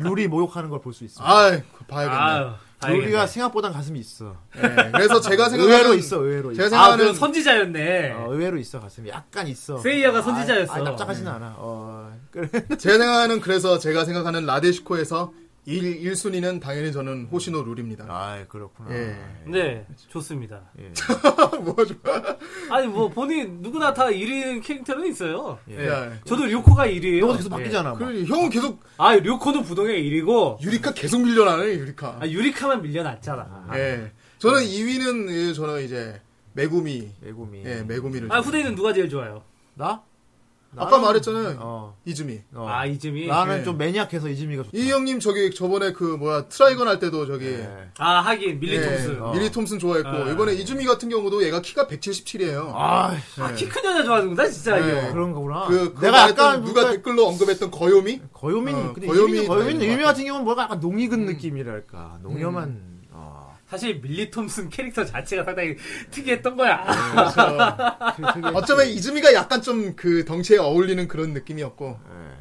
[SPEAKER 2] 루리 모욕하는 걸 볼 수 있습니다.
[SPEAKER 4] 아 봐야겠네.
[SPEAKER 3] 아유,
[SPEAKER 2] 로리가 생각보다 가슴이 있어.
[SPEAKER 4] 예, 그래서 제가 생각하는
[SPEAKER 2] 의외로 있어, 의외로.
[SPEAKER 4] 제가
[SPEAKER 2] 있어.
[SPEAKER 3] 아, 그럼
[SPEAKER 4] 생각하는
[SPEAKER 3] 선지자였네.
[SPEAKER 2] 어, 의외로 있어 가슴이 약간 있어.
[SPEAKER 3] 세이야가 선지자였어. 음.
[SPEAKER 2] 아, 아, 납작하진 않아. 어, 그래.
[SPEAKER 4] 제 생각에는 그래서 제가 생각하는 라데시코에서 1, 1순위는 당연히 저는 호시노 룰입니다.
[SPEAKER 2] 아, 그렇구나.
[SPEAKER 4] 예.
[SPEAKER 3] 네, 좋습니다.
[SPEAKER 2] 예.
[SPEAKER 4] 뭐 좋아.
[SPEAKER 3] 아니 뭐 본인 누구나 다 1인 캐릭터는 있어요.
[SPEAKER 2] 예.
[SPEAKER 4] 야,
[SPEAKER 3] 저도 료코가 1위에요.
[SPEAKER 2] 이거 계속 바뀌잖아. 막.
[SPEAKER 4] 그 형은 계속
[SPEAKER 3] 아, 료코는 부동의 1위고
[SPEAKER 4] 유리카 계속 밀려나네 유리카.
[SPEAKER 3] 아, 유리카만 밀려났잖아.
[SPEAKER 4] 예. 저는
[SPEAKER 2] 음.
[SPEAKER 4] 2위는 예, 저는 이제 메구미.
[SPEAKER 2] 애구미.
[SPEAKER 4] 예, 메구미를.
[SPEAKER 3] 아, 후대인은 누가 제일 좋아요?
[SPEAKER 2] 나?
[SPEAKER 4] 아까
[SPEAKER 2] 나는-
[SPEAKER 4] 말했잖아요.
[SPEAKER 2] 어.
[SPEAKER 4] 이즈미.
[SPEAKER 2] 어.
[SPEAKER 3] 아, 이즈미.
[SPEAKER 2] 나는
[SPEAKER 4] 예.
[SPEAKER 2] 좀 매니악해서 이즈미가 좋다.
[SPEAKER 4] 이 형님 저기 저번에 그 뭐야 트라이건 할 때도 저기
[SPEAKER 2] 예.
[SPEAKER 3] 아, 하긴 밀리
[SPEAKER 4] 예,
[SPEAKER 3] 톰스.
[SPEAKER 2] 어.
[SPEAKER 4] 밀리 톰슨 좋아했고
[SPEAKER 3] 아.
[SPEAKER 4] 이번에 이즈미 같은 경우도 얘가 키가 177이에요.
[SPEAKER 2] 아,
[SPEAKER 3] 아, 키 큰 여자 좋아하는구나, 진짜.
[SPEAKER 4] 네.
[SPEAKER 3] 이거.
[SPEAKER 2] 그런 거구나.
[SPEAKER 4] 그, 그
[SPEAKER 2] 내가
[SPEAKER 4] 내가
[SPEAKER 2] 약간
[SPEAKER 4] 누가
[SPEAKER 2] 뭔가
[SPEAKER 4] 댓글로 언급했던 거요미?
[SPEAKER 2] 거요민,
[SPEAKER 4] 어,
[SPEAKER 2] 근데
[SPEAKER 4] 거요미
[SPEAKER 2] 거요민, 거요민
[SPEAKER 4] 다른 것
[SPEAKER 2] 의미
[SPEAKER 4] 같아.
[SPEAKER 2] 같은 경우는 뭐가 약간
[SPEAKER 3] 음.
[SPEAKER 2] 농익은 느낌이랄까. 농염한, 어.
[SPEAKER 3] 사실 밀리 톰슨 캐릭터 자체가 상당히 특이했던 거야.
[SPEAKER 4] 어쩌면 이즈미가 약간 좀 그 덩치에 어울리는 그런 느낌이었고.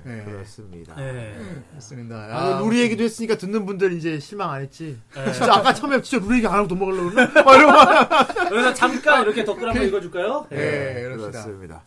[SPEAKER 2] 예,
[SPEAKER 4] 예.
[SPEAKER 2] 그렇습니다.
[SPEAKER 3] 네.
[SPEAKER 4] 맞습니다.
[SPEAKER 2] 아,
[SPEAKER 4] 아,
[SPEAKER 2] 루리 얘기도 했으니까 듣는 분들 이제 실망 안 했지. 진짜 아까 처음에 진짜 루리 얘기 안 하고 돈 먹으려고 그러나? 막 이러고.
[SPEAKER 3] 여기서 잠깐 이렇게 댓글 한번 읽어줄까요?
[SPEAKER 4] 예,
[SPEAKER 2] 그 예,
[SPEAKER 4] 그렇습니다.
[SPEAKER 2] 그렇습니다.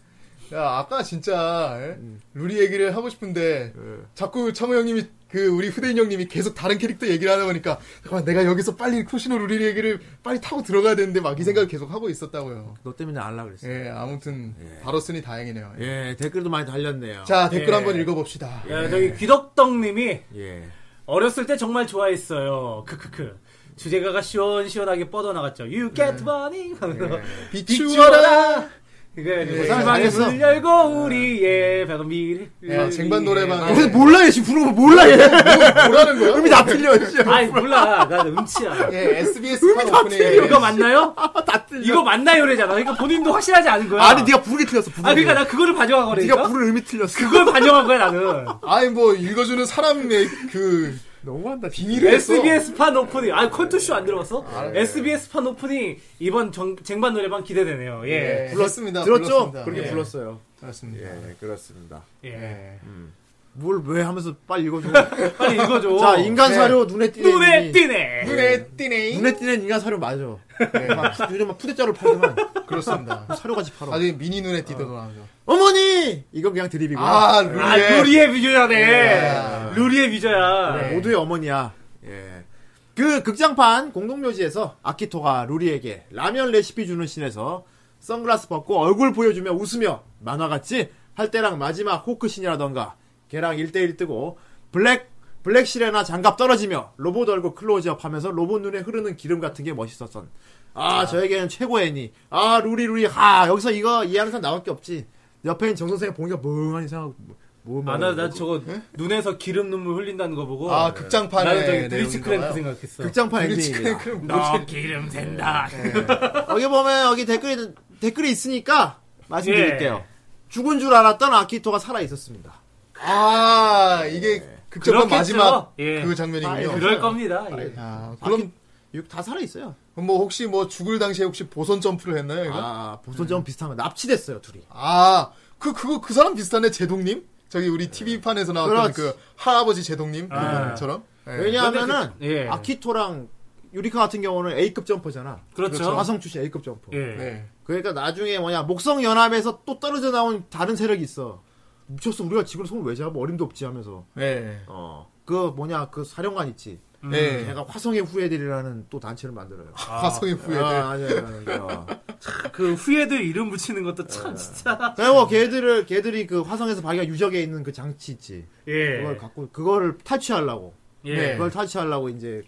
[SPEAKER 4] 야, 아까 진짜 예? 루리 얘기를 하고 싶은데 자꾸 청우 형님이 그 우리 후대인 형님이 계속 다른 캐릭터 얘기를 하다 보니까 잠깐만 내가 여기서 빨리 쿠시노 루리 얘기를 빨리 타고 들어가야 되는데 막 이 생각을 계속 하고 있었다고요.
[SPEAKER 2] 너 때문에 알라 그랬어. 예.
[SPEAKER 4] 예, 아무튼 바로 쓰니 다행이네요.
[SPEAKER 2] 댓글도 많이 달렸네요.
[SPEAKER 4] 자, 댓글
[SPEAKER 3] 예.
[SPEAKER 4] 한번 읽어봅시다.
[SPEAKER 3] 야, 예, 저기 귀덕덕님이
[SPEAKER 2] 예.
[SPEAKER 3] 어렸을 때 정말 좋아했어요. 크크크. 주제가가 시원시원하게 뻗어나갔죠. You
[SPEAKER 2] 예.
[SPEAKER 3] get money. 하면서
[SPEAKER 4] 비추어라!
[SPEAKER 3] 이게
[SPEAKER 2] 네.
[SPEAKER 4] 예,
[SPEAKER 2] 잘했어.
[SPEAKER 3] 문을 열고 우리의 배가 미리.
[SPEAKER 4] 야, 예,
[SPEAKER 3] 예.
[SPEAKER 4] 쟁반 노래방. 뭐,
[SPEAKER 2] 근데 몰라, 얘 지금 부르는 거 몰라, 얘.
[SPEAKER 4] 뭐라는 거야?
[SPEAKER 2] 음이 아, 네. 다 틀려, 진짜.
[SPEAKER 3] 아이 몰라. 난 음치야.
[SPEAKER 4] 예, SBS 판
[SPEAKER 2] 예.
[SPEAKER 3] 이거
[SPEAKER 4] 오프닝.
[SPEAKER 3] 맞나요?
[SPEAKER 2] 다 틀려.
[SPEAKER 3] 이거 맞나요? 이래잖아. 그러니까 본인도 확실하지 않은 거야.
[SPEAKER 2] 아니, 네가 부르게 틀렸어, 부르게.
[SPEAKER 3] 아, 그러니까 나 그거를 반영한
[SPEAKER 2] 네가
[SPEAKER 3] 거라니까.
[SPEAKER 2] 부르는 음이 틀렸어.
[SPEAKER 3] 그걸 반영한 거야 나는.
[SPEAKER 4] 아니, 뭐, 읽어주는 사람의 그,
[SPEAKER 2] 너무한다,
[SPEAKER 4] 비닐을 했어.
[SPEAKER 3] SBS 판 오프닝. 아, 컨투쇼 안 들어봤어?
[SPEAKER 2] 아, 네.
[SPEAKER 3] SBS 판 오프닝 이번 정- 쟁반 노래방 기대되네요. 예.
[SPEAKER 4] 예, 불렀습니다.
[SPEAKER 2] 들었죠?
[SPEAKER 4] 불렀습니다.
[SPEAKER 2] 그렇게
[SPEAKER 4] 예.
[SPEAKER 2] 불렀어요.
[SPEAKER 4] 그렇습니다.
[SPEAKER 2] 예, 그렇습니다.
[SPEAKER 3] 예.
[SPEAKER 2] 뭘 왜 하면서 빨리 읽어줘.
[SPEAKER 3] 빨리 읽어줘.
[SPEAKER 2] 자, 인간 사료 눈에 띄네.
[SPEAKER 3] 눈에
[SPEAKER 2] 이미.
[SPEAKER 3] 띄네.
[SPEAKER 4] 눈에 띄네.
[SPEAKER 2] 눈에 띄는 인간 사료 맞아.
[SPEAKER 4] 네.
[SPEAKER 2] 막 푸- 요즘 막 푸대자루 팔더만
[SPEAKER 4] 그렇습니다.
[SPEAKER 2] 사료까지 팔아.
[SPEAKER 4] 나중에 미니 눈에 띄더라고요.
[SPEAKER 2] 어머니! 이건 그냥 드립이고.
[SPEAKER 4] 아,
[SPEAKER 3] 아,
[SPEAKER 4] 루리의.
[SPEAKER 3] 루리의 비저야네. 루리의 비저야.
[SPEAKER 2] 모두의 어머니야. 예. 그 극장판 공동묘지에서 아키토가 루리에게 라면 레시피 주는 씬에서 선글라스 벗고 얼굴 보여주며 웃으며 만화같이 할 때랑 마지막 호크신이라던가 걔랑 1대1 뜨고 블랙 블랙 실에나 장갑 떨어지며 로봇 얼굴 클로즈업 하면서 로봇 눈에 흐르는 기름 같은 게 멋있었던 아, 저에게는 최고 애니 아 루리 루리 하 여기서 이거 이해하는 사람 나밖에 없지 옆에 있는 정선생이 보니까 멍하니 생각하고 뭐, 뭐
[SPEAKER 3] 아, 나, 나
[SPEAKER 2] 말하는 거지.
[SPEAKER 3] 저거 눈에서 기름 눈물 흘린다는 거 보고.
[SPEAKER 4] 아, 극장판에.
[SPEAKER 3] 나는 저기 드리치
[SPEAKER 4] 내용인가봐요.
[SPEAKER 3] 크랭크 생각했어.
[SPEAKER 2] 극장판
[SPEAKER 4] 드리치
[SPEAKER 2] 엔딩입니다
[SPEAKER 3] 그
[SPEAKER 4] 크랭크는
[SPEAKER 3] 너 기름 샌다.
[SPEAKER 2] 여기 보면 여기 댓글이 댓글이 있으니까 말씀드릴게요.
[SPEAKER 3] 예.
[SPEAKER 2] 죽은 줄 알았던 아키토가 살아 있었습니다.
[SPEAKER 4] 아, 이게 극장판
[SPEAKER 3] 그렇겠죠.
[SPEAKER 4] 마지막
[SPEAKER 3] 예.
[SPEAKER 4] 그
[SPEAKER 2] 아,
[SPEAKER 4] 장면이군요.
[SPEAKER 3] 그럴 겁니다. 예.
[SPEAKER 4] 아,
[SPEAKER 2] 그럼
[SPEAKER 4] 그럼,
[SPEAKER 2] 다 살아 있어요.
[SPEAKER 4] 뭐, 혹시 뭐, 죽을 당시에 혹시 보선 점프를 했나요,
[SPEAKER 3] 예,
[SPEAKER 4] 이거?
[SPEAKER 2] 아, 보선점 비슷한 거 납치됐어요 둘이.
[SPEAKER 4] 아, 그, 그거, 그 사람 비슷하네, 제동님? 저기 우리 TV판에서 나왔던
[SPEAKER 2] 그렇지.
[SPEAKER 4] 그 할아버지 제동님?
[SPEAKER 3] 아.
[SPEAKER 4] 처럼
[SPEAKER 2] 왜냐하면은
[SPEAKER 3] 예.
[SPEAKER 2] 아키토랑 유리카 같은 경우는 A급 점퍼잖아.
[SPEAKER 3] 그렇죠.
[SPEAKER 2] 화성 출신 A급 점퍼.
[SPEAKER 3] 예.
[SPEAKER 4] 네.
[SPEAKER 2] 그러니까 나중에 뭐냐 목성 연합에서 또 떨어져 나온 다른 세력이 있어. 미쳤어 우리가 지구를 손을 왜 잡아 어림도 없지 하면서
[SPEAKER 4] 네.
[SPEAKER 2] 어 그 뭐냐 그 사령관 있지.
[SPEAKER 4] 네. 아.
[SPEAKER 2] 걔가 화성의 후예들이라는 또 단체를 만들어요.
[SPEAKER 4] 화성의 후예들.
[SPEAKER 2] 아, 아니, 아니, 아니, 어.
[SPEAKER 3] 그 후예들 이름 붙이는 것도 참 진짜.
[SPEAKER 2] 그리고 걔들을 걔들이 그 화성에서 발견 유적에 있는 그 장치 있지.
[SPEAKER 3] 예.
[SPEAKER 2] 그걸 갖고 그거를 탈취하려고
[SPEAKER 3] 예.
[SPEAKER 4] 네.
[SPEAKER 2] 그걸 탈취하려고 이제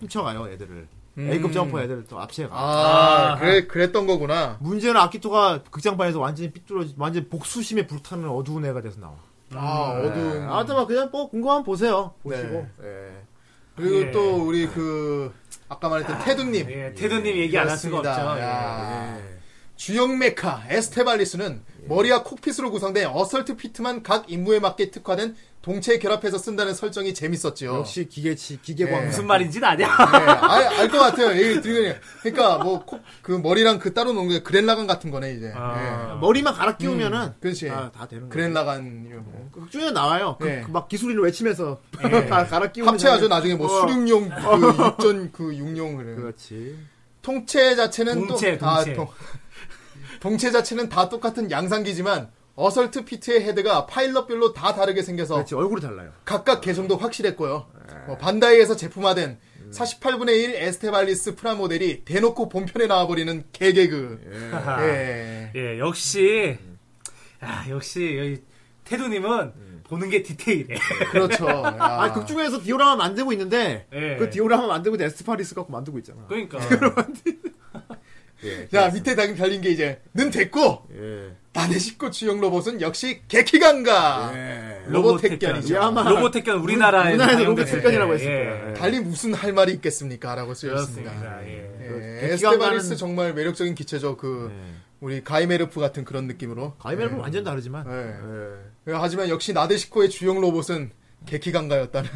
[SPEAKER 2] 훔쳐가요 애들을.
[SPEAKER 4] 음.
[SPEAKER 2] A급 점퍼 애들을 또 압체가.
[SPEAKER 4] 아,
[SPEAKER 3] 아.
[SPEAKER 4] 그래, 그랬던 거구나.
[SPEAKER 2] 문제는 아키토가 극장판에서 완전히 삐뚤어지, 완전 히 복수심에 불타는 어두운 애가 돼서 나와.
[SPEAKER 4] 아,
[SPEAKER 2] 예.
[SPEAKER 4] 어두운.
[SPEAKER 2] 아무튼 막 그냥 뭐 궁금하면 보세요. 보시고.
[SPEAKER 4] 네.
[SPEAKER 2] 예.
[SPEAKER 4] 그리고
[SPEAKER 3] 예.
[SPEAKER 4] 또 우리 그, 아까 말했던 테두님.
[SPEAKER 3] 예, 테드님 얘기 안 할 수가
[SPEAKER 4] 그렇습니다.
[SPEAKER 3] 없죠. 예.
[SPEAKER 4] 야. 주역 메카 에스테발리스는 머리와 콕핏으로 구성된 어설트 피트만 각 임무에 맞게 특화된 동체 결합해서 쓴다는 설정이 재밌었지요.
[SPEAKER 2] 역시 기계치 기계광
[SPEAKER 4] 예.
[SPEAKER 3] 무슨 말인지는 아냐.
[SPEAKER 4] 네, 알 것 같아요. 이 드리그니. 그러니까 뭐 콕 그 머리랑 그 따로 놓은 게 그랜라간 같은 거네 이제.
[SPEAKER 3] 아.
[SPEAKER 2] 머리만 갈아 끼우면은
[SPEAKER 4] 그렇지.
[SPEAKER 2] 다, 다 되는 거예요.
[SPEAKER 4] 예. 그랜라간 이런 거.
[SPEAKER 2] 극중에 나와요. 그,
[SPEAKER 4] 예.
[SPEAKER 2] 그막 기술인을 외치면서 다 갈아 끼우면
[SPEAKER 4] 합체하죠 나중에 뭐
[SPEAKER 2] 어.
[SPEAKER 4] 수륙용 그 육전 그 육용 그래.
[SPEAKER 2] 그렇지.
[SPEAKER 4] 통체 자체는
[SPEAKER 3] 동체,
[SPEAKER 4] 또 아,
[SPEAKER 3] 동체.
[SPEAKER 4] 동체 자체는 다 똑같은 양상기지만 어설트 피트의 헤드가 파일럿별로 다 다르게 생겨서
[SPEAKER 3] 그렇죠.
[SPEAKER 2] 그렇지. 얼굴이 달라요.
[SPEAKER 4] 각각 개성도 확실했고요.
[SPEAKER 3] 네.
[SPEAKER 4] 어, 반다이에서 제품화된 48분의 1 에스테발리스 프라모델이 대놓고 본편에 나와버리는 개개그.
[SPEAKER 3] 아하.
[SPEAKER 4] 예.
[SPEAKER 3] 예, 역시, 아, 역시, 여기, 태도님은 보는 게 디테일해.
[SPEAKER 4] 그렇죠.
[SPEAKER 2] 아, 극중에서 디오라마 만들고 있는데
[SPEAKER 3] 예.
[SPEAKER 2] 그 디오라마 만들고 있는 에스파리스 갖고 만들고 있잖아.
[SPEAKER 3] 그러니까.
[SPEAKER 2] 예.
[SPEAKER 4] 자, 그, 밑에 달- 달린 게 이제, 는 됐고,
[SPEAKER 2] 예.
[SPEAKER 4] 나네 식구 주역 로봇은 역시 개키간가!
[SPEAKER 2] 예.
[SPEAKER 4] 로봇
[SPEAKER 3] 로봇
[SPEAKER 4] 택견이죠.
[SPEAKER 2] 야, 아마
[SPEAKER 3] 로봇 택견 우리나라에.
[SPEAKER 2] 우리나라에서 로봇
[SPEAKER 3] 사용되는-
[SPEAKER 2] 특견이라고
[SPEAKER 3] 예,
[SPEAKER 2] 했을 거예요.
[SPEAKER 3] 예.
[SPEAKER 2] 예.
[SPEAKER 4] 네. 달리 무슨 할 말이 있겠습니까? 라고 쓰였습니다.
[SPEAKER 3] 그렇습니다.
[SPEAKER 2] 네.
[SPEAKER 3] 예.
[SPEAKER 4] 예,
[SPEAKER 2] 개키간가는-
[SPEAKER 4] 에스테발리스 정말 매력적인 기체죠. 그,
[SPEAKER 2] 예.
[SPEAKER 4] 우리 가이메르프 같은 그런 느낌으로.
[SPEAKER 2] 가이멜은 완전 다르지만.
[SPEAKER 4] 예. 하지만 역시 나데시코의 주역 로봇은 개키강가였다는.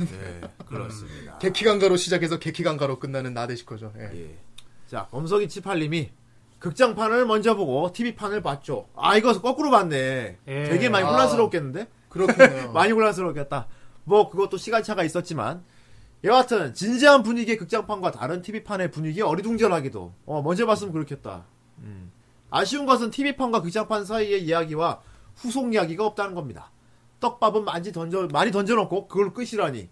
[SPEAKER 2] 그렇습니다.
[SPEAKER 4] 개키강가로 시작해서 개키강가로 끝나는 나데시코죠. 예.
[SPEAKER 2] 예. 자, 검석이 치팔님이 극장판을 먼저 보고 TV판을 봤죠. 아, 이거 거꾸로 봤네.
[SPEAKER 3] 예.
[SPEAKER 2] 되게 많이
[SPEAKER 4] 아.
[SPEAKER 2] 혼란스러웠겠는데?
[SPEAKER 4] 그렇군요.
[SPEAKER 2] 많이 혼란스러웠겠다. 뭐, 그것도 시간차가 있었지만. 여하튼, 진지한 분위기의 극장판과 다른 TV판의 분위기 어리둥절하기도. 어, 먼저 봤으면 그렇겠다. 음. 아쉬운 것은 TV판과 극장판 사이의 이야기와 후속 이야기가 없다는 겁니다. 떡밥은 많이 던져, 많이 던져놓고 그걸 끝이라니.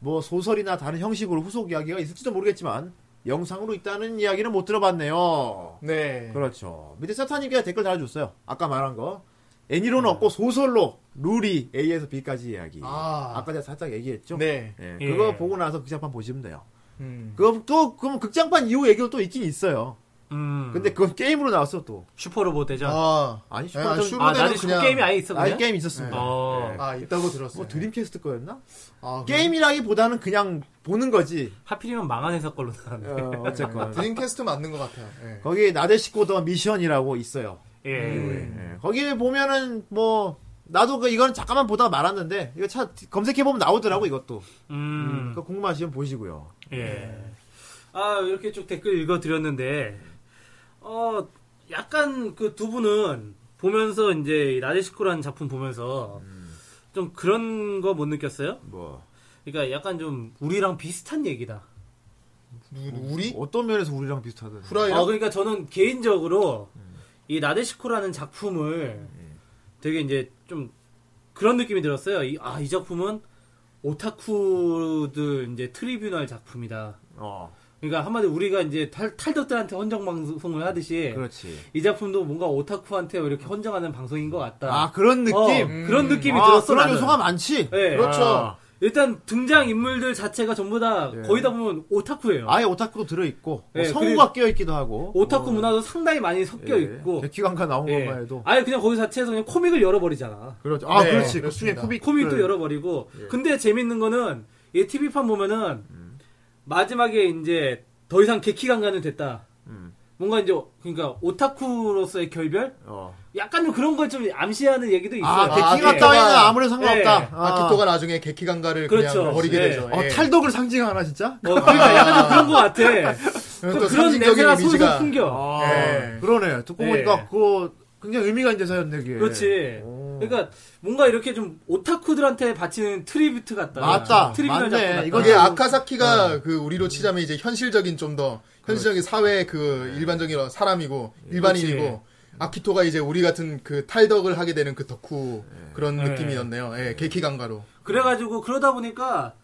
[SPEAKER 2] 뭐 소설이나 다른 형식으로 후속 이야기가 있을지도 모르겠지만 영상으로 있다는 이야기는 못 들어봤네요.
[SPEAKER 4] 네.
[SPEAKER 2] 그렇죠. 밑에 사탄님께서 댓글 달아줬어요. 아까 말한 거. 애니로는 없고 소설로 룰이 A에서 B까지 이야기.
[SPEAKER 4] 네. 아.
[SPEAKER 2] 까 제가 살짝 얘기했죠.
[SPEAKER 4] 네.
[SPEAKER 2] 예,
[SPEAKER 3] 예.
[SPEAKER 2] 그거 보고 나서 극장판 보시면 돼요.
[SPEAKER 4] 음.
[SPEAKER 2] 그거 또 그럼 극장판 이후 얘기도 또 있긴 있어요.
[SPEAKER 3] 음.
[SPEAKER 2] 근데 그건 게임으로 나왔어 또.
[SPEAKER 3] 슈퍼로봇 대전. 아,
[SPEAKER 4] 아,
[SPEAKER 2] 아니
[SPEAKER 4] 아,
[SPEAKER 2] 슈퍼전
[SPEAKER 4] 슈-
[SPEAKER 2] 아,
[SPEAKER 4] 슈퍼로봇
[SPEAKER 3] 나는
[SPEAKER 4] 대전
[SPEAKER 3] 슈
[SPEAKER 4] 그냥-
[SPEAKER 3] 게임이 아예 있었군요.
[SPEAKER 2] 아예 게임 있었습니다.
[SPEAKER 3] 어.
[SPEAKER 2] 예.
[SPEAKER 4] 아 있다고 들었어요.
[SPEAKER 2] 뭐 드림캐스트 거였나?
[SPEAKER 4] 아, 그래요?
[SPEAKER 2] 게임이라기보다는 그냥 보는 거지.
[SPEAKER 3] 하필이면 망한 회사 걸로 나왔네.
[SPEAKER 2] 어, 어쨌건. 어.
[SPEAKER 4] 드림캐스트 맞는 것 같아요. 예.
[SPEAKER 2] 거기 나데시코 더 미션이라고 있어요.
[SPEAKER 3] 예.
[SPEAKER 2] 예, 거기 보면은 뭐 나도 그 이건 잠깐만 보다가 말았는데 이거 차 검색해 보면 나오더라고 이것도.
[SPEAKER 3] 음.
[SPEAKER 2] 그거 궁금하시면 보시고요.
[SPEAKER 3] 예. 아, 이렇게 쭉 댓글 읽어드렸는데, 어, 약간 그 두 분은 보면서 이제 나데시코라는 작품 보면서 좀 그런 거 못 느꼈어요?
[SPEAKER 2] 뭐
[SPEAKER 3] 그러니까 약간 좀 우리랑 비슷한 얘기다.
[SPEAKER 4] 누- 우리
[SPEAKER 2] 어떤 면에서 우리랑 비슷하든.
[SPEAKER 4] 후라이랑
[SPEAKER 3] 아, 그러니까 저는 개인적으로
[SPEAKER 2] 음.
[SPEAKER 3] 이 나데시코라는 작품을 되게 이제 좀 그런 느낌이 들었어요. 이, 아, 이 작품은 오타쿠들 이제 트리뷰널 작품이다.
[SPEAKER 2] 어,
[SPEAKER 3] 그러니까 한마디 우리가 이제 탈, 탈덕들한테 헌정 방송을 하듯이
[SPEAKER 2] 그렇지.
[SPEAKER 3] 이 작품도 뭔가 오타쿠한테 이렇게 헌정하는 방송인 것 같다.
[SPEAKER 2] 아 그런 느낌.
[SPEAKER 3] 어, 그런 느낌이
[SPEAKER 2] 아,
[SPEAKER 3] 들었어.
[SPEAKER 2] 그런
[SPEAKER 3] 나는.
[SPEAKER 2] 요소가 많지.
[SPEAKER 3] 예.
[SPEAKER 4] 그렇죠.
[SPEAKER 2] 아.
[SPEAKER 3] 일단 등장 인물들 자체가 전부 다
[SPEAKER 2] 예.
[SPEAKER 3] 거의 다 보면 오타쿠예요.
[SPEAKER 2] 아예 오타쿠도 들어 있고 뭐
[SPEAKER 3] 예,
[SPEAKER 2] 성우가 끼어 있기도 하고. 뭐,
[SPEAKER 3] 오타쿠 문화도 상당히 많이 섞여
[SPEAKER 2] 예,
[SPEAKER 3] 있고.
[SPEAKER 2] 백희관과 나온
[SPEAKER 3] 예.
[SPEAKER 2] 것만 해도.
[SPEAKER 3] 아예 그냥 거기 자체에서 그냥 코믹을 열어버리잖아.
[SPEAKER 2] 그렇죠. 아
[SPEAKER 4] 네,
[SPEAKER 2] 그렇지. 그 중에
[SPEAKER 4] 그렇습니다.
[SPEAKER 2] 코믹.
[SPEAKER 3] 코믹도
[SPEAKER 2] 네.
[SPEAKER 3] 열어버리고. 근데 재밌는 거는 이 TV판 보면은 마지막에 이제 더 이상 개키강간은 됐다. 뭔가 이제 그러니까 오타쿠로서의 결별?
[SPEAKER 2] 어.
[SPEAKER 3] 약간 좀 그런 걸 좀 암시하는 얘기도 있어요.
[SPEAKER 2] 아
[SPEAKER 4] 아,
[SPEAKER 2] 데킹 아,
[SPEAKER 4] 예.
[SPEAKER 2] 따위는 아무런 상관없다.
[SPEAKER 3] 예.
[SPEAKER 2] 아.
[SPEAKER 4] 아키토가 나중에 개키강가를 그
[SPEAKER 3] 그렇죠.
[SPEAKER 4] 냥 버리게
[SPEAKER 3] 예.
[SPEAKER 4] 되죠.
[SPEAKER 2] 어,
[SPEAKER 4] 예.
[SPEAKER 2] 탈덕을 상징하나 진짜?
[SPEAKER 3] 어, 그러니까 약간 좀 그런 것 같아. 좀
[SPEAKER 4] 그리고 또
[SPEAKER 3] 그런
[SPEAKER 4] 상징적인
[SPEAKER 3] 냄새가 솔솔
[SPEAKER 4] 이미지가-
[SPEAKER 3] 풍겨.
[SPEAKER 2] 아,
[SPEAKER 4] 예.
[SPEAKER 2] 그러네. 듣고
[SPEAKER 3] 예.
[SPEAKER 2] 보니까 그거 굉장히 의미가 있는 대사였네, 그게.
[SPEAKER 3] 그렇지.
[SPEAKER 2] 예. 오.
[SPEAKER 3] 그러니까 뭔가 이렇게 좀 오타쿠들한테 바치는 트리뷰트 같다.
[SPEAKER 2] 맞다.
[SPEAKER 3] 트리뷰나
[SPEAKER 2] 맞네.
[SPEAKER 3] 작품
[SPEAKER 2] 이거
[SPEAKER 3] 같다.
[SPEAKER 4] 그게 아카사키가 그 우리로 치자면 이제 현실적인 좀 더 현실적인 사회의 그 일반적인 사람이고 일반인이고 아키토가 이제 우리 같은 그 탈덕을 하게 되는 그 덕후 그런
[SPEAKER 3] 네.
[SPEAKER 4] 느낌이었네요. 예, 개키강가로.
[SPEAKER 3] 그래가지고 그러다 보니까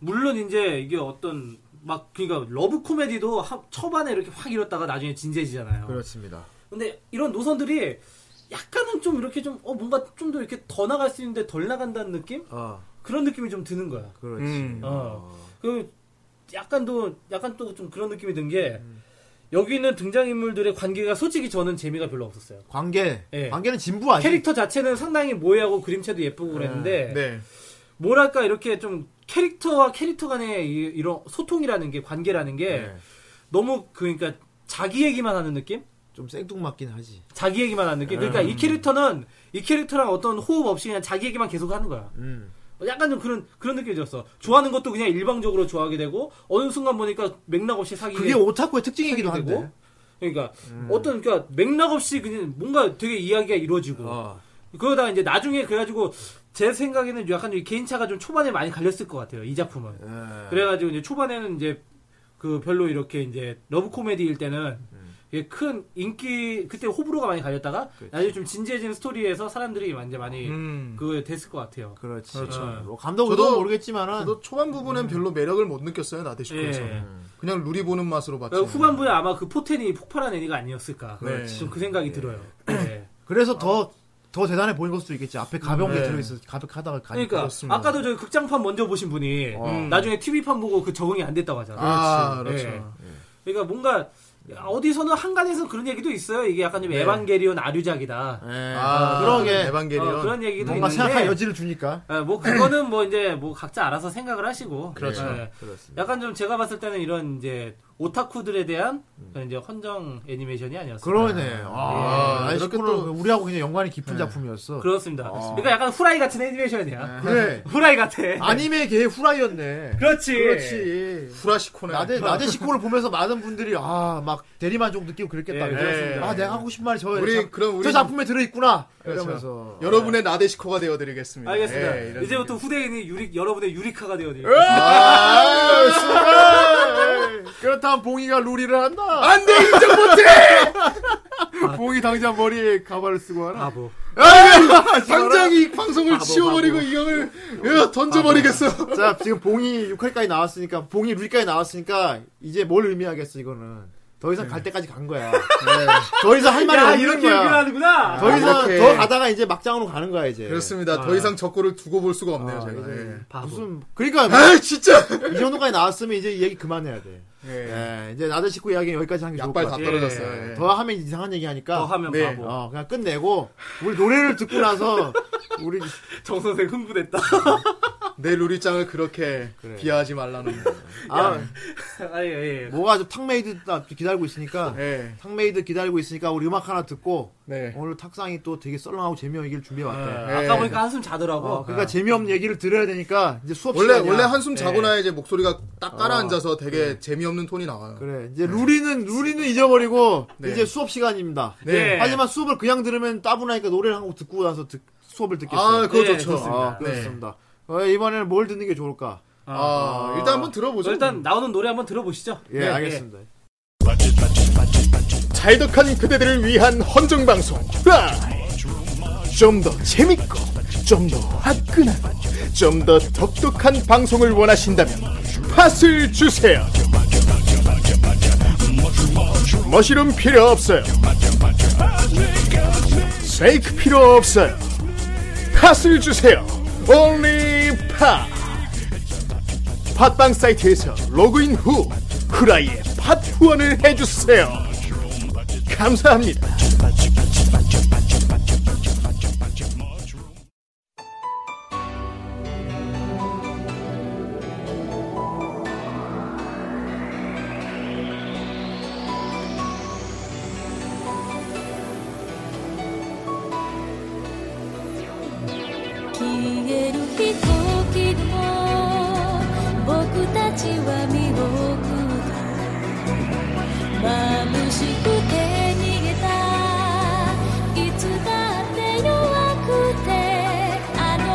[SPEAKER 3] 물론 이제 이게 어떤 막 그러니까 러브 코미디도 하- 초반에 이렇게 확 이뤘다가 나중에 진지해지잖아요.
[SPEAKER 2] 그렇습니다.
[SPEAKER 3] 근데 이런 노선들이 약간은 좀 이렇게 좀 어, 뭔가 좀 더 이렇게 더 나갈 수 있는데 덜 나간다는 느낌?
[SPEAKER 2] 아,
[SPEAKER 3] 그런 느낌이 좀 드는 거야.
[SPEAKER 2] 그렇지. 아.
[SPEAKER 4] 음.
[SPEAKER 3] 어. 그 약간 또 약간 또 좀 그런 느낌이 든 게
[SPEAKER 2] 음.
[SPEAKER 3] 여기 있는 등장 인물들의 관계가 솔직히 저는 재미가 별로 없었어요.
[SPEAKER 2] 관계.
[SPEAKER 3] 예.
[SPEAKER 2] 관계는 진부 아니야?
[SPEAKER 3] 캐릭터 자체는 상당히 모해하고 그림체도 예쁘고 그랬는데
[SPEAKER 4] 네.
[SPEAKER 3] 뭐랄까 이렇게 좀 캐릭터와 캐릭터 간의 이- 이런 소통이라는 게 관계라는 게
[SPEAKER 2] 네.
[SPEAKER 3] 너무 그러니까 자기 얘기만 하는 느낌?
[SPEAKER 2] 좀 생뚱맞긴 하지.
[SPEAKER 3] 자기 얘기만 하는 느낌.
[SPEAKER 2] 음.
[SPEAKER 3] 그러니까 이 캐릭터는 이 캐릭터랑 어떤 호흡 없이 그냥 자기 얘기만 계속 하는 거야.
[SPEAKER 2] 음.
[SPEAKER 3] 약간 좀 그런 그런 느낌이 들었어. 좋아하는 것도 그냥 일방적으로 좋아하게 되고 어느 순간 보니까 맥락 없이 사귀게
[SPEAKER 2] 그게 오타쿠의 특징이기도
[SPEAKER 3] 사귀게 되고.
[SPEAKER 2] 한데. 음.
[SPEAKER 3] 그러니까 어떤 그러니까 맥락 없이 그냥 뭔가 되게 이야기가 이루어지고
[SPEAKER 2] 어.
[SPEAKER 3] 그러다 이제 나중에 그래가지고 제 생각에는 약간 이 개인차가 좀 초반에 많이 갈렸을 것 같아요 이 작품은
[SPEAKER 4] 네.
[SPEAKER 2] 예.
[SPEAKER 3] 그래가지고 이제 초반에는 이제 그 별로 이렇게 이제 러브 코미디일 때는
[SPEAKER 4] 음.
[SPEAKER 3] 이게 큰 인기 그때 호불호가 많이 갈렸다가 나중에 좀 진지해진 스토리에서 사람들이 이제 많이
[SPEAKER 4] 음.
[SPEAKER 3] 그 됐을 것 같아요.
[SPEAKER 2] 그렇지.
[SPEAKER 3] 그렇죠.
[SPEAKER 2] 뭐 감독은
[SPEAKER 4] 저도-
[SPEAKER 2] 모르겠지만은
[SPEAKER 4] 저도 초반 부분은 별로 매력을 못 느꼈어요 나데시코에서.
[SPEAKER 3] 예.
[SPEAKER 4] 그냥 루리 보는 맛으로 봤지.
[SPEAKER 3] 그러니까 후반부에 아마 그 포텐이 폭발한 애니가 아니었을까.
[SPEAKER 4] 그렇지. 예.
[SPEAKER 3] 좀그 생각이 들어요. 네.
[SPEAKER 2] 그래서 더, 더 대단해 보인 걸 수도 있겠지. 앞에 가벼운 게
[SPEAKER 4] 네.
[SPEAKER 2] 들어있어. 가볍하다가 가니까.
[SPEAKER 3] 그러니까
[SPEAKER 4] 그렇습니다.
[SPEAKER 3] 아까도 저희 극장판 먼저 보신 분이
[SPEAKER 2] 어.
[SPEAKER 3] 음, 나중에 TV판 보고 그 적응이 안 됐다고 하잖아요.
[SPEAKER 4] 아,
[SPEAKER 3] 그렇지.
[SPEAKER 4] 그렇죠.
[SPEAKER 3] 그러니까 뭔가 어디서는 한간에서 그런 얘기도 있어요. 이게 약간 좀 에반게리온 아류작이다.
[SPEAKER 2] 예.
[SPEAKER 4] 아,
[SPEAKER 2] 그러게.
[SPEAKER 4] 네. 에반게리온.
[SPEAKER 3] 어, 그런 얘기도
[SPEAKER 2] 뭔가 생각할
[SPEAKER 3] 있는데
[SPEAKER 2] 여지를 주니까.
[SPEAKER 3] 예, 뭐 그거는 뭐 이제 뭐 각자 알아서 생각을 하시고
[SPEAKER 4] 그렇죠.
[SPEAKER 3] 예.
[SPEAKER 2] 음, 그렇습니다.
[SPEAKER 3] 약간 좀 제가 봤을 때는 이런 이제 오타쿠들에 대한 그런 이제 헌정 애니메이션이 아니었어요.
[SPEAKER 2] 그러네. 아,
[SPEAKER 4] 예.
[SPEAKER 2] 나이
[SPEAKER 4] 그렇게
[SPEAKER 2] 식구는
[SPEAKER 4] 또-
[SPEAKER 2] 우리하고 굉장히 연관이 깊은 작품이었어.
[SPEAKER 3] 네. 그렇습니다. 그러니까 약간 후라이 같은 애니메이션이야.
[SPEAKER 2] 그래.
[SPEAKER 3] 후라이 같아.
[SPEAKER 2] 네. 아님의 개 후라이였네.
[SPEAKER 3] 그렇지.
[SPEAKER 2] 그렇지.
[SPEAKER 4] 후라시코네.
[SPEAKER 2] 나대 나대 식구를 보면서 많은 분들이 아 막 대리만족 느끼고 그랬겠다.
[SPEAKER 3] 예,
[SPEAKER 2] 그죠?
[SPEAKER 4] 그렇습니다.
[SPEAKER 2] 아 내가 하고 싶은 말이 저
[SPEAKER 4] 우리
[SPEAKER 2] 작-
[SPEAKER 4] 그럼 우리
[SPEAKER 2] 저 작품에 들어 있구나.
[SPEAKER 4] 그렇죠.
[SPEAKER 2] 이러면서
[SPEAKER 4] 여러분의 나데시코가 되어드리겠습니다.
[SPEAKER 3] 알겠습니다.
[SPEAKER 2] 네,
[SPEAKER 4] 예, 이런
[SPEAKER 3] 이제부터 후대인이 유리, 여러분의 유리카가 되어드릴게요.
[SPEAKER 2] 예. 그렇다면 봉이가 루리를 한다.
[SPEAKER 4] 안돼 인정 못해
[SPEAKER 2] 봉이 당장 머리에 가발을 쓰고 하나.
[SPEAKER 3] 바보.
[SPEAKER 2] 아,
[SPEAKER 4] 당장 이 방송을 치워버리고 이 형을 야, 던져버리겠어
[SPEAKER 2] 뭐. 자 지금 봉이 6회까지 나왔으니까 봉이 루리까지 나왔으니까 이제 뭘 의미하겠어 이거는. 더 이상 갈 때까지 간 거야. 더 이상 할 말이
[SPEAKER 3] 야,
[SPEAKER 2] 없는
[SPEAKER 3] 이렇게
[SPEAKER 2] 거야. 아.
[SPEAKER 3] 얘기를 하는구나.
[SPEAKER 2] 더 이상
[SPEAKER 4] 이렇게.
[SPEAKER 2] 더 가다가 이제 막장으로 가는 거야 이제.
[SPEAKER 4] 그렇습니다 더 이상 적고를 두고 볼 수가 없네요
[SPEAKER 2] 아,
[SPEAKER 4] 제가
[SPEAKER 2] 이제
[SPEAKER 4] 예.
[SPEAKER 3] 바보.
[SPEAKER 2] 무슨 그러니까
[SPEAKER 4] 아 진짜
[SPEAKER 2] 이 정도까지 나왔으면 이제 이 얘기 그만해야 돼.
[SPEAKER 4] 예.
[SPEAKER 2] 예, 이제 나들 식구 이야기 는 여기까지 하는 게 좋을 것
[SPEAKER 4] 약발 다
[SPEAKER 2] 같아.
[SPEAKER 4] 떨어졌어요 예.
[SPEAKER 2] 더 하면 이상한 얘기 하니까.
[SPEAKER 3] 더 하면 뭐.
[SPEAKER 4] 네.
[SPEAKER 3] 바보.
[SPEAKER 2] 어, 그냥 끝내고 우리 노래를 듣고 나서 우리
[SPEAKER 3] 정 선생 흥분했다.
[SPEAKER 4] 내 루리짱을 그렇게 비하하지 말라는 거.
[SPEAKER 2] 아
[SPEAKER 3] 아, 예, 예.
[SPEAKER 2] 뭐가 좀 탁메이드 나 기다리고 있으니까
[SPEAKER 4] 예.
[SPEAKER 2] 탁메이드 기다리고 있으니까 우리 음악 하나 듣고
[SPEAKER 4] 네.
[SPEAKER 2] 오늘 탁상이 또 되게 썰렁하고 재미없는 얘기를 준비해 왔대.
[SPEAKER 4] 예.
[SPEAKER 3] 아까 보니까 한숨 자더라고. 아,
[SPEAKER 2] 어, 그러니까 재미없는 얘기를 들어야 되니까 이제 수업
[SPEAKER 4] 원래
[SPEAKER 2] 시간이야.
[SPEAKER 4] 원래 한숨 자고 나야 이제 목소리가 딱 깔아앉아서 되게 재미없는 톤이 나와요
[SPEAKER 2] 그래 이제 루리는 루리는 잊어버리고
[SPEAKER 4] 네.
[SPEAKER 2] 이제 수업 시간입니다.
[SPEAKER 3] 네.
[SPEAKER 2] 하지만 수업을 그냥 들으면 따분하니까 노래를 한 곡 듣고 나서 듣- 수업을
[SPEAKER 4] 아
[SPEAKER 2] 듣겠어요.
[SPEAKER 4] 그거
[SPEAKER 3] 네,
[SPEAKER 4] 좋죠
[SPEAKER 3] 좋습니다.
[SPEAKER 2] 아,
[SPEAKER 4] 네.
[SPEAKER 2] 그렇습니다. 어, 이번에는 뭘 듣는 게 좋을까?
[SPEAKER 4] 아, 일단 한번 들어보죠
[SPEAKER 3] 뭐 일단 나오는 노래 한번 들어보시죠. 네,
[SPEAKER 4] 네,
[SPEAKER 2] 예, 알겠습니다.
[SPEAKER 4] 자이덕한 그대들을 위한 헌정 방송. 좀 더 재밌고, 좀 더 화끈한, 좀 더 독특한 방송을 원하신다면 팟을 주세요. 머시룸 필요 없어요. 세이크 필요 없어요. 팟을 주세요. only 팟. 팟빵 사이트에서 로그인 후 후라이에 팟 후원을 해주세요. 감사합니다.
[SPEAKER 5] 消える飛行機でも僕たちは見送った眩しくて逃げたいつだって弱くて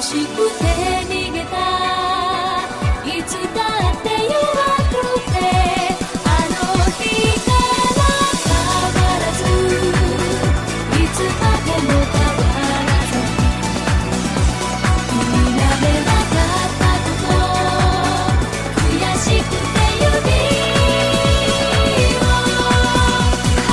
[SPEAKER 5] しくて逃げたいつだって弱くてあの日から変わらずいつまでも変わらず「見られなかったこと」「悔しくて指を離す」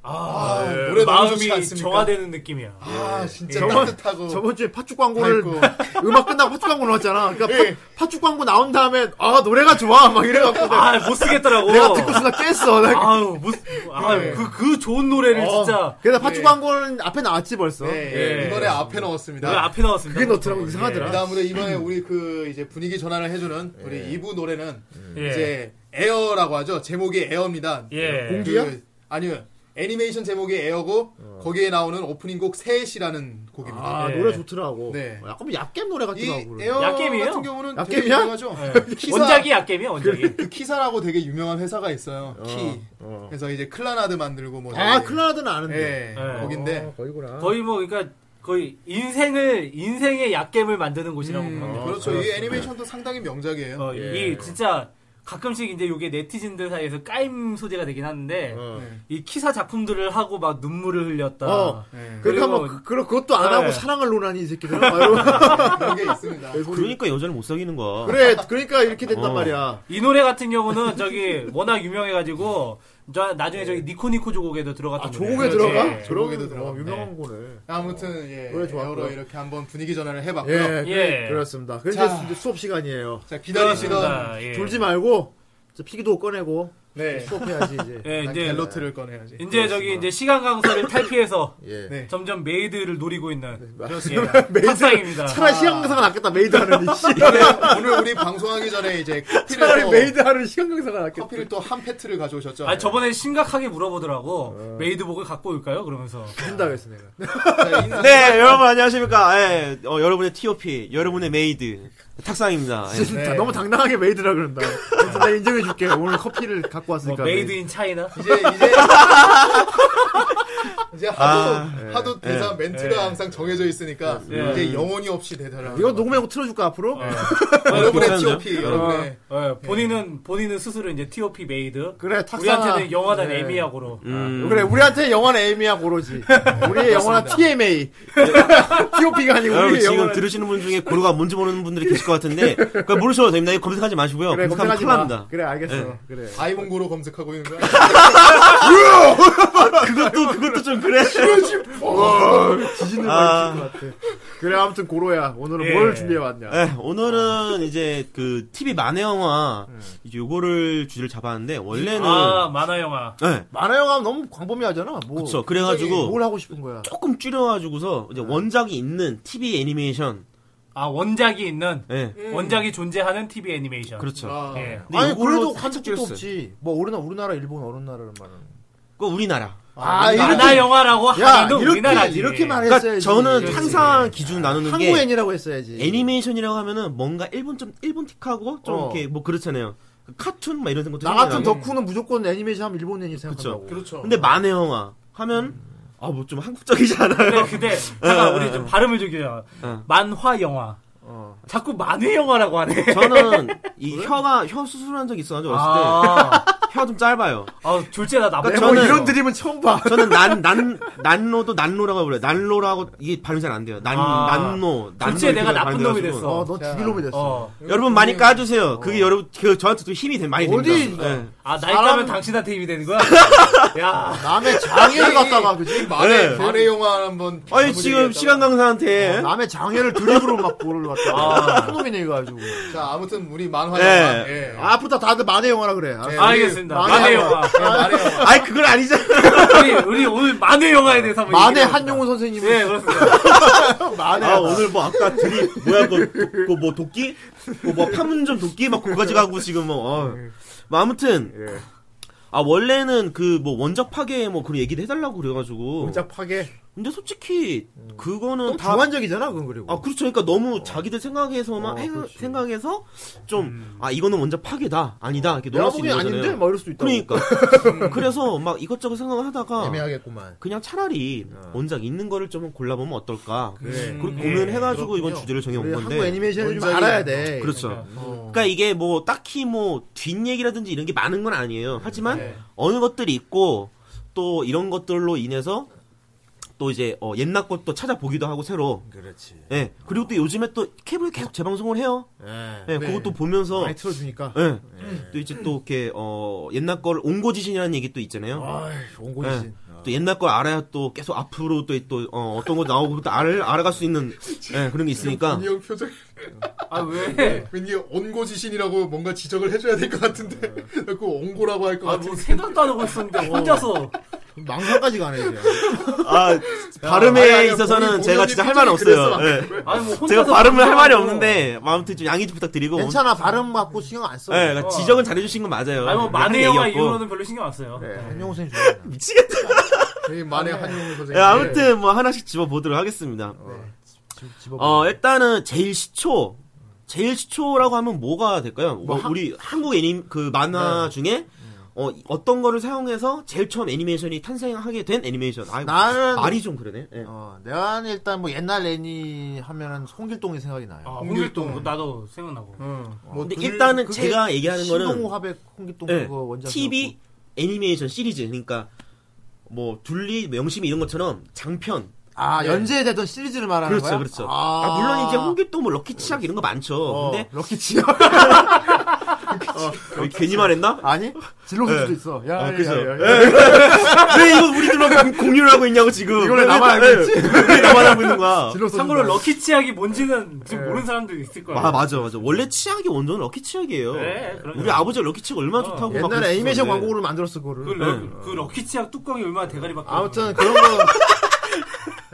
[SPEAKER 3] 아,
[SPEAKER 4] 아,
[SPEAKER 3] 예.
[SPEAKER 4] 노래 너무 좋지
[SPEAKER 3] 마음이
[SPEAKER 4] 않습니까?
[SPEAKER 3] 정화되는 느낌이야.
[SPEAKER 4] 아 진짜
[SPEAKER 2] 저번,
[SPEAKER 4] 따뜻하고
[SPEAKER 2] 어, 저번 주에 팥죽 광고를
[SPEAKER 4] 아이고. 네.
[SPEAKER 2] 음악 끝나고 팥죽 광고 나왔잖아. 그러니까 팥- 팥죽 광고 나온 다음에 아 노래가 좋아 막 이래갖고 내가,
[SPEAKER 3] 아, 못 쓰겠더라고.
[SPEAKER 2] 내가 듣고 순간 깼어. 내가
[SPEAKER 3] 아유, 못, 아,
[SPEAKER 4] 예.
[SPEAKER 3] 그, 그 좋은 노래를
[SPEAKER 4] 어.
[SPEAKER 3] 진짜.
[SPEAKER 2] 그래서 팥죽
[SPEAKER 4] 예.
[SPEAKER 2] 광고는 앞에 나왔지 벌써.
[SPEAKER 4] 네,
[SPEAKER 3] 예.
[SPEAKER 4] 이번에 앞에
[SPEAKER 3] 노래
[SPEAKER 4] 넣었습니다.
[SPEAKER 3] 앞에 예. 나왔습니다.
[SPEAKER 2] 그게 넣더라고 이상하더라.
[SPEAKER 4] 그다음으로 이번에 우리 그 이제 분위기 전환을 해주는 우리 2부 노래는
[SPEAKER 3] 예.
[SPEAKER 4] 이제 에어라고 하죠. 제목이 에어입니다.
[SPEAKER 3] 예.
[SPEAKER 2] 공기야?
[SPEAKER 4] 그, 아니요. 애니메이션 제목이 에어고 거기에 나오는 오프닝곡 셋이라는 곡입니다.
[SPEAKER 2] 아
[SPEAKER 3] 예.
[SPEAKER 2] 노래 좋더라고.
[SPEAKER 4] 네.
[SPEAKER 2] 약간 뭐 얍겜 노래
[SPEAKER 4] 이
[SPEAKER 2] 같기도 하고.
[SPEAKER 4] 에어
[SPEAKER 3] 약겜이에요? 네.
[SPEAKER 4] 같은 경우는 되게
[SPEAKER 2] 약겜이야?
[SPEAKER 4] 유명하죠. 키사-
[SPEAKER 3] 원작이 약겜이야, 원작이.
[SPEAKER 4] 그 키사라고 되게 유명한 회사가 있어요. 키.
[SPEAKER 2] 어.
[SPEAKER 4] 그래서 이제 클라나드 만들고 뭐
[SPEAKER 2] 아
[SPEAKER 4] 되게-
[SPEAKER 2] 클라라드는 아는데.
[SPEAKER 4] 예.
[SPEAKER 3] 예.
[SPEAKER 4] 거긴데
[SPEAKER 2] 어, 거기구나.
[SPEAKER 3] 거의 뭐, 그러니까, 거의 인생을, 인생의 약겜을 만드는 곳이라고
[SPEAKER 4] 음,
[SPEAKER 3] 보면 돼요.
[SPEAKER 4] 그렇죠. 이 애니메이션도 상당히 명작이에요.
[SPEAKER 3] 어,
[SPEAKER 2] 예.
[SPEAKER 3] 이 진짜 가끔씩 이제 요게 네티즌들 사이에서 까임 소재가 되긴 하는데
[SPEAKER 2] 어.
[SPEAKER 4] 네.
[SPEAKER 3] 이 키사 작품들을 하고 막 눈물을 흘렸다.
[SPEAKER 2] 어.
[SPEAKER 4] 네.
[SPEAKER 2] 그러니까
[SPEAKER 3] 그리고-
[SPEAKER 2] 뭐 그, 것도안
[SPEAKER 3] 네.
[SPEAKER 2] 하고 사랑을 논하니 이 새끼들은 막 이러고.
[SPEAKER 4] 그런 게 있습니다.
[SPEAKER 6] 그러니까 여자를 못 사귀는 거야.
[SPEAKER 2] 그래 그러니까 이렇게 된단
[SPEAKER 6] 어.
[SPEAKER 2] 말이야.
[SPEAKER 3] 이 노래 같은 경우는 저기 워낙 유명해가지고 저 나중에 저기 니코니코 조곡에도 들어갔던
[SPEAKER 2] 네. 아 조곡에
[SPEAKER 3] 노래예요.
[SPEAKER 2] 들어가?
[SPEAKER 3] 예.
[SPEAKER 2] 그러면,
[SPEAKER 4] 조곡에도 들어가.
[SPEAKER 2] 어, 유명한 거네.
[SPEAKER 4] 아무튼 예,
[SPEAKER 2] 노래 좋았고요.
[SPEAKER 4] 에어로 이렇게 한번 분위기 전환을
[SPEAKER 2] 예,
[SPEAKER 4] 해봤고요.
[SPEAKER 2] 그래,
[SPEAKER 3] 예.
[SPEAKER 2] 그렇습니다. 그래서
[SPEAKER 4] 자.
[SPEAKER 2] 이제 수업 시간이에요.
[SPEAKER 4] 자 기다리시던
[SPEAKER 3] 그렇습니다. 예.
[SPEAKER 2] 졸지 말고 이제 피기도 꺼내고
[SPEAKER 4] 네.
[SPEAKER 2] 수업해야지 이제.
[SPEAKER 3] 예,
[SPEAKER 4] 난
[SPEAKER 3] 이제
[SPEAKER 4] 갤러트를 꺼내야지.
[SPEAKER 3] 이제 저기 이제 시간 강사를 탈피해서
[SPEAKER 2] 예. 네,
[SPEAKER 4] 네.
[SPEAKER 3] 점점 메이드를 노리고 있는
[SPEAKER 2] 맞습니다.
[SPEAKER 3] 예, 탁상입니다. 어.
[SPEAKER 2] 차라리 시간강사가 낫겠다 메이드 하는 이 씨.
[SPEAKER 6] 네.
[SPEAKER 4] 오늘- 오늘 우리 방송하기 전에 이제 커피를
[SPEAKER 2] 차라리
[SPEAKER 4] 또,
[SPEAKER 2] 메이드 하는 시간강사가 낫겠다.
[SPEAKER 3] 어.
[SPEAKER 4] 커피를 또 한 패트를 가져오셨죠.
[SPEAKER 3] 아 저번에 심각하게 물어보더라고 메이드복을 갖고 올까요? 그러면서 뭐
[SPEAKER 2] 준다 그랬어 내가.
[SPEAKER 4] 자, 인사-
[SPEAKER 6] 네, 여러분 안녕하십니까? 예, 어, 여러분의 T.O.P, 여러분의 메이드
[SPEAKER 3] 아,
[SPEAKER 6] 탁상입니다. 예.
[SPEAKER 3] 네.
[SPEAKER 2] 진짜 너무 당당하게 메이드라 그런다. 그래서 내가 인정해 줄게. 오늘 커피를 갖고
[SPEAKER 3] 뭐
[SPEAKER 2] 왔으니까.
[SPEAKER 3] 메이드인 차이나
[SPEAKER 4] 이제 이제 이제 하도
[SPEAKER 6] 아, 네.
[SPEAKER 4] 하도 대사 멘트가
[SPEAKER 3] 예.
[SPEAKER 4] 항상 정해져 있으니까
[SPEAKER 3] 예.
[SPEAKER 4] 이제 영혼이 없이 대사를.
[SPEAKER 2] 이거 녹음해고 틀어줄까 앞으로?
[SPEAKER 4] 여러분의
[SPEAKER 6] 괜찮은데요? 아.
[SPEAKER 4] T.O.P. 여러분의
[SPEAKER 3] 예, 본인은 본인은 스스로 이제 T.O.P 메이드
[SPEAKER 2] 그래 네. 탁상.
[SPEAKER 3] 우리한테는 영화단 에미야고로
[SPEAKER 6] 음,
[SPEAKER 2] 그래 우리한테 영원 에미야 고로지. 우리의 영원한 TMA. TOP가 아니고
[SPEAKER 6] 여러분
[SPEAKER 2] 우리의
[SPEAKER 6] 지금
[SPEAKER 2] 영원한.
[SPEAKER 6] 들으시는 분 중에 고르가 뭔지 모르는 분들이 계실 것 같은데 그거 모르셔도 됩니다. 이거 검색하지 마시고요.
[SPEAKER 2] 그래
[SPEAKER 6] 검색하면
[SPEAKER 2] 검색하지
[SPEAKER 6] 큰일
[SPEAKER 2] 마.
[SPEAKER 6] 납니다.
[SPEAKER 2] 그래 알겠어.
[SPEAKER 6] 예.
[SPEAKER 2] 그래.
[SPEAKER 4] 아이몽고로 검색하고 있는 거야.
[SPEAKER 6] 그것도 그것도 좀 그래.
[SPEAKER 2] 어, 지진을
[SPEAKER 6] 아.
[SPEAKER 2] 많이 칠것 같아. 그래 아무튼 고로야 오늘은
[SPEAKER 3] 예.
[SPEAKER 2] 뭘 준비해 왔냐?
[SPEAKER 6] 네, 오늘은 이제 그 TV 만화 영화 이제 요거를 주제를 잡았는데 원래는
[SPEAKER 3] 아 만화 영화
[SPEAKER 6] 네,
[SPEAKER 2] 만화 영화 하면 너무 광범위하잖아. 뭐.
[SPEAKER 6] 그렇죠. 그래가지고
[SPEAKER 2] 뭘 하고 싶은 거야?
[SPEAKER 6] 조금 줄여가지고서 이제 원작이 있는 TV 애니메이션.
[SPEAKER 3] 아 원작이 있는
[SPEAKER 6] 예,
[SPEAKER 3] 원작이 존재하는 TV 애니메이션
[SPEAKER 6] 그렇죠.
[SPEAKER 4] 아,
[SPEAKER 3] 예.
[SPEAKER 6] 근데
[SPEAKER 2] 아니
[SPEAKER 6] 요걸로
[SPEAKER 2] 그래도
[SPEAKER 6] 살짝
[SPEAKER 2] 관습도
[SPEAKER 6] 줄였어요.
[SPEAKER 2] 없지. 뭐 우리나라 우리나라 일본 어른 나라는 말은.
[SPEAKER 6] 그거 우리나라.
[SPEAKER 2] 아
[SPEAKER 3] 만화 영화라고
[SPEAKER 2] 야
[SPEAKER 3] 하나도
[SPEAKER 2] 이렇게
[SPEAKER 3] 우리나라지
[SPEAKER 2] 이렇게 말했어야지.
[SPEAKER 6] 그러니까 저는
[SPEAKER 2] 예,
[SPEAKER 3] 그렇지.
[SPEAKER 6] 항상 기준 나누는 게
[SPEAKER 2] 한국 애니라고 했어야지.
[SPEAKER 6] 애니메이션이라고 하면은 뭔가 일본 좀 일본틱하고 좀
[SPEAKER 2] 어.
[SPEAKER 6] 이렇게 뭐 그렇잖아요. 그 카툰 막 이런 생각도
[SPEAKER 2] 나 같은
[SPEAKER 6] 생각나고.
[SPEAKER 2] 덕후는 무조건 애니메이션 하면 일본 애니 생각한다고.
[SPEAKER 4] 그렇죠.
[SPEAKER 6] 근데 만화 영화 하면 아 뭐 좀 한국적이지 않아요?
[SPEAKER 3] 근데, 근데 잠깐 우리 좀 발음을 좀 줄여
[SPEAKER 6] 어.
[SPEAKER 3] 만화 영화
[SPEAKER 2] 어.
[SPEAKER 3] 자꾸 만화 영화라고 하네
[SPEAKER 6] 저는 이 혀가 혀 수술한 적이 있어가지고 어렸을 때
[SPEAKER 3] 아,
[SPEAKER 6] 혀가 좀 짧아요.
[SPEAKER 3] 아, 둘째 어. 나 나쁜
[SPEAKER 6] 그러니까
[SPEAKER 2] 뭐
[SPEAKER 6] 저는-
[SPEAKER 2] 이런 드림은 처음 봐.
[SPEAKER 6] 저는 난, 난, 난로도 난로라고 불러요. 난로라고, 이게 발음이 잘 안 돼요. 난,
[SPEAKER 3] 아.
[SPEAKER 6] 난로. 난로.
[SPEAKER 3] 둘째 내가
[SPEAKER 6] 이렇게 음.
[SPEAKER 3] 나쁜 놈이
[SPEAKER 6] 발음돼가지고.
[SPEAKER 3] 됐어.
[SPEAKER 2] 어, 너 죽일 놈이 됐어.
[SPEAKER 3] 어.
[SPEAKER 6] 여러분 많이 까주세요. 그게 여러분, 그, 저한테 좀 힘이 되, 많이 됩니다.
[SPEAKER 2] 어디-
[SPEAKER 6] 예.
[SPEAKER 3] 아, 나이
[SPEAKER 2] 사람-
[SPEAKER 3] 까면 당신한테 힘이 되는 거야? 야.
[SPEAKER 2] 남의 장애를 갖다가 그지?
[SPEAKER 4] 말의
[SPEAKER 6] 네.
[SPEAKER 4] 말의 영화 한번
[SPEAKER 6] 아니, 어,
[SPEAKER 4] 가보시겠다고.
[SPEAKER 6] 지금 시간 강사한테.
[SPEAKER 2] 어, 남의 장애를 드립으로 막 볼을 갖다가 큰놈이네 이거 가지고.
[SPEAKER 4] 자 아무튼 우리 만화
[SPEAKER 6] 예.
[SPEAKER 4] 영화 예.
[SPEAKER 2] 앞으로 다들 만의 영화라 그래. 알았어.
[SPEAKER 4] 예.
[SPEAKER 3] 알겠습니다.
[SPEAKER 2] 만의
[SPEAKER 3] 만의 영화.
[SPEAKER 2] 영화.
[SPEAKER 4] 예, 말의 영화
[SPEAKER 6] 아니, 그건 아니잖아.
[SPEAKER 3] 우리, 우리 오늘 만의 영화에 대해서 한번
[SPEAKER 2] 만의
[SPEAKER 3] 얘기해봅시다.
[SPEAKER 2] 한용우 선생님.
[SPEAKER 3] 예, 그렇습니다.
[SPEAKER 2] 만의.
[SPEAKER 6] 아, 오늘 뭐 아까 드립, 뭐야, 그, 그, 그 뭐, 도끼? 그 뭐, 파문점 도끼? 막, 그거까지 가고 지금 뭐, 어. 뭐, 아무튼.
[SPEAKER 2] 예.
[SPEAKER 6] 아, 원래는 그, 뭐, 원작 파괴 뭐, 그런 얘기를 해달라고 그래가지고.
[SPEAKER 2] 문자 파괴.
[SPEAKER 6] 근데 솔직히, 그거는
[SPEAKER 2] 좀
[SPEAKER 6] 다.
[SPEAKER 2] 어, 주관적이잖아 그건 그리고.
[SPEAKER 6] 아 그렇죠. 그러니까 너무 자기들 생각에서만
[SPEAKER 2] 어,
[SPEAKER 6] 해-
[SPEAKER 2] 그렇지.
[SPEAKER 6] 생각해서 좀 아 이거는 원작 파괴다 아니다 이렇게
[SPEAKER 2] 내가
[SPEAKER 6] 놀랄 수
[SPEAKER 2] 보기
[SPEAKER 6] 있는 거잖아요.
[SPEAKER 2] 아닌데 막 이럴 수도 어. 있다.
[SPEAKER 6] 그러니까 그래서 막 이것저것 생각을 하다가
[SPEAKER 2] 애매하겠구만.
[SPEAKER 6] 그냥 차라리 원작 있는 거를 좀 골라보면 어떨까 그
[SPEAKER 2] 아. 그래.
[SPEAKER 6] 렇게
[SPEAKER 3] 음,
[SPEAKER 6] 고민해가지고
[SPEAKER 2] 예,
[SPEAKER 6] 이건
[SPEAKER 2] 그렇군요.
[SPEAKER 6] 주제를 정해온
[SPEAKER 2] 우리 한국
[SPEAKER 6] 건데
[SPEAKER 2] 애니메이션을 좀
[SPEAKER 4] 원작이
[SPEAKER 2] 알아야 돼.
[SPEAKER 6] 그렇죠.
[SPEAKER 2] 어.
[SPEAKER 6] 그러니까 이게 뭐 딱히 뭐 뒷얘기라든지 이런 게 많은 건 아니에요. 하지만
[SPEAKER 3] 네.
[SPEAKER 6] 어느 것들이 있고 또 이런 것들로 인해서 또 이제 어, 옛날 것도 찾아보기도 하고 새로
[SPEAKER 2] 그렇지.
[SPEAKER 6] 예 그리고 또 요즘에 또 케이블 계속 재방송을 해요.
[SPEAKER 2] 예.
[SPEAKER 6] 예, 그것도 보면서
[SPEAKER 2] 많이 틀어주니까.
[SPEAKER 6] 예. 또 이제 또 이렇게 어 옛날 걸 옹고지신이라는 얘기 또 있잖아요.
[SPEAKER 2] 아이,
[SPEAKER 6] 예.
[SPEAKER 2] 온고지신.
[SPEAKER 6] 또 옛날 걸 알아야 또 계속 앞으로 또또 어, 떤거 나오고 또 알, 알아갈 수 있는 예, 그런 게 있으니까
[SPEAKER 4] 은희 형 표정
[SPEAKER 3] 아, 왜?
[SPEAKER 4] 왠지 온고지신이라고 뭔가 지적을 해줘야 될 것 같은데
[SPEAKER 6] 네.
[SPEAKER 4] 자꾸 온고라고 할 것
[SPEAKER 3] 아, 뭐
[SPEAKER 4] 같은데
[SPEAKER 3] 생각도 안 하고 있었는데, 혼자서.
[SPEAKER 2] 망상까지 가네 이제.
[SPEAKER 6] 아 발음에
[SPEAKER 4] 아니, 아니,
[SPEAKER 6] 있어서는
[SPEAKER 4] 본인-
[SPEAKER 6] 제가
[SPEAKER 4] 본인이
[SPEAKER 6] 진짜 할 말은
[SPEAKER 4] 표정이
[SPEAKER 6] 없어요.
[SPEAKER 4] 그랬어.
[SPEAKER 6] 예.
[SPEAKER 3] 아니, 뭐 혼자서.
[SPEAKER 6] 제가 발음을 할 말이
[SPEAKER 3] 하고.
[SPEAKER 6] 없는데 아무튼 좀 양해 좀 부탁드리고
[SPEAKER 2] 괜찮아 발음 갖고 신경 안 써.
[SPEAKER 6] 예, 그러니까
[SPEAKER 3] 어.
[SPEAKER 6] 지적은 잘해주신 건 맞아요.
[SPEAKER 3] 아니, 뭐,
[SPEAKER 6] 그냥 하는
[SPEAKER 3] 만의 영화
[SPEAKER 6] 얘기였고.
[SPEAKER 3] 이후로는 별로 신경 안 써요.
[SPEAKER 2] 네, 한용우 선생님 좋아하잖아.
[SPEAKER 6] 미치겠다.
[SPEAKER 4] 저희 만의 한용우 선생님
[SPEAKER 6] 예, 아무튼 뭐 하나씩 집어보도록 하겠습니다.
[SPEAKER 2] 네.
[SPEAKER 6] 네.
[SPEAKER 2] 집- 집어봐.
[SPEAKER 6] 어, 일단은 제일 시초. 제일 시초라고 하면 뭐가 될까요? 뭐 우리 한국 애니 그 만화
[SPEAKER 2] 네.
[SPEAKER 6] 중에 어, 어떤 거를 사용해서 제일 처음 애니메이션이 탄생하게 된 애니메이션. 아,
[SPEAKER 2] 예. 나는-
[SPEAKER 6] 말이 좀 그러네. 예.
[SPEAKER 2] 어, 내가 일단 뭐 옛날 애니 하면은 홍길동이 생각이
[SPEAKER 3] 아,
[SPEAKER 2] 나요. 어,
[SPEAKER 3] 홍길동. 뭐 나도 생각나고.
[SPEAKER 4] 뭐
[SPEAKER 6] 근데
[SPEAKER 4] 둘-
[SPEAKER 6] 일단은
[SPEAKER 2] 그게
[SPEAKER 6] 제가 얘기하는
[SPEAKER 2] 신동호
[SPEAKER 6] 거는
[SPEAKER 2] 화백 홍길동
[SPEAKER 6] 예,
[SPEAKER 2] 그거 원작.
[SPEAKER 6] TV 애니메이션 시리즈. 그러니까 뭐 둘리 명심이 이런 것처럼 장편.
[SPEAKER 2] 아 연재되던 시리즈를 말하는
[SPEAKER 6] 예. 그렇죠,
[SPEAKER 2] 거야.
[SPEAKER 6] 그렇죠. 아, 물론 이제 홍길동 뭐 럭키 치약 이런 거 많죠.
[SPEAKER 2] 어.
[SPEAKER 6] 근데
[SPEAKER 2] 럭키치야
[SPEAKER 6] 왜 괜히 말했나?
[SPEAKER 2] 아니 진로수도
[SPEAKER 6] 예.
[SPEAKER 2] 있어. 야,
[SPEAKER 6] 아,
[SPEAKER 2] 야,
[SPEAKER 6] 그죠.
[SPEAKER 2] 야, 야, 야.
[SPEAKER 6] 왜 이거 우리들만 공- 공유를 하고 있냐고 지금.
[SPEAKER 2] 이걸 왜 나만 알고 있지?
[SPEAKER 6] 왜 나만 알고 있는 거야?
[SPEAKER 2] 진로수.
[SPEAKER 3] 참고로 럭키 치약이 뭔지는 지금 모르는 사람도 있을 거예요.
[SPEAKER 6] 아 그러니까. 네. 맞아 맞아 원래 치약이 원조는 럭키 치약이에요.
[SPEAKER 3] 네, 그럼요. 어.
[SPEAKER 6] 우리 아버지 가 럭키 치약 얼마나 좋다고 막
[SPEAKER 2] 옛날에 애니메이션
[SPEAKER 6] 어, 그랬었는데.
[SPEAKER 2] 광고를 만들었어 그거를.
[SPEAKER 3] 그, 럭,
[SPEAKER 6] 네.
[SPEAKER 3] 그 럭키 치약 뚜껑이 얼마나 대가리밖에
[SPEAKER 2] 아무튼 그런 거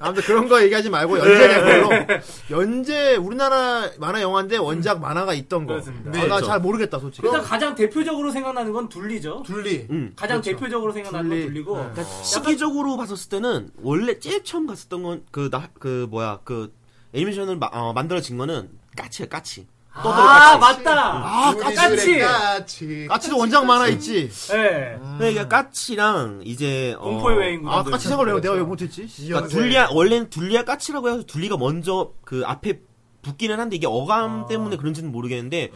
[SPEAKER 2] 아무튼 그런 거 얘기하지 말고 연재된 걸로 연재 우리나라 만화 영화인데 원작 만화가 있던 거.
[SPEAKER 3] 그렇습니다. 어.
[SPEAKER 2] 아,
[SPEAKER 6] 그렇죠.
[SPEAKER 2] 나잘 모르겠다 솔직히.
[SPEAKER 3] 일단 가장 대표적으로 생각나는 건 둘리죠.
[SPEAKER 4] 둘리
[SPEAKER 6] 음.
[SPEAKER 3] 가장 대표적으로 생각나는 건 둘리고
[SPEAKER 6] 네.
[SPEAKER 3] 네.
[SPEAKER 6] 시기적으로 봤었을 때는 원래 제일 처음 갔었던 건 그 나 그 뭐야 그 애니메이션을 마- 어, 만들어진 거는 까치야 까치. 떠들어
[SPEAKER 3] 아
[SPEAKER 6] 까치.
[SPEAKER 3] 맞다.
[SPEAKER 2] 아
[SPEAKER 4] 둘이
[SPEAKER 3] 까치!
[SPEAKER 4] 둘의 까치
[SPEAKER 2] 까치도 원작 만화 있지.
[SPEAKER 3] 예.
[SPEAKER 6] 그러니까 까치랑 이제 어,
[SPEAKER 3] 공포의 외인 군대.
[SPEAKER 2] 아 까치 생각을 왜
[SPEAKER 3] 그렇죠.
[SPEAKER 2] 내가 왜 못했지?
[SPEAKER 6] 그러니까 둘리야 원래는 둘리야 까치라고 해서 둘리가 먼저 그 앞에 붙기는 한데 이게 어감
[SPEAKER 2] 아.
[SPEAKER 6] 때문에 그런지는 모르겠는데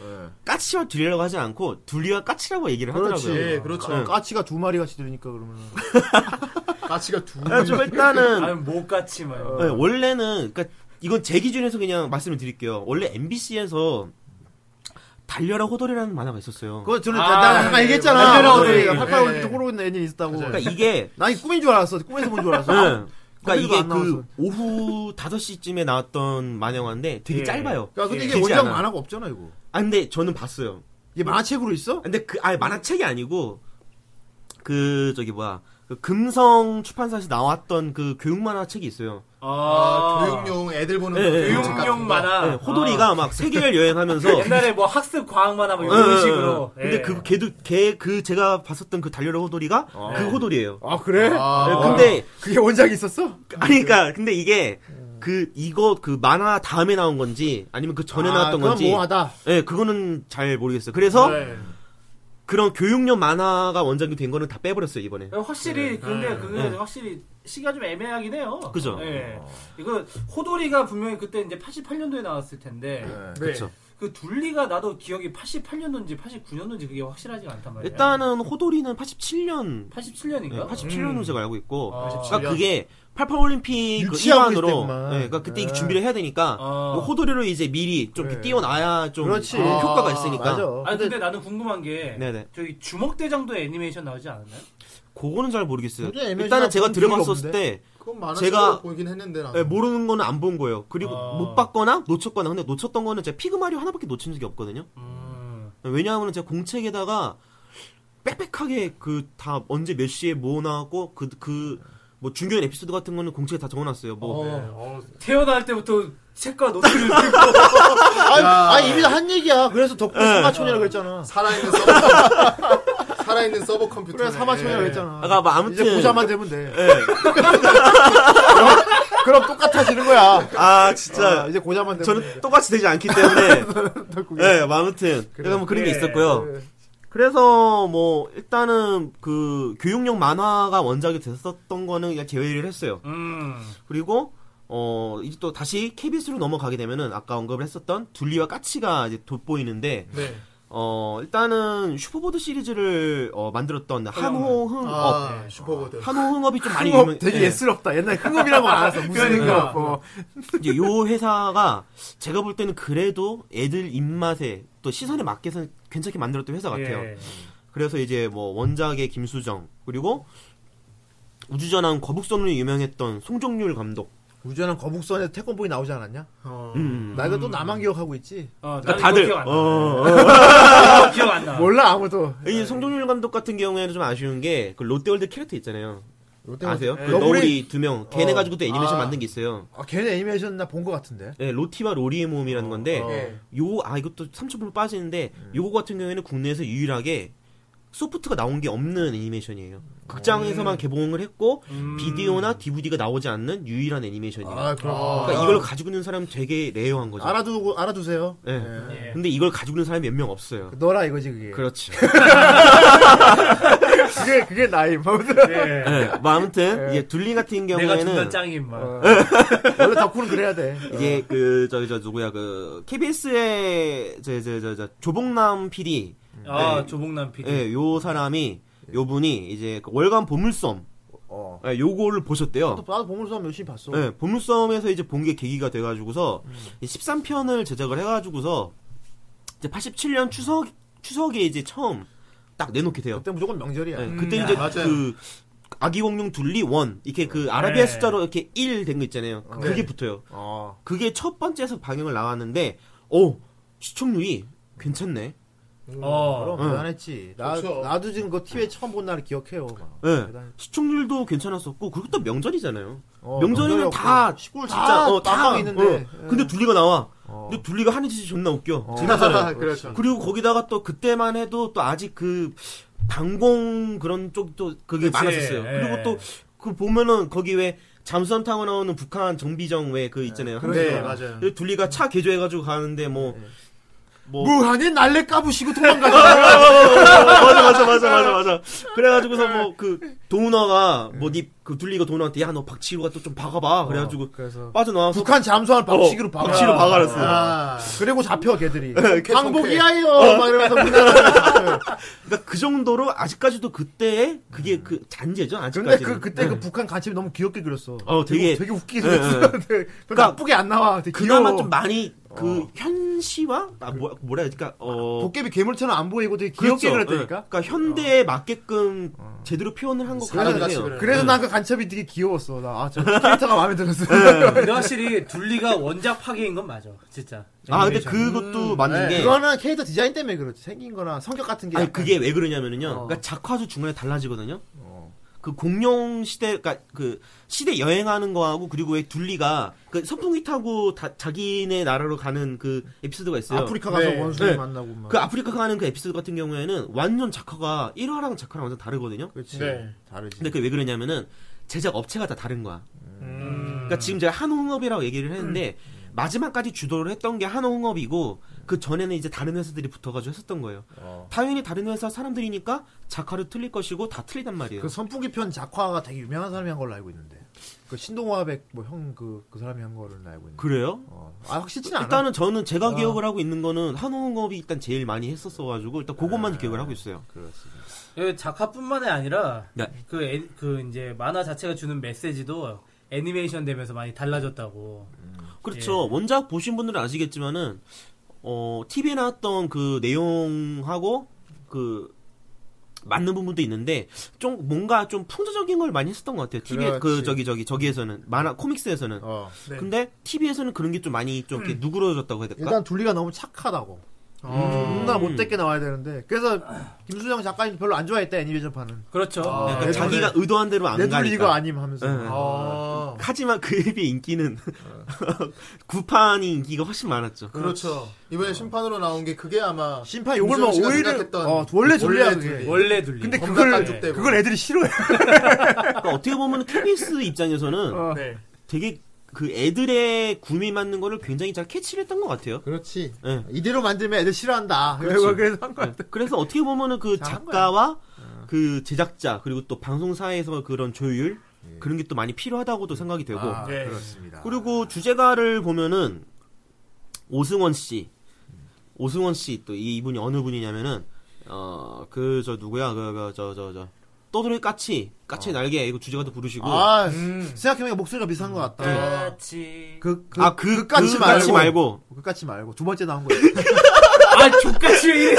[SPEAKER 6] 까치와 둘리라고 하지 않고 둘리와 까치라고 얘기를
[SPEAKER 2] 네. 그렇지. 네. 어,
[SPEAKER 6] 하더라고요.
[SPEAKER 4] 예, 그렇죠.
[SPEAKER 6] 응.
[SPEAKER 2] 까치가 두 마리 같이 들으니까 그러면
[SPEAKER 4] 까치가 둘
[SPEAKER 6] 그래서 그러니까 좀 일단은
[SPEAKER 3] 아니 못같이 말요.
[SPEAKER 6] 네, 원래는 그러니까 이건 제 기준에서 그냥 말씀을 드릴게요. 원래 MBC에서 달려라 호돌이라는 만화가 있었어요.
[SPEAKER 2] 그거 저는
[SPEAKER 3] 아,
[SPEAKER 2] 나 아까
[SPEAKER 3] 네,
[SPEAKER 2] 얘기했잖아.
[SPEAKER 3] 맞아요.
[SPEAKER 2] 오늘
[SPEAKER 3] 네,
[SPEAKER 2] 팔팔
[SPEAKER 4] 네.
[SPEAKER 2] 올림픽 호로 있는 애니 있었다고.
[SPEAKER 4] 맞아요.
[SPEAKER 6] 그러니까 이게
[SPEAKER 2] 난 이게 꿈인 줄 알았어. 꿈에서 본 줄 알았어.
[SPEAKER 6] 네. 그러니까
[SPEAKER 2] 거기도
[SPEAKER 6] 이게
[SPEAKER 2] 네. 안 나와서.
[SPEAKER 6] 그 오후 5시쯤에 나왔던 만화인데 되게
[SPEAKER 3] 예.
[SPEAKER 6] 짧아요.
[SPEAKER 2] 야, 근데 그러니까 이게
[SPEAKER 6] 길지
[SPEAKER 2] 원작
[SPEAKER 6] 않아.
[SPEAKER 2] 만화가 없잖아, 이거.
[SPEAKER 6] 아 근데 저는 봤어요.
[SPEAKER 2] 이게 만화책으로 있어?
[SPEAKER 6] 근데 그 아예 만화책이 아니고 그 저기 뭐야 그 금성 출판사에서 나왔던 그 교육 만화책이 있어요.
[SPEAKER 4] 아,
[SPEAKER 3] 아 네.
[SPEAKER 4] 교육용 애들 보는
[SPEAKER 6] 예, 예.
[SPEAKER 4] 교육책 같은 거.
[SPEAKER 3] 교육용 만화.
[SPEAKER 6] 네, 호돌이가 막 세계를 여행하면서
[SPEAKER 3] 아, 옛날에 뭐 학습 과학 만화 뭐
[SPEAKER 6] 예, 예,
[SPEAKER 3] 이런
[SPEAKER 6] 예.
[SPEAKER 3] 식으로.
[SPEAKER 6] 근데
[SPEAKER 3] 예.
[SPEAKER 6] 그 걔도 걔 그 제가 봤었던 그 달려라 호돌이가 그 호돌이에요.
[SPEAKER 2] 아, 그래?
[SPEAKER 6] 네,
[SPEAKER 4] 아,
[SPEAKER 6] 근데
[SPEAKER 2] 그게 원작이 있었어?
[SPEAKER 6] 아니 그러니까 근데 이게 그 이거 그 만화 다음에 나온 건지 아니면 그 전에 나왔던
[SPEAKER 2] 그건 뭐
[SPEAKER 6] 건지
[SPEAKER 2] 모호하다.
[SPEAKER 6] 예 그거는 잘 모르겠어요. 그래서
[SPEAKER 3] 네.
[SPEAKER 6] 그런 교육용 만화가 원작이 된 거는 다 빼버렸어요 이번에.
[SPEAKER 3] 예, 확실히 근데 그게
[SPEAKER 6] 네.
[SPEAKER 3] 확실히 시기가 좀 애매하긴 해요.
[SPEAKER 6] 그죠. 어.
[SPEAKER 3] 예. 이거 호돌이가 분명히 그때 이제 88년도에 나왔을 텐데
[SPEAKER 2] 그렇죠.
[SPEAKER 4] 네.
[SPEAKER 6] 그쵸.
[SPEAKER 3] 그 둘리가 나도 기억이 88년도인지 89년도인지 그게 확실하지가 않단 말이야.
[SPEAKER 6] 네. 일단은 네, 호돌이는 87년
[SPEAKER 3] 87년인가?
[SPEAKER 6] 87년으로 제가 알고 있고
[SPEAKER 3] 아.
[SPEAKER 6] 그러니까 그게 88 올림픽 그
[SPEAKER 2] 유치하고 있을
[SPEAKER 6] 일환으로
[SPEAKER 2] 때구만.
[SPEAKER 6] 네, 그러니까 그때
[SPEAKER 2] 네.
[SPEAKER 6] 준비를 해야 되니까
[SPEAKER 3] 아. 네.
[SPEAKER 6] 요 호돌이로 이제 미리 좀
[SPEAKER 2] 그래.
[SPEAKER 6] 띄워놔야 좀
[SPEAKER 2] 그렇지.
[SPEAKER 6] 어, 효과가
[SPEAKER 4] 아,
[SPEAKER 6] 있으니까
[SPEAKER 2] 맞아.
[SPEAKER 3] 아 근데, 나는 궁금한 게
[SPEAKER 6] 네네.
[SPEAKER 3] 저기 주먹대장도 애니메이션 나오지 않았나요?
[SPEAKER 6] 그거는 잘 모르겠어요.
[SPEAKER 2] 근데 애매하지
[SPEAKER 6] 일단은
[SPEAKER 2] 않아.
[SPEAKER 6] 제가
[SPEAKER 2] 그런 기회가
[SPEAKER 6] 들어봤었을 때
[SPEAKER 4] 그건 많은
[SPEAKER 6] 제가-
[SPEAKER 4] 제가 보긴 했는데 나는.
[SPEAKER 6] 예, 모르는 거는 안 본 거예요. 그리고
[SPEAKER 3] 아.
[SPEAKER 6] 못 봤거나 놓쳤거나 근데 놓쳤던 거는 제가 피그마리오 하나밖에 놓친 적이 없거든요.
[SPEAKER 3] 음.
[SPEAKER 6] 왜냐하면 제가 공책에다가 빽빽하게 그 다 언제 몇 시에 뭐 나왔고 그 그 뭐 중요한 에피소드 같은 거는 공책에 다 적어놨어요. 뭐
[SPEAKER 3] 태어날 때부터 책과 노트를 들고
[SPEAKER 2] 아, 네. 아 이미 다 한 얘기야. 그래서 덕분에 사마촌이라고 했잖아.
[SPEAKER 4] 살아있는 서버 살아있는 서버 컴퓨터.
[SPEAKER 2] 그래 사마촌이라고 네. 했잖아.
[SPEAKER 6] 아까 뭐
[SPEAKER 2] 이제
[SPEAKER 6] 아무튼
[SPEAKER 2] 부자만 되면 돼.
[SPEAKER 6] 예.
[SPEAKER 2] 네. 그럼 똑같아지는 거야.
[SPEAKER 6] 아
[SPEAKER 2] 자
[SPEAKER 6] 진짜
[SPEAKER 2] 이제 고자만 되면
[SPEAKER 6] 저는 똑같이 되지 않기 때문에 예, 뭐 아무튼 그래서 뭐 그런 게
[SPEAKER 3] 예.
[SPEAKER 6] 있었고요. 그래서 뭐 일단은 그 교육용 만화가 원작이 됐었던 거는 그냥 제외를 했어요.
[SPEAKER 3] 음.
[SPEAKER 6] 그리고 어 이제 또 다시 KBS로 넘어가게 되면은 아까 언급을 했었던 둘리와 까치가 이제 돋보이는데
[SPEAKER 4] 네.
[SPEAKER 6] 어 일단은 슈퍼보드 시리즈를 어, 만들었던 한호흥업 어,
[SPEAKER 4] 아 슈퍼보드.
[SPEAKER 6] 한호흥업이 좀 많이
[SPEAKER 2] 흥업
[SPEAKER 6] 유명
[SPEAKER 2] 되게
[SPEAKER 6] 예.
[SPEAKER 2] 예스럽다. 옛날 흥업이라고 알았어. 무슨
[SPEAKER 3] 그러니까.
[SPEAKER 2] 흥업. 어.
[SPEAKER 6] 이제 요 회사가 제가 볼 때는 그래도 애들 입맛에 또 시선에 맞게서 괜찮게 만들었던 회사 같아요.
[SPEAKER 3] 예.
[SPEAKER 6] 그래서 이제 뭐 원작의 김수정 그리고 우주전환 거북선으로 유명했던 송정률 감독
[SPEAKER 2] 우주는 거북선에 태권보이 나오지 않았냐?
[SPEAKER 4] 어.
[SPEAKER 6] 음.
[SPEAKER 2] 나 이거 또 나만 기억하고 있지.
[SPEAKER 3] 어,
[SPEAKER 6] 그러니까
[SPEAKER 3] 나는
[SPEAKER 6] 다들
[SPEAKER 3] 이거 기억 안 나.
[SPEAKER 6] 어, 어, 어.
[SPEAKER 3] 이거 기억 안 나.
[SPEAKER 2] 몰라 아무도.
[SPEAKER 6] 이 송정률 감독 같은 경우에는 좀 아쉬운 게 그 롯데월드 캐릭터 있잖아요. 아세요? 그
[SPEAKER 2] 너구리-
[SPEAKER 6] 너구리 두명 걔네
[SPEAKER 2] 네. 어.
[SPEAKER 6] 가지고 또 애니메이션
[SPEAKER 2] 아.
[SPEAKER 6] 만든 게 있어요.
[SPEAKER 2] 아, 걔네 애니메이션 나 본 것 같은데.
[SPEAKER 6] 네, 로티와 로리의
[SPEAKER 2] 어.
[SPEAKER 6] 모험이라는
[SPEAKER 2] 네.
[SPEAKER 6] 건데
[SPEAKER 4] 예.
[SPEAKER 6] 요 아 이것도 3초불로 빠지는데
[SPEAKER 2] 음.
[SPEAKER 6] 요거 같은 경우에는 국내에서 유일하게 소프트가 나온 게 없는 애니메이션이에요. 극장에서만
[SPEAKER 2] 음.
[SPEAKER 6] 개봉을 했고 비디오나 DVD가 나오지 않는 유일한 애니메이션이에요.
[SPEAKER 2] 아 그럼.
[SPEAKER 6] 그러니까 이걸 가지고 있는 사람 은 되게 레어한 거죠.
[SPEAKER 2] 알아두고 알아두세요.
[SPEAKER 6] 예.
[SPEAKER 3] 예.
[SPEAKER 6] 근데 이걸 가지고 있는 사람이 몇 명 없어요. 그렇죠.
[SPEAKER 2] 너라 이거지 네. 그게. 그
[SPEAKER 6] 그렇지.
[SPEAKER 2] 게 그게 나이. 아무튼
[SPEAKER 3] 예.
[SPEAKER 6] 예. 뭐
[SPEAKER 2] 네.
[SPEAKER 6] 아무튼 이제 둘리 같은
[SPEAKER 3] 내가 존나
[SPEAKER 6] 경우에는
[SPEAKER 3] 짱임 막.
[SPEAKER 2] 원래 덕후는 그래야 돼.
[SPEAKER 6] 이게 그 저기 저 누구야 그 KBS의 저저저 조봉남 PD
[SPEAKER 3] 아 조봉남 PD.
[SPEAKER 6] 예, 요 사람이 요 분이 이제 그 월간 보물섬
[SPEAKER 2] 어.
[SPEAKER 6] 예, 요거를 보셨대요.
[SPEAKER 2] 나도 나도 보물섬 열심히 봤어.
[SPEAKER 6] 예, 보물섬에서 이제 본 게 계기가 돼가지고서 13편을 제작을 해가지고서 이제 87년 추석 추석에 이제 처음 딱 내놓게 돼요.
[SPEAKER 2] 그때 무조건 명절이야.
[SPEAKER 6] 예, 그때
[SPEAKER 3] 음,
[SPEAKER 6] 이제
[SPEAKER 4] 맞아요.
[SPEAKER 6] 그 아기 공룡 둘리 원 이렇게 그 아라비아
[SPEAKER 3] 네.
[SPEAKER 6] 숫자로 이렇게 1 된 거 있잖아요. 그게 붙어요.
[SPEAKER 2] 어.
[SPEAKER 6] 그게 첫 번째에서 방영을 나왔는데 오 시청률이 괜찮네.
[SPEAKER 3] 어.
[SPEAKER 2] 그럼
[SPEAKER 6] 응.
[SPEAKER 2] 대단했지. 나
[SPEAKER 4] 그렇죠.
[SPEAKER 2] 나도 지금 그 TV에 처음 본 날을 기억해요. 막.
[SPEAKER 6] 예.
[SPEAKER 2] 대단했지.
[SPEAKER 6] 시청률도 괜찮았었고 그리고 또 명절이잖아요.
[SPEAKER 2] 어,
[SPEAKER 6] 명절이면
[SPEAKER 2] 명절이었고.
[SPEAKER 6] 다
[SPEAKER 2] 시골
[SPEAKER 6] 진짜
[SPEAKER 2] 다
[SPEAKER 6] 어,
[SPEAKER 2] 빵빵
[SPEAKER 6] 다
[SPEAKER 2] 있는데. 예.
[SPEAKER 6] 어. 근데 둘리가 나와.
[SPEAKER 2] 어.
[SPEAKER 6] 근데 둘리가 하는 짓이 존나 웃겨.
[SPEAKER 4] 아,
[SPEAKER 6] 재밌잖아요.
[SPEAKER 4] 그렇죠.
[SPEAKER 6] 그리고 거기다가 또 그때만 해도 또 아직 그 방공 그런 쪽도 그게
[SPEAKER 3] 그치,
[SPEAKER 6] 많았었어요.
[SPEAKER 3] 예.
[SPEAKER 6] 그리고 또 그 보면은 거기 왜 잠수함 타고 나오는 북한 정비정 왜 그 있잖아요.
[SPEAKER 2] 예.
[SPEAKER 4] 네
[SPEAKER 2] 그러니까.
[SPEAKER 6] 한국에.
[SPEAKER 4] 맞아요.
[SPEAKER 6] 근데 둘리가 차 개조해가지고 가는데 뭐. 뭐.
[SPEAKER 2] 무한히 날래 까부시고 도망가.
[SPEAKER 6] 맞아, 맞아, 맞아, 맞아, 맞아. 그래가지고서 뭐, 그, 도우너가, 뭐, 니, 그, 둘리가 도우너한테, 야, 너 박치루가 또 좀 박아봐. 그래가지고,
[SPEAKER 2] 어, 그래서
[SPEAKER 6] 빠져나와서.
[SPEAKER 2] 북한 잠수함 박치기로 박아.
[SPEAKER 6] 어, 박치로 박아놨어요. 네,
[SPEAKER 4] 아,
[SPEAKER 2] 그리고 잡혀 걔들이.
[SPEAKER 6] 이렇게 어.
[SPEAKER 2] 항복이야요. 막 이러면서 문단하고.
[SPEAKER 6] 그러니까 그 정도로 아직까지도 그때 그게 그 잔재죠
[SPEAKER 2] 음. 근데
[SPEAKER 6] 아직까지.
[SPEAKER 2] 그 그때 그 북한 간첩이 너무 귀엽게 그렸어.
[SPEAKER 6] 네. 어, 되게-
[SPEAKER 2] 되게 되게 웃기게
[SPEAKER 6] 예,
[SPEAKER 2] 그렸어. 그러니까 나쁘게 안 나와. 되게
[SPEAKER 6] 그나마
[SPEAKER 2] 귀여워. 어.
[SPEAKER 6] 좀 많이 그 현시화 아, 뭐, 뭐라 해야 될까 어
[SPEAKER 2] 도깨비 괴물처럼 안 보이고 되게 아, 귀엽게
[SPEAKER 6] 그렇죠.
[SPEAKER 2] 그렸다니까. 어.
[SPEAKER 6] 예. 그러니까 현대에 맞게끔 제대로 표현을 한 것
[SPEAKER 4] 사람
[SPEAKER 6] 같긴
[SPEAKER 4] 같이
[SPEAKER 6] 해요.
[SPEAKER 4] 그려요.
[SPEAKER 2] 그래서
[SPEAKER 6] 예.
[SPEAKER 2] 난 그 간첩이 되게 귀여웠어. 나 아, 저 캐릭터가 마음에 들었어.
[SPEAKER 3] 근데 확실히 둘리가 원작 파괴인 건 맞아. 진짜.
[SPEAKER 6] 아 근데 그것도
[SPEAKER 4] 네.
[SPEAKER 6] 맞는 게
[SPEAKER 2] 음, 그거는 캐릭터 디자인 때문에 그렇지. 생긴 거나 성격 같은 게.
[SPEAKER 6] 아니,
[SPEAKER 2] 약간- 어.
[SPEAKER 6] 그게 왜 그러냐면은요. 그러니까 작화도 중간에 달라지거든요. 그 공룡 시대, 그러니까 그 시대 여행하는 거하고 그리고 왜 둘리가 그 선풍기 타고 다, 자기네 나라로 가는 그 에피소드가 있어요.
[SPEAKER 2] 아프리카 가서
[SPEAKER 4] 네.
[SPEAKER 2] 원숭이
[SPEAKER 6] 네.
[SPEAKER 2] 만나고 막.
[SPEAKER 6] 그 아프리카 가는 그 에피소드 같은 경우에는 완전 작화가 1화랑 작화랑 완전 다르거든요.
[SPEAKER 2] 그렇지.
[SPEAKER 4] 네.
[SPEAKER 2] 다르지.
[SPEAKER 6] 근데 그게 왜 그러냐면은 제작 업체가 다 다른 거야.
[SPEAKER 3] 음.
[SPEAKER 2] 음.
[SPEAKER 6] 그러니까 지금 제가 한홍업이라고 얘기를 했는데 마지막까지 주도를 했던 게 한홍업이고 그 전에는 이제 다른 회사들이 붙어가지고 했었던 거예요.
[SPEAKER 2] 어.
[SPEAKER 6] 당연히 다른 회사 사람들이니까 작화를 틀릴 것이고 다 틀리단 말이에요.
[SPEAKER 2] 그 선풍기 편 작화가 되게 유명한 사람이 한 걸로 알고 있는데. 그 신동화백 뭐 형 그 그 사람이 한 거를 알고 있는데.
[SPEAKER 6] 그래요?
[SPEAKER 2] 어. 아 확실치는 않아.
[SPEAKER 6] 일단은 저는 제가 기억을 하고 있는 거는 한홍업이 일단 제일 많이 했었어가지고 일단 그것만 기억을 하고 있어요.
[SPEAKER 2] 그렇습니다.
[SPEAKER 3] 예, 작화뿐만이 아니라
[SPEAKER 6] 네.
[SPEAKER 3] 그, 애- 그 이제 만화 자체가 주는 메시지도 애니메이션 되면서 많이 달라졌다고.
[SPEAKER 6] 그렇죠. 원작 보신 분들은 아시겠지만은 어 TV에 나왔던 그 내용하고 그 맞는 부분도 있는데 좀 뭔가 좀 풍자적인 걸 많이 했었던 것 같아요. TV에 그
[SPEAKER 2] 그렇지.
[SPEAKER 6] 저기 저기 저기에서는 만화 코믹스에서는
[SPEAKER 2] 어.
[SPEAKER 6] 근데 TV에서는 그런 게 좀 많이 좀 이렇게 누그러졌다고 해야 될까?
[SPEAKER 2] 일단 둘리가 너무 착하다고.
[SPEAKER 6] 음.
[SPEAKER 2] 존나 못됐게 나와야 되는데. 그래서 김수정 작가님도 별로 안 좋아했다 애니메이션판은.
[SPEAKER 3] 그렇죠.
[SPEAKER 4] 아,
[SPEAKER 3] 예.
[SPEAKER 6] 그러니까
[SPEAKER 2] 내
[SPEAKER 6] 자기가 의도한 대로 안
[SPEAKER 2] 내
[SPEAKER 6] 가니까.
[SPEAKER 2] 둘리 이거 아님 하면서.
[SPEAKER 6] 응, 응.
[SPEAKER 4] 아,
[SPEAKER 6] 하지만 그에 비해 인기는 구판이 인기가 훨씬 많았죠.
[SPEAKER 4] 그렇죠. 이번에 심판으로 나온 게 그게 아마
[SPEAKER 2] 심판 욕을 막
[SPEAKER 4] 김수정 씨가
[SPEAKER 2] 오히려
[SPEAKER 4] 생각했던
[SPEAKER 2] 어, 원래 졸려야
[SPEAKER 4] 원래
[SPEAKER 2] 그게.
[SPEAKER 4] 둘리.
[SPEAKER 3] 네. 원래 둘리.
[SPEAKER 2] 근데
[SPEAKER 4] 검사
[SPEAKER 2] 그걸
[SPEAKER 4] 깐족대고.
[SPEAKER 2] 그걸 애들이 싫어해.
[SPEAKER 6] 그러니까 어떻게 보면 KBS 입장에서는
[SPEAKER 2] 어.
[SPEAKER 4] 네.
[SPEAKER 6] 되게 그 애들의 구미 맞는 거를 굉장히 잘 캐치를 했던 것 같아요.
[SPEAKER 2] 그렇지.
[SPEAKER 6] 예.
[SPEAKER 2] 이대로 만들면 애들 싫어한다.
[SPEAKER 6] 그렇지.
[SPEAKER 2] 그래서 한 거야.
[SPEAKER 6] 네. 그래서 어떻게 보면은 그
[SPEAKER 2] 잘한 어.
[SPEAKER 6] 작가와 그 제작자 그리고 또 방송사에서 그런 조율 그런 게 또 많이 필요하다고도 생각이 되고
[SPEAKER 2] 예. 아,
[SPEAKER 4] 네.
[SPEAKER 2] 그렇습니다.
[SPEAKER 6] 그리고 주제가를 보면은 오승원 씨 오승원 씨 또 이분이 어느 분이냐면은 어 그 저 누구야 그 저 저 저 떠돌이 까치 까치 의 날개 이거 주제가도 부르시고
[SPEAKER 2] 아
[SPEAKER 4] 음.
[SPEAKER 2] 생각해보니까 목소리가 비슷한 것
[SPEAKER 3] 네.
[SPEAKER 2] 같다.
[SPEAKER 3] 예. 같이.
[SPEAKER 2] 그, 그,
[SPEAKER 6] 아, 그,
[SPEAKER 2] 그 까치
[SPEAKER 6] 그
[SPEAKER 2] 말고.
[SPEAKER 6] 까치 말고.
[SPEAKER 2] 그 까치 말고. 두 번째 나온 거예요.
[SPEAKER 3] 아, 족같이 왜 이래.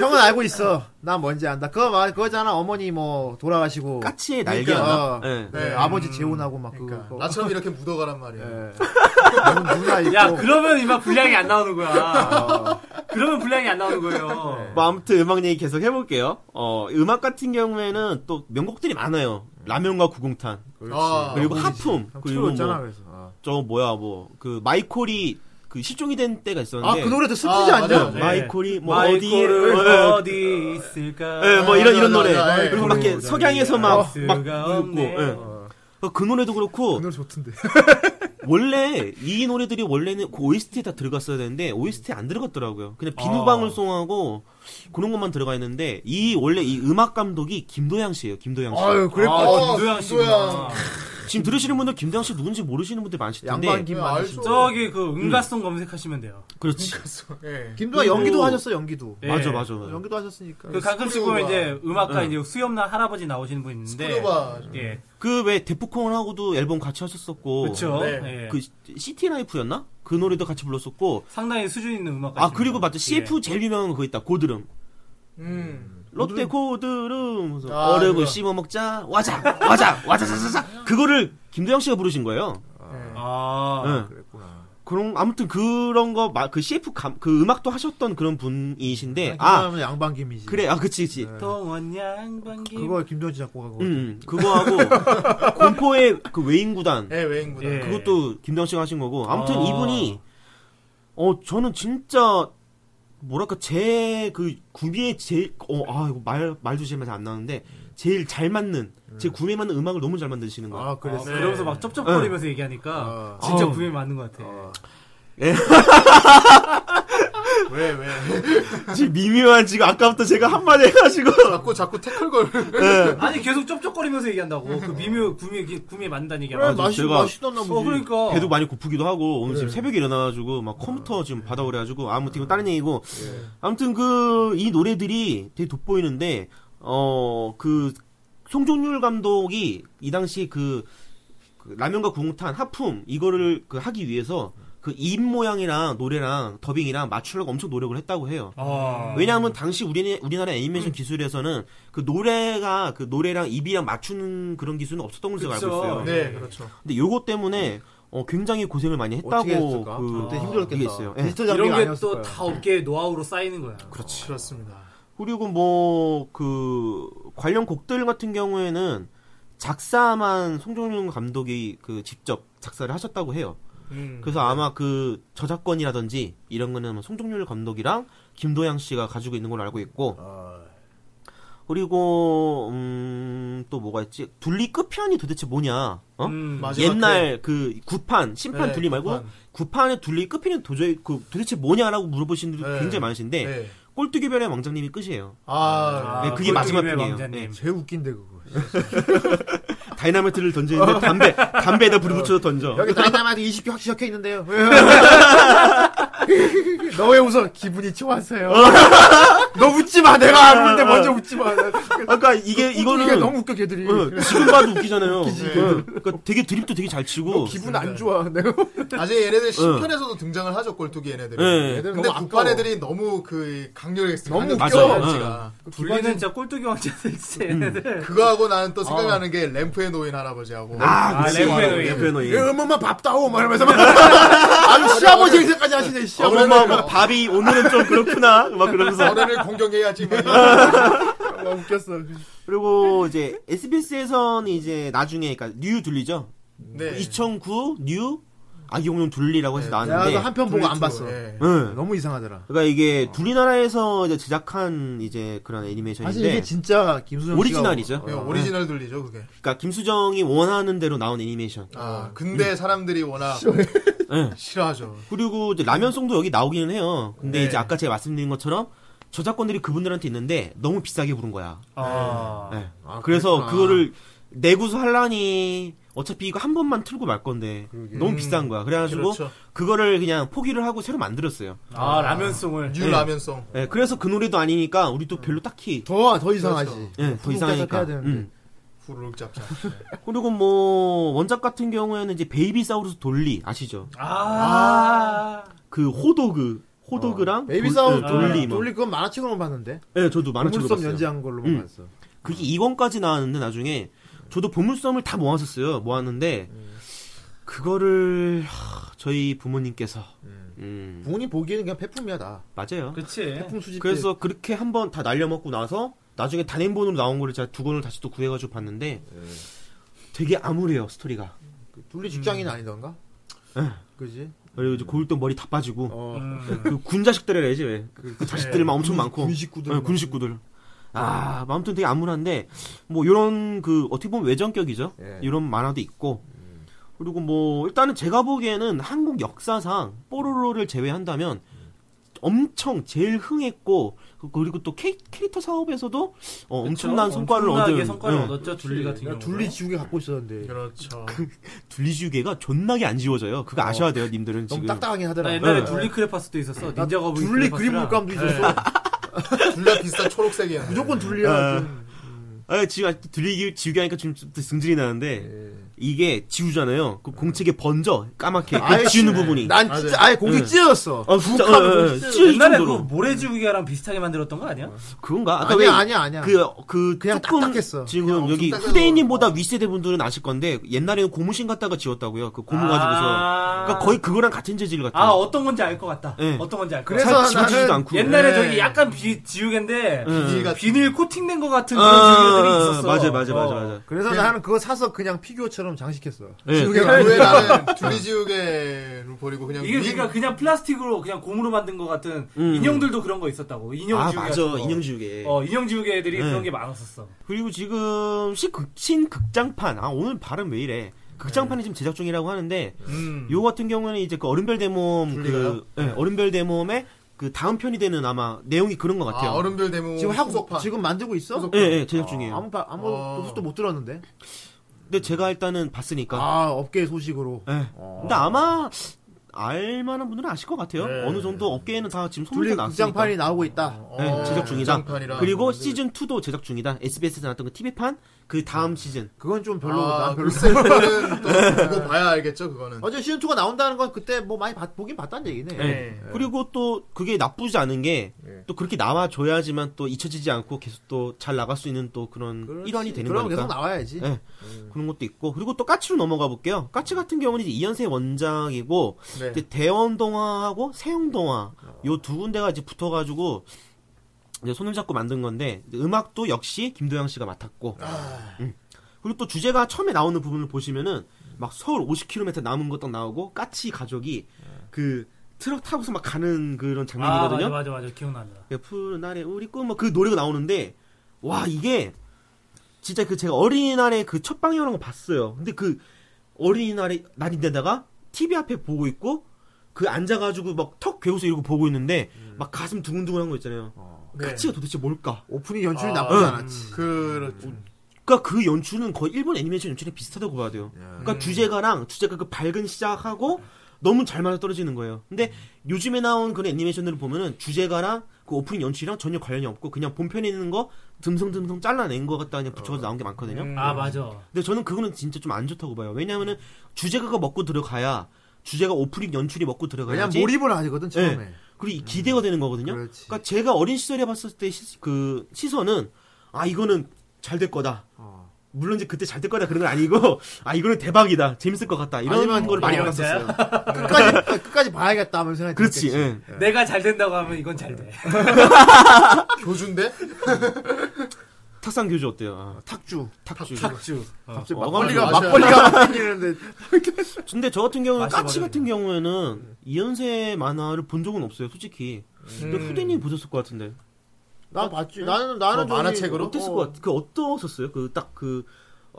[SPEAKER 2] 형은 알고 있어. 나 뭔지 안다. 그거 말, 그거잖아. 어머니 뭐, 돌아가시고.
[SPEAKER 6] 까치의
[SPEAKER 2] 그러니까,
[SPEAKER 6] 날개였나?
[SPEAKER 2] 어.
[SPEAKER 6] 예.
[SPEAKER 2] 네, 아버지 재혼하고 막
[SPEAKER 4] 그러니까
[SPEAKER 2] 그거.
[SPEAKER 4] 나처럼 이렇게 묻어가란 말이야.
[SPEAKER 2] 예. 누나 있고.
[SPEAKER 3] 야, 그러면 이만 분량이 안 나오는 거야. 그러면 분량이 안 나오는 거예요.
[SPEAKER 6] 뭐 아무튼 음악 얘기 계속 해볼게요. 어 음악 같은 경우에는 또 명곡들이 많아요. 라면과 구공탄
[SPEAKER 4] 아,
[SPEAKER 6] 그리고
[SPEAKER 2] 아,
[SPEAKER 6] 하품
[SPEAKER 2] 그리고
[SPEAKER 6] 그리고
[SPEAKER 2] 있잖아
[SPEAKER 6] 뭐
[SPEAKER 2] 그래서. 아.
[SPEAKER 6] 저 뭐야 뭐 그 마이콜이 그 실종이 된 때가
[SPEAKER 2] 아,
[SPEAKER 6] 있었는데
[SPEAKER 2] 그 노래도 슬프지
[SPEAKER 4] 아,
[SPEAKER 2] 않냐?
[SPEAKER 4] 맞아. 네.
[SPEAKER 6] 마이콜이 뭐 어디
[SPEAKER 3] 마이콜을
[SPEAKER 6] 예, 예.
[SPEAKER 3] 어디 있을까?
[SPEAKER 6] 예, 뭐 이런 이런
[SPEAKER 4] 맞아,
[SPEAKER 6] 노래
[SPEAKER 4] 맞아, 예.
[SPEAKER 6] 그리고 막 이렇게
[SPEAKER 2] 음.
[SPEAKER 3] 그리고
[SPEAKER 6] 석양에서 막
[SPEAKER 3] 저기
[SPEAKER 6] 막
[SPEAKER 3] 가스가
[SPEAKER 6] 웃고
[SPEAKER 3] 없네.
[SPEAKER 6] 예. 그 노래도 그렇고
[SPEAKER 2] 어. 노래 좋던데.
[SPEAKER 6] 원래 이 노래들이 원래는 그 OST에 다 들어갔어야 되는데 OST에 안 들어갔더라고요. 그냥
[SPEAKER 2] 아.
[SPEAKER 6] 비누방울송하고 그런 것만 들어가 있는데 이 원래 이 음악 감독이 김도양 씨예요. 김도양 씨.
[SPEAKER 2] 아유, 그래.
[SPEAKER 3] 아,
[SPEAKER 2] 어,
[SPEAKER 3] 김도양 씨.
[SPEAKER 4] 김도양.
[SPEAKER 6] 지금 들으시는 분들 김도양 씨 누군지 모르시는 분들 많으실 텐데
[SPEAKER 2] 양반 김
[SPEAKER 4] 알
[SPEAKER 2] 만드신.
[SPEAKER 4] 수 없어.
[SPEAKER 3] 저기 그
[SPEAKER 6] 음.
[SPEAKER 3] 응가송 검색하시면 돼요.
[SPEAKER 6] 그렇지.
[SPEAKER 4] 예.
[SPEAKER 6] 음.
[SPEAKER 2] 김도아 연기도 하셨어, 연기도.
[SPEAKER 3] 예.
[SPEAKER 6] 맞아 어. 맞아. 맞아.
[SPEAKER 2] 연기도 하셨으니까.
[SPEAKER 3] 그 가끔씩 보면
[SPEAKER 4] 스쿠르바.
[SPEAKER 3] 이제 음악가 이제 수염난 할아버지 나오시는 분 있는데
[SPEAKER 4] 스쿠르바.
[SPEAKER 3] 예.
[SPEAKER 6] 그 왜 데프콘하고도 앨범 같이 하셨었고
[SPEAKER 3] 그렇죠.
[SPEAKER 4] 네.
[SPEAKER 3] 예.
[SPEAKER 6] 그 시- 시티 라이프였나? 그 노래도 같이 불렀었고
[SPEAKER 3] 상당히 수준 있는 음악가. 예.
[SPEAKER 6] 아 그리고 맞죠 CF 제일 유명한 거 있다 고드름
[SPEAKER 4] 음.
[SPEAKER 6] 롯데 고드름
[SPEAKER 4] 아,
[SPEAKER 6] 어르고
[SPEAKER 4] 그거.
[SPEAKER 6] 씹어 먹자 와자 와자 와자자자자 그거를 김도영 씨가 부르신 거예요.
[SPEAKER 3] 아.
[SPEAKER 6] 응.
[SPEAKER 2] 그랬구나.
[SPEAKER 6] 그런 아무튼 그런 거 그 CF 감, 그 음악도 하셨던 그런 분이신데 아
[SPEAKER 2] 김도아 면 양반 김이지.
[SPEAKER 6] 그래 아 그치 그치
[SPEAKER 4] 네.
[SPEAKER 3] 동원 양반기.
[SPEAKER 2] 그걸 김도지 작곡하고.
[SPEAKER 6] 음, 음. 그거하고 공포의 그 외인 구단
[SPEAKER 4] 예, 외인구다.
[SPEAKER 3] 예.
[SPEAKER 6] 그것도 김도영 씨가 하신 거고 네. 아무튼
[SPEAKER 3] 아.
[SPEAKER 6] 이분이 어 저는 진짜 뭐랄까 제 그 구미에 제일 어아 이거 말 말도 제일 안 나오는데 제일 잘 맞는 제 구미에 맞는 음악을 너무 잘 만드시는 거예요.
[SPEAKER 2] 아, 그랬어.
[SPEAKER 3] 아, 그러면서 막 쩝쩝거리면서 얘기하니까 진짜
[SPEAKER 6] 네. 어.
[SPEAKER 3] 구애 맞는 것 같아.
[SPEAKER 4] 왜, 왜.
[SPEAKER 6] 지금 미묘한 지금 아까부터 제가 한마디 해가지고
[SPEAKER 4] 자꾸, 자꾸 태클 걸.
[SPEAKER 3] 아니 계속 쩝쩝거리면서 얘기한다고. 그 미묘 구미 구미 맞는다는 얘기.
[SPEAKER 2] 그래,
[SPEAKER 3] 안
[SPEAKER 6] 맞아,
[SPEAKER 2] 맛이,
[SPEAKER 6] 제가-
[SPEAKER 2] 맛있었나 보지.
[SPEAKER 3] 어 네. 그러니까.
[SPEAKER 6] 배도 많이 고프기도 하고 오늘 지금 새벽에 일어나가지고 막 컴퓨터 지금 받아 오래가지고 아무튼 이건 다른
[SPEAKER 3] 네.
[SPEAKER 6] 얘기고 아무튼 그 이 노래들이 되게 돋보이는데 어 그 송종률 감독이 이 당시 그, 그 라면과 구공탄 하품 이거를 그 하기 위해서 그 입 모양이랑 노래랑 더빙이랑 맞추려고 엄청 노력을 했다고 해요.
[SPEAKER 3] 아. 음.
[SPEAKER 6] 왜냐하면 당시 우리 우리나라 애니메이션 기술에서는 그 노래가 그 노래랑 입이랑 맞추는 그런 기술은 없었던 걸로 제가 알고
[SPEAKER 3] 그쵸.
[SPEAKER 6] 있어요.
[SPEAKER 4] 네, 그렇죠.
[SPEAKER 6] 근데 요거 때문에 어, 굉장히 고생을 많이
[SPEAKER 2] 어떻게
[SPEAKER 6] 했다고
[SPEAKER 2] 했을까?
[SPEAKER 6] 그
[SPEAKER 2] 그때
[SPEAKER 6] 이게
[SPEAKER 2] 힘들었겠다. 네.
[SPEAKER 6] 있어요. 예.
[SPEAKER 2] 디지털 장비가
[SPEAKER 3] 이런 게
[SPEAKER 2] 아니었을
[SPEAKER 3] 또
[SPEAKER 2] 거야.
[SPEAKER 3] 다 업계의 노하우로 쌓이는 거야.
[SPEAKER 4] 그렇지. 그렇습니다.
[SPEAKER 6] 그리고 뭐 그 관련 곡들 같은 경우에는 작사만 송종윤 감독이 그 직접 작사를 하셨다고 해요.
[SPEAKER 4] 음.
[SPEAKER 6] 그래서 아마 그 저작권이라든지
[SPEAKER 2] 아.
[SPEAKER 6] 이런 거는 송종률 감독이랑 김도양 씨가 가지고 있는 걸로 알고 있고 그리고 음, 또 뭐가 있지? 둘리 끝편이 도대체 뭐냐? 어?
[SPEAKER 3] 음,
[SPEAKER 4] 맞아. 마지막
[SPEAKER 6] 옛날 그 구판 심판
[SPEAKER 4] 네,
[SPEAKER 6] 둘리 말고
[SPEAKER 4] 구판.
[SPEAKER 6] 구판. 의 둘리 끝편이 도저히 그 도대체 뭐냐라고 물어보시는 분들이
[SPEAKER 4] 네.
[SPEAKER 6] 굉장히 많으신데
[SPEAKER 4] 네.
[SPEAKER 6] 꼴뚜기별의 왕자님이 끝이에요.
[SPEAKER 4] 아,
[SPEAKER 6] 예. 네, 그게
[SPEAKER 3] 꼴뚜기의
[SPEAKER 6] 마지막 어. 편이에요.
[SPEAKER 3] 왕자님.
[SPEAKER 7] 제일 웃긴데 그거.
[SPEAKER 6] 다이나마이트를 던지는데 담배 담배에다 불 붙여서 던져.
[SPEAKER 2] 여기 다이나마이트 20개 확실히 적혀 있는데요.
[SPEAKER 7] 너 왜 웃어? 기분이 좋았어요.
[SPEAKER 2] 너 웃지 마. 내가 안 웃는데 먼저 웃지 마.
[SPEAKER 6] 그러니까 이게
[SPEAKER 7] 이게
[SPEAKER 6] 이거는
[SPEAKER 7] 너무 웃겨 걔들이.
[SPEAKER 6] 아, 어, 지금 봐도 웃기잖아요. 어, 그러니까 되게 드립도 되게 잘 치고.
[SPEAKER 7] 기분 안 좋아. 내가
[SPEAKER 4] 나중에 얘네들 10편에서도 등장을 하죠, 꼴뚜기 얘네들.
[SPEAKER 6] 네.
[SPEAKER 4] 얘들은 근데
[SPEAKER 7] 근데
[SPEAKER 4] 국반
[SPEAKER 7] 아까워.
[SPEAKER 4] 애들이 너무 그 강렬했어요.
[SPEAKER 7] 너무
[SPEAKER 4] 강렬
[SPEAKER 6] 웃겨.
[SPEAKER 4] 퀄리티가.
[SPEAKER 3] 둘리는 음. 진짜 꼴뚜기 왕자 섹스 얘네들.
[SPEAKER 4] 그거하고 나는 또 생각나는 게 램프의 노인 할아버지하고.
[SPEAKER 6] 아, 그치.
[SPEAKER 3] 램프의 노인.
[SPEAKER 6] 램프의 노인.
[SPEAKER 2] 엄마 예, 밥다오 말하면서 막 아주 시아버지 행세까지 하시네.
[SPEAKER 6] 예. 어,
[SPEAKER 2] 시아버지.
[SPEAKER 6] 엄마, 엄마
[SPEAKER 4] 어.
[SPEAKER 6] 밥이 오늘은 좀 그렇구나. 막 그러면서.
[SPEAKER 4] 어른을 공격해야지. 아, 막 이런.
[SPEAKER 7] 막 웃겼어.
[SPEAKER 6] 그리고 이제 SBS에서는 이제 나중에 그러니까 뉴 둘리죠.
[SPEAKER 4] 네.
[SPEAKER 6] 2009 뉴 아기용용 네. 둘리라고 해서
[SPEAKER 2] 내가
[SPEAKER 6] 나왔는데.
[SPEAKER 2] 그 한편 보고 안 봤어. 네,
[SPEAKER 4] 예.
[SPEAKER 6] 응.
[SPEAKER 2] 너무 이상하더라.
[SPEAKER 6] 그러니까 이게 둘리나라에서 이제 제작한 이제 그런 애니메이션인데.
[SPEAKER 2] 사실 이게 진짜 김수정 씨가
[SPEAKER 6] 네. 오리지널이죠.
[SPEAKER 4] 예, 오리지널 둘리죠, 그게.
[SPEAKER 6] 그러니까 김수정이 원하는 대로 나온 애니메이션.
[SPEAKER 4] 아, 근데 사람들이 워낙
[SPEAKER 6] 예.
[SPEAKER 2] 네,
[SPEAKER 4] 싫어하죠.
[SPEAKER 6] 그리고 이제 라면송도 여기 나오기는 해요. 근데
[SPEAKER 4] 네.
[SPEAKER 6] 이제 아까 제가 말씀드린 것처럼 저작권들이 그분들한테 있는데 너무 비싸게 부른 거야.
[SPEAKER 3] 아.
[SPEAKER 6] 예. 그래서 그거를 내구수 할라니 어차피 이거 한 번만 틀고 말 건데 너무 비싼 거야. 그래가지고
[SPEAKER 4] 그렇죠.
[SPEAKER 6] 그거를 그냥 포기를 하고 새로 만들었어요.
[SPEAKER 3] 아, 라면송을.
[SPEAKER 4] 뉴 라면송.
[SPEAKER 6] 예, 그래서 그 노래도 아니니까 우리 또 별로 딱히
[SPEAKER 2] 더, 더 이상하지.
[SPEAKER 6] 예, 더 이상하니까.
[SPEAKER 2] 후루룩 짜서 해야 되는데.
[SPEAKER 6] 음.
[SPEAKER 4] 후루룩 잡자.
[SPEAKER 6] 그리고 뭐 원작 같은 경우에는 이제 베이비 사우루스 돌리 아시죠?
[SPEAKER 3] 아.
[SPEAKER 6] 그 호도그 호도그랑
[SPEAKER 2] 어, 베이비
[SPEAKER 6] 돌-
[SPEAKER 2] 사우
[SPEAKER 6] 예,
[SPEAKER 2] 돌리.
[SPEAKER 6] 돌리 뭐.
[SPEAKER 2] 돌리 그건 만화책으로만 봤는데.
[SPEAKER 6] 예, 저도 만화책으로
[SPEAKER 2] 보물섬
[SPEAKER 6] 봤어요.
[SPEAKER 2] 연재한 걸로만
[SPEAKER 6] 음.
[SPEAKER 2] 봤어.
[SPEAKER 6] 그게 2권까지 나왔는데 나중에 저도 보물섬을 다 모았었어요. 모았는데 그거를 하, 저희 부모님께서 음,
[SPEAKER 2] 부모님 보기에는 그냥 폐품이야, 다.
[SPEAKER 6] 맞아요.
[SPEAKER 3] 그치.
[SPEAKER 2] 폐품 수집.
[SPEAKER 6] 그래서 그렇게 한번 다 날려먹고 나서 나중에 단행본으로 나온 거를 제가 두 권을 다시 또 구해가지고 봤는데
[SPEAKER 2] 예.
[SPEAKER 6] 되게 암울해요 스토리가.
[SPEAKER 2] 그 둘리 직장인
[SPEAKER 6] 음.
[SPEAKER 2] 아니던가?
[SPEAKER 6] 예.
[SPEAKER 2] 그지?
[SPEAKER 6] 그리고 이제 고일 때 머리 다 빠지고
[SPEAKER 2] 어. 네.
[SPEAKER 3] 음.
[SPEAKER 6] 그 군자식들이라지 왜? 그,
[SPEAKER 3] 네.
[SPEAKER 6] 자식들만 엄청 많고
[SPEAKER 2] 군식구들. 뭐.
[SPEAKER 6] 네, 군식구들. 아, 아무튼 되게 암울한데 뭐 이런 그 어떻게 보면 외전격이죠.
[SPEAKER 2] 예.
[SPEAKER 3] 네.
[SPEAKER 6] 이런 만화도 있고
[SPEAKER 3] 음.
[SPEAKER 6] 그리고 뭐 일단은 제가 보기에는 한국 역사상 뽀로로를 제외한다면 엄청 제일 흥했고 그- 그리고 또 캐, 캐릭터 사업에서도 어, 엄청난 성과를
[SPEAKER 3] 엄청나게
[SPEAKER 6] 얻은
[SPEAKER 3] 성과를
[SPEAKER 6] 예.
[SPEAKER 3] 얻었죠, 둘리 같은 경우.
[SPEAKER 2] 둘리 지우개 갖고 있었는데.
[SPEAKER 4] 그렇죠.
[SPEAKER 6] 둘리지우개가 존나게 안 지워져요.
[SPEAKER 3] 어.
[SPEAKER 6] 그거 아셔야 돼요, 님들은
[SPEAKER 2] 너무
[SPEAKER 6] 지금.
[SPEAKER 2] 딱딱하긴
[SPEAKER 3] 나
[SPEAKER 2] 하더라.
[SPEAKER 3] 아, 옛날에
[SPEAKER 6] 네.
[SPEAKER 3] 둘리 크레파스도 있었어.
[SPEAKER 2] 나
[SPEAKER 3] 닌자 거북이.
[SPEAKER 2] 둘리
[SPEAKER 3] 크레파스랑.
[SPEAKER 2] 그림 물감도 있었어.
[SPEAKER 4] 둘 다 비슷한 초록색이야.
[SPEAKER 2] 무조건
[SPEAKER 6] 어.
[SPEAKER 2] 둘리야. 좀.
[SPEAKER 6] 아, 지금 아직 둘리 지우개 하니까 지금 좀 승질이 나는데 이게 지우잖아요. 그 공책에 번져 까맣게 그
[SPEAKER 2] 아예
[SPEAKER 6] 지우는 부분이.
[SPEAKER 2] 난 진짜 아예 공기
[SPEAKER 6] 응.
[SPEAKER 2] 찢어졌어.
[SPEAKER 6] 어, 진짜 어,
[SPEAKER 2] 욱하면
[SPEAKER 6] 어,
[SPEAKER 2] 공기 찢어졌어.
[SPEAKER 6] 찢어질
[SPEAKER 3] 옛날에 그
[SPEAKER 6] 정도로.
[SPEAKER 3] 모래지우개랑 비슷하게 만들었던 거 아니야?
[SPEAKER 6] 그건가? 아까
[SPEAKER 2] 아니야,
[SPEAKER 6] 왜
[SPEAKER 2] 아니야, 아니야.
[SPEAKER 6] 그, 그,
[SPEAKER 2] 그냥
[SPEAKER 6] 조금
[SPEAKER 2] 딱딱했어.
[SPEAKER 6] 지금
[SPEAKER 4] 그냥
[SPEAKER 6] 여기
[SPEAKER 4] 엄청 딱딱해서
[SPEAKER 6] 후대인님보다 윗세대 분들은 아실 건데, 옛날에는 고무신 갖다가 지웠다고요. 그 고무 가지고서.
[SPEAKER 3] 아.
[SPEAKER 6] 그러니까 거의 그거랑 같은 재질 같아요.
[SPEAKER 3] 아, 어떤 건지 알 것 같다.
[SPEAKER 6] 네.
[SPEAKER 3] 어떤 건지 알 것 같다.
[SPEAKER 2] 그래서
[SPEAKER 6] 잘 지워지지도
[SPEAKER 2] 나는
[SPEAKER 6] 않고.
[SPEAKER 3] 옛날에
[SPEAKER 4] 네.
[SPEAKER 3] 저기 약간 비, 지우개인데
[SPEAKER 4] 비닐 같은-
[SPEAKER 3] 비닐 코팅된 것 같은
[SPEAKER 6] 아,
[SPEAKER 3] 그런 지우개들이 있었어.
[SPEAKER 6] 맞아, 맞아, 맞아,
[SPEAKER 3] 어.
[SPEAKER 6] 맞아.
[SPEAKER 2] 그래서 나는 그거 사서 그냥 피규어처럼 장식했어.
[SPEAKER 6] 예.
[SPEAKER 4] 네. 그게 그러니까 왜 나는 둘리지우개를 버리고 그냥
[SPEAKER 3] 이게
[SPEAKER 4] 윈-
[SPEAKER 3] 그러니까 그냥 플라스틱으로 그냥 고무로 만든 것 같은
[SPEAKER 6] 음.
[SPEAKER 3] 인형들도 그런 거 있었다고. 인형
[SPEAKER 6] 아,
[SPEAKER 3] 지우개.
[SPEAKER 6] 맞아.
[SPEAKER 3] 같은 거.
[SPEAKER 6] 인형 지우개.
[SPEAKER 3] 어, 인형 지우개 애들이
[SPEAKER 6] 네.
[SPEAKER 3] 그런 게 많았었어.
[SPEAKER 6] 그리고 지금 신극, 신극장판. 아, 오늘 발음 왜 이래. 극장판이 지금 제작 중이라고 하는데,
[SPEAKER 4] 음.
[SPEAKER 6] 요 같은 경우에는 이제 그 어른별 대모험 그
[SPEAKER 4] 분리가요?
[SPEAKER 6] 예,
[SPEAKER 2] 네.
[SPEAKER 6] 어른별 대모험의 그 다음 편이 되는 아마 내용이 그런 것 같아요.
[SPEAKER 4] 아, 어른별 대모
[SPEAKER 2] 지금 하고
[SPEAKER 4] 속판.
[SPEAKER 2] 지금 만들고 있어?
[SPEAKER 6] 예, 예, 제작 중이에요.
[SPEAKER 2] 아무 바, 아무
[SPEAKER 4] 어.
[SPEAKER 2] 소식도 못 들었는데.
[SPEAKER 6] 근데 제가 일단은 봤으니까.
[SPEAKER 2] 아 어. 업계 소식으로.
[SPEAKER 6] 예. 근데 아마 알만한 분들은 아실 것 같아요. 어느 정도 업계에는 다 지금
[SPEAKER 2] 네. 둘리
[SPEAKER 6] 소문이 났으니까.
[SPEAKER 2] 극장판이 나오고 있다.
[SPEAKER 4] 어,
[SPEAKER 6] 예, 제작 중이다.
[SPEAKER 4] 극장판이라.
[SPEAKER 6] 그리고 시즌 2도 제작 중이다. SBS에서 나왔던 그 TV판 그 다음
[SPEAKER 2] 네.
[SPEAKER 6] 시즌.
[SPEAKER 2] 그건 좀 별로
[SPEAKER 4] 아,
[SPEAKER 2] 난 별로.
[SPEAKER 4] 글쎄 그거는 또 보고 봐야 알겠죠 그거는.
[SPEAKER 2] 어제 시즌 2가 나온다는 건 그때 뭐 많이 봤- 보긴 봤단 얘기네. 예.
[SPEAKER 6] 예. 그리고 또 그게 나쁘지 않은 게 또 그렇게 나와 줘야지만 또 잊혀지지 않고 계속 또 잘 나갈 수 있는 또 그런
[SPEAKER 2] 그렇지.
[SPEAKER 6] 일환이 되는
[SPEAKER 2] 그럼
[SPEAKER 6] 거니까.
[SPEAKER 2] 계속 나와야지.
[SPEAKER 6] 예.
[SPEAKER 3] 네.
[SPEAKER 6] 그런 것도 있고 그리고 또 까치로 넘어가 볼게요. 까치 같은 경우는 이제 이연세 원작이고
[SPEAKER 4] 네.
[SPEAKER 6] 이제 대원동화하고 세용동화
[SPEAKER 3] 어.
[SPEAKER 6] 요 두 군데가 이제 붙어가지고 이제 손을 잡고 만든 건데 이제 음악도 역시 김도영 씨가 맡았고
[SPEAKER 3] 아.
[SPEAKER 6] 음. 그리고 또 주제가 처음에 나오는 부분을 보시면은 막 서울 50km 남은 것 딱 나오고 까치 가족이 그 트럭 타고서 막 가는 그런
[SPEAKER 3] 네. 아, 맞아,
[SPEAKER 6] 장면이거든요.
[SPEAKER 3] 맞아, 맞아. 기억난다.
[SPEAKER 6] 예, 푸른 날에 우리 꿈뭐그 노래가 그 나오는데 와 이게 진짜 그 제가 어린이날에 그 첫 방영하는 거 봤어요. 근데 그 어린이날에 날인데다가 TV 앞에 보고 있고 그 앉아가지고 막 턱 괴우서 이러고 보고 있는데 막 가슴 두근두근한 거 있잖아요.
[SPEAKER 3] 네.
[SPEAKER 6] 가치가 도대체 뭘까?
[SPEAKER 2] 오프닝 연출이 나쁘지
[SPEAKER 6] 응.
[SPEAKER 2] 않았지.
[SPEAKER 4] 아, 그
[SPEAKER 6] 그러니까 그 연출은 거의 일본 애니메이션 연출이 비슷하다고 봐야 돼요.
[SPEAKER 2] 예.
[SPEAKER 6] 그러니까
[SPEAKER 2] 음.
[SPEAKER 6] 주제가랑 주제가 그 밝은 시작하고 너무 잘 맞아 떨어지는 거예요. 근데
[SPEAKER 2] 음.
[SPEAKER 6] 요즘에 나온 그런 애니메이션들을 보면은 주제가랑 그 오프닝 연출이랑 전혀 관련이 없고 그냥 본편에 있는 거 듬성듬성 잘라낸 거 갖다 그냥
[SPEAKER 2] 어.
[SPEAKER 6] 붙여가지고 나온 게 많거든요.
[SPEAKER 2] 음.
[SPEAKER 6] 음.
[SPEAKER 3] 아 맞아.
[SPEAKER 6] 근데 저는 그거는 진짜 좀 안 좋다고 봐요. 왜냐면은 주제가가 먹고 들어가야 주제가 오프닝 연출이 먹고
[SPEAKER 2] 왜냐면
[SPEAKER 6] 들어가야지.
[SPEAKER 2] 몰입을 음. 하거든 처음에.
[SPEAKER 6] 네. 그리고 이 기대가 되는 거거든요.
[SPEAKER 2] 그렇지.
[SPEAKER 6] 그러니까 제가 어린 시절에 봤을 때 그 시선은 아 이거는 잘 될 거다.
[SPEAKER 2] 어.
[SPEAKER 6] 물론 이제 그때 잘 될 거다 그런 건 아니고 아 이거는 대박이다 재밌을 것 같다 이런
[SPEAKER 2] 아니면 뭐
[SPEAKER 6] 걸 많이
[SPEAKER 3] 이거
[SPEAKER 6] 받았었어요. 네.
[SPEAKER 2] 끝까지 끝까지 봐야겠다 하면서 생각이
[SPEAKER 6] 그렇지.
[SPEAKER 2] 들었겠지. 네.
[SPEAKER 6] 예.
[SPEAKER 3] 내가 잘 된다고 하면 이건 잘 돼.
[SPEAKER 4] 교주인데
[SPEAKER 6] 탁상 교주 어때요? 아,
[SPEAKER 2] 탁주.
[SPEAKER 6] 탁주.
[SPEAKER 3] 탁주. 어.
[SPEAKER 2] 갑자기
[SPEAKER 6] 어,
[SPEAKER 2] 막걸리가
[SPEAKER 4] 맞아요.
[SPEAKER 2] 막걸리가 막히는데
[SPEAKER 6] 근데 저 같은 경우는
[SPEAKER 3] 맛있어
[SPEAKER 6] 까치 같은
[SPEAKER 2] 네.
[SPEAKER 6] 경우에는 이현세 만화를 본 적은 없어요 솔직히. 근데 음. 그
[SPEAKER 2] 음.
[SPEAKER 3] 음.
[SPEAKER 6] 후대님 보셨을 것 같은데
[SPEAKER 7] 나 봤지. 나는 나는
[SPEAKER 4] 어,
[SPEAKER 7] 저기-
[SPEAKER 2] 네,
[SPEAKER 4] 만화책으로?
[SPEAKER 6] 어땠을 것 같? 그 어떠셨어요? 그 딱 그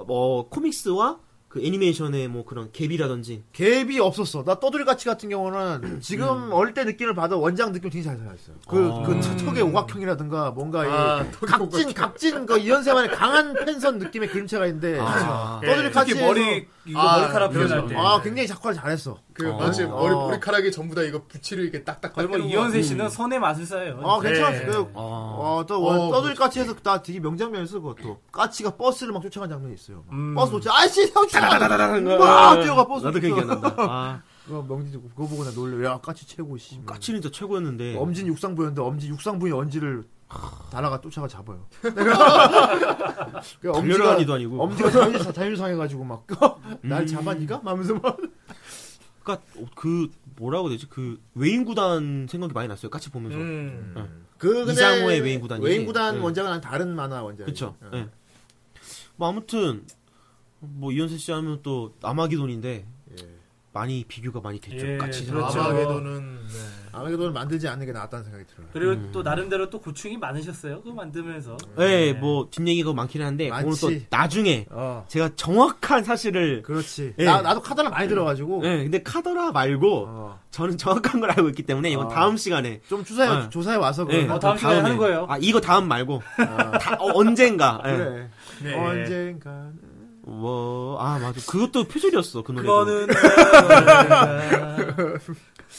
[SPEAKER 6] 뭐 코믹스와 그 애니메이션의 뭐 그런 갭이라든지
[SPEAKER 2] 갭이 없었어. 나 떠돌이같이 같은 경우는 지금
[SPEAKER 4] 음.
[SPEAKER 2] 어릴 때 느낌을 받아 원작 느낌 되게 잘 살았어요. 그,
[SPEAKER 6] 아.
[SPEAKER 2] 그 턱의 오각형이라든가 뭔가 이
[SPEAKER 4] 아, 턱의
[SPEAKER 2] 각진, 각진, 그 이현세만의 강한 팬선 느낌의 그림체가 있는데
[SPEAKER 4] 아.
[SPEAKER 2] 네. 떠돌이같이
[SPEAKER 3] 특히 머리 이거 음. 머리카락 표현할 때.
[SPEAKER 2] 아, 굉장히 작화를 잘했어.
[SPEAKER 4] 그
[SPEAKER 6] 어.
[SPEAKER 4] 마치 머리
[SPEAKER 2] 어.
[SPEAKER 4] 머리카락이 전부 다 이거 부치를 이렇게 딱딱
[SPEAKER 3] 거의 뭐
[SPEAKER 4] 닦는
[SPEAKER 6] 음.
[SPEAKER 3] 이현세 씨는 손의 마술사예요.
[SPEAKER 2] 아,
[SPEAKER 6] 그렇죠.
[SPEAKER 2] 괜찮았어.
[SPEAKER 4] 네.
[SPEAKER 2] 그,
[SPEAKER 6] 아.
[SPEAKER 2] 어, 또,
[SPEAKER 4] 어,
[SPEAKER 2] 떠돌이까치에서 나 되게 명장면이었어, 그것도. 까치가 버스를 막 쫓아간 장면이 있어요. 막.
[SPEAKER 3] 음.
[SPEAKER 2] 버스 쫓아, 아이씨, 형, 쫓아가!
[SPEAKER 6] 와
[SPEAKER 2] 막 뛰어가 버스
[SPEAKER 6] 나도
[SPEAKER 2] 쫓아가.
[SPEAKER 6] 그 얘기 안 난다. 아.
[SPEAKER 2] 그거 명지, 그거 보고 나 놀래. 야, 음, 까치 최고, 씨. 뭐,
[SPEAKER 6] 까치는 진짜 최고였는데.
[SPEAKER 2] 엄진 육상부였는데 엄진 육상부의 언지를 달아가 쫓아가 잡아요. 그
[SPEAKER 6] 달려라 아니도 아니고.
[SPEAKER 2] 엄지가 자유상, 자유상해가지고 막 날 잡아 니가? 하면서 막
[SPEAKER 6] 그러니까 그 뭐라고 해야 되지? 그 외인 구단 생각이 많이 났어요. 까치 보면서.
[SPEAKER 3] 음.
[SPEAKER 2] 그, 근데
[SPEAKER 6] 이상호의 외인 구단이지.
[SPEAKER 2] 외인 구단
[SPEAKER 6] 네.
[SPEAKER 2] 원작은 아니, 다른 만화 어. 원작.
[SPEAKER 6] 그렇죠.
[SPEAKER 3] 음.
[SPEAKER 6] 예. 뭐 아무튼 뭐 이현세 씨 하면 또 남아기돈인데 많이 비교가 많이 됐죠.
[SPEAKER 3] 예,
[SPEAKER 6] 까치.
[SPEAKER 3] 그렇죠.
[SPEAKER 4] 아마게도는 네.
[SPEAKER 2] 아마도 만들지 않는 게 나았다는 생각이 들어요.
[SPEAKER 3] 그리고
[SPEAKER 6] 음.
[SPEAKER 3] 또 나름대로 또 고충이 많으셨어요. 그거 만들면서.
[SPEAKER 6] 예, 뭐 뒷얘기가 많긴 한데 오늘
[SPEAKER 2] 많지.
[SPEAKER 6] 또 나중에
[SPEAKER 2] 어,
[SPEAKER 6] 제가 정확한 사실을
[SPEAKER 2] 그렇지.
[SPEAKER 6] 예.
[SPEAKER 2] 나, 나도 카드를 많이
[SPEAKER 3] 그-
[SPEAKER 2] 들어가지고.
[SPEAKER 6] 예, 근데 카더라 말고
[SPEAKER 2] 어.
[SPEAKER 6] 저는 정확한 걸 알고 있기 때문에 이건
[SPEAKER 2] 어.
[SPEAKER 6] 다음 시간에
[SPEAKER 2] 좀 조사해,
[SPEAKER 6] 어.
[SPEAKER 2] 조사해 와서.
[SPEAKER 6] 예,
[SPEAKER 2] 그러면.
[SPEAKER 3] 어, 다음 시간에 하는 거예요. 아.
[SPEAKER 6] 아 이거 다음 말고 다- 어, 언젠가 예.
[SPEAKER 2] 그래. 언젠가.
[SPEAKER 6] 뭐, 아, 맞아. 그것도 표절이었어, 그 노래.
[SPEAKER 3] 그거는 네.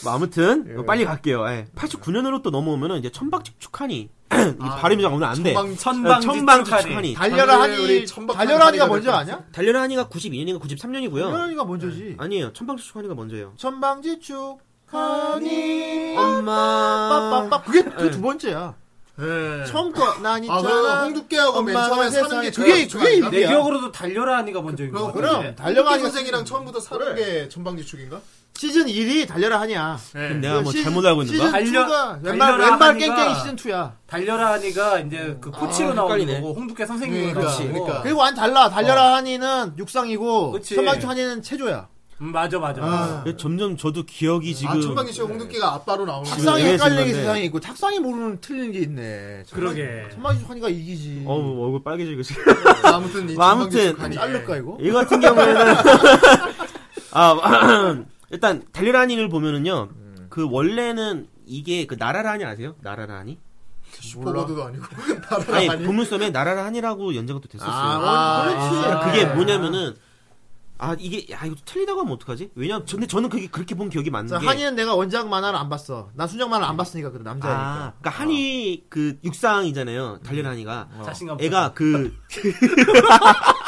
[SPEAKER 6] 뭐, 아무튼, 빨리 갈게요. 예. 89년으로 또 넘어오면은 이제 천박직축하니. 이 발음이 오늘 안 돼. 어,
[SPEAKER 4] 천방-
[SPEAKER 3] 천방
[SPEAKER 6] 천방직축하니.
[SPEAKER 2] 달려라
[SPEAKER 4] 방금
[SPEAKER 2] 하니,
[SPEAKER 4] 우리 천박한
[SPEAKER 2] 달려라 하니가
[SPEAKER 4] 사이가
[SPEAKER 2] 먼저
[SPEAKER 4] 됐다.
[SPEAKER 2] 아냐?
[SPEAKER 6] 달려라 하니가 92년인가 93년이고요. 네.
[SPEAKER 2] 달려라 하니가 먼저지.
[SPEAKER 6] 아니에요. 천방직축하니가 먼저예요.
[SPEAKER 2] 천방지축 하니
[SPEAKER 6] 엄마.
[SPEAKER 2] 빠빠빠 그게 그 두 번째야.
[SPEAKER 4] 네.
[SPEAKER 2] 처음부터 난
[SPEAKER 4] 아, 그럼
[SPEAKER 2] 있잖아.
[SPEAKER 4] 홍두깨하고 맨 처음에 사는
[SPEAKER 2] 그게
[SPEAKER 4] 게
[SPEAKER 2] 그게
[SPEAKER 4] 천방지축인가?
[SPEAKER 3] 내
[SPEAKER 2] 입이야.
[SPEAKER 3] 기억으로도 달려라 하니가 먼저인 거
[SPEAKER 4] 아, 그럼
[SPEAKER 3] 같아.
[SPEAKER 4] 그럼 달려가
[SPEAKER 2] 달려가니까
[SPEAKER 4] 선생이랑 처음부터 사는 게 천방지축인가?
[SPEAKER 2] 음. 시즌 1이 달려라 하냐.
[SPEAKER 6] 그럼
[SPEAKER 4] 네.
[SPEAKER 6] 내가 뭐 잘못 알고 있는 거야?
[SPEAKER 2] 시즌
[SPEAKER 3] 달려-
[SPEAKER 2] 2가 웬만
[SPEAKER 3] 달려라
[SPEAKER 2] 웬만
[SPEAKER 3] 하니가-
[SPEAKER 2] 깽깽이 시즌 2야.
[SPEAKER 3] 달려라 하니가 이제 그 코치로
[SPEAKER 6] 아,
[SPEAKER 3] 나오는
[SPEAKER 6] 헷갈리네.
[SPEAKER 3] 거고 홍두깨 선생님으로
[SPEAKER 4] 그러니까,
[SPEAKER 3] 나오고.
[SPEAKER 6] 아.
[SPEAKER 4] 그러니까.
[SPEAKER 2] 그리고 완 달라.
[SPEAKER 6] 어.
[SPEAKER 2] 달려라 하니는 육상이고
[SPEAKER 3] 그치.
[SPEAKER 2] 천방지축 하니는 체조야.
[SPEAKER 3] 음, 맞아 맞아.
[SPEAKER 4] 아.
[SPEAKER 6] 점점 저도 기억이 지금.
[SPEAKER 4] 아 천방지축
[SPEAKER 2] 네.
[SPEAKER 4] 홍두깨가 아빠로
[SPEAKER 6] 어,
[SPEAKER 4] 나오는
[SPEAKER 2] 탁상이
[SPEAKER 6] 애매해진
[SPEAKER 2] 헷갈리는
[SPEAKER 6] 건데.
[SPEAKER 2] 세상이 있고 탁상이 모르는 틀리는 게 있네.
[SPEAKER 3] 그러게.
[SPEAKER 2] 천방지축 하니가 이기지.
[SPEAKER 6] 어우, 얼굴 빨개지고 지금.
[SPEAKER 4] 아무튼 이
[SPEAKER 6] 뭐, 아무튼.
[SPEAKER 4] 천방지축하니
[SPEAKER 2] 자를까 이거?
[SPEAKER 6] 이 같은 경우에는 아 일단 달려라니를 보면은요 그 원래는 이게 그 나라라니 아세요? 나라라니?
[SPEAKER 4] 슈퍼보드도 아니고 나라
[SPEAKER 6] 아니
[SPEAKER 4] 아니고.
[SPEAKER 6] 보물섬에 나라라니라고 연재가 또 됐었어요. 그러니까
[SPEAKER 2] 아, 그렇지.
[SPEAKER 6] 그게 뭐냐면은 아 이게 야 이거 틀리다고 하면 어떡하지? 왜냐면 근데 저는 그게 그렇게 본 기억이 맞는
[SPEAKER 2] 자,
[SPEAKER 6] 게
[SPEAKER 2] 한이는 내가 원작 만화를 안 봤어. 난 순정 만화를 안 봤으니까 그래 남자니까.
[SPEAKER 6] 아, 그러니까 한이 그 육상이잖아요. 달려라니가
[SPEAKER 2] 음.
[SPEAKER 3] 자신감.
[SPEAKER 6] 애가 그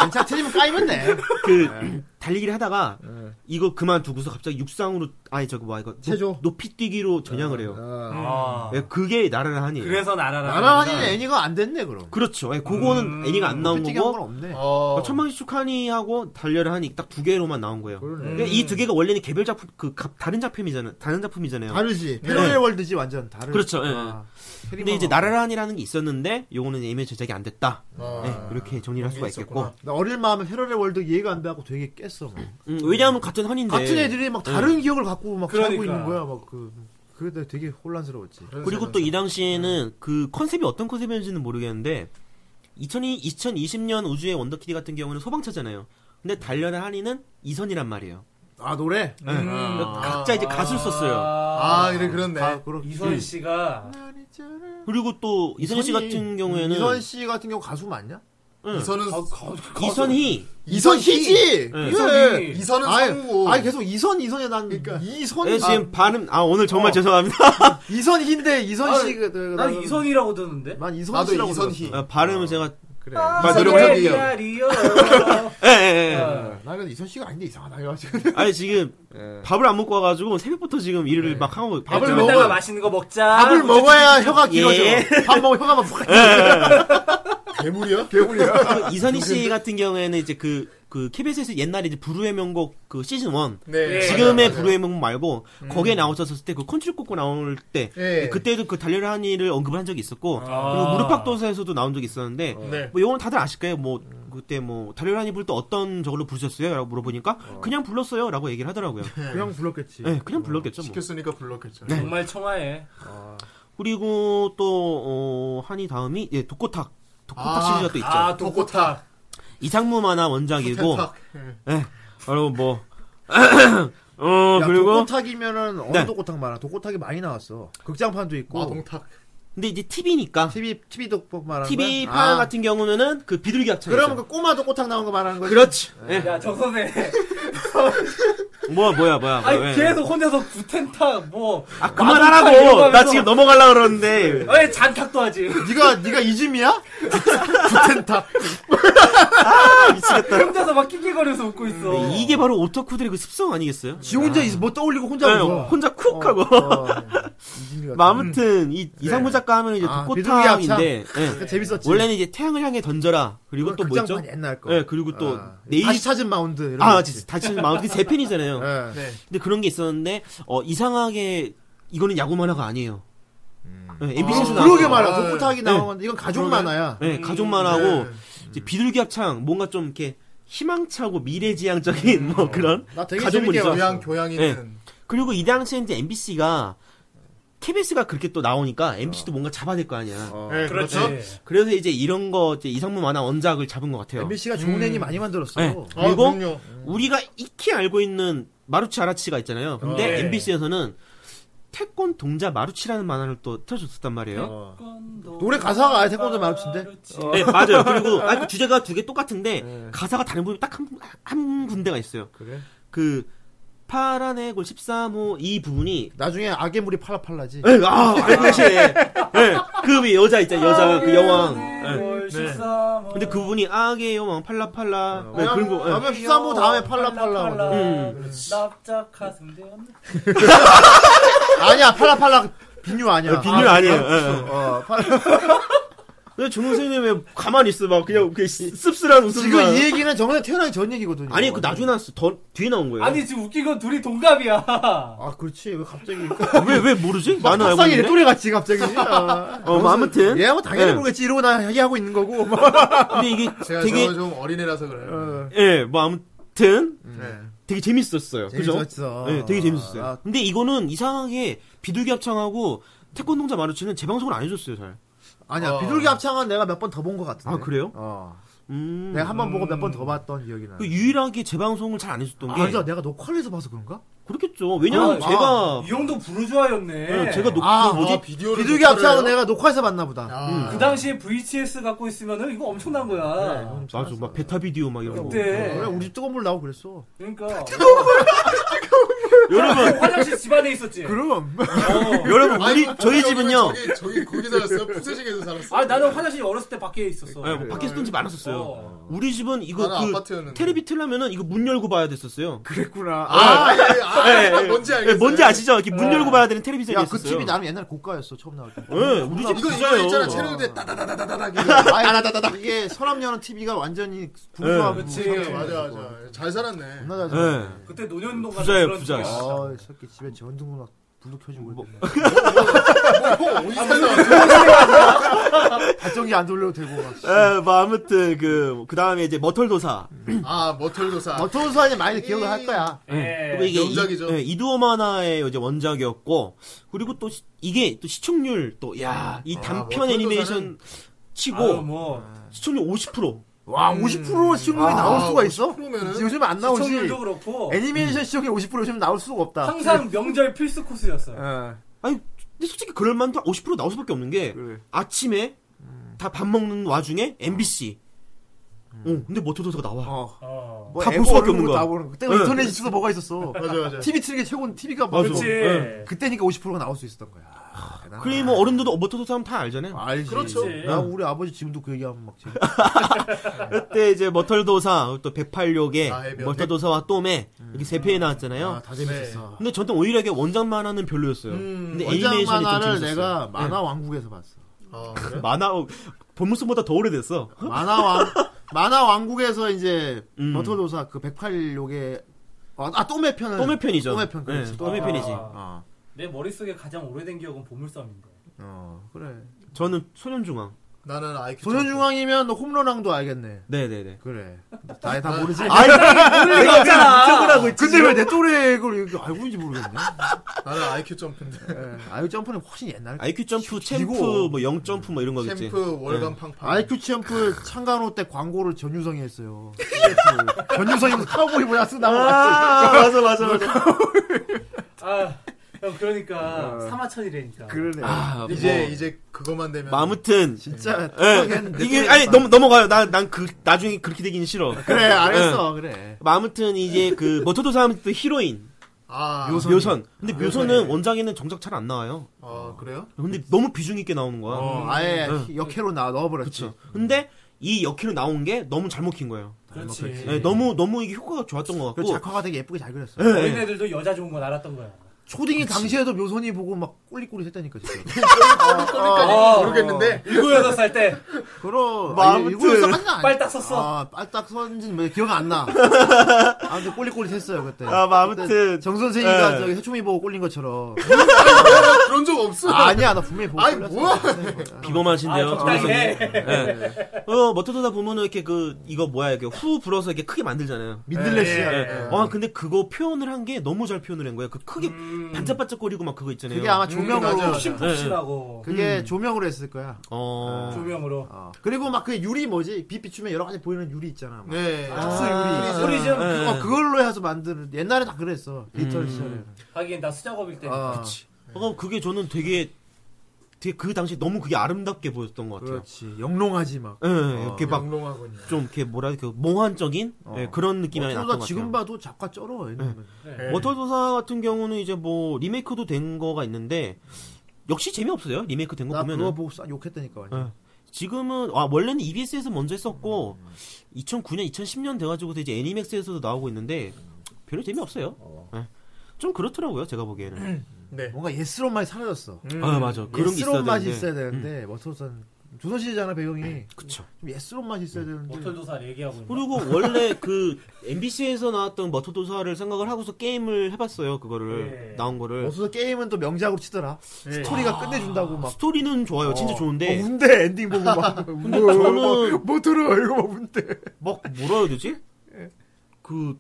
[SPEAKER 2] 괜찮아 틀리면 까이면 돼.
[SPEAKER 6] 그
[SPEAKER 2] 네.
[SPEAKER 6] 달리기를 하다가 이거 그만두고서 갑자기 육상으로 아니 저거 뭐야 이거
[SPEAKER 2] 체조.
[SPEAKER 6] 높이 뛰기로 전향을 해요.
[SPEAKER 3] 아.
[SPEAKER 6] 예, 그게 나라라니.
[SPEAKER 3] 그래서 나라라.
[SPEAKER 2] 나라
[SPEAKER 3] 하니가.
[SPEAKER 2] 한이는 애니가 안 됐네 그럼.
[SPEAKER 6] 그렇죠. 예, 그거는
[SPEAKER 3] 음,
[SPEAKER 6] 애니가 안 나온
[SPEAKER 2] 솔직히 한건
[SPEAKER 6] 거고
[SPEAKER 2] 없네.
[SPEAKER 4] 어.
[SPEAKER 6] 천방지축하니하고 달려라 하니 딱 두 개로만 나온 거예요.
[SPEAKER 2] 그러네.
[SPEAKER 6] 근데 이 두 개가 원래는 개별 작품 그 가- 다른 작품이잖아요. 다른 작품이잖아요.
[SPEAKER 2] 다르지. 패러렐
[SPEAKER 6] 네.
[SPEAKER 2] 월드지 완전 다르.
[SPEAKER 6] 그렇죠, 예.
[SPEAKER 2] 아.
[SPEAKER 6] 근데 이제
[SPEAKER 2] 라
[SPEAKER 6] 나라라니라는 게 있었는데 요거는 애매 제작이 안 됐다.
[SPEAKER 2] 아.
[SPEAKER 6] 예, 이렇게 정리를 할 수가 있겠고.
[SPEAKER 4] 있었구나.
[SPEAKER 2] 나 어릴 마음에 패러렐 월드 이해가 안 돼갖고 되게 깼어. 막.
[SPEAKER 6] 음, 왜냐하면 같은 한인데
[SPEAKER 2] 같은 애들이 막
[SPEAKER 6] 네.
[SPEAKER 2] 다른 기억을 갖고 막 살고
[SPEAKER 3] 그러니까.
[SPEAKER 2] 있는 거야. 막 그. 그게 내가 되게 혼란스러웠지.
[SPEAKER 6] 그 그리고 또 이 당시에는 그 컨셉이 어떤 컨셉이었는지는 모르겠는데 2020, 2020년 우주의 원더키디 같은 경우는 소방차잖아요. 근데 단련의 한이는 이선이란 말이에요.
[SPEAKER 2] 아 노래?
[SPEAKER 3] 음.
[SPEAKER 6] 네. 그러니까 각자 이제 가수를 썼어요.
[SPEAKER 4] 아, 이래 그렇네.
[SPEAKER 2] 아, 음. 그렇.
[SPEAKER 3] 이선 씨가
[SPEAKER 6] 그리고 또 이선 씨
[SPEAKER 2] 이선희.
[SPEAKER 6] 같은 경우에는
[SPEAKER 2] 음, 이선 씨 같은 경우 가수 맞냐?
[SPEAKER 6] 응.
[SPEAKER 4] 이선은
[SPEAKER 6] 이선희
[SPEAKER 2] 이선희지.
[SPEAKER 6] 응.
[SPEAKER 2] 이선희.
[SPEAKER 4] 이선은 성우.
[SPEAKER 2] 아니 계속 이선 이선이 난 이선
[SPEAKER 6] 예, 지금 발음 아 오늘 정말 죄송합니다.
[SPEAKER 2] 이선희인데 이선
[SPEAKER 3] 아,
[SPEAKER 2] 씨가 그,
[SPEAKER 3] 난 이선이라고 듣는데.
[SPEAKER 2] 난 이선
[SPEAKER 4] 나도
[SPEAKER 2] 씨라고
[SPEAKER 4] 이선희.
[SPEAKER 2] 들었어.
[SPEAKER 6] 아, 발음을 제가
[SPEAKER 2] 그래.
[SPEAKER 6] 아, 노력해볼게요.
[SPEAKER 3] 리얼.
[SPEAKER 6] 예, 예, 예.
[SPEAKER 2] 어, 나 근데 이선 씨가 아닌데 이상하다 해가지고.
[SPEAKER 6] 아니 지금 밥을 안 먹고 와가지고 새벽부터 지금 일을 막 하고
[SPEAKER 3] 밥을
[SPEAKER 6] 있잖아요.
[SPEAKER 3] 먹다가 맛있는 거 먹자.
[SPEAKER 4] 아,
[SPEAKER 2] 밥을
[SPEAKER 4] 뭐,
[SPEAKER 2] 먹어야 혀가 길어져.
[SPEAKER 6] 예.
[SPEAKER 2] 밥 먹으면 혀가 막 푹. 예.
[SPEAKER 4] 괴물이야?
[SPEAKER 2] 괴물이야.
[SPEAKER 6] 그 이선희 씨 같은 경우에는 이제 그, 그, KBS에서 옛날에 이제 부르의 명곡 그 시즌 1.
[SPEAKER 4] 네.
[SPEAKER 3] 예.
[SPEAKER 6] 지금의
[SPEAKER 4] 맞아요, 맞아요.
[SPEAKER 6] 부르의 명곡 말고, 거기에 나오셨을 때 그 컨트리 꽂고 나올 때,
[SPEAKER 4] 예.
[SPEAKER 6] 그때도 그 달려라 한이를 언급을 한 적이 있었고,
[SPEAKER 3] 아.
[SPEAKER 6] 그리고 무릎팍도사에서도 나온 적이 있었는데,
[SPEAKER 4] 네.
[SPEAKER 6] 뭐 영어는 다들 아실 거예요. 뭐, 그때 뭐, 달려라 한이 부를 때 어떤 저걸로 부르셨어요? 라고 물어보니까, 그냥 불렀어요. 라고 얘기를 하더라고요.
[SPEAKER 2] 그냥 불렀겠지.
[SPEAKER 6] 네, 그냥 불렀겠죠. 뭐.
[SPEAKER 4] 시켰으니까 불렀겠죠.
[SPEAKER 3] 정말 청아해.
[SPEAKER 6] 그리고 또, 어, 한이 다음이, 예, 독고탁. 독고탁
[SPEAKER 4] 아.
[SPEAKER 6] 시리즈가 또 있죠.
[SPEAKER 3] 아, 독고타.
[SPEAKER 6] 이상무 만화 원작이고,
[SPEAKER 4] 탁. 예.
[SPEAKER 6] 예. 여러분 뭐, 어,
[SPEAKER 2] 야,
[SPEAKER 6] 그리고,
[SPEAKER 2] 독고탁이면은 어느
[SPEAKER 6] 네.
[SPEAKER 2] 독고탁 말아? 독고탁이 많이 나왔어. 극장판도 있고.
[SPEAKER 4] 아, 마동탁.
[SPEAKER 6] 근데 이제 TV니까.
[SPEAKER 2] TV TV 독박 말하는
[SPEAKER 6] TV
[SPEAKER 2] 거야?
[SPEAKER 6] 판
[SPEAKER 2] 아.
[SPEAKER 6] 같은 경우는 그 비둘기 합창.
[SPEAKER 2] 그럼 그 꼬마 독고탁 나온 거 말하는 거지.
[SPEAKER 6] 그렇지. 예.
[SPEAKER 3] 야, 정 선배.
[SPEAKER 6] 뭐야, 뭐야, 뭐야.
[SPEAKER 3] 아니,
[SPEAKER 6] 뭐야, 예.
[SPEAKER 3] 계속 혼자서 구텐탁, 뭐.
[SPEAKER 6] 아,
[SPEAKER 3] 마동탁 이런 거
[SPEAKER 6] 그만하라고! 나
[SPEAKER 3] 하면서 네.
[SPEAKER 6] 지금 넘어가려고 그러는데.
[SPEAKER 3] 왜 잔탁도 하지?
[SPEAKER 2] 네가 네가 이즘이야?
[SPEAKER 3] 혼자서 막 낑낑거려서 웃고 있어.
[SPEAKER 6] 이게 바로 오타쿠들의 그 습성 아니겠어요?
[SPEAKER 2] 지 혼자 있어. 뭐 떠올리고 혼자
[SPEAKER 6] 예,
[SPEAKER 2] 웃어.
[SPEAKER 6] 혼자 쿡 하고.
[SPEAKER 2] 이즘이 같은.
[SPEAKER 6] 뭐 아무튼, 이, 이상무 작가 하면 이제
[SPEAKER 2] 아,
[SPEAKER 6] 독고탕인데.
[SPEAKER 2] 그러니까
[SPEAKER 6] 예.
[SPEAKER 2] 재밌었지.
[SPEAKER 6] 원래는 이제 태양을 향해 던져라. 그리고 또 뭐 있죠?
[SPEAKER 2] 극장판 옛날 거.
[SPEAKER 6] 예, 그리고 또,
[SPEAKER 2] 아,
[SPEAKER 6] 내일.
[SPEAKER 2] 다시 찾은 마운드 이런 거
[SPEAKER 6] 아,
[SPEAKER 2] 있지.
[SPEAKER 6] 진짜. 다시 마음이 세 편이잖아요.
[SPEAKER 2] 예.
[SPEAKER 4] 네.
[SPEAKER 6] 근데 그런 게 있었는데 어, 이상하게 이거는 야구 만화가 아니에요.
[SPEAKER 2] 음.
[SPEAKER 6] 네, MBC에서
[SPEAKER 4] 아,
[SPEAKER 6] 나
[SPEAKER 2] 그러게
[SPEAKER 4] 나오고.
[SPEAKER 2] 말이야.
[SPEAKER 4] 아,
[SPEAKER 2] 독고탁이
[SPEAKER 6] 네.
[SPEAKER 2] 나온 건데 이건 가족 만화야.
[SPEAKER 6] 네, 가족
[SPEAKER 2] 음.
[SPEAKER 6] 만화고 이제 비둘기 합창 뭔가 좀 이렇게 희망차고 미래지향적인
[SPEAKER 2] 음.
[SPEAKER 6] 뭐 그런
[SPEAKER 2] 나 되게 재밌게
[SPEAKER 6] 가족물이죠.
[SPEAKER 4] 교양 교양
[SPEAKER 2] 네.
[SPEAKER 4] 있는.
[SPEAKER 6] 그리고 이 당시에 이제 MBC가 KBS가 그렇게 또 나오니까 MBC도 뭔가 잡아낼 거 아니야.
[SPEAKER 2] 어.
[SPEAKER 4] 네,
[SPEAKER 3] 그렇지.
[SPEAKER 4] 그렇죠.
[SPEAKER 6] 그래서 이제 이런 거 이제 이상무 만화 원작을 잡은 것 같아요.
[SPEAKER 2] MBC가 좋은 애니 많이 만들었어.
[SPEAKER 6] 네.
[SPEAKER 4] 아,
[SPEAKER 6] 그리고
[SPEAKER 4] 그럼요.
[SPEAKER 6] 우리가 익히 알고 있는 마루치 아라치가 있잖아요. 근데
[SPEAKER 3] 어, 네.
[SPEAKER 6] MBC에서는 태권 동자 마루치라는 만화를 또 틀어줬었단 말이에요.
[SPEAKER 2] 어. 노래 가사가 아예 태권도 마루치인데.
[SPEAKER 6] 네, 맞아요. 그리고 아니, 그 주제가 두 개 똑같은데 가사가 다른 부분이 딱 한 군데가 있어요.
[SPEAKER 2] 네. 그래?
[SPEAKER 6] 그 파란 해골 13호 이 부분이
[SPEAKER 2] 나중에 악의 물이 팔라팔라지.
[SPEAKER 6] 에, 아, 알겠네. 네, 그왜 여자 있잖아. 여자
[SPEAKER 2] 네.
[SPEAKER 6] 그 여왕. 예. 근데 그 부분이 악의 여왕 팔라팔라. 네, 그런 거. 예.
[SPEAKER 2] 다음에 13호 다음에 팔라팔라.
[SPEAKER 6] 음.
[SPEAKER 3] 납작 가슴 대었네.
[SPEAKER 2] 아니야, 팔라팔라 빈유 아니야.
[SPEAKER 6] 빈율
[SPEAKER 2] 아,
[SPEAKER 6] 아, 니에요 예.
[SPEAKER 2] 어, 팔-
[SPEAKER 6] 왜 정선생님 왜 가만히 있어 막 그냥 그 씁쓸한 웃음만.
[SPEAKER 2] 지금 이 얘기는 정말 태어나기 전 얘기거든요.
[SPEAKER 6] 아니 그 나중에 나왔어. 더 뒤에 나온 거예요.
[SPEAKER 3] 아니 지금 웃긴 건 둘이 동갑이야.
[SPEAKER 2] 아, 그렇지. 왜 갑자기.
[SPEAKER 6] 왜왜 모르지? 나는 알고
[SPEAKER 2] 막상이 내
[SPEAKER 6] 있는데.
[SPEAKER 2] 또래 같이 갑자기. 아.
[SPEAKER 6] 어, 뭐 아무튼.
[SPEAKER 2] 얘하고 당연히
[SPEAKER 6] 예.
[SPEAKER 2] 모르겠지. 이러고 나 얘기하고 있는 거고. 막.
[SPEAKER 6] 근데 이게
[SPEAKER 4] 제가
[SPEAKER 6] 되게
[SPEAKER 4] 저는 좀 어린애라서 그래요.
[SPEAKER 6] 예, 뭐 아무튼
[SPEAKER 2] 음.
[SPEAKER 4] 네.
[SPEAKER 6] 되게 재밌었어요. 그죠?
[SPEAKER 2] 재밌었어.
[SPEAKER 6] 네, 되게 재밌었어요.
[SPEAKER 2] 아,
[SPEAKER 6] 근데 이거는 이상하게 비둘기 합창하고 태권동자 마루치는 재방송을 안 해줬어요, 잘.
[SPEAKER 2] 아니야,
[SPEAKER 4] 어.
[SPEAKER 2] 비둘기 합창은 내가 몇 번 더 본 것 같은데.
[SPEAKER 6] 아, 그래요?
[SPEAKER 2] 어.
[SPEAKER 6] 음.
[SPEAKER 2] 내가 한 번 보고 몇 번 더 봤던 기억이 나.
[SPEAKER 6] 그 유일하게 재방송을 잘 안 해줬던 게
[SPEAKER 2] 아, 진짜 내가 녹화를 해서 봐서 그런가?
[SPEAKER 6] 그렇겠죠. 왜냐면
[SPEAKER 3] 아,
[SPEAKER 6] 제가
[SPEAKER 3] 이 형도 부르주아였네.
[SPEAKER 6] 예, 어. 제가 녹
[SPEAKER 2] 아,
[SPEAKER 6] 그 뭐지?
[SPEAKER 4] 아, 비디오를
[SPEAKER 2] 비둘기
[SPEAKER 4] 녹화를
[SPEAKER 2] 합창은
[SPEAKER 4] 해요?
[SPEAKER 2] 내가 음. 녹화해서 봤나 보다.
[SPEAKER 4] 아,
[SPEAKER 3] 그 당시에 VHS 갖고 있으면은 이거 엄청난 거야.
[SPEAKER 6] 맞아, 막 베타 비디오 막 이런 거.
[SPEAKER 3] 그때
[SPEAKER 2] 어, 그래, 우리 뜨거운 물 나오고 그랬어.
[SPEAKER 3] 그러니까 여러분 화장실 집안에 있었지.
[SPEAKER 2] 그럼.
[SPEAKER 3] 어.
[SPEAKER 6] 여러분,
[SPEAKER 4] 아니,
[SPEAKER 6] 우리 저희
[SPEAKER 4] 거기
[SPEAKER 6] 집은요.
[SPEAKER 4] 저기 저기 거기 살았어요. 푸세식에서 살았어요.
[SPEAKER 3] 아 나는 화장실 어렸을 때 밖에 있었어.
[SPEAKER 6] 예, 뭐 밖에서 뜬 집 많았었어요.
[SPEAKER 3] 네. 어.
[SPEAKER 6] 우리 집은 이거
[SPEAKER 4] 나는
[SPEAKER 6] 그
[SPEAKER 4] 아파트였는데.
[SPEAKER 6] 테레비 틀려면은 이거 문 열고 봐야 됐었어요.
[SPEAKER 2] 그랬구나.
[SPEAKER 4] 아, 예, 아,
[SPEAKER 6] 예, 예.
[SPEAKER 4] 뭔지
[SPEAKER 6] 예,
[SPEAKER 4] 알겠어요.
[SPEAKER 6] 뭔지 아시죠? 이렇게 문 열고 봐야 되는 텔레비전이
[SPEAKER 2] 야, 그
[SPEAKER 6] 있었어요.
[SPEAKER 2] TV 나름 옛날에 고가였어, 처음 나올 때.
[SPEAKER 6] 예, 우리 집
[SPEAKER 4] 이거 이거
[SPEAKER 6] 비싸요.
[SPEAKER 4] 있잖아. 체력대 따다다다다다.
[SPEAKER 2] 아나다다다 이게 서남녀는 TV가 완전히 구조하고
[SPEAKER 3] 그치.
[SPEAKER 2] 상태가
[SPEAKER 4] 맞아
[SPEAKER 2] 있었고.
[SPEAKER 4] 맞아. 뭐. 잘 살았네.
[SPEAKER 2] 겁나 잘
[SPEAKER 6] 예.
[SPEAKER 2] 살았네.
[SPEAKER 3] 그때 노년동
[SPEAKER 6] 부자예요,
[SPEAKER 3] 가서 그런
[SPEAKER 6] 부자.
[SPEAKER 3] 기억이 나.
[SPEAKER 2] 아, 뭐. 이 새끼 집에 전등문 불도 켜지고 그랬네.
[SPEAKER 4] 어디 살았어?
[SPEAKER 2] 발전기 안 돌려도 되고 막.
[SPEAKER 6] 예, 뭐 아무튼 그 그다음에 이제 머털도사.
[SPEAKER 4] 아 머털도사.
[SPEAKER 2] 어떤 사람이 많이 기억을 할 거야.
[SPEAKER 3] 예.
[SPEAKER 6] 그리고 이게
[SPEAKER 4] 명작이죠.
[SPEAKER 6] 이, 두어 만화의 이제 원작이었고 그리고 또 시- 이게 또 시청률 또 야 이 단편
[SPEAKER 4] 머털도사는-
[SPEAKER 6] 애니메이션 치고
[SPEAKER 3] 아유, 뭐
[SPEAKER 6] 시청률 50%.
[SPEAKER 2] 와, 50% 시청률이 나올 수가 있어?
[SPEAKER 4] 50%면은
[SPEAKER 2] 요즘 안 나오지.
[SPEAKER 3] 시청률도 그렇고
[SPEAKER 2] 애니메이션 시청률 50% 요즘 나올 수가 없다.
[SPEAKER 3] 항상 명절 필수 코스였어요.
[SPEAKER 2] 예.
[SPEAKER 6] 아니, 근데 솔직히 그럴 만도 50% 나올 수밖에 없는 게
[SPEAKER 2] 그래.
[SPEAKER 6] 아침에 다 밥 먹는 와중에 MBC. 어, 근데 모터도서 나와.
[SPEAKER 2] 어.
[SPEAKER 3] 어.
[SPEAKER 2] 뭐
[SPEAKER 6] 다볼
[SPEAKER 2] 앱
[SPEAKER 6] 수밖에
[SPEAKER 2] 얼굴로
[SPEAKER 6] 없는 거야.
[SPEAKER 2] 다 보는 거. 그때
[SPEAKER 6] 네.
[SPEAKER 2] 인터넷 있어서 뭐가 있었어.
[SPEAKER 4] 맞아 맞아.
[SPEAKER 2] TV 트는 게 최고는 TV가
[SPEAKER 6] 맞아.
[SPEAKER 3] 그렇지.
[SPEAKER 2] 그때니까 50%가 나올 수 있었던 거야. 아, 대단하다.
[SPEAKER 6] 그래 뭐 어른들도 모터도서 하면 다 알잖아요.
[SPEAKER 2] 알지.
[SPEAKER 3] 그렇죠.
[SPEAKER 2] 나 우리 아버지 지금도 그 얘기하면 막 지금.
[SPEAKER 6] 그때 이제 머털도사 또 108욕의
[SPEAKER 4] 아,
[SPEAKER 2] 예,
[SPEAKER 4] 해변.
[SPEAKER 6] 머털도사와 또메 이렇게 세 편이 나왔잖아요.
[SPEAKER 2] 아, 다 재밌었어.
[SPEAKER 6] 근데 저는 오히려 이게 원작 만화는 별로였어요. 근데
[SPEAKER 2] 음, 원작
[SPEAKER 6] 애니메이션이 좀
[SPEAKER 2] 만화를
[SPEAKER 6] 재밌었어요. 네.
[SPEAKER 2] 내가 만화 왕국에서 봤어.
[SPEAKER 4] 아, 그래?
[SPEAKER 6] 만화 어, 본무스보다 더 오래됐어.
[SPEAKER 2] 만화 왕 만화 왕국에서 이제
[SPEAKER 6] 음.
[SPEAKER 2] 버터도사 그 108요게 아 또매 편을
[SPEAKER 6] 또메 편이죠.
[SPEAKER 2] 또매 편 그렇지.
[SPEAKER 6] 네,
[SPEAKER 2] 또매
[SPEAKER 6] 또메 편이지.
[SPEAKER 3] 아.
[SPEAKER 2] 어.
[SPEAKER 3] 내 머릿속에 가장 오래된 기억은 보물섬인데.
[SPEAKER 2] 어 그래.
[SPEAKER 6] 저는 소년중앙.
[SPEAKER 4] 나는 아이큐.
[SPEAKER 2] 소년중앙이면 너 홈런왕도 알겠네.
[SPEAKER 6] 네네네.
[SPEAKER 2] 그래. 다, 다 모르지?
[SPEAKER 6] 아이, 내가 이쪽을 하고 있지.
[SPEAKER 2] 근데 왜 내 또래 걸 이렇게 알고 있는지 모르겠네.
[SPEAKER 4] 나는 아이큐 점프인데.
[SPEAKER 2] 예. 아유 점프는 훨씬 옛날.
[SPEAKER 6] IQ 점프, 챔프,
[SPEAKER 2] 기고.
[SPEAKER 6] 뭐 영 점프 뭐 이런 거겠지.
[SPEAKER 4] 캠프 월간 팡팡.
[SPEAKER 2] IQ 챔프 창간호 때 광고를 전유성이 했어요. 전유성이 무슨 카우보이 모자 쓰나
[SPEAKER 6] 아, 맞아 맞아 맞아.
[SPEAKER 3] 아, 형 그러니까 사마천이라니까.
[SPEAKER 2] 그러네.
[SPEAKER 6] 아,
[SPEAKER 4] 이제
[SPEAKER 6] 뭐.
[SPEAKER 4] 이제 그것만 되면
[SPEAKER 6] 뭐 아무튼
[SPEAKER 2] 진짜
[SPEAKER 6] 예,
[SPEAKER 2] 똑똑했는데
[SPEAKER 6] 이게
[SPEAKER 2] 또
[SPEAKER 6] 아니
[SPEAKER 2] 막-
[SPEAKER 6] 넘 넘어가요. 나난그 나중에 그렇게 되긴 싫어.
[SPEAKER 2] 그래 알았어 그래.
[SPEAKER 6] 뭐 아무튼 이제 그 머터도사 하면 또 히로인
[SPEAKER 4] 아,
[SPEAKER 6] 묘선. 근데 묘선은 원작에는 정작 잘 안 나와요.
[SPEAKER 4] 아 그래요?
[SPEAKER 6] 근데 너무 비중 있게 나오는 거야.
[SPEAKER 2] 어, 아예
[SPEAKER 6] 응.
[SPEAKER 2] 역해로 나 넣어버렸지.
[SPEAKER 6] 그렇죠. 근데 이 역회로 나온 게 너무 잘 먹힌 거예요.
[SPEAKER 3] 그렇지.
[SPEAKER 6] 네, 너무 너무 이게 효과가 좋았던 것
[SPEAKER 2] 그리고
[SPEAKER 6] 같고
[SPEAKER 2] 작화가 되게 예쁘게 잘 그렸어.
[SPEAKER 6] 네.
[SPEAKER 3] 어린애들도 여자 좋은 건 알았던 거야.
[SPEAKER 2] 초딩이 당시에도 묘선이 보고 막 꿀리꿀리했다니까 진짜.
[SPEAKER 4] 그러니까 모르겠는데
[SPEAKER 3] 어. 일곱 여덟 살 때
[SPEAKER 2] 그럼
[SPEAKER 6] 뭐 아무튼
[SPEAKER 2] 일본에서 맞나?
[SPEAKER 3] 빨딱 썼어.
[SPEAKER 2] 아 빨딱 썼는지 뭐 기억 안 나. 아무튼 꼴리꼴리했어요 그때.
[SPEAKER 6] 아, 뭐 아무튼.
[SPEAKER 2] 그때 정 선생이가
[SPEAKER 6] 예.
[SPEAKER 2] 저기 해초미 보고 꼴린 것처럼.
[SPEAKER 4] 그런 적 없어.
[SPEAKER 2] 아, 아니야 나 분명히 보고
[SPEAKER 4] 아이,
[SPEAKER 2] 꼴렸어. 네.
[SPEAKER 4] 뭐야.
[SPEAKER 6] 비범하신데요.
[SPEAKER 3] 아, 적당히
[SPEAKER 6] 정혜성님.
[SPEAKER 3] 해.
[SPEAKER 6] 네. 어, 머터도다 보면은 이렇게 그 이거 뭐야 이렇게 후 불어서 이렇게 크게 만들잖아요.
[SPEAKER 2] 민들레시야.
[SPEAKER 4] 예, 예,
[SPEAKER 6] 네. 어, 근데 그거 표현을 한 게 너무 잘 표현을 한 거예요. 그 크게
[SPEAKER 3] 음.
[SPEAKER 6] 반짝반짝거리고 막 그거 있잖아요.
[SPEAKER 2] 음. 그게 아마 음.
[SPEAKER 4] 음,
[SPEAKER 2] 조명으로
[SPEAKER 4] 맞아, 맞아.
[SPEAKER 3] 푹신푹신하고
[SPEAKER 2] 그게 조명으로 했을 거야.
[SPEAKER 6] 어.
[SPEAKER 3] 조명으로
[SPEAKER 2] 어. 그리고 막 그 유리 뭐지 빛 비추면 여러 가지 보이는 유리 있잖아. 막.
[SPEAKER 4] 네.
[SPEAKER 2] 특수 유리.
[SPEAKER 3] 프리즘
[SPEAKER 6] 네.
[SPEAKER 2] 어, 그걸로 해서 만드는 옛날에 다 그랬어 디지털 시절에.
[SPEAKER 3] 하긴 나 수작업일 때
[SPEAKER 2] 어.
[SPEAKER 6] 어, 네, 그게 저는 되게 되게 그 당시 너무 그게 아름답게 보였던 것 같아요.
[SPEAKER 2] 그렇지 영롱하지 막.
[SPEAKER 6] 예, 예, 이렇게 막 좀
[SPEAKER 4] 영롱하군요.
[SPEAKER 6] 이렇게 뭐라 그 몽환적인
[SPEAKER 2] 어.
[SPEAKER 6] 예, 그런 느낌이 많이
[SPEAKER 2] 어쩌다
[SPEAKER 6] 났던 것 같아요. 네.
[SPEAKER 2] 지금 봐도 작가 쩔어. 얘는.
[SPEAKER 6] 워터도사 같은 경우는 이제 뭐 리메이크도 된 거가 있는데 역시 재미없어요. 리메이크 된 거
[SPEAKER 2] 나
[SPEAKER 6] 보면은
[SPEAKER 2] 아, 그거 뭐 보고 싸- 욕했다니까 완전.
[SPEAKER 6] 예. 지금은 아 원래는 EBS에서 먼저 했었고 2009년, 2010년 돼가지고 이제 애니맥스에서도 나오고 있는데 별로 재미없어요. 예. 좀 그렇더라고요. 제가 보기에는.
[SPEAKER 4] 네.
[SPEAKER 2] 뭔가 예스러운 맛이 사라졌어.
[SPEAKER 6] 아 맞아. 그런
[SPEAKER 2] 음.
[SPEAKER 6] 게 있어야
[SPEAKER 2] 예스러운 맛이
[SPEAKER 6] 되는데. 네.
[SPEAKER 2] 있어야 되는데 머터선 조선 시대잖아 배경이.
[SPEAKER 6] 음, 그쵸.
[SPEAKER 2] 좀 예스러운 맛이
[SPEAKER 6] 음.
[SPEAKER 2] 있어야 되는데.
[SPEAKER 3] 모털도사 얘기하고 있는
[SPEAKER 6] 그리고 원래 그 MBC에서 나왔던 머터도사를 생각을 하고서 게임을 해봤어요. 그거를
[SPEAKER 3] 예.
[SPEAKER 6] 나온 거를
[SPEAKER 2] 머터선 게임은 또 명작으로 치더라.
[SPEAKER 6] 네.
[SPEAKER 2] 스토리가
[SPEAKER 6] 아.
[SPEAKER 2] 끝내준다고 막.
[SPEAKER 6] 스토리는 좋아요. 진짜 좋은데
[SPEAKER 2] 어, 운대 엔딩 보고 막.
[SPEAKER 6] 근데
[SPEAKER 2] 뭐,
[SPEAKER 6] 저는-
[SPEAKER 2] 뭐, 뭐 들어 이거 막 운대.
[SPEAKER 6] 막 뭐라 해야 되지?
[SPEAKER 4] 예.
[SPEAKER 6] 그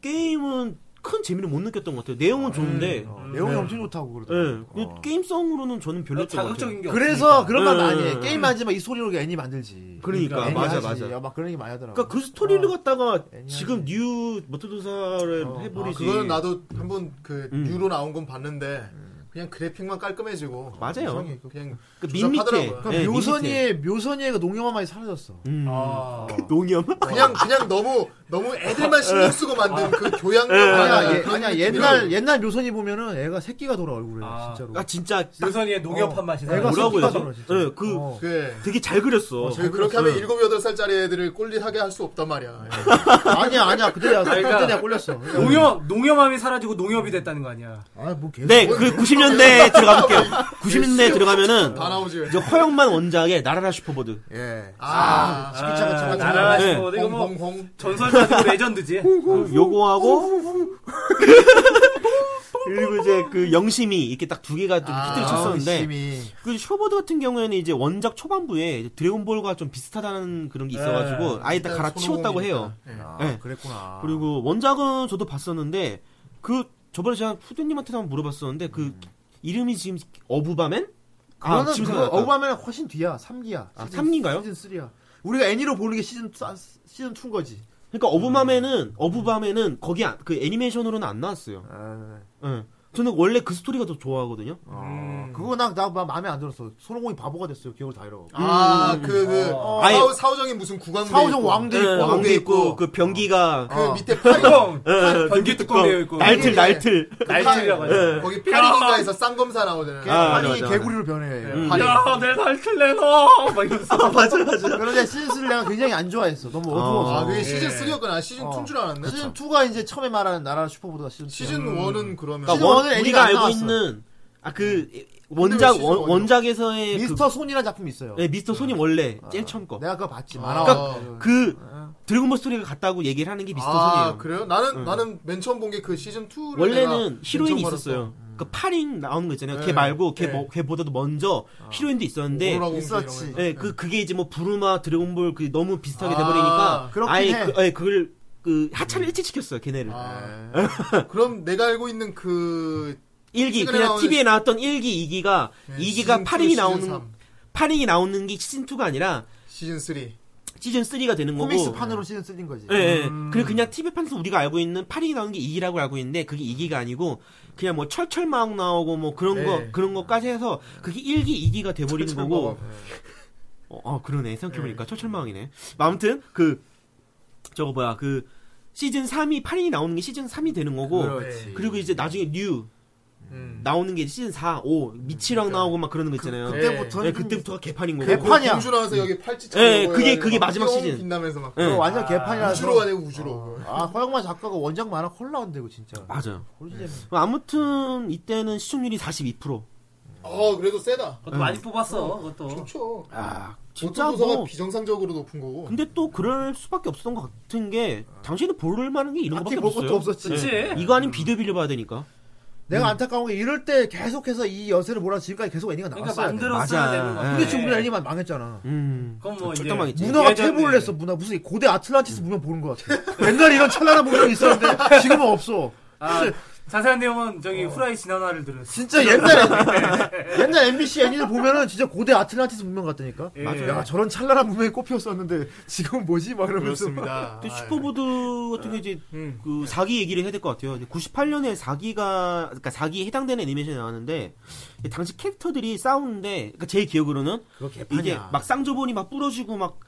[SPEAKER 6] 게임은 큰 재미를 못 느꼈던 것 같아요. 내용은 좋은데,
[SPEAKER 2] 어, 내용이 엄청 좋다고
[SPEAKER 6] 예,
[SPEAKER 2] 그러더라고.
[SPEAKER 6] 그
[SPEAKER 2] 어.
[SPEAKER 6] 게임성으로는 저는 별로였던 것 같아요.
[SPEAKER 3] 자극적인 게
[SPEAKER 2] 그래서 그런 말
[SPEAKER 6] 네,
[SPEAKER 2] 많이
[SPEAKER 6] 네,
[SPEAKER 2] 해.
[SPEAKER 6] 네.
[SPEAKER 2] 게임 하지 마이 소리로 애니 만들지.
[SPEAKER 6] 그러니까,
[SPEAKER 2] 애니
[SPEAKER 6] 맞아
[SPEAKER 2] 하지.
[SPEAKER 6] 맞아.
[SPEAKER 4] 어.
[SPEAKER 2] 야, 막 그런 얘기 많이 하더라고.
[SPEAKER 6] 그러니까 그 스토리를 갖다가
[SPEAKER 2] 애니하지.
[SPEAKER 6] 지금 뉴 머트도사를
[SPEAKER 4] 아,
[SPEAKER 6] 해버리지.
[SPEAKER 4] 그거는 나도 한번 그
[SPEAKER 6] 음.
[SPEAKER 4] 유로 나온 건 봤는데 그냥 그래픽만 깔끔해지고
[SPEAKER 6] 맞아요.
[SPEAKER 4] 이상해. 그냥
[SPEAKER 6] 그 밋밋해.
[SPEAKER 4] 조잡하더라고요.
[SPEAKER 6] 예, 밋밋해.
[SPEAKER 2] 그러니까 묘선이의 묘선이가 농염한 맛이 사라졌어.
[SPEAKER 6] 음.
[SPEAKER 3] 아,
[SPEAKER 6] 농염?
[SPEAKER 4] 그냥 그냥 너무 너무 애들만 신경 쓰고 만든 그 교양
[SPEAKER 6] 예.
[SPEAKER 2] 아니야,
[SPEAKER 4] 영화나
[SPEAKER 6] 네.
[SPEAKER 2] 얘-
[SPEAKER 4] 그런
[SPEAKER 2] 아니야
[SPEAKER 4] 느낌이라고.
[SPEAKER 2] 옛날 옛날 묘선이 보면은 애가 새끼가 돌아 얼굴에
[SPEAKER 3] 아.
[SPEAKER 2] 진짜로.
[SPEAKER 6] 아 진짜
[SPEAKER 3] 유선이의 농협한
[SPEAKER 2] 어,
[SPEAKER 3] 맛이
[SPEAKER 2] 애가
[SPEAKER 3] 살아있어.
[SPEAKER 6] 뭐라고 해야
[SPEAKER 2] 섞여서
[SPEAKER 6] 되지?
[SPEAKER 2] 그러지,
[SPEAKER 6] 예, 그
[SPEAKER 2] 어.
[SPEAKER 4] 그
[SPEAKER 6] 되게 잘 그렸어.
[SPEAKER 4] 그 그렇게 하면 일곱 여덟 살짜리 애들을 꼴리하게 할 수 없단 말이야.
[SPEAKER 6] 예.
[SPEAKER 2] 아니야 아니야 그때 내가
[SPEAKER 3] 그러니까-
[SPEAKER 2] 그때 내가 꼴렸어.
[SPEAKER 3] 농협 농협함이 사라지고 농협이 됐다는 거 아니야?
[SPEAKER 2] 아뭐 계속.
[SPEAKER 6] 네, 그 90년대 들어가 볼게요. 90년대 들어가면은
[SPEAKER 4] 예, 다 나오지.
[SPEAKER 6] 이제 허영만 원작의 나라라 슈퍼보드.
[SPEAKER 2] 예.
[SPEAKER 4] 아,
[SPEAKER 2] 시기차가 음.
[SPEAKER 3] 아,
[SPEAKER 2] 차가지고.
[SPEAKER 3] 나라라
[SPEAKER 6] 네.
[SPEAKER 3] 싶어. 이거 뭐
[SPEAKER 4] 홍홍홍.
[SPEAKER 3] 전설적인 레전드지.
[SPEAKER 6] 음. 요거하고 그리고 이제 그 영심이 이렇게 딱 두 개가 좀
[SPEAKER 2] 아,
[SPEAKER 6] 히트를 쳤었는데
[SPEAKER 2] 열심히.
[SPEAKER 6] 그 슈퍼보드 같은 경우에는 이제 원작 초반부에 이제 드래곤볼과 좀 비슷하다는 그런 게 있어가지고 아예 다 갈아치웠다고 해요.
[SPEAKER 2] 아,
[SPEAKER 6] 네.
[SPEAKER 2] 그랬구나.
[SPEAKER 6] 그리고 원작은 저도 봤었는데 그 저번에 제가 후대님한테도 한번 물어봤었는데 그 이름이 지금 어부바맨?
[SPEAKER 2] 그거는
[SPEAKER 6] 아, 지금
[SPEAKER 2] 그거
[SPEAKER 6] 생각났다.
[SPEAKER 2] 어바면 훨씬 뒤야. 3기야.
[SPEAKER 6] 아, 삼기인가요?
[SPEAKER 2] 시즌 3야. 우리가 애니로 보는 게 시즌 싸- 시즌 2인 거지.
[SPEAKER 6] 그러니까 어부밤에는 어부밤에는 거기 안- 그 애니메이션으로는 안 나왔어요.
[SPEAKER 2] 아,
[SPEAKER 6] 예. 저는 원래 그 스토리가 더 좋아하거든요.
[SPEAKER 3] 음.
[SPEAKER 2] 어, 그거 나나 마음에 안 들었어. 손오공이 바보가 됐어요. 기억을 다 잃어.
[SPEAKER 4] 아, 그, 그,
[SPEAKER 3] 어.
[SPEAKER 4] 사오-
[SPEAKER 6] 아예-
[SPEAKER 4] 사오정이 무슨 구강.
[SPEAKER 2] 사오정 왕도
[SPEAKER 6] 예,
[SPEAKER 2] 있고 네, 왕도
[SPEAKER 6] 왕도
[SPEAKER 2] 있고.
[SPEAKER 6] 있고
[SPEAKER 2] 어. 아.
[SPEAKER 6] 그 변기가
[SPEAKER 4] 그 밑에 파이검.
[SPEAKER 6] 예,
[SPEAKER 3] 변기 뚜껑 되어 있고.
[SPEAKER 6] 날틀
[SPEAKER 4] 이게-
[SPEAKER 6] 날틀.
[SPEAKER 3] 날틀이라고 하죠.
[SPEAKER 4] 거기 파리인가에서 쌍검사 나오잖아요.
[SPEAKER 6] 아,
[SPEAKER 2] 아니
[SPEAKER 6] 맞아, 맞아.
[SPEAKER 2] 개구리로 변해.
[SPEAKER 6] 음.
[SPEAKER 3] 야, 내 날틀 내놔! 막 이러면서.
[SPEAKER 6] 맞아 맞아.
[SPEAKER 2] 그런데 시즌 3를 내가 굉장히 안 좋아했어. 너무 어두워서.
[SPEAKER 4] 아, 그게
[SPEAKER 2] 예.
[SPEAKER 4] 시즌 3였구나. 시즌
[SPEAKER 2] 어.
[SPEAKER 4] 2인 줄 알았네.
[SPEAKER 2] 시즌 2가 이제 처음에 말하는 나라 슈퍼보다 시즌 음. 2.
[SPEAKER 4] 시즌 1은 그러면.
[SPEAKER 6] 그러니까
[SPEAKER 2] 시즌
[SPEAKER 6] 원-
[SPEAKER 2] 원은 애니가
[SPEAKER 6] 우리가
[SPEAKER 2] 안
[SPEAKER 6] 알고
[SPEAKER 2] 나왔어. 네.
[SPEAKER 6] 있는 아 그
[SPEAKER 4] 근데
[SPEAKER 6] 원작
[SPEAKER 4] 왜 시즌 원이요?
[SPEAKER 6] 원, 작에서의
[SPEAKER 2] 미스터 네. 손이라는 작품이 있어요.
[SPEAKER 6] 그, 네, 미스터 손이 원래 제일 처음 거.
[SPEAKER 2] 내가 그거 봤지. 만화.
[SPEAKER 4] 그러니까
[SPEAKER 2] 아,
[SPEAKER 6] 그 드래곤볼 스토리가 같다고 얘기를 하는 게 미스터
[SPEAKER 4] 아,
[SPEAKER 6] 손이에요.
[SPEAKER 4] 그래요? 나는,
[SPEAKER 6] 응.
[SPEAKER 4] 나는 맨 처음 본 게 그 시즌 2를.
[SPEAKER 6] 원래는 히로인이 있었어요. 그 파링 나오는 거 있잖아요.
[SPEAKER 4] 네.
[SPEAKER 6] 걔 말고 걔
[SPEAKER 4] 네.
[SPEAKER 6] 뭐, 걔보다도 먼저 히로인도 있었는데
[SPEAKER 2] 있었지.
[SPEAKER 6] 예, 그 그게 이제 뭐 부르마 드래곤볼 그 너무 비슷하게 돼 버리니까
[SPEAKER 4] 아,
[SPEAKER 2] 그렇긴
[SPEAKER 6] 아예
[SPEAKER 2] 해.
[SPEAKER 6] 그, 예, 그걸 그 하차를 일찍 시켰어요, 걔네를.
[SPEAKER 4] 아. 그럼 내가 알고 있는 그.
[SPEAKER 6] 일기
[SPEAKER 4] 최근에
[SPEAKER 6] 그냥
[SPEAKER 4] 나오는 네,
[SPEAKER 6] TV에 나왔던 일기이기가이기가
[SPEAKER 4] 시즌 2,
[SPEAKER 6] 파링이
[SPEAKER 4] 시즌
[SPEAKER 6] 나오는
[SPEAKER 4] 삼,
[SPEAKER 6] 파링이 나오는 게 시즌 2가 아니라
[SPEAKER 4] 시즌 3.
[SPEAKER 6] 시즌 3가 되는 거고. 네.
[SPEAKER 2] 코믹스 판으로 시즌 3인 거지.
[SPEAKER 6] 예, 예.
[SPEAKER 4] 음.
[SPEAKER 6] 그리고 그냥 TV판에서 우리가 알고 있는 파링이 나오는 게 2기라고 알고 있는데 그게 2기가 아니고 그냥 뭐 철철마왕 나오고 뭐 그런
[SPEAKER 4] 네.
[SPEAKER 6] 거 그런 거까지 해서 그게 1기, 2기가 돼 버리는
[SPEAKER 4] 철철마왕.
[SPEAKER 6] 거고.
[SPEAKER 4] 네.
[SPEAKER 6] 어, 어, 그러네. 생각해 보니까 철철마왕이네. 아무튼 그 저거 뭐야? 그 시즌 3이 파링이 나오는 게 시즌 3이 되는
[SPEAKER 3] 뭐,
[SPEAKER 6] 거고
[SPEAKER 4] 그렇지.
[SPEAKER 6] 그리고 이제 나중에 뉴
[SPEAKER 4] 음.
[SPEAKER 6] 나오는 게 시즌 4, 5 미치랑 나오고 막 그러는 거 있잖아요.
[SPEAKER 4] 그-
[SPEAKER 2] 그때부터는
[SPEAKER 6] 예, 그때부터가 개판인 거고.
[SPEAKER 2] 개판- 개판이야.
[SPEAKER 4] 공주 나와서 여기 팔찌 차고.
[SPEAKER 6] 예, 그게- 그게 마지막 시즌.
[SPEAKER 4] 빛나면서 막.
[SPEAKER 6] 예.
[SPEAKER 2] 그거 네. 완전 개판이라서.
[SPEAKER 4] 우주로 가야 되고 우주로.
[SPEAKER 2] 아, 허영만 작가가 원작 만화 콜라운데고 진짜.
[SPEAKER 6] 맞아요.
[SPEAKER 2] 고르지 재밌네.
[SPEAKER 6] 아무튼 이때는 시청률이 42%.
[SPEAKER 4] 어, 그래도 세다.
[SPEAKER 3] 그것도 많이 뽑았어, 그것도.
[SPEAKER 4] 좋죠.
[SPEAKER 6] 아, 진짜
[SPEAKER 4] 보통 도서가
[SPEAKER 6] 뭐
[SPEAKER 4] 비정상적으로 높은 거고.
[SPEAKER 6] 근데 또 그럴 수밖에 없었던 것 같은 게 당신은 볼 만한 게 이런
[SPEAKER 2] 딱히
[SPEAKER 6] 거밖에
[SPEAKER 2] 볼 것도
[SPEAKER 6] 없었어요.
[SPEAKER 2] 없었지.
[SPEAKER 3] 그치?
[SPEAKER 6] 이거 아닌 비디오 빌려 봐야 되니까.
[SPEAKER 2] 내가 안타까운 게 이럴 때 계속해서 이 연세를 몰아 지금까지 계속 애니가
[SPEAKER 3] 그러니까
[SPEAKER 2] 나왔어야 돼.
[SPEAKER 3] 만들었어야 네.
[SPEAKER 6] 맞아.
[SPEAKER 3] 되는
[SPEAKER 6] 예.
[SPEAKER 3] 건데.
[SPEAKER 2] 근데 지금 우리 애니만 망했잖아.
[SPEAKER 6] 음.
[SPEAKER 3] 그건 뭐 이제.
[SPEAKER 6] 철저망했지.
[SPEAKER 2] 문화가
[SPEAKER 3] 예전에-
[SPEAKER 2] 퇴보를 했어 문화 무슨 고대 아틀란티스 문화 보는 것 같아 옛날 이런 찬란한 문화 있었는데 지금은 없어
[SPEAKER 3] 아, 자세한 내용은 저기 후라이 지난화를 들었어.
[SPEAKER 2] 진짜 옛날 옛날 MBC 애니를 보면은 진짜 고대 아틀란티스 문명 같다니까
[SPEAKER 3] 예.
[SPEAKER 2] 야 저런 찬란한 문명이 꽃피었었는데 지금 뭐지 막 이러면서
[SPEAKER 4] 그렇습니다.
[SPEAKER 6] 근데 슈퍼보드 같은 게 이제
[SPEAKER 4] 음.
[SPEAKER 6] 그 4기 얘기를 해야 될 것 같아요. 98년에 4기가 그러니까 4기에 해당되는 애니메이션이 나왔는데 당시 캐릭터들이 싸우는데 그러니까 제 기억으로는
[SPEAKER 2] 그거 어, 개판이야
[SPEAKER 6] 이게 막 쌍조본이 막 부러지고 막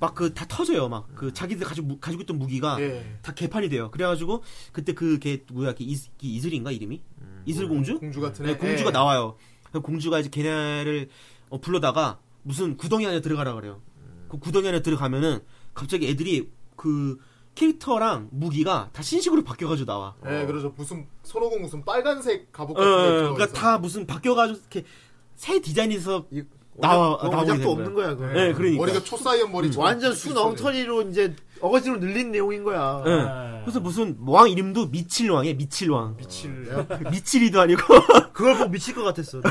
[SPEAKER 6] 막 그 다 터져요. 막 그 자기들 가지고 무- 가지고 있던 무기가
[SPEAKER 4] 예.
[SPEAKER 6] 다 개판이 돼요. 그래가지고 그때 그 걔 누구야? 걔 이슬, 걔 이슬인가 이름이? 이슬 공주?
[SPEAKER 4] 공주 같은
[SPEAKER 6] 네,
[SPEAKER 4] 애.
[SPEAKER 6] 공주가
[SPEAKER 4] 예.
[SPEAKER 6] 나와요. 그래서 공주가 이제 걔네를 어, 불러다가 무슨 구덩이 안에 들어가라 그래요. 그 구덩이 안에 들어가면은 갑자기 애들이 그 캐릭터랑 무기가 다 신식으로 바뀌어가지고 나와.
[SPEAKER 4] 예, 그래서 무슨 손오공 무슨 빨간색 갑옷
[SPEAKER 6] 어,
[SPEAKER 4] 같은 거 입고
[SPEAKER 6] 그러니까
[SPEAKER 4] 있어.
[SPEAKER 6] 다 무슨 바뀌어가지고 이렇게 새 디자인에서
[SPEAKER 2] 이-
[SPEAKER 6] 나와
[SPEAKER 2] 원작-
[SPEAKER 6] 나오게 된
[SPEAKER 2] 원작도
[SPEAKER 6] 거야.
[SPEAKER 2] 뭐 없는 거야 그거
[SPEAKER 6] 네, 그러니까.
[SPEAKER 4] 머리가 초사이언 머리.
[SPEAKER 2] 완전 순엉터리로 이제 어거지로 늘린 내용인 거야
[SPEAKER 6] 예. 그래서 무슨 왕 이름도 미칠 왕이야 미칠 왕.
[SPEAKER 4] 미칠.
[SPEAKER 6] 미칠이도 아니고.
[SPEAKER 2] 그걸 보고 미칠 것 같았어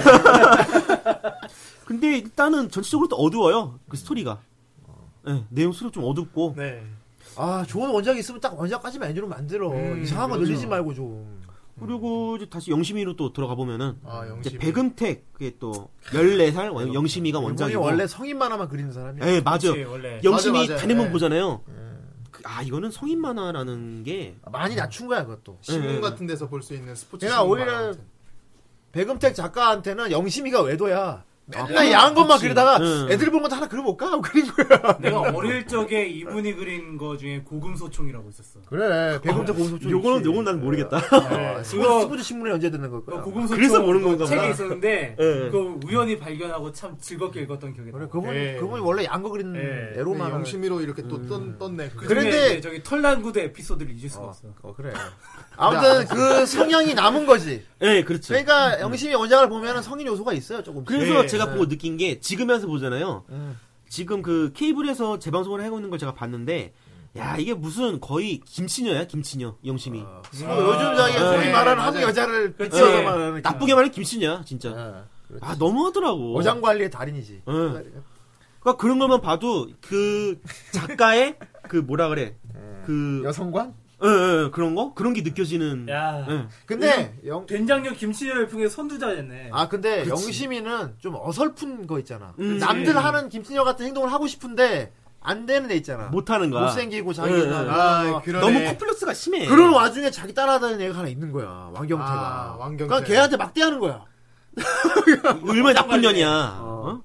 [SPEAKER 6] 근데 일단은 전체적으로 또 어두워요 그 스토리가. 예, 내용 스토리 좀 어둡고.
[SPEAKER 4] 네.
[SPEAKER 2] 아 좋은 원작이 있으면 딱 원작까지만 애니로 만들어
[SPEAKER 4] 음,
[SPEAKER 2] 이상한 거
[SPEAKER 4] 그렇죠.
[SPEAKER 2] 늘리지 말고 좀
[SPEAKER 6] 그리고 이제 다시 영심이로 또 들어가 보면은
[SPEAKER 4] 아, 영심.
[SPEAKER 6] 이제 백음택 그게 또 14살 원- 영심이가
[SPEAKER 2] 일본이
[SPEAKER 6] 원작이고
[SPEAKER 2] 원래 성인 만화만 그리는 사람이야
[SPEAKER 6] 예, 맞아요.
[SPEAKER 3] 그치, 원래.
[SPEAKER 6] 영심이
[SPEAKER 4] 맞아, 맞아.
[SPEAKER 6] 단행본
[SPEAKER 4] 예.
[SPEAKER 6] 보잖아요. 그- 아, 이거는 성인 만화라는 게
[SPEAKER 2] 많이 낮춘 거야 그것도
[SPEAKER 6] 예.
[SPEAKER 4] 신문 같은 데서 볼 수 있는 스포츠.
[SPEAKER 2] 내가
[SPEAKER 4] 신문
[SPEAKER 2] 오히려
[SPEAKER 4] 말하는 것
[SPEAKER 2] 백음택 작가한테는 영심이가 외도야. 맨날
[SPEAKER 6] 그럼
[SPEAKER 2] 야한 것만
[SPEAKER 6] 아, 그렇지. 네.
[SPEAKER 2] 그리다가
[SPEAKER 6] 응.
[SPEAKER 2] 애들 본 것도 하나 그려볼까 하고 그린 거야.
[SPEAKER 3] 내가 어릴 적에 이분이 그린 거 중에 고금소총이라고 있었어.
[SPEAKER 2] 그래. 백음택 고소촌.
[SPEAKER 6] 아,
[SPEAKER 2] 네.
[SPEAKER 6] 요거는 요건 난 모르겠다. 아,
[SPEAKER 2] 스포츠, 스포츠 신문에 연재되는 걸 거야.
[SPEAKER 3] 그 고금소총
[SPEAKER 6] 그래서 모르는 건가 보다.
[SPEAKER 3] 책이 있었는데
[SPEAKER 6] 예.
[SPEAKER 3] 그 우연히 발견하고 참 즐겁게 읽었던 기억이
[SPEAKER 2] 그래,
[SPEAKER 3] 나.
[SPEAKER 2] 그분
[SPEAKER 6] 네.
[SPEAKER 4] 예.
[SPEAKER 2] 그분이 원래 양거 그리는
[SPEAKER 3] 예.
[SPEAKER 4] 같아요.
[SPEAKER 2] 애로만
[SPEAKER 4] 네, 영심이로 이렇게 또 떴, 떴네.
[SPEAKER 2] 그래.
[SPEAKER 3] 그 중에
[SPEAKER 4] 그래.
[SPEAKER 2] 그런데-
[SPEAKER 3] 이제 저기 털난구도 에피소드를 잊을 수가 없어.
[SPEAKER 2] 어 그래. 아무튼 그 성향이 남은 거지.
[SPEAKER 6] 예, 그렇죠.
[SPEAKER 2] 그러니까 영심이 원작을 보면은 성인 요소가 있어요 조금.
[SPEAKER 6] 그래서
[SPEAKER 3] 예.
[SPEAKER 6] 제가 보고 느낀 게 지금 에서 보잖아요.
[SPEAKER 2] 예.
[SPEAKER 6] 지금 그 케이블에서 재방송을 하고 있는 걸 제가 봤는데 야, 이게 무슨 거의 김치녀야, 김치녀. 영심이.
[SPEAKER 2] 아. 뭐 요즘 저기 소위
[SPEAKER 6] 네,
[SPEAKER 4] 예,
[SPEAKER 2] 말하는 한
[SPEAKER 4] 맞아요.
[SPEAKER 2] 여자를 네.
[SPEAKER 3] 그치.
[SPEAKER 2] 띄어서 말하는
[SPEAKER 6] 나쁘게 말하면 김치녀야, 진짜. 아, 너무하더라고.
[SPEAKER 2] 어장 관리의 달인이지.
[SPEAKER 6] 응. 그러니까 그런 것만 봐도 그 작가의 그 뭐라 그래 그
[SPEAKER 2] 예. 여성관?
[SPEAKER 6] 예, 예, 예, 그런 거 그런 게 느껴지는
[SPEAKER 3] 야.
[SPEAKER 6] 예.
[SPEAKER 2] 근데 영
[SPEAKER 3] 된장녀 김치녀를 통해 선두자였네.
[SPEAKER 2] 아 근데 영심이는 좀 어설픈 거 있잖아.
[SPEAKER 6] 음.
[SPEAKER 2] 남들 하는 김치녀 같은 행동을 하고 싶은데 안 되는 애 있잖아.
[SPEAKER 6] 못하는 거야.
[SPEAKER 2] 못생기고 자기가
[SPEAKER 6] 예, 예.
[SPEAKER 2] 아,
[SPEAKER 4] 그러네.
[SPEAKER 6] 너무 콤플렉스가 심해.
[SPEAKER 2] 그런 와중에 자기 따라다니는 애가 하나 있는 거야. 왕경태가.
[SPEAKER 4] 아, 왕경태.
[SPEAKER 2] 그러니까 걔한테 막대하는 거야.
[SPEAKER 6] 얼마나 나쁜 년이야. 어?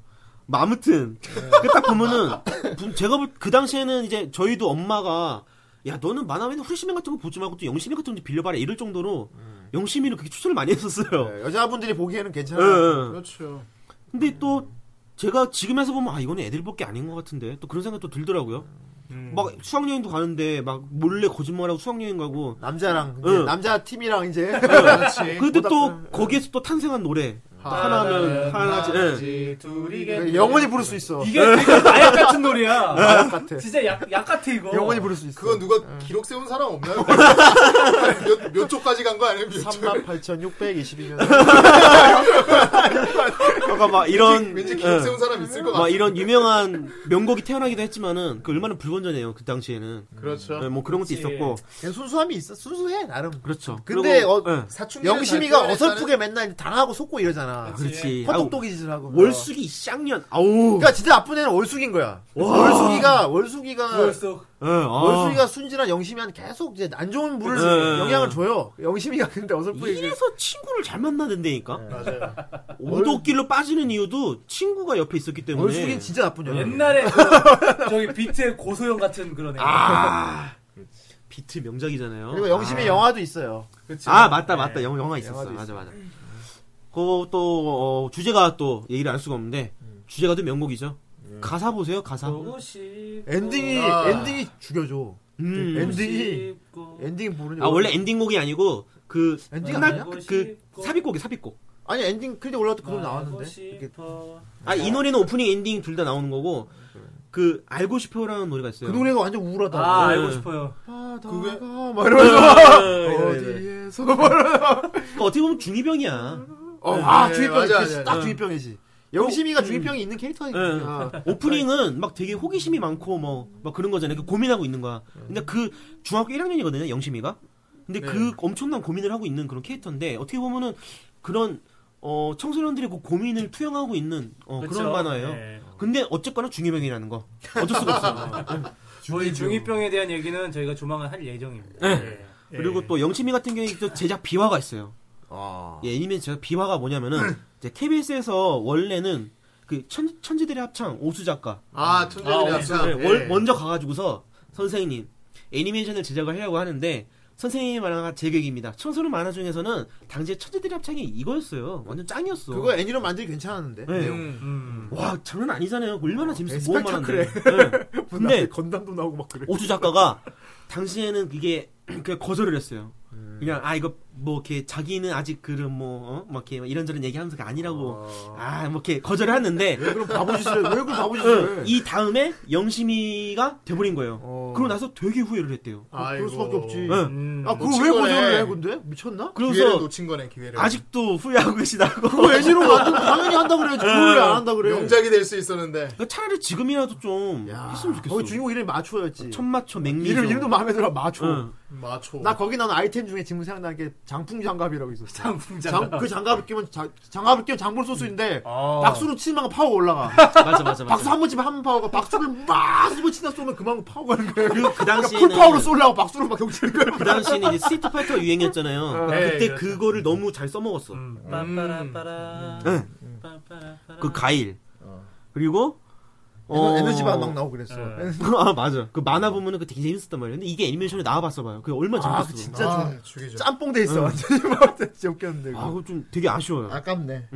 [SPEAKER 6] 뭐 아무튼 그딱 보면은 부- 제가 볼 그 당시에는 이제 저희도 엄마가 야 너는 만화에는 후시맨 같은 거 보지 말고 또 영심이 같은 거 좀 빌려봐라 이럴 정도로 영심이를 그렇게 추천을 많이 했었어요.
[SPEAKER 2] 네, 여자분들이 보기에는 괜찮아.
[SPEAKER 6] 예, 예.
[SPEAKER 2] 그렇죠.
[SPEAKER 6] 근데 또 제가 지금에서 보면 아 이거는 애들 볼 게 아닌 것 같은데 또 그런 생각도 들더라고요. 막 수학여행도 가는데 막 몰래 거짓말하고 수학여행 가고
[SPEAKER 2] 남자랑 이제
[SPEAKER 6] 응.
[SPEAKER 2] 남자 팀이랑 이제
[SPEAKER 4] 그렇지.
[SPEAKER 6] 그런데 또 거기에서 또 탄생한 노래
[SPEAKER 3] 아, 네,
[SPEAKER 6] 하나면 하나지 예.
[SPEAKER 2] 그러니까
[SPEAKER 4] 둘이게
[SPEAKER 2] 영원히 부를 수 있어.
[SPEAKER 3] 이게 되게 나약 같은 노래야.
[SPEAKER 2] 마약 같아.
[SPEAKER 3] 진짜 약, 약 같아, 이거.
[SPEAKER 2] 영원히 부를 수 있어.
[SPEAKER 4] 그건 누가 기록 세운 사람 없나요? 몇, 몇 쪽까지 간 거 아니에요? 몇 쪽?
[SPEAKER 2] 3만 8,622년.
[SPEAKER 6] 그러니까 막 이런
[SPEAKER 4] 왠지
[SPEAKER 6] 예.
[SPEAKER 4] 기록 세운 사람 있을 것
[SPEAKER 6] 막
[SPEAKER 4] 같아.
[SPEAKER 6] 이런 유명한 명곡이 태어나기도 했지만은 그 얼마나 불건전해요 그 당시에는 네,
[SPEAKER 4] 그렇죠.
[SPEAKER 6] 뭐 그런 것도
[SPEAKER 3] 그렇지.
[SPEAKER 6] 있었고
[SPEAKER 2] 그냥 순수함이 있어. 순수해 나름.
[SPEAKER 6] 그렇죠
[SPEAKER 2] 근데
[SPEAKER 6] 그리고,
[SPEAKER 2] 어,
[SPEAKER 6] 예,
[SPEAKER 4] 사춘기를
[SPEAKER 2] 영심이가
[SPEAKER 4] 잘 표현했다는-
[SPEAKER 2] 어설프게 맨날 당하고 속고 이러잖아.
[SPEAKER 6] 그렇지 아우,
[SPEAKER 2] 헛똑똑이 짓을 하고. 어.
[SPEAKER 6] 월숙이 이 쌍년 아우
[SPEAKER 2] 그러니까 진짜 나쁜 애는 월숙인 거야. 월숙이가 월숙이가
[SPEAKER 3] 벌써.
[SPEAKER 6] 예, 아.
[SPEAKER 2] 월숙이가 순진한 영심이한테 계속 이제 안 좋은 물을
[SPEAKER 6] 네.
[SPEAKER 2] 영향을 줘요. 영심이가 근데 어설프게 그-
[SPEAKER 6] 이래서 친구를 잘 만나는다니까
[SPEAKER 4] 맞아요.
[SPEAKER 6] 오도길로 빠지는 이유도 친구가 옆에 있었기 때문에
[SPEAKER 2] 월숙이는 진짜 나쁜
[SPEAKER 3] 음.
[SPEAKER 2] 여자.
[SPEAKER 3] 옛날에 그, 저기 비트의 고소영 같은 그런 애.
[SPEAKER 6] 아 비트 명작이잖아요
[SPEAKER 2] 그리고 영심이 영화도 있어요.
[SPEAKER 3] 그치.
[SPEAKER 6] 아 맞다 맞다 영, 영화 있었어
[SPEAKER 2] 영화도
[SPEAKER 6] 맞아 맞아 그또 어, 주제가 또 얘기를 알 수가 없는데 주제가 또 명곡이죠 가사 보세요 가사
[SPEAKER 3] 보고 싶고.
[SPEAKER 2] 엔딩이
[SPEAKER 4] 아.
[SPEAKER 2] 엔딩이 죽여줘.
[SPEAKER 6] 음.
[SPEAKER 2] 엔딩이 엔딩이 모르는.
[SPEAKER 6] 아 원래 엔딩곡이 아니고 그
[SPEAKER 2] 음. 엔딩
[SPEAKER 6] 끝날
[SPEAKER 2] 아니야?
[SPEAKER 6] 그- 그 삽입곡이 삽입곡.
[SPEAKER 2] 아니 엔딩 클리 올라도 그거 나왔는데. 이렇게.
[SPEAKER 6] 아
[SPEAKER 2] 네.
[SPEAKER 6] 이 노래는 오프닝 엔딩 둘 다 나오는 거고 그 알고 싶어요라는 노래가 있어요.
[SPEAKER 2] 그 노래가 완전 우울하다.
[SPEAKER 3] 아,
[SPEAKER 6] 네.
[SPEAKER 3] 알고 싶어요.
[SPEAKER 2] 그게 막
[SPEAKER 6] 아,
[SPEAKER 2] 이러면서
[SPEAKER 6] 예,
[SPEAKER 2] 어디에서
[SPEAKER 6] 네. 그러니까 어떻게 보면 중이병이야.
[SPEAKER 2] 어아
[SPEAKER 4] 네,
[SPEAKER 2] 주입병
[SPEAKER 4] 맞아,
[SPEAKER 2] 이지
[SPEAKER 4] 맞아.
[SPEAKER 2] 딱 주입병이지. 영심이가 주입병이 있는 캐릭터니까.
[SPEAKER 6] 예. 오프닝은 막 되게 호기심이 많고 뭐 막 그런 거잖아요. 그 고민하고 있는 거야. 근데 그 중학교 1학년이거든요, 영심이가. 근데
[SPEAKER 2] 네.
[SPEAKER 6] 그 엄청난 고민을 하고 있는 그런 캐릭터인데 어떻게 보면은 그런 어 청소년들의 그 고민을 투영하고 있는 어,
[SPEAKER 3] 그쵸?
[SPEAKER 6] 그런 만화예요.
[SPEAKER 3] 네.
[SPEAKER 6] 근데 어쨌거나 중이병이라는 거 어쩔 수가 없어.
[SPEAKER 3] 저희 중이병에 대한 얘기는 저희가 조만간 할 예정입니다. 예.
[SPEAKER 6] 네. 그리고 또 영치미 같은 경우에 또 제작 비화가 있어요.
[SPEAKER 2] 아.
[SPEAKER 6] 예, 애니메이션 제작 비화가 뭐냐면은 이제 KBS에서 원래는 그 천, 천재들의 합창 오수 작가
[SPEAKER 4] 아, 천재들이
[SPEAKER 3] 아,
[SPEAKER 4] 합창.
[SPEAKER 6] 예, 월- 먼저 가가지고서 선생님 애니메이션을 제작을 하려고 하는데 선생님 만화가 제격입니다. 청소년 만화 중에서는 당시에 천재들의 합창이 이거였어요. 완전 짱이었어.
[SPEAKER 2] 그거 애니로 만들기 괜찮았는데.
[SPEAKER 6] 예.
[SPEAKER 3] 음.
[SPEAKER 6] 와 장난 아니잖아요. 얼마나 재밌어.
[SPEAKER 2] 예,
[SPEAKER 6] 보험만 한데. 예.
[SPEAKER 2] 근데
[SPEAKER 6] 근데
[SPEAKER 2] 건담도 나오고 막 그래.
[SPEAKER 6] 오수 작가가 당시에는 그게 그냥 거절을 했어요. 그냥 아 이거 뭐 이렇게 자기는 아직 그런 뭐막 이렇게 이런저런 얘기하면서 그게 아니라고 아 뭐 이렇게 거절을 했는데
[SPEAKER 2] 왜 그런 바보 짓을 해? 왜 그런 바보 짓을
[SPEAKER 6] 응,
[SPEAKER 2] 해?
[SPEAKER 6] 이 다음에 영심이가 돼버린 거예요.
[SPEAKER 2] 네. 어.
[SPEAKER 6] 그러고 나서 되게 후회를 했대요.
[SPEAKER 2] 그럴
[SPEAKER 4] 아이고.
[SPEAKER 2] 수밖에 없지.
[SPEAKER 6] 응.
[SPEAKER 3] 음.
[SPEAKER 2] 아, 그걸 왜
[SPEAKER 4] 놓친 거네.
[SPEAKER 2] 거절을 해, 근데? 미쳤나?
[SPEAKER 4] 기회를
[SPEAKER 6] 그래서
[SPEAKER 4] 놓친 거네, 기회를.
[SPEAKER 6] 아직도 후회하고 계시다고. 그러니까
[SPEAKER 2] 그거 애니로 만들면 당연히 한다 그래야지. 그걸 왜안 한다 그래.
[SPEAKER 4] 명작이 될 수 있었는데.
[SPEAKER 6] 그러니까 차라리 지금이라도 좀
[SPEAKER 2] 야,
[SPEAKER 6] 했으면 좋겠어.
[SPEAKER 2] 거기 주인공 이름이 마초였지.
[SPEAKER 6] 천마초 맹미.
[SPEAKER 2] 이름, 이름도 마음에 들어, 마초.
[SPEAKER 6] 응.
[SPEAKER 4] 마초.
[SPEAKER 2] 나 거기 나온 아이템 중에 지금 생각나는 게 장풍 장갑이라고 있었어.
[SPEAKER 3] 아, 장풍장.
[SPEAKER 2] 장- 그 장갑을 어. 끼면, 자- 장갑을 끼면 장볼 소스인데,
[SPEAKER 3] 아.
[SPEAKER 2] 박수로 치면 파워 올라가.
[SPEAKER 6] 맞아 맞아
[SPEAKER 2] 박수
[SPEAKER 6] 맞아.
[SPEAKER 2] 한 번 치면 한 번 파워가, 박수를 막 쏘면 치다 쏘면 그만큼 파워가 는 거야.
[SPEAKER 6] 그리고 그 당시에는
[SPEAKER 2] 그러니까 풀파워로 쏠라고 박수로 막 경치는 거야.
[SPEAKER 6] 그 당시에는 이제 스트리트 파이터 유행이었잖아요.
[SPEAKER 4] 네,
[SPEAKER 6] 그때
[SPEAKER 4] 그렇죠.
[SPEAKER 6] 그거를 너무 잘 써먹었어.
[SPEAKER 3] 음. 빠빠라빠라.
[SPEAKER 6] 음.
[SPEAKER 3] 빠빠라빠라.
[SPEAKER 6] 그 가일. 그리고 어,
[SPEAKER 2] 에너지만 막 나오고 그랬어.
[SPEAKER 3] 예.
[SPEAKER 6] 아 맞아. 그 만화 보면은 그 되게 재밌었단 말이야. 근데 이게 애니메이션에 나와봤어 봐요. 그 얼마나
[SPEAKER 2] 아,
[SPEAKER 6] 재밌었어.
[SPEAKER 2] 진짜 좀
[SPEAKER 4] 아, 죽이죠.
[SPEAKER 2] 짬뽕 돼 있어. 완전히 막 진짜 웃겼는데.
[SPEAKER 6] 아,
[SPEAKER 2] 그거.
[SPEAKER 6] 그거 좀 되게 아쉬워요.
[SPEAKER 2] 아깝네.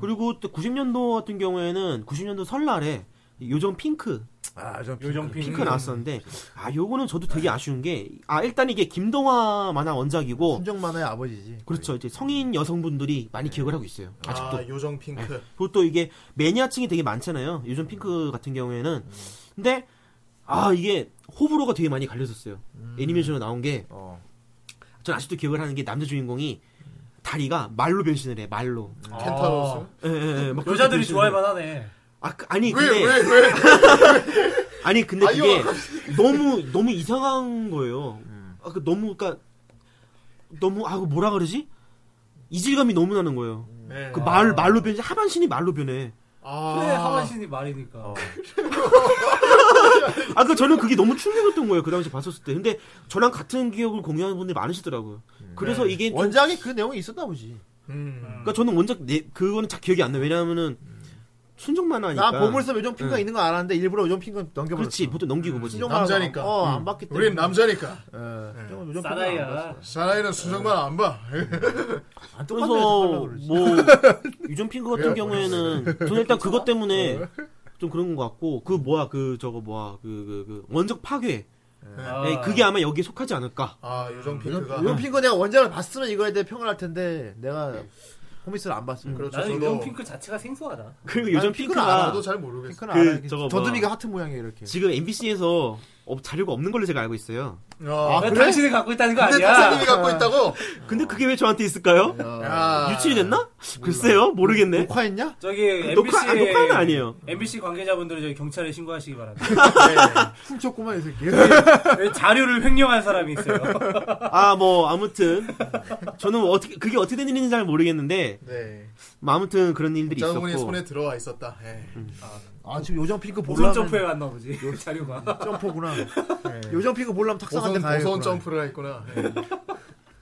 [SPEAKER 6] 그리고 또 90년도 같은 경우에는 90년도 설날에 요정 핑크
[SPEAKER 2] 아, 좀
[SPEAKER 3] 요정핑.
[SPEAKER 6] 핑크 나왔었는데 아 요거는 저도 되게 아쉬운 게 아 일단 이게 김동화 만화 원작이고
[SPEAKER 2] 순정 만화의 아버지지.
[SPEAKER 6] 그렇죠 이제 성인 여성분들이 많이
[SPEAKER 2] 네.
[SPEAKER 6] 기억을 하고 있어요 아직도
[SPEAKER 4] 아, 요정 핑크.
[SPEAKER 6] 그리고 또 이게 매니아층이 되게 많잖아요 요정 핑크 같은 경우에는 근데 아 이게 호불호가 되게 많이 갈렸었어요
[SPEAKER 3] 음.
[SPEAKER 6] 애니메이션으로 나온 게 전
[SPEAKER 2] 어.
[SPEAKER 6] 아직도 기억을 하는 게 남자 주인공이 다리가 말로 변신을 해 말로
[SPEAKER 4] 켄타로스.
[SPEAKER 6] 예, 예, 예, 막
[SPEAKER 3] 음.
[SPEAKER 6] 그렇게
[SPEAKER 3] 아, 여자들이
[SPEAKER 6] 변신을
[SPEAKER 3] 좋아할
[SPEAKER 6] 해요.
[SPEAKER 3] 만하네.
[SPEAKER 6] 아, 그-
[SPEAKER 4] 왜,
[SPEAKER 6] 아니 근데
[SPEAKER 4] 왜, 왜?
[SPEAKER 6] 아니 근데
[SPEAKER 4] 아니요.
[SPEAKER 6] 그게 너무 너무 이상한 거예요.
[SPEAKER 3] 음.
[SPEAKER 6] 아, 그 너무 그니까 너무 아, 그 뭐라 그러지? 이질감이 너무 나는 거예요.
[SPEAKER 4] 네.
[SPEAKER 3] 아,
[SPEAKER 6] 그 말 말로 변해
[SPEAKER 3] 네,
[SPEAKER 6] 하반신이 말로 변해.
[SPEAKER 4] 아.
[SPEAKER 6] 어.
[SPEAKER 3] 그래, 하반신이 말이니까.
[SPEAKER 6] 아, 그 저는 그게 너무 충격이었던 거예요. 그 당시 봤었을 때. 근데 저랑 같은 기억을 공유하는 분들이 많으시더라고요.
[SPEAKER 2] 음.
[SPEAKER 6] 그래서 이게 좀-
[SPEAKER 2] 원작에 그 내용이 있었나 보지.
[SPEAKER 4] 음.
[SPEAKER 6] 그러니까 저는 원작 내- 그거는 잘 기억이 안 나요. 왜냐하면은 순정 만화니까.
[SPEAKER 2] 음. 나 보물섬 요정 핑가 있는 거 알았는데 일부러 요정 핑가 넘겨버렸어. 음.
[SPEAKER 6] 그렇지 보통 넘기고 보지.
[SPEAKER 2] 순정
[SPEAKER 4] 남자니까.
[SPEAKER 2] 만화가 안- 어, 안 봤기 때문에.
[SPEAKER 4] 우린 남자니까.
[SPEAKER 2] 예, 순정- 요정 핑가 안 봤어.
[SPEAKER 3] 사나이야.
[SPEAKER 4] 사나이는 순정만 안 봐.
[SPEAKER 2] 안 똑같네, 해서
[SPEAKER 6] 그래서
[SPEAKER 2] 그러지.
[SPEAKER 6] 뭐 유전핑크 같은 경우에는 저는 일단 그것 때문에
[SPEAKER 2] 어.
[SPEAKER 6] 좀 그런 것 같고 그 뭐야 그 저거 뭐야 그, 그, 그 원적 파괴
[SPEAKER 3] 아.
[SPEAKER 6] 네, 그게 아마 여기에 속하지 않을까.
[SPEAKER 4] 아, 요정 핑크가.
[SPEAKER 2] 요정 핑가 내가 원작을 봤으면 이거에 대해 평을 할 텐데 내가 코믹스를 안 봤으면 그렇죠.
[SPEAKER 3] 나는
[SPEAKER 4] 저도-
[SPEAKER 3] 이런 핑크 자체가 생소하다.
[SPEAKER 6] 그리고 요즘
[SPEAKER 2] 핑크는
[SPEAKER 6] 핑크가
[SPEAKER 4] 나도 잘 모르겠어.
[SPEAKER 2] 핑크는
[SPEAKER 6] 그
[SPEAKER 2] 알아. 이렇게
[SPEAKER 6] 저거
[SPEAKER 2] 저드미가
[SPEAKER 6] 뭐야.
[SPEAKER 2] 하트 모양이에요 이렇게.
[SPEAKER 6] 지금 MBC에서 자료가 없는 걸로 제가 알고 있어요.
[SPEAKER 4] 어.
[SPEAKER 3] 왜 당신이 갖고 있다는 거
[SPEAKER 4] 근데
[SPEAKER 3] 아, 아니야?
[SPEAKER 4] 선생님이 갖고 있다고?
[SPEAKER 6] 근데 그게 왜 저한테 있을까요?
[SPEAKER 4] 야.
[SPEAKER 6] 유출이 됐나? 글쎄요
[SPEAKER 2] 뭐,
[SPEAKER 6] 모르겠네.
[SPEAKER 2] 녹화했냐?
[SPEAKER 3] 저기 MBC
[SPEAKER 6] 녹화 아, 녹화는 아니에요.
[SPEAKER 3] MBC 관계자분들은 저기 경찰에 신고하시기 바랍니다.
[SPEAKER 2] 훔쳤구만 이 새끼.
[SPEAKER 3] 왜 자료를 횡령한 사람이 있어요.
[SPEAKER 6] 아 뭐 아무튼 저는 어떻게 그게 어떻게 된 일인지 잘 모르겠는데
[SPEAKER 4] 네.
[SPEAKER 6] 뭐 아무튼 그런 일들이
[SPEAKER 4] 장훈이
[SPEAKER 6] 있었고 네.
[SPEAKER 4] 손에 들어와 있었다. 예.
[SPEAKER 2] 아 지금 요정 핑크
[SPEAKER 3] 보선
[SPEAKER 2] 보려면
[SPEAKER 3] 점프에 갔나 보지. 자료가.
[SPEAKER 2] 점프구나.
[SPEAKER 6] 네.
[SPEAKER 2] 요정 핑크 보려면 탁상한테
[SPEAKER 4] 보선,
[SPEAKER 2] 가야
[SPEAKER 4] 보선 점프를 했구나. 예.
[SPEAKER 6] 네.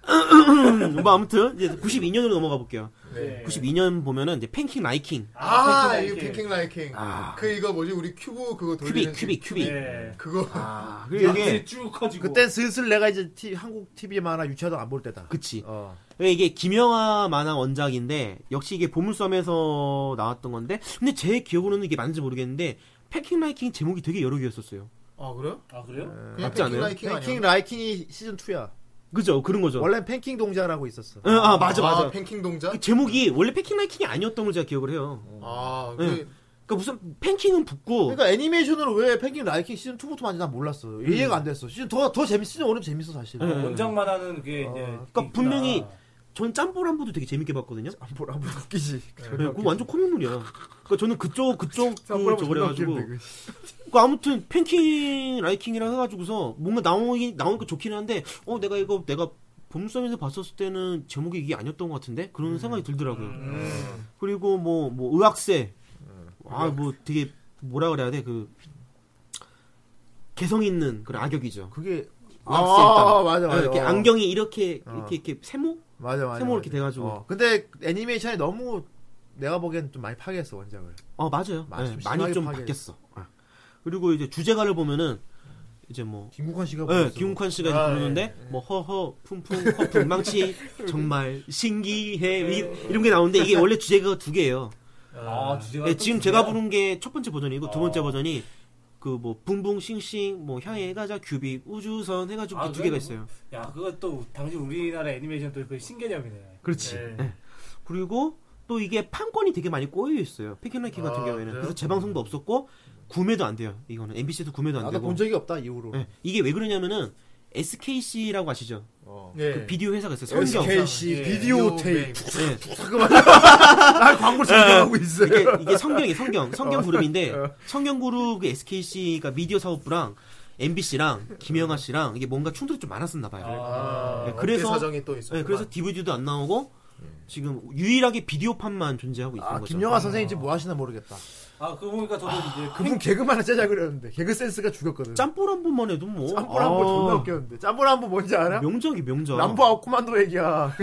[SPEAKER 6] 음, 뭐 아무튼 이제 92년으로 넘어가 볼게요.
[SPEAKER 3] 네.
[SPEAKER 6] 92년 보면은 이제 팬킹 라이킹
[SPEAKER 4] 아,
[SPEAKER 3] 아,
[SPEAKER 4] 이거
[SPEAKER 3] 핑킹
[SPEAKER 4] 핑킹 라이킹. 그 이거 뭐지? 우리 큐브 그거 돌리는
[SPEAKER 6] 아.
[SPEAKER 4] 네.
[SPEAKER 6] 큐빅 큐빅 큐빅
[SPEAKER 3] 예.
[SPEAKER 4] 그거
[SPEAKER 6] 아, 그리고 이게
[SPEAKER 3] 이게 쭉 커지고.
[SPEAKER 2] 그땐 슬슬 내가 이제 티- 한국 TV 만화 유치하도 안 볼 때다.
[SPEAKER 6] 그치 그러니까
[SPEAKER 2] 어.
[SPEAKER 6] 이게 김영하 만화 원작인데 역시 이게 보물섬에서 나왔던 건데 근데 제 기억으로는 이게 맞는지 모르겠는데 팬킹 라이킹 제목이 되게 여러 개였었어요.
[SPEAKER 4] 아, 그래요?
[SPEAKER 3] 아 그래요?
[SPEAKER 4] 그냥
[SPEAKER 6] 맞지
[SPEAKER 4] 핑킹
[SPEAKER 6] 않아요?
[SPEAKER 4] 라이킹
[SPEAKER 2] 팬킹
[SPEAKER 4] 아니야?
[SPEAKER 2] 라이킹이 시즌 2야.
[SPEAKER 6] 그죠 그런 거죠.
[SPEAKER 2] 원래 팬킹 동자라고 있었어.
[SPEAKER 6] 응, 아 맞아 맞아.
[SPEAKER 4] 아, 팬킹 동작?
[SPEAKER 6] 그 제목이 원래 팬킹 라이킹이 아니었던 걸 제가 기억을 해요.
[SPEAKER 4] 아,
[SPEAKER 6] 네.
[SPEAKER 4] 그
[SPEAKER 6] 그러니까 무슨 팬킹은 붙고
[SPEAKER 2] 그러니까 애니메이션으로 왜 팬킹 라이킹 시즌 2부터 만지 난 몰랐어. 이해가 안 됐어. 시즌 더 더 재밌 시즌 5는 재밌어 사실.
[SPEAKER 6] 응.
[SPEAKER 3] 원작만 하는 그게 이제.
[SPEAKER 6] 네. 그러니까
[SPEAKER 3] 있구나.
[SPEAKER 6] 분명히 전 짬뽀람보도 되게 재밌게 봤거든요.
[SPEAKER 2] 뭐라 뭐 웃기지.
[SPEAKER 6] 네, 그거 완전 코믹물이야. 그러니까 저는 그쪽 그쪽 그
[SPEAKER 2] 짬뽀라면
[SPEAKER 6] 저거
[SPEAKER 2] 존나
[SPEAKER 6] 그래가지고
[SPEAKER 2] 웃기는데,
[SPEAKER 6] 그 아무튼 팬킹 라이킹이라 해가지고서 뭔가 나오긴 나오니까 좋긴 한데 어 내가 이거 내가 봄섬에서 봤었을 때는 제목이 이게 아니었던 것 같은데
[SPEAKER 2] 음.
[SPEAKER 6] 그런 생각이 들더라고요. 그리고 뭐 뭐 의학세
[SPEAKER 2] 음.
[SPEAKER 6] 아 뭐 되게 뭐라 그래야 돼 그 개성 있는 그런 악역이죠.
[SPEAKER 2] 그게
[SPEAKER 6] 의학세
[SPEAKER 2] 아,
[SPEAKER 6] 일단.
[SPEAKER 2] 맞아 맞아.
[SPEAKER 6] 네, 이렇게
[SPEAKER 2] 어.
[SPEAKER 6] 안경이 이렇게
[SPEAKER 2] 어.
[SPEAKER 6] 이렇게 이렇게 세모
[SPEAKER 2] 맞아 맞아.
[SPEAKER 6] 세모 이렇게
[SPEAKER 2] 맞아.
[SPEAKER 6] 돼가지고.
[SPEAKER 2] 어. 근데 애니메이션이 너무 내가 보기엔 좀 많이 파괴했어 원작을.
[SPEAKER 6] 어 맞아요.
[SPEAKER 2] 많이
[SPEAKER 6] 네,
[SPEAKER 2] 좀
[SPEAKER 6] 많이
[SPEAKER 2] 심하게
[SPEAKER 6] 좀
[SPEAKER 2] 파괴.
[SPEAKER 6] 바뀌었어. 아. 그리고 이제 주제가를 보면은 이제 뭐
[SPEAKER 2] 김국환 씨가
[SPEAKER 6] 예,
[SPEAKER 2] 불렀어.
[SPEAKER 6] 김국환 씨가 이제 부르는데 뭐 허허 품품 허품 망치 정말 신기해 이, 이런 게 나오는데 이게 원래 주제가 두 개예요.
[SPEAKER 3] 아 주제가.
[SPEAKER 6] 예,
[SPEAKER 3] 또
[SPEAKER 6] 지금
[SPEAKER 3] 중요한-
[SPEAKER 6] 제가 부른 게 첫 번째 버전이고 두 번째 버전이 그 뭐 붕붕 싱싱 뭐 향해 가자 규비 우주선 해가지고
[SPEAKER 3] 아,
[SPEAKER 6] 이렇게 두
[SPEAKER 3] 그래요?
[SPEAKER 6] 개가 있어요.
[SPEAKER 3] 야 그거 또 당시 우리나라 애니메이션 또그 신개념이네.
[SPEAKER 6] 그렇지.
[SPEAKER 3] 예.
[SPEAKER 6] 그리고 또 이게 판권이 되게 많이 꼬여 있어요. 피켓라이킹 같은
[SPEAKER 4] 아,
[SPEAKER 6] 경우에는
[SPEAKER 4] 그래요?
[SPEAKER 6] 그래서 재방송도 없었고 구매도 안 돼요. 이거는 MBC에도 구매도 안
[SPEAKER 2] 나도
[SPEAKER 6] 되고
[SPEAKER 2] 본 적이 없다 이후로.
[SPEAKER 6] 예, 이게 왜 그러냐면은 SKC라고 아시죠?
[SPEAKER 4] 예.
[SPEAKER 6] 그 비디오 회사가 있어요. 성경.
[SPEAKER 3] 네.
[SPEAKER 2] SKC
[SPEAKER 4] 예.
[SPEAKER 2] 비디오 테이프.
[SPEAKER 4] 테이프.
[SPEAKER 6] 예.
[SPEAKER 2] 날 광고 지정하고 있어.
[SPEAKER 6] 이게, 이게 성경이 성경
[SPEAKER 4] 어.
[SPEAKER 6] 성경 그룹인데 성경 그룹 SKC가 미디어 사업부랑 MBC랑 김영하 씨랑 이게 뭔가 충돌이 좀 많았었나 봐요.
[SPEAKER 3] 아.
[SPEAKER 6] 예,
[SPEAKER 4] 그래서
[SPEAKER 6] 그래서
[SPEAKER 4] 사정이 음. 또 있어.
[SPEAKER 6] 예, 그래서 DVD도 안 나오고 지금 유일하게 비디오판만 존재하고 있는
[SPEAKER 2] 아
[SPEAKER 6] 거죠.
[SPEAKER 2] 김영하 선생님 지금 뭐 하시나 모르겠다.
[SPEAKER 3] 아 그거 보니까 저도 이제
[SPEAKER 2] 그분 개그만 하나 짜자 그랬는데 개그 센스가 죽였거든.
[SPEAKER 6] 짬뽀를 한 번만 해도 뭐
[SPEAKER 2] 짬볼 한번 존나 웃겼는데 짬볼 한번 뭔지 알아?
[SPEAKER 6] 명작이 명작.
[SPEAKER 2] 남보 아웃 코만도 얘기야.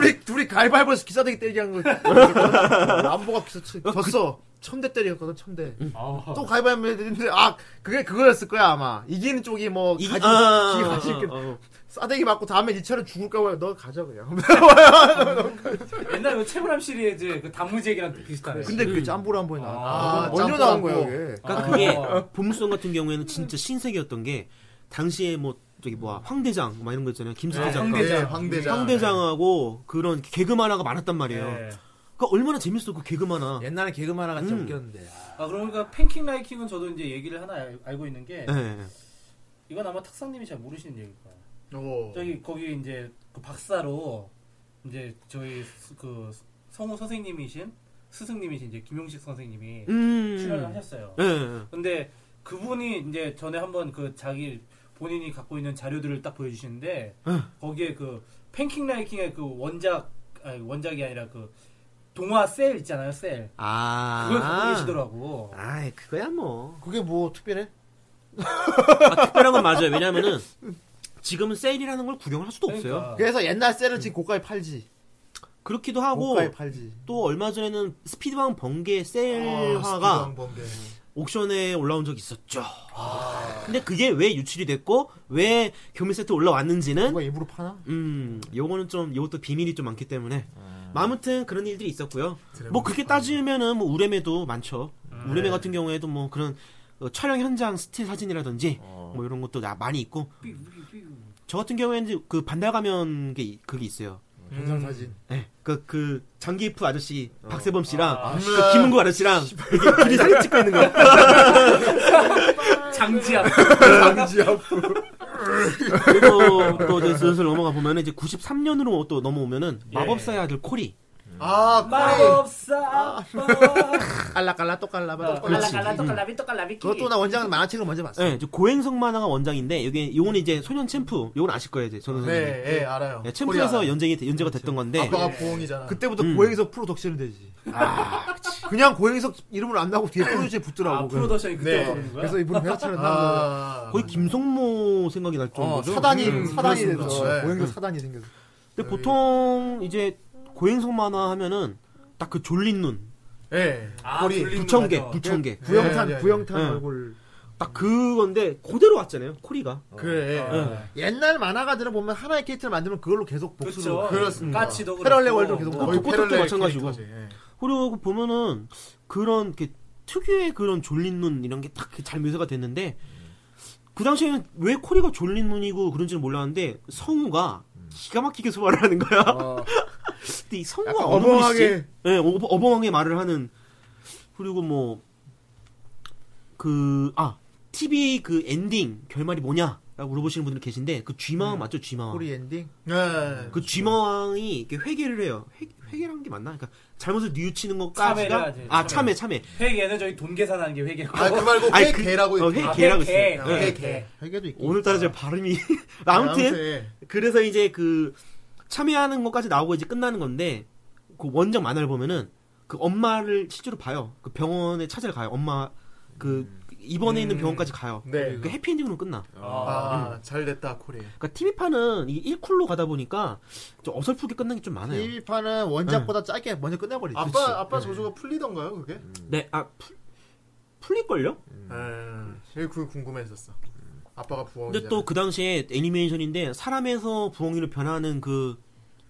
[SPEAKER 2] 둘이 둘이 가위바위보에서 기사대기 때리게 한 거. 남보가 기사 치- 졌어. 천대 때리였거든 천대.
[SPEAKER 3] 아,
[SPEAKER 2] 또 가위바위보 했는데 아 그게 그거였을 거야 아마 이기는 쪽이 뭐
[SPEAKER 6] 이게
[SPEAKER 2] 가지
[SPEAKER 6] 아, 아,
[SPEAKER 2] 기
[SPEAKER 6] 아,
[SPEAKER 2] 가지
[SPEAKER 6] 아, 아, 아.
[SPEAKER 2] 싸대기 맞고 다음에 이 차는 죽을까 봐요. 너 가자 그냥.
[SPEAKER 3] 옛날 그 최불암 시리즈 그 단무지액이랑 비슷하네.
[SPEAKER 2] 근데 그게 짬볼 한번
[SPEAKER 4] 아,
[SPEAKER 2] 나왔다. 먼저
[SPEAKER 4] 짬볼
[SPEAKER 2] 나온
[SPEAKER 4] 한
[SPEAKER 2] 거야
[SPEAKER 4] 번.
[SPEAKER 2] 이게.
[SPEAKER 6] 그러니까 그게 보물섬 같은 경우에는 진짜 신세계였던 게 당시에 뭐 저기 뭐야 황대장 막 이런 거 있잖아요 김수태
[SPEAKER 3] 아,
[SPEAKER 6] 작가
[SPEAKER 3] 황대장.
[SPEAKER 4] 황대장, 황대장.
[SPEAKER 6] 황대장하고 그런 개그 만화가 많았단 말이에요.
[SPEAKER 3] 예.
[SPEAKER 6] 그러니까 얼마나 재밌어 그 개그 만화.
[SPEAKER 2] 옛날에 개그만 하나 같이
[SPEAKER 6] 음.
[SPEAKER 2] 웃겼는데.
[SPEAKER 3] 아 그러니까 팬킹 라이킹은 저도 이제 얘기를 하나 알- 알고 있는 게
[SPEAKER 6] 예, 예.
[SPEAKER 3] 이건 아마 탁상님이 잘 모르시는 얘기일 거예요.
[SPEAKER 4] 오.
[SPEAKER 3] 저기 거기 이제 그 박사로 이제 저희 스- 그 성우 선생님이신 스승님이신 이제 김용식 선생님이
[SPEAKER 6] 음.
[SPEAKER 3] 출연을 하셨어요.
[SPEAKER 6] 예, 예.
[SPEAKER 3] 근데 그분이 이제 전에 한번 그 자기 본인이 갖고 있는 자료들을 딱 보여주시는데
[SPEAKER 6] 어.
[SPEAKER 3] 거기에 그 팬킹 라이킹의 그 원작 아니 원작이 아니라 그 동화 셀 있잖아요 셀
[SPEAKER 6] 아.
[SPEAKER 3] 그걸 갖고 계시더라고
[SPEAKER 6] 아, 그거야 뭐.
[SPEAKER 7] 어.
[SPEAKER 2] 그게 뭐 특별해?
[SPEAKER 6] 아, 특별한 건 맞아요. 왜냐면은 지금은 세일이라는 걸 구경을 할 수도 없어요.
[SPEAKER 3] 그러니까.
[SPEAKER 7] 그래서 옛날 셀은 지금 고가에 팔지.
[SPEAKER 6] 그렇기도 하고
[SPEAKER 7] 고가에 팔지.
[SPEAKER 6] 또 얼마 전에는 스피드왕 번개 세일화가
[SPEAKER 4] 아, 번개.
[SPEAKER 6] 옥션에 올라온 적이 있었죠.
[SPEAKER 4] 아.
[SPEAKER 6] 근데 그게 왜 유출이 됐고 왜 교미 세트 올라왔는지는
[SPEAKER 7] 누가 일부러 파나?
[SPEAKER 6] 음 요거는 좀 요것도 비밀이 좀 많기 때문에
[SPEAKER 4] 음.
[SPEAKER 6] 뭐 아무튼 그런 일들이 있었고요. 뭐 그렇게 따지면은 뭐 우레메도 많죠.
[SPEAKER 4] 음. 네.
[SPEAKER 6] 우레메 같은 경우에도 뭐 그런 어, 촬영 현장 스틸 사진이라든지
[SPEAKER 4] 어.
[SPEAKER 6] 뭐 이런 것도 나- 많이 있고 저 같은 경우에는 이제 그 반달 가면 게 이- 그게 있어요.
[SPEAKER 4] 음.
[SPEAKER 2] 현상 사진.
[SPEAKER 6] 네, 그, 그, 장기프 아저씨,
[SPEAKER 4] 어.
[SPEAKER 6] 박세범 씨랑, 그 김은구 아저씨랑, 이렇게 둘이 사진 찍고 있는 거. 아,
[SPEAKER 3] 장지압.
[SPEAKER 6] 그리고 또 이제 슬슬 넘어가 보면 이제 93년으로 뭐 또 넘어오면은 마법사의 아들 코리.
[SPEAKER 4] 아, 꼬리.
[SPEAKER 3] 마법사.
[SPEAKER 7] 깔라깔라 또
[SPEAKER 3] 어,
[SPEAKER 7] 깔라봐.
[SPEAKER 3] 깔라깔라 또깔라비 또깔라비.
[SPEAKER 7] 그것도 나 원작은 만화책을 먼저 봤어.
[SPEAKER 6] 네, 이제 고행성 만화가 원작인데 이게 요건 이제 소년 챔프, 요건 아실 거예요 이제 저는.
[SPEAKER 4] 네, 예, 알아요.
[SPEAKER 6] 음, 네,
[SPEAKER 4] 꼬리
[SPEAKER 6] 챔프에서
[SPEAKER 4] 알아요.
[SPEAKER 6] 연쟁이 되- 연재가 됐던 건데
[SPEAKER 4] 아빠가 보홍이잖아.
[SPEAKER 7] 그때부터
[SPEAKER 6] 음.
[SPEAKER 7] 고행석 프로 덕질은 되지. 그냥 고행석 이름을 안 나고 뒤에 프로듀스에 붙더라고.
[SPEAKER 3] 아,
[SPEAKER 7] 그래서.
[SPEAKER 3] 프로덕션이 그때
[SPEAKER 4] 네.
[SPEAKER 3] 부르는 거야?
[SPEAKER 7] 그래서 이분 회사차를 나고
[SPEAKER 4] 아,
[SPEAKER 6] 거의 김성모 생각이 날
[SPEAKER 7] 어,
[SPEAKER 6] 정도죠.
[SPEAKER 7] 사단이
[SPEAKER 4] 음,
[SPEAKER 7] 사단이
[SPEAKER 4] 그렇습니다.
[SPEAKER 7] 돼서
[SPEAKER 4] 네.
[SPEAKER 7] 고행석 사단이 생겨서
[SPEAKER 6] 근데 보통 이제 고행성 만화 하면은 딱 그 졸린 눈,
[SPEAKER 4] 예.
[SPEAKER 3] 아,
[SPEAKER 4] 꼬리.
[SPEAKER 3] 돌리는
[SPEAKER 6] 부청객,
[SPEAKER 3] 거죠.
[SPEAKER 6] 부청객.
[SPEAKER 7] 구영탄
[SPEAKER 4] 예, 예, 예.
[SPEAKER 7] 구영탄
[SPEAKER 6] 예.
[SPEAKER 7] 얼굴
[SPEAKER 6] 딱 그건데 그대로 왔잖아요 코리가.
[SPEAKER 4] 그래. 예.
[SPEAKER 6] 예.
[SPEAKER 7] 옛날 만화가들은 보면 하나의 캐릭터를 만들면 그걸로 계속 복수를
[SPEAKER 3] 그렇죠.
[SPEAKER 4] 그렇습니다.
[SPEAKER 3] 까치도
[SPEAKER 7] 패럴레
[SPEAKER 3] 그렇고.
[SPEAKER 7] 월드 계속
[SPEAKER 6] 어,
[SPEAKER 7] 나와.
[SPEAKER 6] 거의 복고탑도
[SPEAKER 4] 패럴렐
[SPEAKER 6] 마찬가지고.
[SPEAKER 4] 캐릭터지, 예.
[SPEAKER 6] 그리고 보면은 그런 이렇게 특유의 그런 졸린 눈 이런 게 딱 잘 묘사가 됐는데 그 당시에는 왜 코리가 졸린 눈이고 그런지는 몰랐는데 성우가
[SPEAKER 7] 음.
[SPEAKER 6] 기가 막히게 소화를 하는 거야. 근데 이 성우가
[SPEAKER 7] 아. 약간
[SPEAKER 6] 어느 분이시지?
[SPEAKER 7] 어벙하게.
[SPEAKER 6] 예, 어- 어벙하게 말을 하는 그리고 뭐 그 아 TV 그 엔딩 결말이 뭐냐? 라고 물어보시는 분들 계신데 그 쥐마왕 맞죠 쥐마왕?
[SPEAKER 7] 꼬리 음. 엔딩
[SPEAKER 3] 네,
[SPEAKER 4] 예.
[SPEAKER 6] 그 쥐마왕이 이렇게 회개를 해요. 회, 회개란 게 맞나? 그러니까 잘못을 뉘우치는
[SPEAKER 3] 참회를
[SPEAKER 6] 것까지가
[SPEAKER 3] 하지,
[SPEAKER 6] 아
[SPEAKER 3] 참회.
[SPEAKER 6] 참회 참회.
[SPEAKER 3] 회계는 저희 돈 계산하는 게 회계고.
[SPEAKER 4] 아, 그 말고
[SPEAKER 6] 아니,
[SPEAKER 4] 회
[SPEAKER 6] 그-
[SPEAKER 4] 개라고
[SPEAKER 6] 어,
[SPEAKER 4] 있-
[SPEAKER 6] 회-
[SPEAKER 4] 아,
[SPEAKER 6] 개라고
[SPEAKER 3] 개.
[SPEAKER 6] 했어요.
[SPEAKER 4] 예.
[SPEAKER 3] 회 개.
[SPEAKER 7] 회계도 있고
[SPEAKER 6] 오늘따라 제 발음이 아무튼
[SPEAKER 4] 아. 예.
[SPEAKER 6] 그래서 이제 그 참여하는 것까지 나오고 이제 끝나는 건데 그 원작 만화를 보면은 그 엄마를 실제로 봐요. 그 병원에 찾으러 가요. 엄마 그 입원해 있는
[SPEAKER 4] 음.
[SPEAKER 6] 병원까지 가요.
[SPEAKER 4] 네.
[SPEAKER 6] 그 해피엔딩으로 끝나.
[SPEAKER 7] 음,
[SPEAKER 4] 아,
[SPEAKER 6] 음,
[SPEAKER 4] 잘 됐다, 코리.
[SPEAKER 6] 그러니까 TV판은 이 1쿨로 가다 보니까 좀 어설프게 끝난 게 좀 많아요.
[SPEAKER 7] TV판은 원작보다 짧게 먼저 끝내버리지
[SPEAKER 4] 아빠 아빠 저주가 풀리던가요, 그게?
[SPEAKER 6] 네, 아 풀, 풀릴걸요?
[SPEAKER 4] 음. 제일 그게 궁금했었어. 아빠가 부엉이.
[SPEAKER 6] 근데 또 그 당시에 애니메이션인데 사람에서 부엉이로 변하는 그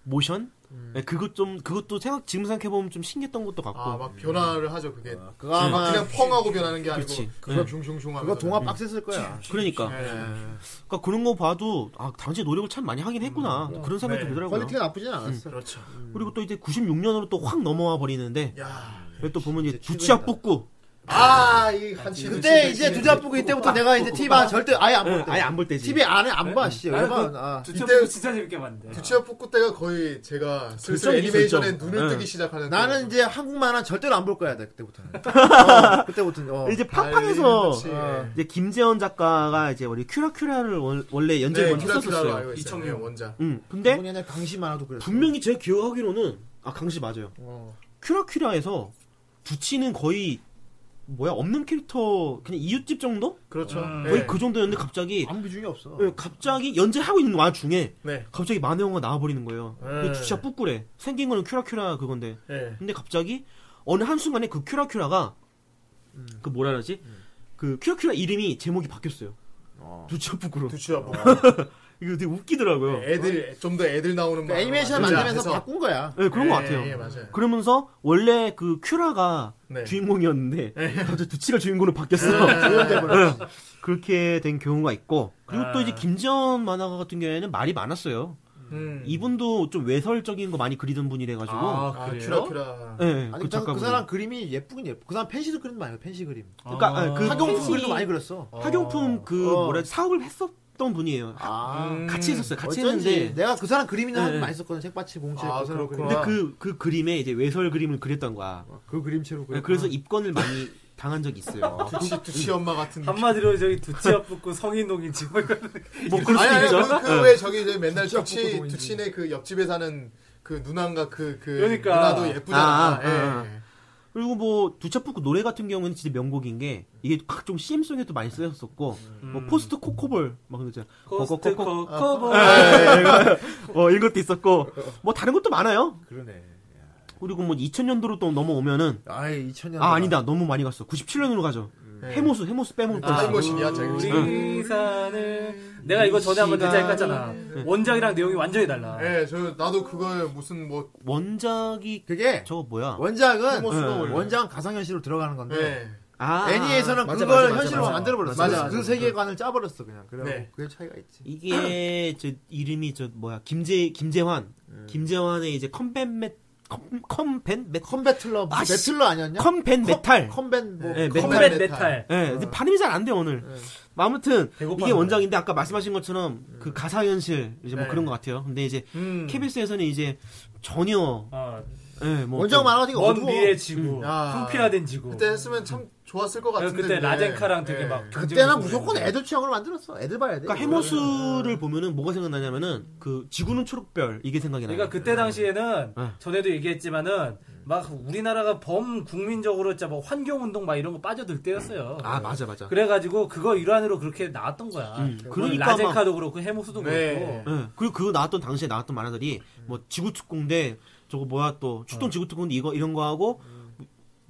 [SPEAKER 6] 모션? 네, 그것 좀 그것도 생각 지금 생각해 보면 좀 신기했던 것도 같고.
[SPEAKER 4] 음. 아막 변화를 하죠 그게.
[SPEAKER 7] 그거
[SPEAKER 4] 아,
[SPEAKER 7] 아마
[SPEAKER 4] 그냥 펑하고 변하는 게 아니고 예,
[SPEAKER 6] 그치.
[SPEAKER 4] 그거
[SPEAKER 6] 네.
[SPEAKER 4] 슝슝슝 하고.
[SPEAKER 7] 그거 동화 빡셌을 거야
[SPEAKER 6] 그러니까. 그러니까 그런 거 봐도 아 당시 노력을 참 많이 하긴 했구나 그런 생각이
[SPEAKER 4] 네.
[SPEAKER 6] 들더라고요.
[SPEAKER 7] 퀄리티가 나쁘진
[SPEAKER 6] 음.
[SPEAKER 7] 않았어
[SPEAKER 4] 그렇죠.
[SPEAKER 6] 그리고 또 이제 96년으로 또 확 넘어와 버리는데
[SPEAKER 4] 예. 야.
[SPEAKER 6] 그리고 또 보면 이제 주치약 뽑고
[SPEAKER 4] 아, 이 한치.
[SPEAKER 7] 그때 이제 두자 뿌고 이때부터 내가 이제 TV판 절대 아, 아예 안
[SPEAKER 2] 네.
[SPEAKER 6] 응,
[SPEAKER 7] 볼때
[SPEAKER 6] 어, 아예 안 볼 때지. 네.
[SPEAKER 7] TV 안에 안봐 씨.
[SPEAKER 3] 나는
[SPEAKER 7] 얼마나
[SPEAKER 3] 그-
[SPEAKER 7] 아.
[SPEAKER 3] 주체부
[SPEAKER 4] 이때-
[SPEAKER 3] 진짜 재밌게 봤는데.
[SPEAKER 4] 주치아 폭구 때가 거의 제가 슬슬
[SPEAKER 6] 결정이지,
[SPEAKER 4] 애니메이션에
[SPEAKER 6] 결정.
[SPEAKER 4] 눈을
[SPEAKER 6] 네.
[SPEAKER 4] 뜨기 시작하는
[SPEAKER 7] 나는
[SPEAKER 4] 때였어요.
[SPEAKER 7] 이제 한국 만화 절대로 안 볼 거야 나 그때부터는 어, 그때부터는 어.
[SPEAKER 6] 이제 팡팡에서
[SPEAKER 4] 달리는 거지.
[SPEAKER 6] 이제 김재원 작가가 이제 우리 큐라큐라를 원- 원래 연재를
[SPEAKER 4] 네,
[SPEAKER 6] 먼저
[SPEAKER 4] 큐라큐라로
[SPEAKER 6] 썼었어요.
[SPEAKER 4] 알고 있어요.
[SPEAKER 3] 이청용.
[SPEAKER 4] 네, 원작.
[SPEAKER 6] 음
[SPEAKER 7] 이번
[SPEAKER 6] 근데
[SPEAKER 7] 옛날 강시 만화도 그랬어
[SPEAKER 6] 분명히 제 기억하기로는 아 강시 맞아요.
[SPEAKER 7] 어.
[SPEAKER 6] 큐라큐라에서 부치는 거의 뭐야 없는 캐릭터 그냥 이웃집 정도
[SPEAKER 4] 그렇죠. 네.
[SPEAKER 6] 거의 그 정도였는데 갑자기
[SPEAKER 7] 아무 비중이 없어
[SPEAKER 6] 예, 갑자기 연재하고 있는 와중에
[SPEAKER 4] 네.
[SPEAKER 6] 갑자기 만화영화 나와버리는 거예요.
[SPEAKER 4] 네.
[SPEAKER 6] 주차 뿌꾸래. 생긴 거는 큐라큐라 그건데.
[SPEAKER 4] 네.
[SPEAKER 6] 근데 갑자기 어느 한순간에 그 큐라큐라가 그 뭐라 그러지? 그 큐라큐라 이름이 제목이 바뀌었어요. 주차 뿌꾸로.
[SPEAKER 4] 주치아 폭구.
[SPEAKER 6] 이거 되게
[SPEAKER 4] 네.
[SPEAKER 6] 웃기더라고요. 예,
[SPEAKER 4] 어. 애들 좀 더 애들 나오는
[SPEAKER 7] 그러니까
[SPEAKER 4] 만화
[SPEAKER 7] 애니메이션
[SPEAKER 4] 만들자
[SPEAKER 7] 만들면서
[SPEAKER 4] 해서.
[SPEAKER 7] 바꾼 거야
[SPEAKER 6] 그런 것
[SPEAKER 4] 예,
[SPEAKER 6] 같아요.
[SPEAKER 4] 예, 맞아요.
[SPEAKER 6] 그러면서 원래 그 큐라가
[SPEAKER 4] 네.
[SPEAKER 6] 주인공이었는데 갑자기 두치가 주인공으로 바뀌었어. 예. 그렇게 된 경우가 있고 그리고 또 이제 김지연 만화가 같은 경우에는 말이 많았어요.
[SPEAKER 4] 음.
[SPEAKER 6] 이분도 좀 외설적인 거 많이 그리던 분이래 가지고
[SPEAKER 4] 아, 큐라큐라.
[SPEAKER 6] 예, 예,
[SPEAKER 7] 아니
[SPEAKER 6] 그
[SPEAKER 7] 그, 사- 그
[SPEAKER 6] 작가분.
[SPEAKER 7] 사람 그림이 예쁘긴 예뻐 그 사람 펜시도 그림 많이 펜시 그림
[SPEAKER 6] 그러니까 아, 그
[SPEAKER 7] 학용품
[SPEAKER 6] 펜시-
[SPEAKER 7] 그림도 많이 그렸어
[SPEAKER 6] 학용품 그
[SPEAKER 7] 어.
[SPEAKER 6] 뭐라 사업을 했었던 분이에요.
[SPEAKER 7] 아
[SPEAKER 4] 음.
[SPEAKER 6] 같이 했었어요. 같이
[SPEAKER 7] 어쩐지
[SPEAKER 6] 했는데
[SPEAKER 7] 내가 그 사람 그림이나
[SPEAKER 6] 네.
[SPEAKER 7] 많이 썼거든 책받침 공책
[SPEAKER 4] 아,
[SPEAKER 7] 그 사람 그림
[SPEAKER 4] 그렇구나.
[SPEAKER 2] 어.
[SPEAKER 6] 근데 그 그 그림에 이제 외설 그림을 그렸던 거야.
[SPEAKER 7] 그 그림체로
[SPEAKER 2] 네,
[SPEAKER 7] 그렸구나.
[SPEAKER 6] 그래서
[SPEAKER 2] 어.
[SPEAKER 6] 입건을 많이 당한 적이 있어요.
[SPEAKER 4] 두치 두치 엄마 같은.
[SPEAKER 3] 한마디로 저기 두치아 붙고 성인농인 지금
[SPEAKER 6] 뭐 그럴 수도
[SPEAKER 4] 아니,
[SPEAKER 6] 있죠.
[SPEAKER 4] 아니, 그, 그왜 저기 이제 맨날 두치 두치네 그 옆집에 사는 그 누난가 그 그
[SPEAKER 3] 그러니까.
[SPEAKER 4] 누나도 예쁘잖아.
[SPEAKER 6] 아, 아,
[SPEAKER 4] 예.
[SPEAKER 6] 아. 그리고 뭐 두차 푸크 노래 같은 경우는 진짜 명곡인 게 이게 각종 CM송에도 많이 쓰였었고
[SPEAKER 3] 음.
[SPEAKER 6] 뭐 포스트 코코볼 막 그러잖아요.
[SPEAKER 3] 코스트
[SPEAKER 6] 코코-
[SPEAKER 3] 코코보.
[SPEAKER 6] 어, 이런 것도 있었고 뭐 다른 것도 많아요.
[SPEAKER 2] 그러네.
[SPEAKER 6] 그리고 뭐 2000년도로 또 넘어오면은
[SPEAKER 2] 아이 2000년.
[SPEAKER 6] 아 아니다 너무 많이 갔어. 97년으로 가죠.
[SPEAKER 4] 네.
[SPEAKER 6] 해모수 해모수 빼먹을
[SPEAKER 4] 아,
[SPEAKER 6] 뻔했어.
[SPEAKER 4] 한것이야 제가 지금.
[SPEAKER 3] 우리 산을 내가 이거 전에 한번 디자인 깠잖아. 원작이랑 내용이 완전히 달라.
[SPEAKER 4] 예, 저 나도 그걸 무슨 뭐
[SPEAKER 6] 원작이
[SPEAKER 2] 그게
[SPEAKER 6] 저거 뭐야?
[SPEAKER 2] 원작은
[SPEAKER 7] 네.
[SPEAKER 2] 어,
[SPEAKER 6] 해모수가 원래.
[SPEAKER 2] 원작은 가상현실로 들어가는 건데
[SPEAKER 4] 예.
[SPEAKER 6] 아
[SPEAKER 2] 애니에서는
[SPEAKER 7] 맞아,
[SPEAKER 2] 그걸
[SPEAKER 7] 맞아, 맞아,
[SPEAKER 2] 현실로
[SPEAKER 7] 맞아.
[SPEAKER 2] 만들어 버렸어.
[SPEAKER 4] 맞아, 맞아.
[SPEAKER 2] 그 세계관을 짜 버렸어 그냥. 그래
[SPEAKER 4] 네.
[SPEAKER 2] 고 그게 차이가 있지.
[SPEAKER 6] 이게 저 이름이 저 뭐야 김재 김재환 김재환의 이제 컴뱃 맷 컴, 컴벤 맷
[SPEAKER 2] 컴배틀러
[SPEAKER 6] 아, 씨.
[SPEAKER 2] 배틀러 아니었냐?
[SPEAKER 6] 컴벤 메탈
[SPEAKER 2] 컴벤 뭐 네.
[SPEAKER 6] 예,
[SPEAKER 4] 컴뱃
[SPEAKER 3] 컴뱃
[SPEAKER 4] 메탈.
[SPEAKER 3] 네, 메탈.
[SPEAKER 6] 예, 근데 발음이 잘 안 돼, 오늘. 아무튼,
[SPEAKER 3] 배고파서
[SPEAKER 6] 이게 원작인데, 아까 말씀하신 것처럼, 그 가사현실, 이제 뭐
[SPEAKER 4] 네.
[SPEAKER 6] 그런 것 같아요. 근데 이제,
[SPEAKER 4] 음.
[SPEAKER 6] KBS에서는 이제, 전혀,
[SPEAKER 3] 어,
[SPEAKER 6] 예, 뭐.
[SPEAKER 2] 원작
[SPEAKER 6] 좀-
[SPEAKER 2] 만화가 되게
[SPEAKER 3] 먼
[SPEAKER 2] 어두워. 뭐
[SPEAKER 3] 미래 지구.
[SPEAKER 4] 아.
[SPEAKER 3] 풍피화된 지구.
[SPEAKER 4] 그때 했으면 참 좋았을 것
[SPEAKER 3] 그래서
[SPEAKER 4] 같은데.
[SPEAKER 3] 그때 라젠카랑
[SPEAKER 4] 예.
[SPEAKER 3] 되게 막
[SPEAKER 2] 그때나
[SPEAKER 3] 경쟁을
[SPEAKER 2] 무조건
[SPEAKER 3] 했는데.
[SPEAKER 2] 애들 취향으로 만들었어. 애들 봐야 돼.
[SPEAKER 6] 그러니까 해모수를 보면은 뭐가 생각나냐면은, 그, 지구는 초록별, 이게 생각이 나요.
[SPEAKER 3] 그러니까 그때 당시에는
[SPEAKER 6] 네.
[SPEAKER 3] 전에도 얘기했지만은 막 우리나라가 범국민적으로 진짜 뭐 환경운동 막 이런 거 빠져들 때였어요.
[SPEAKER 6] 아, 맞아, 맞아.
[SPEAKER 3] 그래가지고 그거 일환으로 그렇게 나왔던 거야.
[SPEAKER 6] 음,
[SPEAKER 3] 물론
[SPEAKER 6] 그러니까
[SPEAKER 3] 라젠카도 그렇고 해모수도
[SPEAKER 4] 네.
[SPEAKER 3] 그렇고.
[SPEAKER 6] 예, 그리고 그거 나왔던 당시에 나왔던 만화들이, 뭐, 지구특공대, 저거 뭐야 또,
[SPEAKER 3] 어.
[SPEAKER 6] 출동 지구특공대 이거, 이런 거 하고,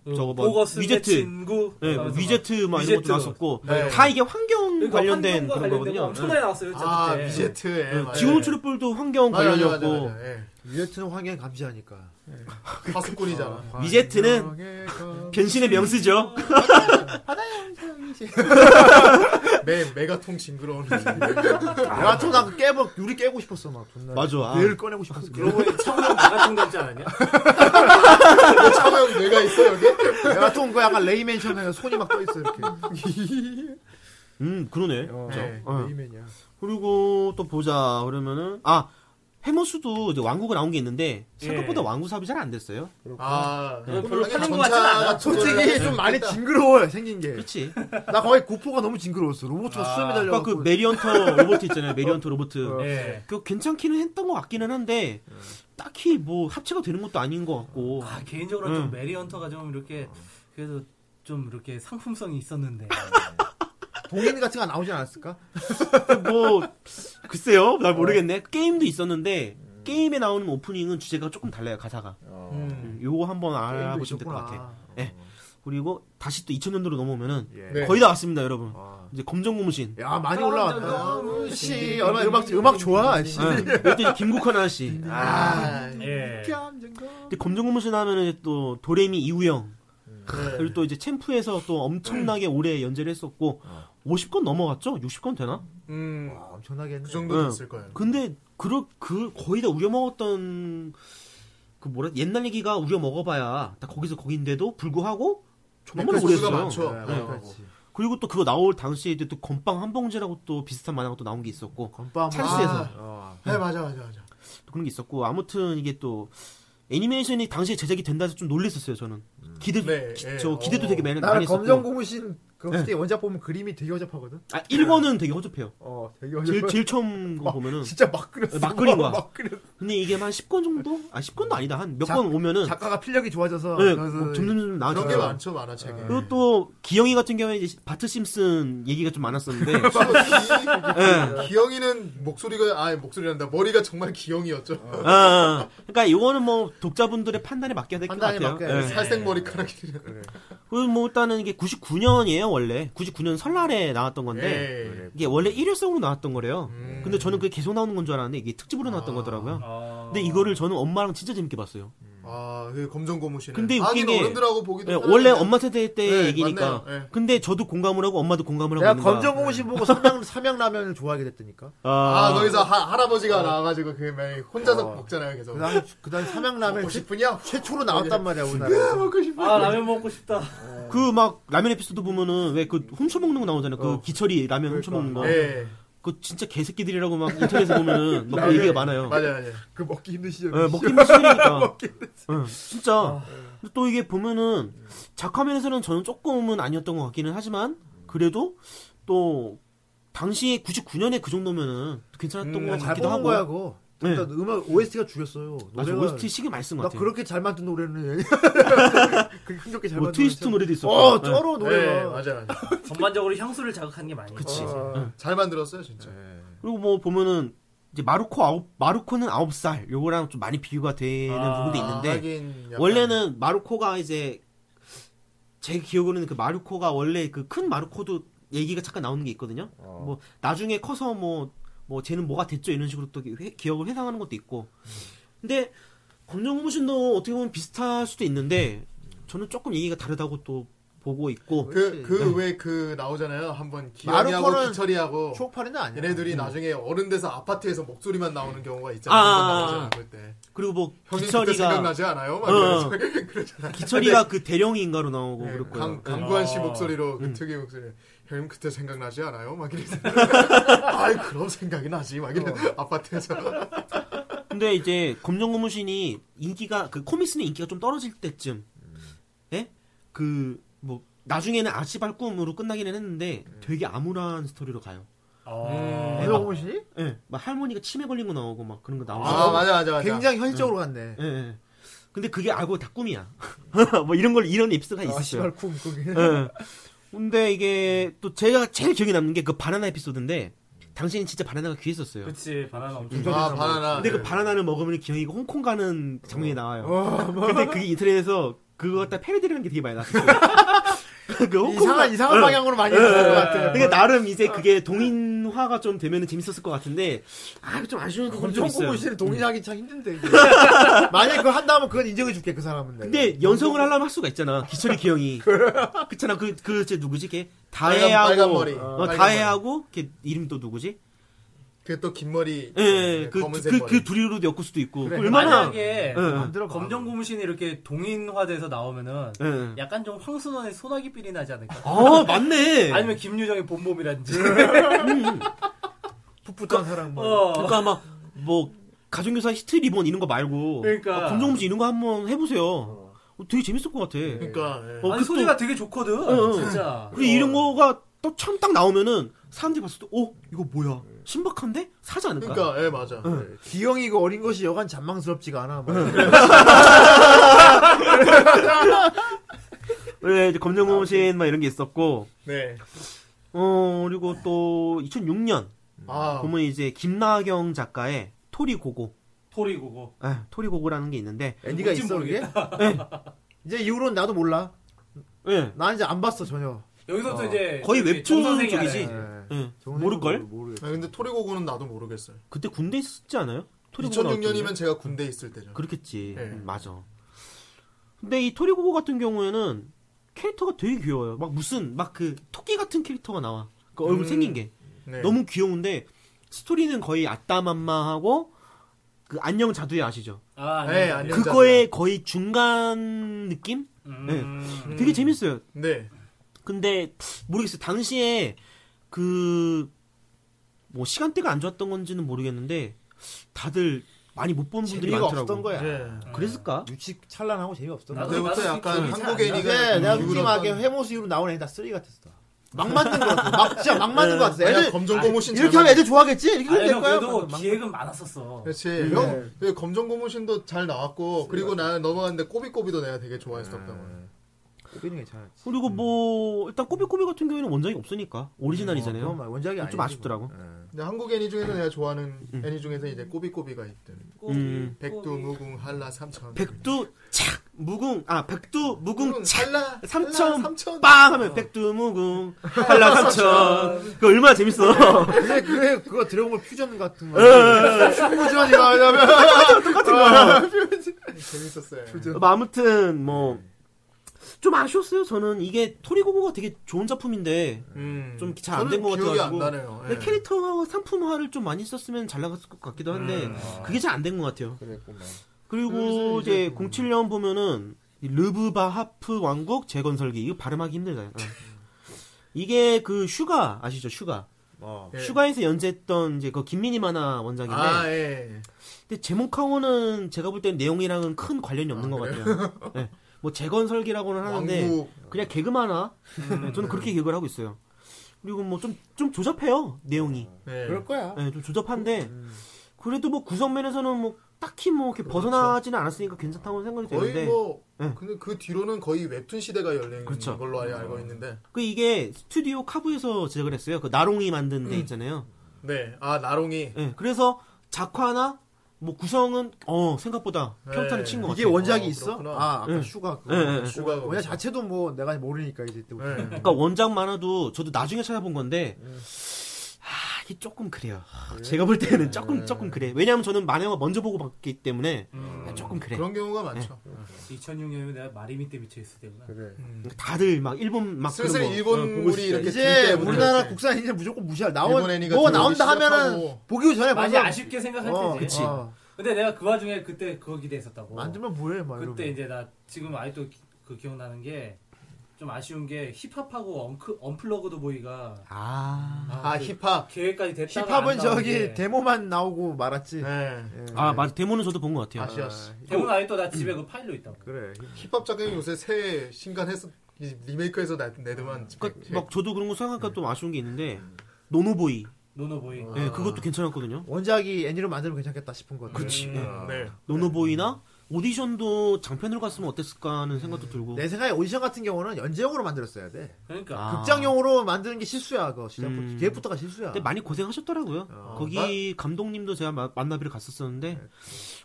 [SPEAKER 3] 음.
[SPEAKER 6] 저거 뭐,
[SPEAKER 3] 보거스
[SPEAKER 6] 위제트.
[SPEAKER 3] 친구.
[SPEAKER 6] 예, 뭐
[SPEAKER 3] 하면서 막.
[SPEAKER 6] 위제트 막 이런 것도
[SPEAKER 3] 위제트.
[SPEAKER 6] 나왔었고,
[SPEAKER 4] 네.
[SPEAKER 6] 다 이게 환경
[SPEAKER 3] 그러니까
[SPEAKER 6] 관련된
[SPEAKER 3] 환경과 관련된 네.
[SPEAKER 6] 그런
[SPEAKER 3] 거
[SPEAKER 6] 거거든요. 네.
[SPEAKER 3] 엄청나게 나왔어요. 진짜
[SPEAKER 4] 아,
[SPEAKER 3] 그때.
[SPEAKER 4] 비제트에.
[SPEAKER 6] 예, 지구는 초록별도 환경
[SPEAKER 4] 맞아, 맞아, 맞아,
[SPEAKER 6] 관련이었고,
[SPEAKER 4] 맞아. 예.
[SPEAKER 2] 유해트는 네. 환경 감시하니까.
[SPEAKER 4] 파수꾼이잖아.
[SPEAKER 6] 그 어, 미제트는
[SPEAKER 2] 아,
[SPEAKER 6] 변신의 명수죠.
[SPEAKER 3] 네.
[SPEAKER 4] 매 메가통 징그러운.
[SPEAKER 2] 야, 저나 아, 그 깨버 유리 깨고 싶었어 나. 존나.
[SPEAKER 6] 맞아. 아.
[SPEAKER 3] 네.
[SPEAKER 2] 뇌를 꺼내고 싶었어.
[SPEAKER 3] 그러고 보니 차우는 나같은 닮지 않았냐?
[SPEAKER 4] 차가운 뇌가 있어 여기.
[SPEAKER 2] 내가 통그 약간 레이맨션에 손이 막 떠 있어 이렇게.
[SPEAKER 6] 음, 그러네.
[SPEAKER 2] 어,
[SPEAKER 4] 네.
[SPEAKER 6] 어.
[SPEAKER 2] 레이맨이야.
[SPEAKER 6] 그리고 또 보자. 그러면은 아 해머수도 이제 왕구가 나온 게 있는데
[SPEAKER 3] 네.
[SPEAKER 6] 생각보다 왕구 사업이 잘 안 됐어요.
[SPEAKER 4] 아,
[SPEAKER 3] 별로 팔린 것
[SPEAKER 4] 전차
[SPEAKER 3] 같진 않아.
[SPEAKER 2] 솔직히 좀 많이 징그러워요 생긴 게.
[SPEAKER 4] 그렇죠.
[SPEAKER 6] 그렇지.
[SPEAKER 2] 나 거의 구포가 너무 징그러웠어. 로봇과 수염이 달려.
[SPEAKER 6] 아까 그 메리언터 로봇 있잖아요. 메리언터 로봇.
[SPEAKER 3] 예.
[SPEAKER 6] 그거 괜찮기는 했던 것 같기는 한데 딱히 뭐 합체가 되는 것도 아닌 것 같고.
[SPEAKER 3] 아, 개인적으로
[SPEAKER 6] 음.
[SPEAKER 3] 좀 메리헌터가 좀 이렇게 그래도 좀 이렇게 상품성이 있었는데.
[SPEAKER 2] 동인 같은 거 나오지 않았을까?
[SPEAKER 6] 뭐 글쎄요. 잘 모르겠네. 어, 게임도 있었는데 게임에 나오는 오프닝은 주제가 조금 달라요. 가사가.
[SPEAKER 3] 음.
[SPEAKER 6] 음, 요거 한번
[SPEAKER 2] 게임도
[SPEAKER 6] 알아보시면 될 것
[SPEAKER 2] 있었구나.
[SPEAKER 6] 같아. 그리고 다시 또 2000년도로 넘어오면은
[SPEAKER 2] 예.
[SPEAKER 4] 네.
[SPEAKER 6] 거의 다 왔습니다, 여러분.
[SPEAKER 2] 아.
[SPEAKER 6] 이제 검정 고무신.
[SPEAKER 2] 야 많이
[SPEAKER 6] 아,
[SPEAKER 2] 예. 올라왔다. 씨, 얼마 음악 음악 좋아. 씨.
[SPEAKER 6] 응. 네. 이때 김국환 아저씨.
[SPEAKER 4] 아,
[SPEAKER 3] 예.
[SPEAKER 6] 근데 검정 고무신 하면은 이제 또 도레미 이우영. 그리고 또 이제 챔프에서 또 엄청나게 오래 연재를 했었고 50권 넘어갔죠? 60권 되나?
[SPEAKER 4] 음,
[SPEAKER 2] 와, 엄청나게 했네.
[SPEAKER 4] 그 정도
[SPEAKER 6] 응.
[SPEAKER 4] 됐을 거예요.
[SPEAKER 6] 근데 그러 그 거의 다 우려먹었던 그 뭐라 옛날 얘기가 우려먹어봐야 다 거기서 거긴데도 불구하고 정말
[SPEAKER 4] 그
[SPEAKER 6] 오래
[SPEAKER 4] 수가
[SPEAKER 6] 했어요.
[SPEAKER 4] 많죠.
[SPEAKER 2] 네,
[SPEAKER 6] 네.
[SPEAKER 2] 그렇지.
[SPEAKER 6] 그리고 또 그거 나올 당시에 이제 또 건빵 한봉제라고 또 비슷한 만화가 또 나온 게 있었고
[SPEAKER 2] 건빵
[SPEAKER 6] 찬스에서.
[SPEAKER 2] 어.
[SPEAKER 4] 네, 맞아, 맞아, 맞아.
[SPEAKER 6] 또 그런 게 있었고 아무튼 이게 또 애니메이션이 당시에 제작이 된다 해서 좀 놀랬었어요 저는 기대
[SPEAKER 4] 네,
[SPEAKER 6] 기-
[SPEAKER 4] 예.
[SPEAKER 6] 저 기대도
[SPEAKER 4] 어.
[SPEAKER 6] 되게 많이,
[SPEAKER 2] 나는
[SPEAKER 6] 많이
[SPEAKER 2] 검정
[SPEAKER 6] 했었고 네.
[SPEAKER 2] 고무신 그 솔직히 원작 보면 그림이 되게 허접하거든.
[SPEAKER 6] 아 1권은 되게 허접해요
[SPEAKER 2] 어, 되게
[SPEAKER 4] 네.
[SPEAKER 6] 제일,
[SPEAKER 2] 허접해.
[SPEAKER 6] 제일 처음 거
[SPEAKER 2] 막
[SPEAKER 6] 보면은
[SPEAKER 2] 진짜 막 그렸어.
[SPEAKER 6] 막 그린 거야.
[SPEAKER 2] 막 그렸어.
[SPEAKER 6] 근데 이게 한 10권 정도? 아 10권도 아니다 한 몇
[SPEAKER 2] 작-
[SPEAKER 6] 권 오면은
[SPEAKER 2] 작가가 필력이 좋아져서
[SPEAKER 6] 네,
[SPEAKER 2] 그래서
[SPEAKER 6] 뭐 점점점
[SPEAKER 4] 그런 게
[SPEAKER 6] 나아져요
[SPEAKER 4] 많죠, 만화책에.
[SPEAKER 6] 그리고 또 기영이 같은 경우에 이제 바트 심슨 얘기가 좀 많았었는데
[SPEAKER 4] 또
[SPEAKER 6] 네.
[SPEAKER 4] 기- 기영이는 목소리가 아 목소리란다 머리가 정말 기영이었죠.
[SPEAKER 6] 아, 아, 그러니까 이거는 뭐 독자분들의 판단에 맡겨야 될 것
[SPEAKER 2] 판단에
[SPEAKER 6] 같아요
[SPEAKER 2] 맡겨야
[SPEAKER 6] 예.
[SPEAKER 4] 그러니까 살색 머리카락이.
[SPEAKER 6] 그리고 뭐 일단은 이게 99년이에요 원래 99년 설날에 나왔던 건데
[SPEAKER 4] 예.
[SPEAKER 6] 이게 원래 일회성으로 나왔던 거래요.
[SPEAKER 4] 음.
[SPEAKER 6] 근데 저는 그게 계속 나오는 건 줄 알았는데 이게 특집으로 나왔던 거더라고요.
[SPEAKER 3] 어.
[SPEAKER 6] 근데 이거를 저는 엄마랑 진짜 재밌게 봤어요.
[SPEAKER 4] 아, 그 검정 고무신.
[SPEAKER 6] 근데 웃긴
[SPEAKER 4] 아기는
[SPEAKER 6] 게-
[SPEAKER 4] 어른들하고 보기도
[SPEAKER 6] 예,
[SPEAKER 4] 편하게
[SPEAKER 6] 원래
[SPEAKER 4] 그냥-
[SPEAKER 6] 엄마 세대 때
[SPEAKER 4] 네,
[SPEAKER 6] 얘기니까.
[SPEAKER 4] 맞네요. 예.
[SPEAKER 6] 근데 저도 공감을 하고 엄마도 공감을 하고
[SPEAKER 2] 내가
[SPEAKER 6] 있는 거야.
[SPEAKER 2] 검정 고무신 보고 삼양 삼양 라면을 좋아하게 됐다니까.
[SPEAKER 4] 아, 거기서 하,
[SPEAKER 6] 어.
[SPEAKER 4] 할아버지가 나와가지고 그 맨 혼자서
[SPEAKER 2] 어.
[SPEAKER 4] 먹잖아요, 계속.
[SPEAKER 2] 그 당시 그 어. 당시 삼양 라면
[SPEAKER 4] 먹고 싶으냐?
[SPEAKER 2] 최초로
[SPEAKER 6] 어,
[SPEAKER 2] 나왔단 말이야
[SPEAKER 6] 예. 네,
[SPEAKER 4] 아,
[SPEAKER 6] 뭐
[SPEAKER 2] 우리나라에서.
[SPEAKER 4] 먹고 싶어.
[SPEAKER 3] 아, 라면 먹고 싶다.
[SPEAKER 6] 그 막 라면 에피소드 보면은 왜 그 훔쳐먹는 거 나오잖아요. 그 기철이 라면 훔쳐먹는 거.
[SPEAKER 4] 예,
[SPEAKER 6] 그 진짜 개새끼들이라고 막 인터넷에 보면은 막그
[SPEAKER 4] 라면.
[SPEAKER 6] 얘기가 많아요.
[SPEAKER 4] 맞아요, 맞아요.
[SPEAKER 2] 그 먹기 힘든 시절.
[SPEAKER 6] 예, 먹기 힘든 시절이니까. 예, 진짜. 근데 또 이게 보면은 작화면에서는 저는 조금은 아니었던 것 같기는 하지만 그래도 또 당시에 99년에 그 정도면은 괜찮았던
[SPEAKER 4] 음,
[SPEAKER 6] 것
[SPEAKER 2] 잘
[SPEAKER 6] 같기도
[SPEAKER 2] 뽑은
[SPEAKER 6] 하고.
[SPEAKER 2] 거야 그거.
[SPEAKER 7] 그러니까 음악 OST가 죽였어요.
[SPEAKER 6] 맞아
[SPEAKER 7] 노래가-
[SPEAKER 6] OST 시기 많이 쓴 것
[SPEAKER 7] 나
[SPEAKER 6] 같아.
[SPEAKER 7] 그렇게 잘 만든 노래는 그렇게 흥겹게 잘
[SPEAKER 6] 뭐
[SPEAKER 7] 만든
[SPEAKER 6] 트위스트
[SPEAKER 7] 노래는
[SPEAKER 6] 노래도
[SPEAKER 7] 참-
[SPEAKER 6] 있었고.
[SPEAKER 7] 어 쩔어
[SPEAKER 4] 네,
[SPEAKER 7] 노래가
[SPEAKER 4] 맞아, 맞아.
[SPEAKER 3] 전반적으로 향수를 자극한 게 많이. 그치.
[SPEAKER 7] 아,
[SPEAKER 4] 잘 만들었어요, 진짜.
[SPEAKER 6] 그리고 뭐 보면은 이제 마루코 아홉 마루코는 아홉 살 요거랑 좀 많이 비교가 되는
[SPEAKER 3] 아,
[SPEAKER 6] 부분도 있는데
[SPEAKER 4] 하긴
[SPEAKER 6] 네.
[SPEAKER 4] 약간-
[SPEAKER 6] 원래는 마루코가 이제 제 기억으로는 그 마루코가 원래 그 큰 마루코도 얘기가 잠깐 나오는 게 있거든요.
[SPEAKER 4] 어.
[SPEAKER 6] 뭐 나중에 커서 뭐 뭐 쟤는 뭐가 됐죠 이런 식으로 또 회- 기억을 회상하는 것도 있고. 근데 검정 고무신도 어떻게 보면 비슷할 수도 있는데 저는 조금 얘기가 다르다고 또 보고 있고.
[SPEAKER 4] 그,
[SPEAKER 6] 네.
[SPEAKER 4] 그, 왜, 그, 나오잖아요. 한번 기현이하고
[SPEAKER 7] 마루코는
[SPEAKER 4] 기철이하고.
[SPEAKER 7] 추억팔이는 아니야.
[SPEAKER 4] 얘네들이 나중에 어른 돼서 아파트에서 목소리만 나오는 경우가
[SPEAKER 6] 아,
[SPEAKER 4] 있잖아요. 한번
[SPEAKER 6] 아,
[SPEAKER 4] 나오잖아,
[SPEAKER 6] 아.
[SPEAKER 4] 그럴 때.
[SPEAKER 6] 그리고 뭐
[SPEAKER 4] 형님 그때
[SPEAKER 6] 기철이가
[SPEAKER 4] 생각나지 않아요? 막
[SPEAKER 6] 어,
[SPEAKER 4] 이러면서.
[SPEAKER 6] 어.
[SPEAKER 4] 그러잖아요.
[SPEAKER 6] 기철이가 그 대령인가로 나오고 음.
[SPEAKER 4] 네,
[SPEAKER 6] 그럴 거예요.
[SPEAKER 4] 강, 강구한 씨 목소리로 그 특유의 목소리 형님 그때 생각나지 않아요? 막 이래서
[SPEAKER 6] 어.
[SPEAKER 4] 아이 그럼 생각이 나지 막 이래 아파트에서
[SPEAKER 6] 근데 이제 검정 고무신이 인기가 그 코믹스는 인기가 좀 떨어질 때쯤 예? 그 뭐 나중에는 아시발 꿈으로 끝나기는 했는데 되게 암울한 스토리로 가요. 음.
[SPEAKER 3] 어.
[SPEAKER 7] 검정 고무신이
[SPEAKER 6] 예. 막 할머니가 치매 걸린 거 나오고 막 그런 거 나오고.
[SPEAKER 4] 아 맞아 맞아 맞아
[SPEAKER 7] 굉장히 현실적으로 갔네.
[SPEAKER 6] 예, 예. 근데 그게 알고 다 꿈이야. 뭐 이런 걸 이런 립스가
[SPEAKER 7] 아,
[SPEAKER 6] 있었어요.
[SPEAKER 7] 씨발 쿵 거기.
[SPEAKER 6] 예. 근데 이게 또 제가 제일 기억에 남는 게 그 바나나 에피소드인데 당신이 진짜 바나나가 귀했었어요.
[SPEAKER 3] 그치 바나나 엄청.
[SPEAKER 4] 아 바나나
[SPEAKER 6] 근데 그 바나나를 먹으면 기영이가 홍콩 가는
[SPEAKER 4] 어.
[SPEAKER 6] 장면이 나와요. 근데 그게 인터넷에서 그거 갖다 패러디를 하는 게 되게 많이 나왔어요. 그 홍콩
[SPEAKER 7] 이상한 이상한 방향으로 많이 했을 것 같아.
[SPEAKER 6] 그러니까 나름 이제 그게 동인화가 좀 되면 재밌었을 것 같은데 아 이거 좀 아쉬운 그건 좀
[SPEAKER 7] 검정
[SPEAKER 6] 있어요.
[SPEAKER 7] 고무신을 동의하기 참 힘든데. 이게. 만약에 그거 한다면 그건 인정해 줄게 그 사람은. 내가.
[SPEAKER 4] 네.
[SPEAKER 6] 근데 연성을 하려면 할 수가 있잖아. 기철이 기영이. 그렇잖아. 그그쟤 누구지? 걔
[SPEAKER 4] 빨간,
[SPEAKER 6] 다혜하고
[SPEAKER 4] 빨간 머리.
[SPEAKER 6] 어,
[SPEAKER 4] 빨간
[SPEAKER 6] 다혜하고 걔 이름 또 누구지?
[SPEAKER 4] 그게 또 긴머리
[SPEAKER 6] 예, 예. 그,
[SPEAKER 4] 네, 검은색
[SPEAKER 6] 그,
[SPEAKER 4] 머리
[SPEAKER 6] 그 둘이로도 엮을 수도 있고.
[SPEAKER 7] 그래.
[SPEAKER 6] 그 얼마나
[SPEAKER 3] 만약에
[SPEAKER 6] 예, 예.
[SPEAKER 7] 아, 만들어 봐.
[SPEAKER 3] 검정 고무신이 이렇게 동인화돼서 나오면은
[SPEAKER 6] 예.
[SPEAKER 3] 약간 좀 황순원의 소나기 삘이 나지 않을까?
[SPEAKER 6] 아, 맞네. 음,
[SPEAKER 3] 아니면 김유정의 본몸이라든지.
[SPEAKER 7] 풋풋한 사람 뭐.
[SPEAKER 3] 어.
[SPEAKER 6] 그러니까 막 뭐 가정교사 히트 리본 이런 거 말고
[SPEAKER 3] 그러니까.
[SPEAKER 6] 아, 검정무지 이런 거 한번 해보세요. 어, 되게 재밌을 것 같아.
[SPEAKER 4] 그러니까 예.
[SPEAKER 6] 어,
[SPEAKER 3] 아니
[SPEAKER 6] 그
[SPEAKER 3] 소리가 되게 좋거든.
[SPEAKER 6] 어.
[SPEAKER 3] 진짜.
[SPEAKER 6] 그리고 이런 거가 또 처음 딱 나오면은 사람들이 봤을 때, 어 이거 뭐야? 신박한데 사지 않을까?
[SPEAKER 4] 그러니까 예 맞아
[SPEAKER 7] 기영이가 어린 것이 여간 잔망스럽지가 않아. 막.
[SPEAKER 6] 네, 이제 검정무신 막 이런 게 있었고,
[SPEAKER 4] 네아
[SPEAKER 6] 어 그리고 또 2006년 보면 이제 김나경 작가의 토리고고,
[SPEAKER 3] 토리고고.
[SPEAKER 6] 아, 토리고고라는 게 있는데,
[SPEAKER 7] 애니가
[SPEAKER 3] 뭔진
[SPEAKER 7] 있어 그게? 네. 이제 이후로는 나도 몰라.
[SPEAKER 6] 예,
[SPEAKER 7] 난 이제 안 봤어 전혀. 네.
[SPEAKER 3] 여기서부터 이제
[SPEAKER 6] 거의
[SPEAKER 3] 저기
[SPEAKER 6] 웹툰
[SPEAKER 3] 정선생이
[SPEAKER 6] 쪽이지.
[SPEAKER 3] 하는
[SPEAKER 6] 예,
[SPEAKER 7] 정말
[SPEAKER 6] 모를 걸?
[SPEAKER 7] 모르겠어.
[SPEAKER 4] 아, 근데 토리고고는 나도 모르겠어요
[SPEAKER 6] 그때 군대 있었지 않아요? 토리고고 나왔던 게?
[SPEAKER 4] 2006년이면 제가 군대 있을 때죠
[SPEAKER 6] 그렇겠지.
[SPEAKER 7] 네.
[SPEAKER 4] 예.
[SPEAKER 6] 음, 맞아. 근데 이 토리고고 같은 경우에는 캐릭터가 되게 귀여워요. 막 무슨 막 그 토끼 같은 캐릭터가 나와. 그 얼굴
[SPEAKER 4] 음.
[SPEAKER 6] 생긴 게
[SPEAKER 4] 네.
[SPEAKER 6] 너무 귀여운데 스토리는 거의 아따맘마하고 그 안녕 자두야 아시죠?
[SPEAKER 3] 아,
[SPEAKER 4] 예,
[SPEAKER 3] 아니.
[SPEAKER 4] 아니요. 안녕
[SPEAKER 6] 그거의 거의 중간 느낌?
[SPEAKER 3] 음.
[SPEAKER 6] 그, 되게 재밌어요.
[SPEAKER 4] 네
[SPEAKER 6] 근데 모르겠어요. 당시에 그 뭐 시간대가 안 좋았던 건지는 모르겠는데 다들 많이 못 본 분들이
[SPEAKER 7] 재미가
[SPEAKER 6] 많더라고.
[SPEAKER 7] 없던 거야.
[SPEAKER 6] 그랬을까?
[SPEAKER 7] 유치 찬란하고 재미없어.
[SPEAKER 3] 음. 나도
[SPEAKER 4] 그때부터 약간
[SPEAKER 3] 기억이
[SPEAKER 4] 한국의
[SPEAKER 7] 이게
[SPEAKER 4] 애니가
[SPEAKER 7] 내가
[SPEAKER 4] 누구를
[SPEAKER 7] 푸짐하게
[SPEAKER 4] 어떤-
[SPEAKER 7] 회모수유로 나오는 애다 쓰리 같았어. 막 만든 거 같아. 막 진짜 막 만든 거 같아.
[SPEAKER 4] 아니야
[SPEAKER 7] 애들
[SPEAKER 4] 검정 고무신
[SPEAKER 7] 이렇게 하면 애들 좋아하겠지? 이렇게
[SPEAKER 3] 아니,
[SPEAKER 7] 하면
[SPEAKER 3] 형,
[SPEAKER 7] 될 거야.
[SPEAKER 3] 그래도
[SPEAKER 7] 막-
[SPEAKER 3] 기획은 많았었어.
[SPEAKER 4] 그렇지.
[SPEAKER 6] 네.
[SPEAKER 4] 형, 그 검정 고무신도 잘 나왔고, 그리고 나는 넘어갔는데 꼬비꼬비도 내가 되게 좋아했었던
[SPEAKER 6] 네.
[SPEAKER 4] 거예요.
[SPEAKER 7] 꼬비는 괜찮아.
[SPEAKER 6] 그리고 뭐 일단 꼬비꼬비 같은 경우에는 원작이 없으니까 오리지널이잖아요.
[SPEAKER 7] 음, 뭐 그건 말- 원작이 아니지.
[SPEAKER 6] 좀 아쉽더라고.
[SPEAKER 4] 근데 한국 애니 중에서 내가 좋아하는 애니 중에서 이제 꼬비꼬비가 있던.
[SPEAKER 6] 음.
[SPEAKER 4] 백두, 무궁, 한라, 삼천.
[SPEAKER 7] 음.
[SPEAKER 6] 백두 착 무궁 아 백두 무궁
[SPEAKER 4] 무궁,
[SPEAKER 6] 착
[SPEAKER 4] 한라,
[SPEAKER 6] 삼천,
[SPEAKER 4] 삼천.
[SPEAKER 6] 빵 하면 백두 무궁 한라 삼천 그거 얼마나 재밌어. 예,
[SPEAKER 7] 근데 그게 그거 드래곤볼 퓨전 같은 거.
[SPEAKER 4] 무지만 이거 하냐면 아,
[SPEAKER 6] 똑같은 거야.
[SPEAKER 4] 재밌었어요.
[SPEAKER 6] 뭐 아무튼 뭐 좀 아쉬웠어요. 저는 이게 토리고고가 되게 좋은 작품인데
[SPEAKER 4] 음.
[SPEAKER 6] 좀 잘 안 된 것
[SPEAKER 4] 저는 기억이 안
[SPEAKER 6] 같아가지고.
[SPEAKER 4] 나네요.
[SPEAKER 6] 근데
[SPEAKER 4] 예.
[SPEAKER 6] 캐릭터 상품화를 좀 많이 썼으면 잘 나갔을 것 같기도 한데
[SPEAKER 4] 음.
[SPEAKER 6] 그게 잘 안 된 것 같아요.
[SPEAKER 2] 그랬구만.
[SPEAKER 6] 그리고
[SPEAKER 4] 음.
[SPEAKER 6] 이제 07년 보면은 이 르브바 하프 왕국 재건설기 이거 발음하기 힘들다. 어. 이게 그 슈가 아시죠? 슈가
[SPEAKER 2] 어.
[SPEAKER 4] 예.
[SPEAKER 6] 슈가에서 연재했던 이제 그 김민희 만화 원작인데
[SPEAKER 4] 아, 예.
[SPEAKER 6] 근데 제목하고는 제가 볼 땐 내용이랑은 큰 관련이 없는 것 같아요. 예. 뭐 재건설기라고는 하는데
[SPEAKER 4] 네. 왕국.
[SPEAKER 6] 그냥 개그 만화 예, 저는 그렇게 기억을 하고 있어요. 그리고 뭐 좀 좀 조잡해요 내용이.
[SPEAKER 4] 예.
[SPEAKER 7] 그럴 거야.
[SPEAKER 4] 음.
[SPEAKER 6] 예, 좀 조잡한데 그래도 뭐 구성면에서는 뭐 딱히 뭐 이렇게 벗어나지는 않았으니까 괜찮다고 생각이
[SPEAKER 4] 그렇죠. 거의
[SPEAKER 6] 드는데
[SPEAKER 4] 뭐
[SPEAKER 6] 예.
[SPEAKER 4] 근데 그 뒤로는 거의 웹툰 시대가 열린
[SPEAKER 6] 그렇죠.
[SPEAKER 4] 걸로 알- 알고 있는데
[SPEAKER 6] 그 이게 스튜디오 카부에서 제작을 했어요. 그 나롱이 만든
[SPEAKER 4] 음.
[SPEAKER 6] 데 있잖아요.
[SPEAKER 4] 네 아 나롱이
[SPEAKER 6] 예, 그래서 작화나 뭐 구성은 어 생각보다 평타를
[SPEAKER 4] 예.
[SPEAKER 6] 친 것 같아요.
[SPEAKER 2] 이게 원작이
[SPEAKER 4] 어,
[SPEAKER 2] 있어?
[SPEAKER 4] 그렇구나.
[SPEAKER 2] 아, 아까
[SPEAKER 6] 예.
[SPEAKER 2] 슈가.
[SPEAKER 6] 예, 예,
[SPEAKER 4] 슈가
[SPEAKER 6] 예.
[SPEAKER 2] 슈가. 예. 원작 자체도 뭐 내가 모르니까 이제 때부터.
[SPEAKER 4] 네.
[SPEAKER 6] 그러니까 원작 만화도 저도 나중에 찾아본 건데 아 이게 조금 그래요. 아,
[SPEAKER 4] 네.
[SPEAKER 6] 제가 볼 때는 조금 조금 그래. 왜냐하면 저는 만화가 먼저 보고 봤기 때문에 아, 조금 그래.
[SPEAKER 4] 음. 그런 경우가 많죠
[SPEAKER 3] 2006년에 내가 마리미 때 미쳐 있을 때구나. 음.
[SPEAKER 2] 그래.
[SPEAKER 6] 다들 막 일본 막
[SPEAKER 4] 슬슬
[SPEAKER 6] 그런 거.
[SPEAKER 4] 일본
[SPEAKER 6] 뭐, 어, 보고
[SPEAKER 4] 물이
[SPEAKER 6] 있을 때.
[SPEAKER 4] 이렇게
[SPEAKER 2] 이제
[SPEAKER 4] 들 때부터
[SPEAKER 2] 우리나라
[SPEAKER 4] 이제.
[SPEAKER 2] 국산 이제 무조건 무시할.
[SPEAKER 4] 일본
[SPEAKER 2] 나온
[SPEAKER 4] 애니가
[SPEAKER 2] 뭐
[SPEAKER 4] 들어오기
[SPEAKER 2] 나온다 하면은
[SPEAKER 4] 시작하고.
[SPEAKER 2] 보기 전에
[SPEAKER 3] 많이
[SPEAKER 2] 봐서-
[SPEAKER 3] 아쉽게 생각할
[SPEAKER 2] 어,
[SPEAKER 3] 테지.
[SPEAKER 2] 그치. 어.
[SPEAKER 3] 근데 내가 그 와중에 그때 그거 기대했었다고.
[SPEAKER 2] 만들면 뭐해, 막 이러면.
[SPEAKER 3] 그때 이제 나 지금 아직도 기- 그 기억나는 게 좀 아쉬운 게 힙합하고 언크, 언플러그드 보이가
[SPEAKER 6] 아,
[SPEAKER 4] 아
[SPEAKER 3] 그
[SPEAKER 4] 힙합
[SPEAKER 3] 계획까지 됐다가
[SPEAKER 2] 힙합은
[SPEAKER 3] 안 나온
[SPEAKER 2] 저기
[SPEAKER 3] 게
[SPEAKER 2] 데모만 나오고 말았지.
[SPEAKER 4] 네.
[SPEAKER 2] 예.
[SPEAKER 6] 아 맞아. 데모는 저도 본 것 같아요.
[SPEAKER 4] 아쉬웠어
[SPEAKER 3] 대본 아직도 나 집에 그 파일로 있다고.
[SPEAKER 2] 그래.
[SPEAKER 4] 힙합 작가님 요새 새 신간 했 리메이크해서 나- 내더만
[SPEAKER 6] 그러니까 막 저도 그런 거
[SPEAKER 4] 네.
[SPEAKER 6] 생각하니까 좀 아쉬운 게 있는데
[SPEAKER 4] 음.
[SPEAKER 6] 노노보이.
[SPEAKER 3] 노노보이.
[SPEAKER 6] 예,
[SPEAKER 4] 아.
[SPEAKER 6] 그것도 괜찮았거든요.
[SPEAKER 2] 원작이 애니로 만들면 괜찮겠다 싶은 것. 음.
[SPEAKER 6] 그치. 예.
[SPEAKER 4] 네.
[SPEAKER 6] 노노보이나 오디션도 장편으로 갔으면 어땠을까 하는 생각도 들고.
[SPEAKER 2] 내 생각에 오디션 같은 경우는 연재용으로 만들었어야 돼.
[SPEAKER 3] 그러니까.
[SPEAKER 6] 아.
[SPEAKER 2] 극장용으로 만드는 게 실수야, 그거. 시작부터.
[SPEAKER 6] 음.
[SPEAKER 2] 기획부터가 실수야.
[SPEAKER 6] 근데 많이 고생하셨더라고요. 거기 감독님도 제가 마- 만나뵈러 갔었었는데 네.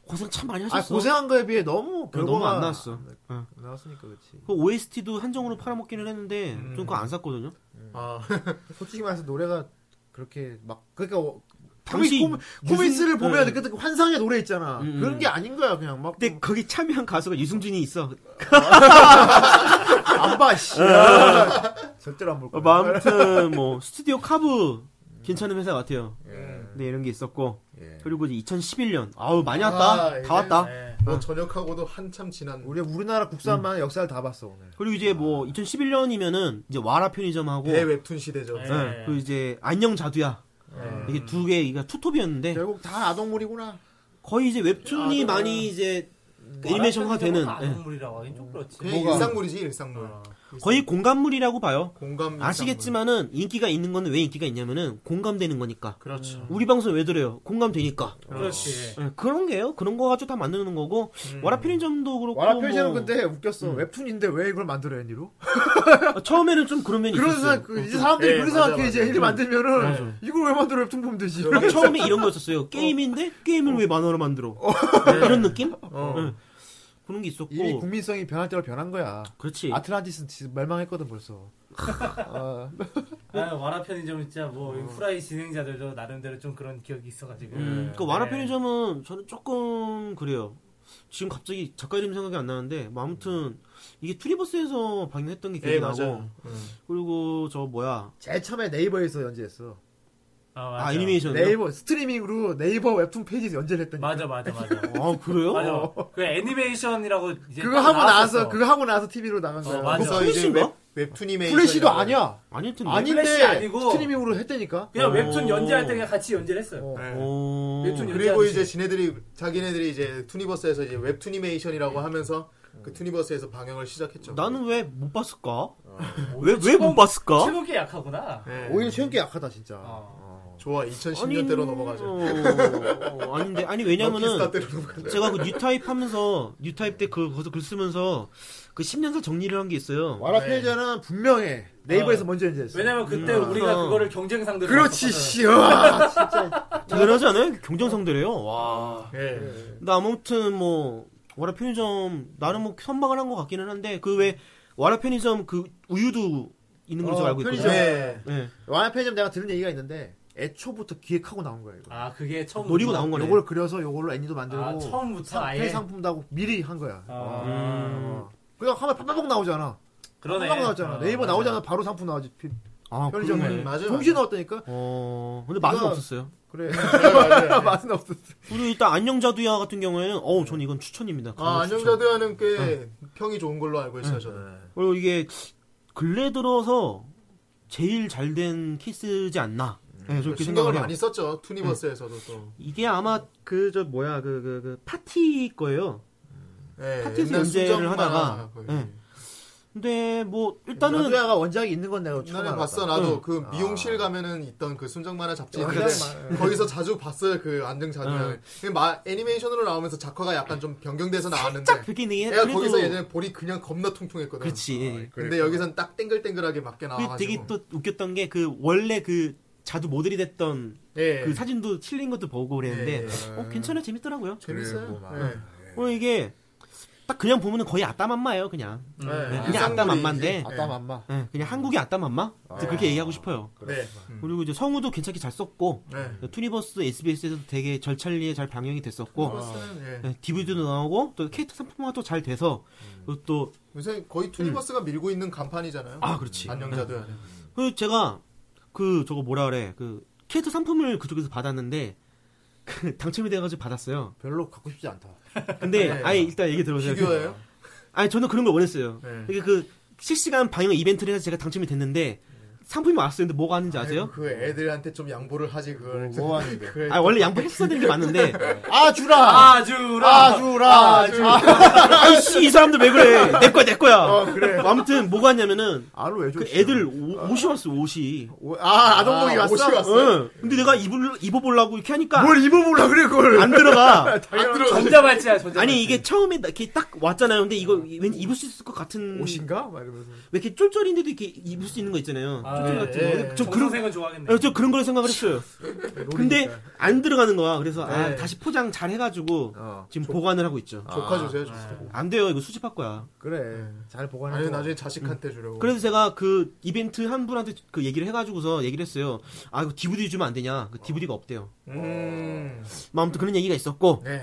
[SPEAKER 6] 고생 참 많이
[SPEAKER 2] 아,
[SPEAKER 6] 하셨어.
[SPEAKER 2] 고생한 거에 비해 너무
[SPEAKER 6] 어,
[SPEAKER 2] 결과가
[SPEAKER 6] 너무 안 나왔어. 어.
[SPEAKER 2] 나왔으니까 그렇지.
[SPEAKER 6] 그 OST도 한정으로 팔아먹기는 했는데 좀 그거 안 샀거든요.
[SPEAKER 4] 아,
[SPEAKER 2] 솔직히 말해서 노래가 그렇게 막 그러니까 어,
[SPEAKER 6] 당시
[SPEAKER 2] 코미,
[SPEAKER 6] 무슨-
[SPEAKER 2] 스를 보면
[SPEAKER 6] 네.
[SPEAKER 2] 그 환상의 노래 있잖아.
[SPEAKER 6] 음,
[SPEAKER 2] 그런
[SPEAKER 6] 음.
[SPEAKER 2] 게 아닌 거야, 그냥 막. 뭐,
[SPEAKER 6] 근데 거기 참여한 가수가 유승준이 있어.
[SPEAKER 2] 안 봐, 씨. 야. 절대로 안 볼
[SPEAKER 6] 어,
[SPEAKER 2] 거야.
[SPEAKER 6] 뭐 아무튼 뭐 스튜디오 카브 괜찮은 회사 같아요.
[SPEAKER 2] 예.
[SPEAKER 6] 네 이런 게 있었고
[SPEAKER 2] 예.
[SPEAKER 6] 그리고 이제 2011년 아우 예. 많이 왔다
[SPEAKER 4] 아,
[SPEAKER 6] 다 왔다.
[SPEAKER 3] 예,
[SPEAKER 4] 네. 뭐 저녁하고도 한참 지난
[SPEAKER 2] 우리 우리나라 국산만
[SPEAKER 6] 음.
[SPEAKER 2] 역사를 다 봤어 오늘.
[SPEAKER 6] 그리고 이제 뭐 2011년이면은 이제 와라 편의점하고
[SPEAKER 4] 대 웹툰 시대죠.
[SPEAKER 3] 네.
[SPEAKER 6] 예, 그리고 그 이제 안녕 자두야
[SPEAKER 3] 예.
[SPEAKER 6] 이게 두 개 이게 투톱이었는데
[SPEAKER 2] 결국 다 아동물이구나.
[SPEAKER 6] 거의 이제 웹툰이 많이 이제
[SPEAKER 3] 뭐
[SPEAKER 6] 그 애니메이션화 되는 예.
[SPEAKER 3] 아동물이라고 하긴 좀 그렇지.
[SPEAKER 4] 그냥 일상물이지 일상물.
[SPEAKER 6] 아. 거의 공감물이라고 봐요.
[SPEAKER 4] 공감. 일상물.
[SPEAKER 6] 아시겠지만은 인기가 있는 건 왜 인기가 있냐면은 공감되는 거니까. 음.
[SPEAKER 4] 그렇죠.
[SPEAKER 6] 우리 방송 왜 들어요? 공감되니까.
[SPEAKER 3] 그렇지.
[SPEAKER 6] 예, 그런 게요. 그런 거 가지고 다 만드는 거고 와라 편의점도 그렇고
[SPEAKER 2] 와라 편의점은
[SPEAKER 6] 뭐,
[SPEAKER 2] 근데 웃겼어. 웹툰인데 왜 이걸 만들어 애니로?
[SPEAKER 6] 아, 처음에는 좀 그런 면이
[SPEAKER 2] 그런
[SPEAKER 6] 있었어요. 네,
[SPEAKER 2] 생각, 그 이제 사람들이
[SPEAKER 4] 예,
[SPEAKER 2] 그런
[SPEAKER 4] 맞아,
[SPEAKER 2] 생각해 이제
[SPEAKER 4] 맞아.
[SPEAKER 2] 애니 만들면은 이걸 왜 만들어 웹툰 보면 되지.
[SPEAKER 6] 막 처음에 이런 거였었어요. 게임인데 게임을 왜 만화로 만들어? 예, 이런 느낌? 예. 그런 게 있었고
[SPEAKER 2] 이미 국민성이 변할 대로 변한 거야.
[SPEAKER 6] 그렇지.
[SPEAKER 2] 아틀란티스는 진짜 멸망했거든 벌써. 아,
[SPEAKER 3] 아, 와라 편의점 진짜 뭐이 후라이 진행자들도 나름대로 좀 그런 기억이 있어가지고.
[SPEAKER 6] 어. 음, 그 와라
[SPEAKER 3] 네.
[SPEAKER 6] 편의점은 저는 조금 그래요. 지금 갑자기 작가 이름 생각이 안 나는데 뭐 아무튼 이게 투리버스에서 방영했던 게 기억이
[SPEAKER 4] 예,
[SPEAKER 6] 나고
[SPEAKER 4] 맞아요.
[SPEAKER 6] 그리고 저 뭐야
[SPEAKER 2] 제일 처음에 네이버에서 연재했어.
[SPEAKER 3] 아, 맞아.
[SPEAKER 6] 아, 애니메이션
[SPEAKER 2] 네이버 스트리밍으로 네이버 웹툰 페이지에서 연재를 했더니.
[SPEAKER 3] 맞아 맞아 맞아.
[SPEAKER 6] 아 그래요?
[SPEAKER 3] 맞아. 그 애니메이션이라고 이제
[SPEAKER 2] 그거
[SPEAKER 3] 딱
[SPEAKER 2] 하고 나와서
[SPEAKER 3] 나왔었어.
[SPEAKER 2] 그거 하고 나서 TV로 나간 거야.
[SPEAKER 3] 어, 맞아. 네,
[SPEAKER 4] 그래서 이제
[SPEAKER 6] 플래시인가?
[SPEAKER 4] 웹 웹툰이메이션.
[SPEAKER 2] 플래시도 아니야.
[SPEAKER 6] 아닐 텐데.
[SPEAKER 2] 아닌데
[SPEAKER 3] 플래시 아니고.
[SPEAKER 2] 스트리밍으로 했다니까.
[SPEAKER 3] 그냥
[SPEAKER 6] 어.
[SPEAKER 3] 웹툰 연재할 때 그냥 같이 연재를 했어요.
[SPEAKER 2] 어.
[SPEAKER 6] 오.
[SPEAKER 3] 웹툰 연재
[SPEAKER 4] 네. 그리고 이제 지네들이 자기네들이 이제 투니버스에서 이제 웹툰이메이션이라고 하면서 그 투니버스에서 방영을 시작했죠.
[SPEAKER 6] 나는 왜 못 봤을까? 왜 왜 못 봤을까?
[SPEAKER 3] 체목이 약하구나.
[SPEAKER 4] 예.
[SPEAKER 2] 오히려 최근게 약하다 진짜.
[SPEAKER 3] 어.
[SPEAKER 4] 좋아 2010년대로 넘어가죠. 뭐
[SPEAKER 6] 어, 어, 아닌데 아니 왜냐면은
[SPEAKER 4] 럭키스타대로 넘어가죠.
[SPEAKER 6] 제가 그 뉴타입 하면서 뉴타입 때그 거기서 글 쓰면서 그 10년사 정리를 한 게 있어요.
[SPEAKER 2] 와라 페이지는 분명해. 네이버에서 먼저 연재했어.
[SPEAKER 3] 네. 왜냐면 어. 그때
[SPEAKER 6] 음.
[SPEAKER 3] 우리가
[SPEAKER 6] 어.
[SPEAKER 3] 그거를 경쟁 상대로
[SPEAKER 2] 그렇지
[SPEAKER 3] 봤었거든.
[SPEAKER 2] 씨. 어. 으아, 진짜.
[SPEAKER 6] 대단하지 않아요? 경쟁상대래요. 와.
[SPEAKER 4] 예.
[SPEAKER 6] 근데 아무튼 뭐 와라 편의점 나름 뭐 선방을 한 것 같기는 한데 그 왜 와라 편의점 그 우유도 있는 걸로 제가
[SPEAKER 2] 어,
[SPEAKER 6] 알고 있거든요.
[SPEAKER 2] 편의점.
[SPEAKER 4] 예.
[SPEAKER 3] 네.
[SPEAKER 6] 예.
[SPEAKER 2] 와라 페이지는 내가 들은 얘기가 있는데 애초부터 기획하고 나온 거야 이거.
[SPEAKER 3] 아 그게 처음
[SPEAKER 6] 노리고 나온 거네.
[SPEAKER 2] 요걸 그려서 요걸로 애니도 만들고
[SPEAKER 3] 아, 처음부터
[SPEAKER 2] 상-
[SPEAKER 3] 아예?
[SPEAKER 2] 해상품도 하고 미리 한 거야.
[SPEAKER 3] 아.
[SPEAKER 7] 음.
[SPEAKER 2] 어. 그냥 하면 팍팍팍 나오잖아.
[SPEAKER 3] 그러네.
[SPEAKER 2] 팍팍 나오잖아.
[SPEAKER 3] 어,
[SPEAKER 2] 네이버
[SPEAKER 3] 맞아.
[SPEAKER 2] 나오잖아. 바로 상품 나오지. 피-
[SPEAKER 6] 아,
[SPEAKER 2] 편의점에
[SPEAKER 6] 그러네.
[SPEAKER 4] 맞아요.
[SPEAKER 2] 동시에 나왔다니까.
[SPEAKER 6] 어. 근데 맛은
[SPEAKER 2] 이거-
[SPEAKER 6] 없었어요.
[SPEAKER 2] 그래.
[SPEAKER 4] 맞아요.
[SPEAKER 2] 맛은 없었어.
[SPEAKER 6] 그리고 일단 안녕자두야 같은 경우에는 어우 전 이건 추천입니다. 네.
[SPEAKER 4] 아
[SPEAKER 6] 강력 추천.
[SPEAKER 4] 안녕자드야는 꽤 평이 좋은 걸로 알고 있어요
[SPEAKER 6] 네.
[SPEAKER 4] 저는.
[SPEAKER 6] 그리고 이게 근래 들어서 제일 잘 된 케이스지 않나. 네, 그렇게
[SPEAKER 4] 음, 신경을
[SPEAKER 6] 생각을 해요.
[SPEAKER 4] 많이 썼죠 투니버스에서도 또.
[SPEAKER 6] 이게 아마 그 저 뭐야 그 그 그 파티 거예요.
[SPEAKER 4] 예.
[SPEAKER 6] 파티에서
[SPEAKER 4] 네. 옛날
[SPEAKER 6] 네. 연재를
[SPEAKER 4] 순정
[SPEAKER 6] 하다가,
[SPEAKER 4] 만화 거의.
[SPEAKER 6] 예. 근데 뭐 일단은
[SPEAKER 7] 나도야가 원작이 있는 건 내가 처음
[SPEAKER 4] 옛날에
[SPEAKER 7] 알았다.
[SPEAKER 4] 봤어 나도 그
[SPEAKER 6] 아.
[SPEAKER 4] 미용실 가면은 있던 그 순정 만화 잡지
[SPEAKER 6] 어,
[SPEAKER 4] 있는데
[SPEAKER 7] 그렇지.
[SPEAKER 4] 거기서 자주 봤어요 그 안정 자두야. 그 마- 애니메이션으로 나오면서 작화가 약간 좀 변경돼서 나왔는데
[SPEAKER 6] 딱 그렇게 얘기해.
[SPEAKER 4] 내가 거기서 예전에 볼이 그냥 겁나 통통했거든. 아,
[SPEAKER 6] 그렇지.
[SPEAKER 4] 근데 여기선 딱 땡글땡글하게 아, 맞게
[SPEAKER 6] 그
[SPEAKER 4] 나와가지고
[SPEAKER 6] 되게 또 웃겼던 게 그 원래 그 자두 모델이 됐던
[SPEAKER 4] 예.
[SPEAKER 6] 그 사진도 실린 것도 보고 그랬는데
[SPEAKER 4] 예, 예.
[SPEAKER 6] 어 괜찮아 재밌더라고요.
[SPEAKER 4] 재밌어요. 예.
[SPEAKER 6] 어 이게 딱 그냥 보면은 거의 아따맘마예요 그냥. 네, 그냥 아따맘마인데
[SPEAKER 7] 아따 맘마.
[SPEAKER 6] 예, 그냥 한국의 아따맘마 그렇게 얘기하고 싶어요.
[SPEAKER 4] 네.
[SPEAKER 6] 그리고 이제 성우도 괜찮게 잘 썼고
[SPEAKER 4] 네.
[SPEAKER 6] 투니버스 SBS에서도 되게 절찬리에 잘 방영이 됐었고
[SPEAKER 4] 예.
[SPEAKER 6] 네, DVD도 나오고 또 캐릭터 상품화도 잘 돼서 그리고 또
[SPEAKER 4] 요새 거의 투니버스가 밀고 있는 간판이잖아요.
[SPEAKER 6] 아, 그렇지.
[SPEAKER 4] 안정 자두야.
[SPEAKER 6] 그 제가 그 저거 뭐라 그래 그 캐릭터 상품을 그쪽에서 받았는데 그 당첨이 돼가지고 받았어요.
[SPEAKER 7] 별로 갖고 싶지 않다.
[SPEAKER 6] 근데
[SPEAKER 4] 네.
[SPEAKER 6] 아예 일단 얘기 들어보세요.
[SPEAKER 4] 비교예요?
[SPEAKER 6] 아니 저는 그런 걸 원했어요.
[SPEAKER 4] 네.
[SPEAKER 6] 그러니까 그 실시간 방영 이벤트를 해서 제가 당첨이 됐는데 상품이 왔어요. 근데 뭐가 왔는지 아세요?
[SPEAKER 4] 그 애들한테 좀 양보를 하지 그걸.
[SPEAKER 7] 뭐 하는데?
[SPEAKER 4] 그걸
[SPEAKER 6] 아 원래 양보했어야 되는 게 맞는데
[SPEAKER 7] 아 주라.
[SPEAKER 3] 아주라
[SPEAKER 7] 아 주라. 아, 주라.
[SPEAKER 6] 아이씨 이 사람들 왜 그래? 내 거야 내 거야. 뭐 아무튼 뭐가 왔냐면은
[SPEAKER 7] 아로 왜 줘?
[SPEAKER 6] 그 애들 옷- 옷이 왔어 옷이.
[SPEAKER 7] 오- 아 아동복이
[SPEAKER 4] 아,
[SPEAKER 7] 왔어.
[SPEAKER 4] 옷이 왔어?
[SPEAKER 6] 응. 근데 내가 입을 입어보려고 이렇게 하니까
[SPEAKER 7] 뭘 입어보려 그래 그걸.
[SPEAKER 6] 안 들어가.
[SPEAKER 4] 안 들어.
[SPEAKER 3] 전자발찌야 전자
[SPEAKER 6] 아니 이게 처음에 나- 이렇게 딱 왔잖아요. 근데 이거 왠지 입을 수 있을 것 같은
[SPEAKER 7] 옷인가? 막 이러면서.
[SPEAKER 6] 왜 이렇게 쫄쫄인데도 이렇게 입을 수 있는 거 있잖아요.
[SPEAKER 3] 아,
[SPEAKER 6] 쫄쫄
[SPEAKER 3] 예,
[SPEAKER 6] 같은
[SPEAKER 4] 예,
[SPEAKER 6] 거.
[SPEAKER 4] 예.
[SPEAKER 6] 저 그런
[SPEAKER 3] 정선생은 좋아하겠네
[SPEAKER 6] 예, 저 그런 걸 생각을 했어요. 근데 안 들어가는 거야. 그래서 아,
[SPEAKER 4] 예.
[SPEAKER 6] 다시 포장 잘 해가지고
[SPEAKER 7] 네. 어.
[SPEAKER 6] 지금 보관을 하고 있죠.
[SPEAKER 4] 조카 주세요. 조카.
[SPEAKER 6] 안 돼요. 이거 수집할 거야.
[SPEAKER 7] 그래. 잘 보관해.
[SPEAKER 4] 아니 나중에 자식한테 주려고.
[SPEAKER 6] 뭐 그래서 제가 그 이벤트 한 분한테 그 얘기를 해가지고서 얘기를 했어요. 아 이거 DVD 주면 안 되냐? 그 DVD가 없대요.
[SPEAKER 4] 음.
[SPEAKER 6] 뭐 아무튼 그런 얘기가 있었고
[SPEAKER 4] 네.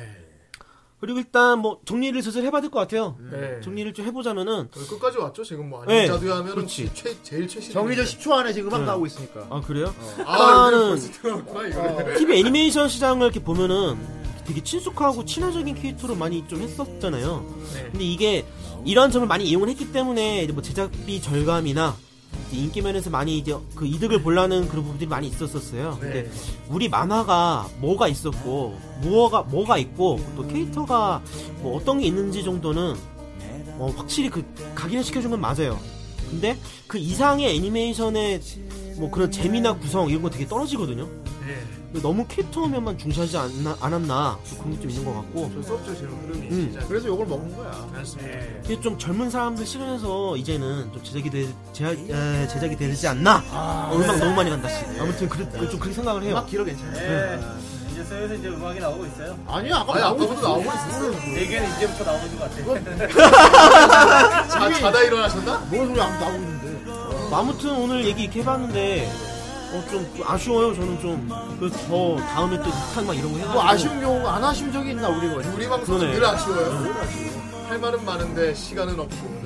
[SPEAKER 6] 그리고 일단 뭐 정리를 슬슬 해봐야 될 것 같아요.
[SPEAKER 4] 네.
[SPEAKER 6] 정리를 좀 해보자면은
[SPEAKER 4] 거의 끝까지 왔죠 지금 뭐
[SPEAKER 6] 네.
[SPEAKER 4] 안정 자두야 하면은
[SPEAKER 6] 그렇지.
[SPEAKER 4] 최, 제일 최신.
[SPEAKER 7] 정리전 10초 안에 지금 막 나오고 있으니까.
[SPEAKER 6] 아 그래요?
[SPEAKER 4] 아,
[SPEAKER 6] 일단은-
[SPEAKER 4] 이거 벌써 들어갔구나 이거.
[SPEAKER 6] TV 애니메이션 시장을 이렇게 보면은 되게 친숙하고 친화적인 캐릭터로 많이 좀 했었잖아요. 근데 이게 이런 점을 많이 이용을 했기 때문에 이제 뭐 제작비 절감이나 이제 인기 면에서 많이 이제 그 이득을 보려는 그런 부분들이 많이 있었었어요. 근데 우리 만화가 뭐가 있었고 뭐가 뭐가 있고 또 캐릭터가 뭐 어떤 게 있는지 정도는 어, 확실히 그 각인을 시켜준 건 맞아요. 근데 그 이상의 애니메이션의 뭐 그런 재미나 구성 이런 거 되게 떨어지거든요.
[SPEAKER 3] 예,
[SPEAKER 6] 근데 너무 캐릭터면만 중시하지 않나, 않았나 좀 그런 게 좀 있는 것 같고
[SPEAKER 4] 수 없죠 지금 흐름이
[SPEAKER 6] 음.
[SPEAKER 4] 진짜.
[SPEAKER 7] 그래서 요걸 먹은 거야.
[SPEAKER 3] 예.
[SPEAKER 4] 네.
[SPEAKER 6] 이게 좀 젊은 사람들 시선에서 이제는 좀 제작이 되, 제, 에, 제작이 되지 않나
[SPEAKER 7] 아,
[SPEAKER 6] 어, 음악 너무 많이 간다 씨. 아무튼 그래, 좀 그렇게 생각을 해요
[SPEAKER 7] 네. 막 길어 괜찮아.
[SPEAKER 3] 예. 이제 슬슬 이제 음악이 나오고 있어요
[SPEAKER 7] 아니야 아까
[SPEAKER 4] 아니
[SPEAKER 7] 나오고
[SPEAKER 4] 아까부터 나오고 있었어.
[SPEAKER 3] 내게는 이제부터 나오는 것 같아
[SPEAKER 4] 자, 자다 일어나셨나?
[SPEAKER 7] 뭔 소리 아무 나오고 있는데.
[SPEAKER 6] 뭐 아무튼 오늘 얘기 이렇게 해봤는데 어, 좀, 좀 아쉬워요 저는 좀그더 다음에 또 이탄 막 이런 거 해가지고
[SPEAKER 7] 뭐 아쉬운 경우가 안 아쉬운 적이 있나 우리가.
[SPEAKER 4] 우리 방송
[SPEAKER 6] 그러네.
[SPEAKER 4] 늘 아쉬워요. 할 말은 많은데 시간은 없고.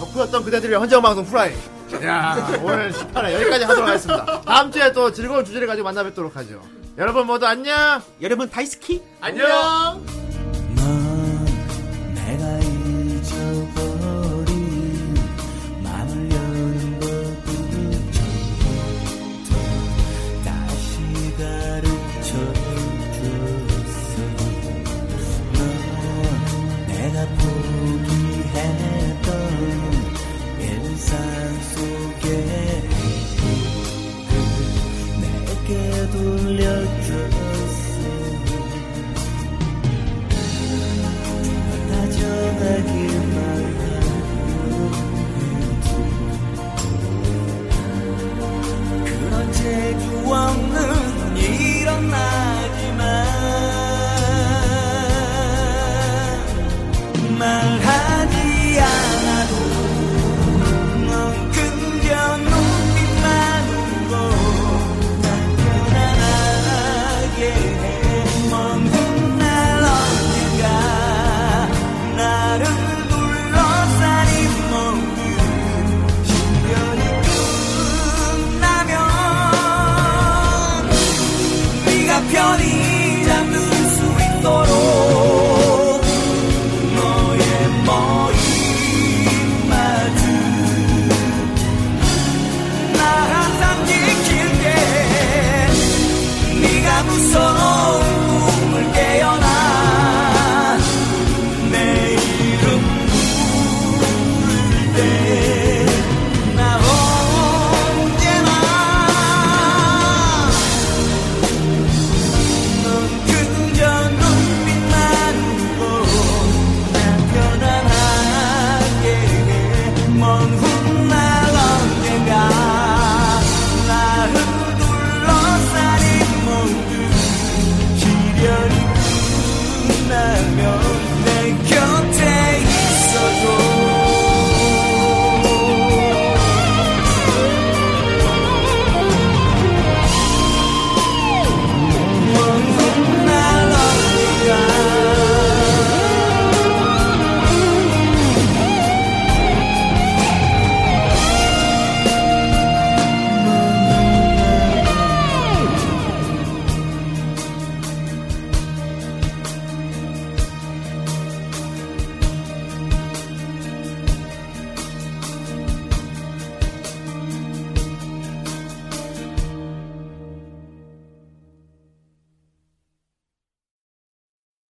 [SPEAKER 7] 덕후였던 그대들의 헌정방송 프라이. 야 오늘 18회 여기까지 하도록 하겠습니다. 다음 주에 또 즐거운 주제를 가지고 만나뵙도록 하죠. 여러분 모두 안녕.
[SPEAKER 6] 여러분 다이스키
[SPEAKER 4] 안녕.
[SPEAKER 8] 넌 내가 잊어버린 맘을 여린 것뿐 처음부터 다시 가르쳐줬어 넌 내가 포기했던 일상 속에 그 내게 돌려줬어 다져가길